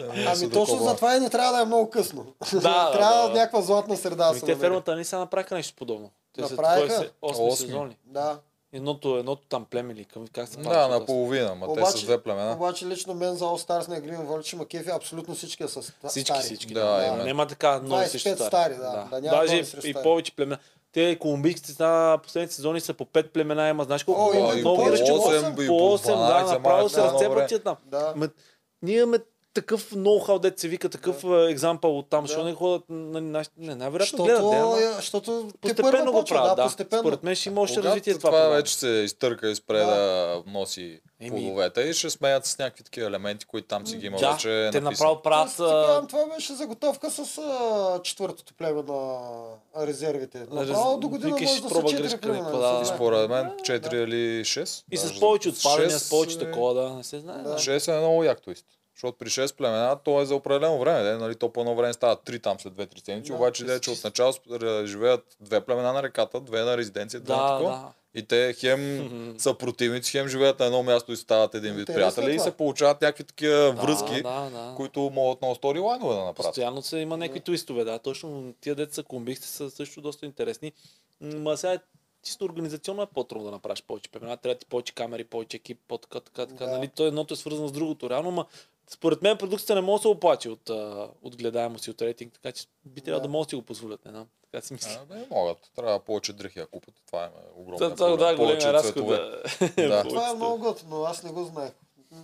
S2: Ами точно
S1: докова.
S2: за това и не трябва да е много късно.
S3: Да, да,
S2: Трябва
S3: да.
S2: някаква златна среда да
S3: Ами
S2: се
S3: те
S2: намери.
S3: фермата не са направиха нещо подобно. Те са
S2: Направиха.
S3: кой се, 8
S1: Осми.
S3: сезони.
S2: Да.
S3: Едното, едното там племе или към как се
S1: Да,
S3: казва?
S1: наполовина, ма те
S2: Обаче-
S1: са две племена.
S2: Обаче лично мен за All Stars на Грин Волчи Макефи абсолютно всички са ста-
S3: Всички,
S2: стари.
S3: всички.
S1: Да,
S3: Да,
S1: именно.
S3: да, Няма така много
S2: 25
S3: срещу стари.
S2: стари, да. Да няма
S3: Даже
S2: повече срещу
S3: и
S2: стари.
S3: повече племена. Те колумбийците са последните сезони са по 5 племена, има знаеш колко?
S2: О,
S1: Да,
S2: има
S1: и
S2: много
S1: по
S2: повече,
S3: различни-
S2: по
S1: 8,
S2: осем,
S1: и по
S3: по 8,
S1: 12,
S3: да, направо
S1: май,
S3: се
S1: да, много
S3: разцепват
S1: време.
S3: и там.
S2: Да.
S3: Ме, ние имаме такъв ноу-хау, дете се вика, такъв е, екзампъл от там, защото не ходят на нашите... Не, най-вероятно гледат, да,
S2: Защото,
S3: ама
S2: е, защото те първо
S3: постепенно го
S2: почва, да,
S3: правят, да.
S2: постепенно.
S3: Според мен ще има още
S1: Когато
S3: развитие е това.
S1: това
S3: предаване.
S1: вече се изтърка и спре
S2: Да.
S1: да носи
S3: Еми.
S1: плодовете и ще сменят с някакви такива елементи, които там си ги има
S3: Да,
S1: вече
S3: те
S1: написано.
S3: направо правят...
S2: Аз ти
S3: а,
S2: казвам, това беше заготовка с а, четвъртото племе на резервите. Направо
S3: Раз-
S2: до година
S3: викаш,
S2: може да са
S3: проба
S2: четири
S3: грешка,
S2: племена.
S3: някаква,
S2: да се
S3: да.
S2: знае.
S1: Според мен 4 или 6.
S3: И с повече отпадания, с повече
S1: е,
S3: такова, да, не се знае. да.
S1: 6 е много як твист. Защото при 6 племена то е за определено време. Де, нали, то по едно време става 3 там след 2-3 седмици.
S2: Да,
S1: обаче де, че отначало сп- живеят две племена на реката, две на резиденция, две на
S3: Да,
S1: такова.
S3: да.
S1: И те хем
S3: Мгм.
S1: са противници, хем живеят на едно място и стават един вид
S2: Интересно е
S1: приятели и
S2: това.
S1: се получават някакви такива връзки,
S3: Да, да, да.
S1: които могат много стори лайнове да направят.
S3: Постоянно се има някакви твистове, да. Точно тия деца комбихте са също доста интересни. Ма сега е чисто организационно е по-трудно да направиш повече племена. Трябва ти повече камери, повече екип, по така, така, така.
S2: Да.
S3: Нали? То едното е свързано с другото. Реално, ма според мен продукцията не може да се оплачи от, а, от гледаемост и от рейтинг, така че би трябвало да,
S2: Да.
S3: могат да си го позволят. Не знам. Така си мисля.
S1: А, Е, не могат. Трябва повече дрехи да купят. Това е огромно.
S3: Да, това, да, големия разход. е- Да.
S1: Да.
S2: Това е много готино, аз не го знаех.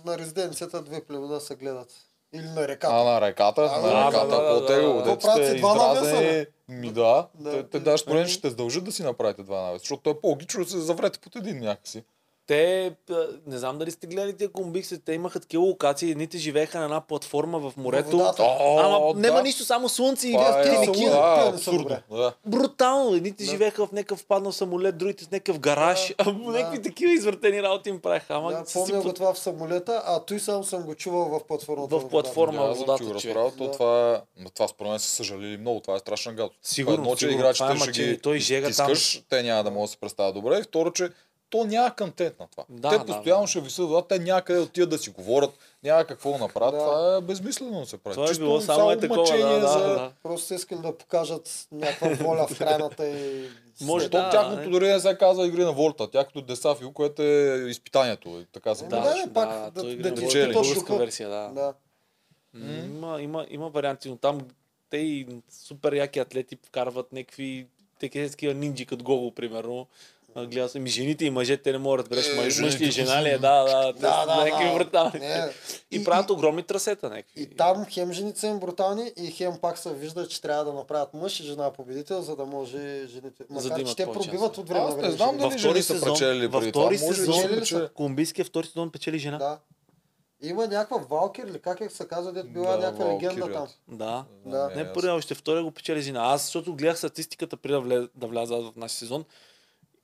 S2: На резиденцията две племена се гледат. Или на
S1: А
S2: реката.
S1: на реката,
S2: А,
S1: на
S2: да,
S1: реката,
S3: да, да, да,
S1: по-тегло.
S3: да.
S1: Да,
S2: Какво правят си два навеса,
S1: Ми да,
S2: Да.
S1: те, те даже според мен
S3: Ами-
S1: ще те задължат да си направите два навеса, защото е по-логично да се заврете под един някакси.
S3: Те, а, не знам дали сте гледали тия комбикси, те имаха такива локации, едните живееха на една платформа в морето.
S2: водата.
S1: О,
S3: Ама
S1: да.
S3: няма нищо, само слънце и
S1: Това е
S2: те не
S3: те
S1: абсурдно,
S2: ги
S1: да,
S2: те не са
S1: абсурдно.
S2: добре.
S1: Да.
S3: Брутално. Едните живееха в някакъв паднал самолет, другите в някакъв гараж. А,
S2: да.
S3: някакви такива извъртени работи им правиха. Ама
S2: Да,
S3: си
S2: помня
S3: под-
S2: го това в самолета, а той сам съм го чувал в платформата.
S3: В
S2: на
S3: платформа.
S1: Форма
S3: Форма
S1: аз съм
S3: водата,
S1: ти го
S3: човек.
S1: разправил, то
S2: Да.
S1: това е... Ма това според мен са съжалили много, това е страшна гадост.
S3: Сигурно,
S1: Едно, че
S3: сигурно,
S1: играчите
S3: това е
S1: ще
S3: мъчение,
S1: ги
S3: той жега там.
S1: изтискаш, те няма да могат да се представят добре. И второ, че то няма контент на това.
S3: Да,
S1: те
S3: да,
S1: постоянно
S3: да.
S1: ще висят вода, те някъде отиват да си говорят, няма какво да направят.
S2: Да.
S1: Това е безмислено да се прави.
S3: Това е
S1: Чисто
S3: било само е такова. Да,
S1: мъчение
S3: да,
S1: за-
S3: да.
S2: Просто са искали да покажат някаква воля в крайната и...
S3: Може
S1: Защо
S3: да, е.
S1: тяхното
S3: не?
S1: дори не се казва игри на волта, тяхното десафио, което е изпитанието. и Така се
S3: Е,
S2: Еми,
S1: казва.
S2: да, бе, пак да-
S3: той
S2: да
S3: игра
S1: ти
S3: на
S1: изпиташ
S3: българска
S2: духа.
S3: версия, да.
S2: Да.
S3: М, Има, има, има варианти, но там те и супер яки атлети вкарват някакви такива такива нинджи, като Гого, примерно. А, Гледал съм и жените и мъжете, те не могат да разбереш, мъж, мъж ли и жена ли е, да, да, те
S2: Да,
S3: са
S2: да,
S3: някакви
S2: да.
S3: врата.
S2: Не.
S3: И
S2: И-
S3: правят
S2: и-
S3: огромни трасета някакви.
S2: И там хем жените са им брутални и хем пак се вижда, че трябва да направят мъж и жена победител, за да може жените...
S3: да
S2: Макар,
S3: имат
S2: че те
S3: повече
S2: пробиват от време
S1: Аз
S2: на
S1: не
S2: време.
S1: знам
S2: жените.
S1: дали-
S3: във
S1: жени
S3: втори
S1: са
S3: сезон,
S1: печелили
S3: във
S1: преди
S3: втори
S1: това. Може би
S3: сезон,
S2: печелили са.
S3: колумбийския втори сезон печели жена. Да.
S2: Да. Има някаква Валкер или как е се казва, дето
S1: Да,
S2: била някаква легенда
S1: Валкирията.
S2: там.
S3: да.
S2: Да.
S1: Не,
S3: Не,
S1: аз-
S3: първия, още втория го печели жена. Аз, защото гледах статистиката преди да, влез, да вляза в нашия сезон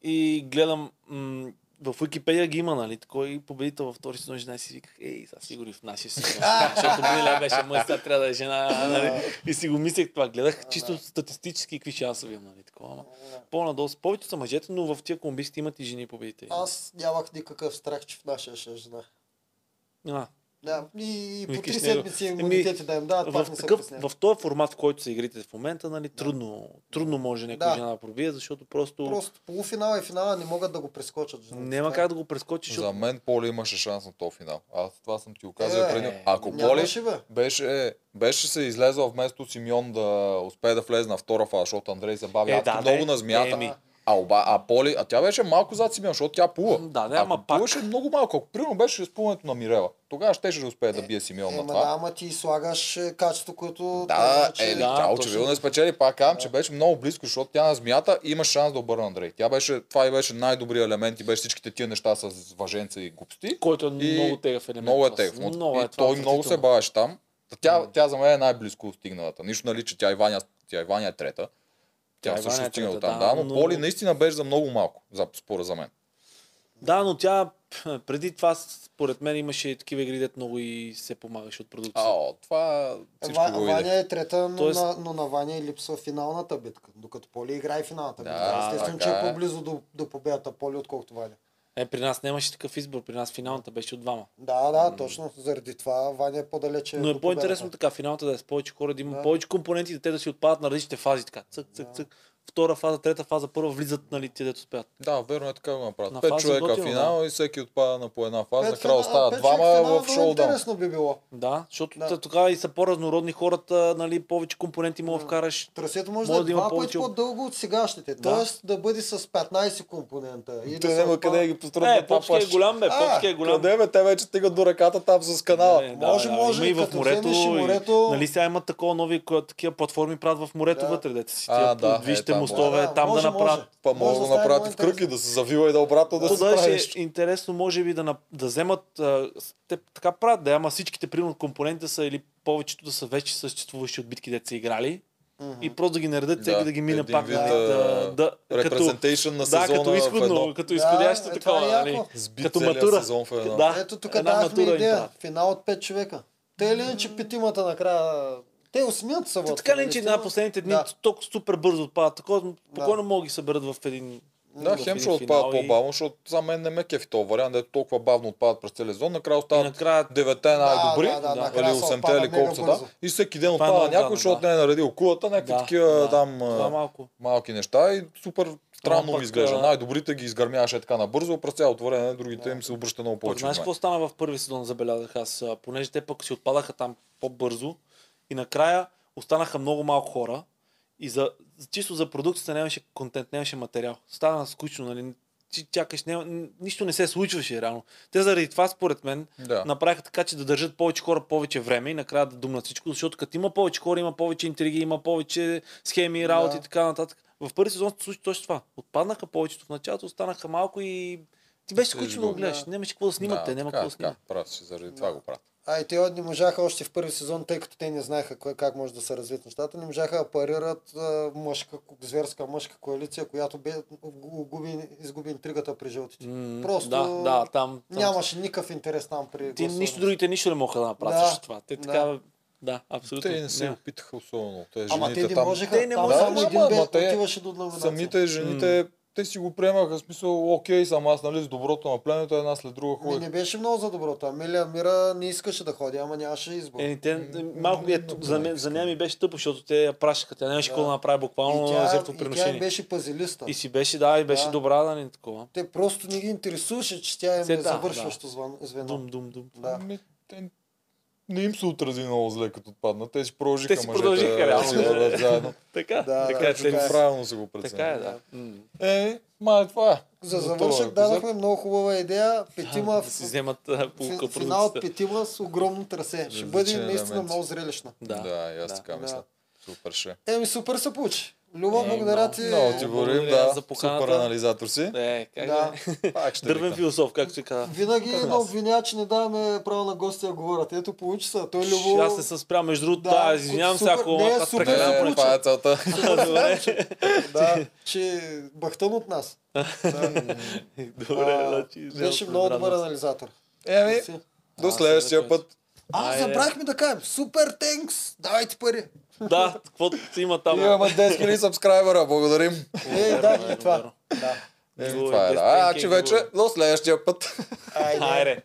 S3: и гледам м- в Википедия ги има, нали? Такой и победител във втори сезон жена и си виках, ей, сега сигурно и в нашия сезон. защото миналия беше мъж, сега трябва да е жена. Нали? И си го мислех това. Гледах чисто статистически какви шансове има, нали? Такова, ама. По-надолу, с повечето са мъжете, но в тия комбисти имат и жени победители.
S2: Аз нямах никакъв страх, че в нашия ще е жена.
S3: А,
S2: Да, и, и по
S3: Викаш
S2: три
S3: него.
S2: седмици
S3: Еми,
S2: имунитети да им дадат, пак
S3: е Ами, в,
S2: не се
S3: такъв,
S2: притеснявам.
S3: в този формат, в който са игрите в момента, нали, трудно, трудно може някоя
S2: Да.
S3: жена да пробие, защото просто,
S2: Просто полуфинала и финала не могат да го прескочат. жените.
S3: няма
S2: Това е.
S3: как да го прескочиш.
S1: За
S3: защото-
S1: мен Поли имаше шанс на то финал. Аз това съм ти го казал
S2: Е,
S1: преди. Ако Поли
S2: Нямаше, бе.
S1: беше, беше се излезъл вместо Симеон да успее да влезе на втора фаза, защото Андрей се бави
S3: Е,
S1: е,
S3: да,
S1: много
S3: де.
S1: на змията.
S3: Еми.
S1: А, оба, а Поли, а тя беше малко зад Симеон, защото тя плува.
S3: Да, да,
S1: Ако
S3: ама пак.
S1: плуваше много малко. Ако примерно беше разплуването на Мирела, тогава ще ще успее
S3: Е,
S1: да бие Симеон на
S2: Ема
S1: това.
S2: да, ама ти слагаш е, качество, което...
S1: Да,
S2: че-
S1: е,
S3: да,
S1: да, тя
S3: точно.
S1: очевидно не спечели. Пак казвам, че беше много близко, защото тя на змията има шанс да обърне Андрей. Тя беше, това и беше най-добрият елемент и беше всичките тия неща с въженца и глупости.
S3: който е
S1: И
S3: много тегъв елемент.
S1: Много е
S3: това си.
S1: тегъв.
S3: Много
S1: и
S3: е това.
S1: той много се
S3: отвратително.
S1: бавеше там. Та Тя, тя за мен е най-близко стигналата. Нищо нали, че тя и Ваня, тя и Ваня е трета. Тя,
S3: Тя и Ваня е
S1: също стигна до
S3: трета,
S1: там.
S3: да,
S1: Да, но,
S3: но-
S1: Поли наистина беше за много малко, за, според за мен.
S3: Да, но тя п- преди това, според мен, имаше и такива игри, дето много и се помагаше от продукция.
S1: А, това всичко
S2: Ва,
S1: го видях.
S2: Ваня е трета, но,
S3: Тоест-
S2: на, но на Ваня е липсва финалната битка, докато Поли играе финалната
S1: Да,
S2: битка. Естествено, че
S1: така
S2: е
S1: е.
S2: по-близо до, до победата Поли, отколкото Ваня.
S3: Е, при нас нямаше такъв избор, при нас финалната беше от двама.
S2: Да, да, точно. Заради това Ваня е по-далече.
S3: Но е
S2: до
S3: по-интересно
S2: победата.
S3: така, финалната да е с повече хора, да има
S2: Да.
S3: повече компоненти, да те да си отпадат на различните фази. Така, цък, цък, цък. Втора фаза, трета фаза, първа влизат, нали, те дето спят.
S1: Да, верно е така го направят.
S3: На
S1: Пет
S3: фаза
S1: човека
S3: готино,
S1: финал и всеки отпада на по една фаза.
S2: Пет
S1: Накрая
S2: финала-
S1: остават
S2: пет човек
S1: двама
S2: финала,
S1: в
S2: много
S1: шоудаун.
S2: Интересно би било.
S3: Да, защото
S2: Да.
S3: да. тогава и са по-разнородни хората, нали, повече компоненти мога да вкараш.
S2: Трасето може,
S3: Може
S2: да е
S3: да има
S2: два
S3: повече
S2: пъти
S3: от-
S2: по-дълго от сегашните.
S3: Да.
S2: Тоест да бъде с 15 компонента. И
S1: Той
S2: да
S1: няма
S2: се
S1: къде да
S2: отпада.
S1: ги пострудят.
S3: е, попски е голям, бе, попски е голям.
S1: Къде бе, те вече стигат до ръката там с канала.
S3: Не,
S2: Може, може,
S3: Е, Има и в
S2: като
S3: морето.
S2: вземеш и
S3: И,
S2: морето-
S3: Нали сега имат такова нови ко- такива платформи правят в морето
S2: Да.
S3: вътре, дете си.
S1: А,
S3: Тия
S1: да, е,
S3: подвижте
S1: там
S3: мостове,
S2: може.
S3: там
S2: Може,
S3: да направят.
S2: може.
S1: Па
S2: Може
S1: може
S2: да
S1: да
S2: стане
S1: направят
S2: много
S1: и в кръг и да се завива и да обратно да
S3: То
S1: се
S3: даже
S1: прави
S3: е
S1: нещо.
S3: интересно, може би да, на- да вземат, а, с- те така правят, да, ама всичките примерно компоненти са или повечето да са вече съществуващи от битки, деца играли. И просто да ги наредят, всеки
S1: Да,
S3: да ги мине
S1: един
S3: пак.
S1: вид,
S3: нали,
S1: а,
S3: да, да, като,
S1: Репрезентейшън на
S3: да,
S1: сезона
S3: като
S1: в едно.
S3: изходно, като
S2: Да,
S3: изходящо
S2: е,
S3: такова.
S2: това е
S3: нали.
S2: яко.
S1: Сби
S3: като
S1: целия
S3: матура.
S1: сезон в едно.
S3: Да,
S2: Ето тук
S3: една
S2: давахме
S3: матура им
S2: идея.
S3: правят.
S2: Финал от 5 човека. Те или иначе петимата накрая... Те осмият са
S3: Те
S2: вътре.
S1: е
S3: така ли, че
S2: наистина.
S3: на последните дни
S2: Да.
S3: толкова супер бързо отпадат. Такова спокойно могат да ги съберат в един
S1: Да,
S3: в
S1: хем ще
S3: един финал
S1: отпадат
S3: и-
S1: по-бавно, защото за мен не ме кефи този вариант, дето толкова бавно отпадат през целия сезон. Накрая
S3: И
S1: остават
S3: накрая
S1: девете най-добри,
S2: да, да,
S3: да.
S1: или
S2: накрая се
S1: 8-те
S2: отпада
S1: или колко са,
S2: мега
S1: да.
S2: бързо.
S1: И всеки ден
S3: Това е
S1: отпада
S3: много гадно,
S1: някой, защото
S3: да.
S1: не е наредил кулата, някакви
S3: Да,
S1: такива
S3: да.
S1: там
S3: това
S1: а,
S3: малко.
S1: малки неща и супер странно
S3: пък,
S1: ми изглежда.
S3: а-
S1: Най-добрите ги изгърмяваше така набързо, през цялото време другите им се обръща много
S3: Пък
S1: повече.
S3: знаеш
S1: внимание.
S3: какво стана в първи сезон, забелязах аз, а, понеже те пък си отпадаха там по-бързо и накрая останаха много малко хора и за, чисто за продукцията нямаше контент, нямаше материал. Стана скучно, нали? Ти чакаш, няма, н- нищо не се случваше реално. Те заради това, според мен,
S1: Да.
S3: направиха така, че да държат повече хора повече време и накрая да думнат всичко, защото като има повече хора, има повече интриги, има повече схеми, работи
S2: Да.
S3: и така нататък. В първи сезон се случи точно това. Отпаднаха повечето в началото, останаха малко и ти беше
S2: Е,
S1: Се
S3: скучно да го
S1: изгубиха.
S3: гледаш. Нямаше какво да снимат, те
S1: Да,
S3: няма
S1: така,
S3: какво да
S1: така,
S3: снимат.
S1: прав си, заради това го правят.
S2: А и те не можаха още в първи сезон, тъй като те не знаеха кое, как може да се развият нещата, не можаха да парират а, мъжка, зверска мъжка коалиция, която бе, губи, изгуби интригата при жълтите.
S3: М,
S2: Просто
S3: Да, да, там. там
S2: Нямаше никакъв интерес там при
S3: Ти,
S2: гласуването.
S3: нищо другите нищо не могат да направят
S2: Да,
S3: срещу това. Те
S2: да.
S3: така. Да, абсолютно.
S1: Те не се
S3: няма.
S1: опитаха особено. Те,
S2: Ама
S1: жените
S2: те не
S1: там,
S2: можеха.
S3: Те не
S2: там
S1: можеха,
S2: само
S1: ама-
S2: един бе
S1: ама те-
S2: отиваше до номинация.
S1: Самите жените, те си го приемаха, в смисъл, окей съм аз, нали, с доброто на племето, една след друга
S2: Ми
S1: ходих.
S2: Ами не беше много за доброто. Амелия Мира не искаше да ходи, ама нямаше избор.
S3: Е, те, малко ми е, тъп- за, мен, за нея ми беше тъпо, защото те я прашаха. Тя нямаше
S2: Да.
S3: какво да направи буквално
S2: и
S3: на
S2: тя, и тя им
S3: жертвоприношение.
S2: беше пазилиста.
S3: И си беше, да, и беше
S2: Да.
S3: добра, да не е такова.
S2: Те просто не ги интересуваше, че тя им
S3: Се,
S2: е
S3: да,
S2: завършващо звън- звено.
S3: Дум, дум, дум.
S2: Да.
S1: Ми, те- не им се отрази много зле, като отпадна. Те си продължиха
S3: Те си
S1: мъжете
S3: продължиха,
S1: да
S3: реално.
S1: си вървят заедно.
S3: Така,
S2: Да,
S3: така
S2: да,
S3: е.
S1: Така че
S2: така е.
S3: Така,
S1: правилно се го преценя.
S3: така е, да. М.
S1: Е, май това е.
S2: За
S1: този
S2: завършък
S1: епизод.
S2: дадахме много хубава идея. Петима
S3: Да,
S2: в
S3: да си вземат а, полука
S2: фи-
S3: продукцията.
S2: финал от петима с огромно трасе. Ще
S1: Различен
S2: бъде наистина
S1: елемент.
S2: много зрелищна.
S1: Да,
S3: Да.
S1: и аз
S3: да,
S1: така
S2: да.
S1: мисля. Супер ще.
S2: Еми супер се получи. Люба,
S3: Е,
S2: благодаря
S3: много,
S2: ти.
S1: Много ти благодарим,
S3: благодаря
S1: да.
S3: за поканата.
S1: Супер анализатор си.
S3: Е, как
S2: Да.
S3: да.
S1: Пак ще
S3: Дървен
S1: викам.
S3: философ, както се казва.
S2: Винаги на обвиня, че не даваме право на гости да говорят. Ето получи се. Той любо...
S3: Аз не съм спрял, между другото,
S2: Да,
S3: да, извинявам се,
S2: супер,
S3: ако
S2: не,
S3: аз
S1: Не,
S2: супер,
S3: прекалявам
S2: да,
S1: не,
S2: получи.
S1: това е целта.
S3: Добре,
S2: Да, че бахтън от нас.
S3: добре,
S2: А,
S3: значи. извинявам
S2: Беше
S3: се,
S2: много добър
S3: разбрана.
S2: анализатор.
S1: Еми,
S2: Си.
S1: до следващия
S3: А, следващия
S1: път.
S2: А,
S3: Айде.
S2: забравихме да кажем. Супер тенкс! Давайте пари!
S3: Да, каквото има там.
S1: Имаме 10 000 сабскрайбера, благодарим.
S2: Е, да, и това.
S3: Добре.
S2: Да.
S1: Еми,
S3: Говори,
S1: това е, да.
S3: 10 000
S1: А, че
S3: говори.
S1: вече, до следващия път.
S2: Айде.
S3: Хайде.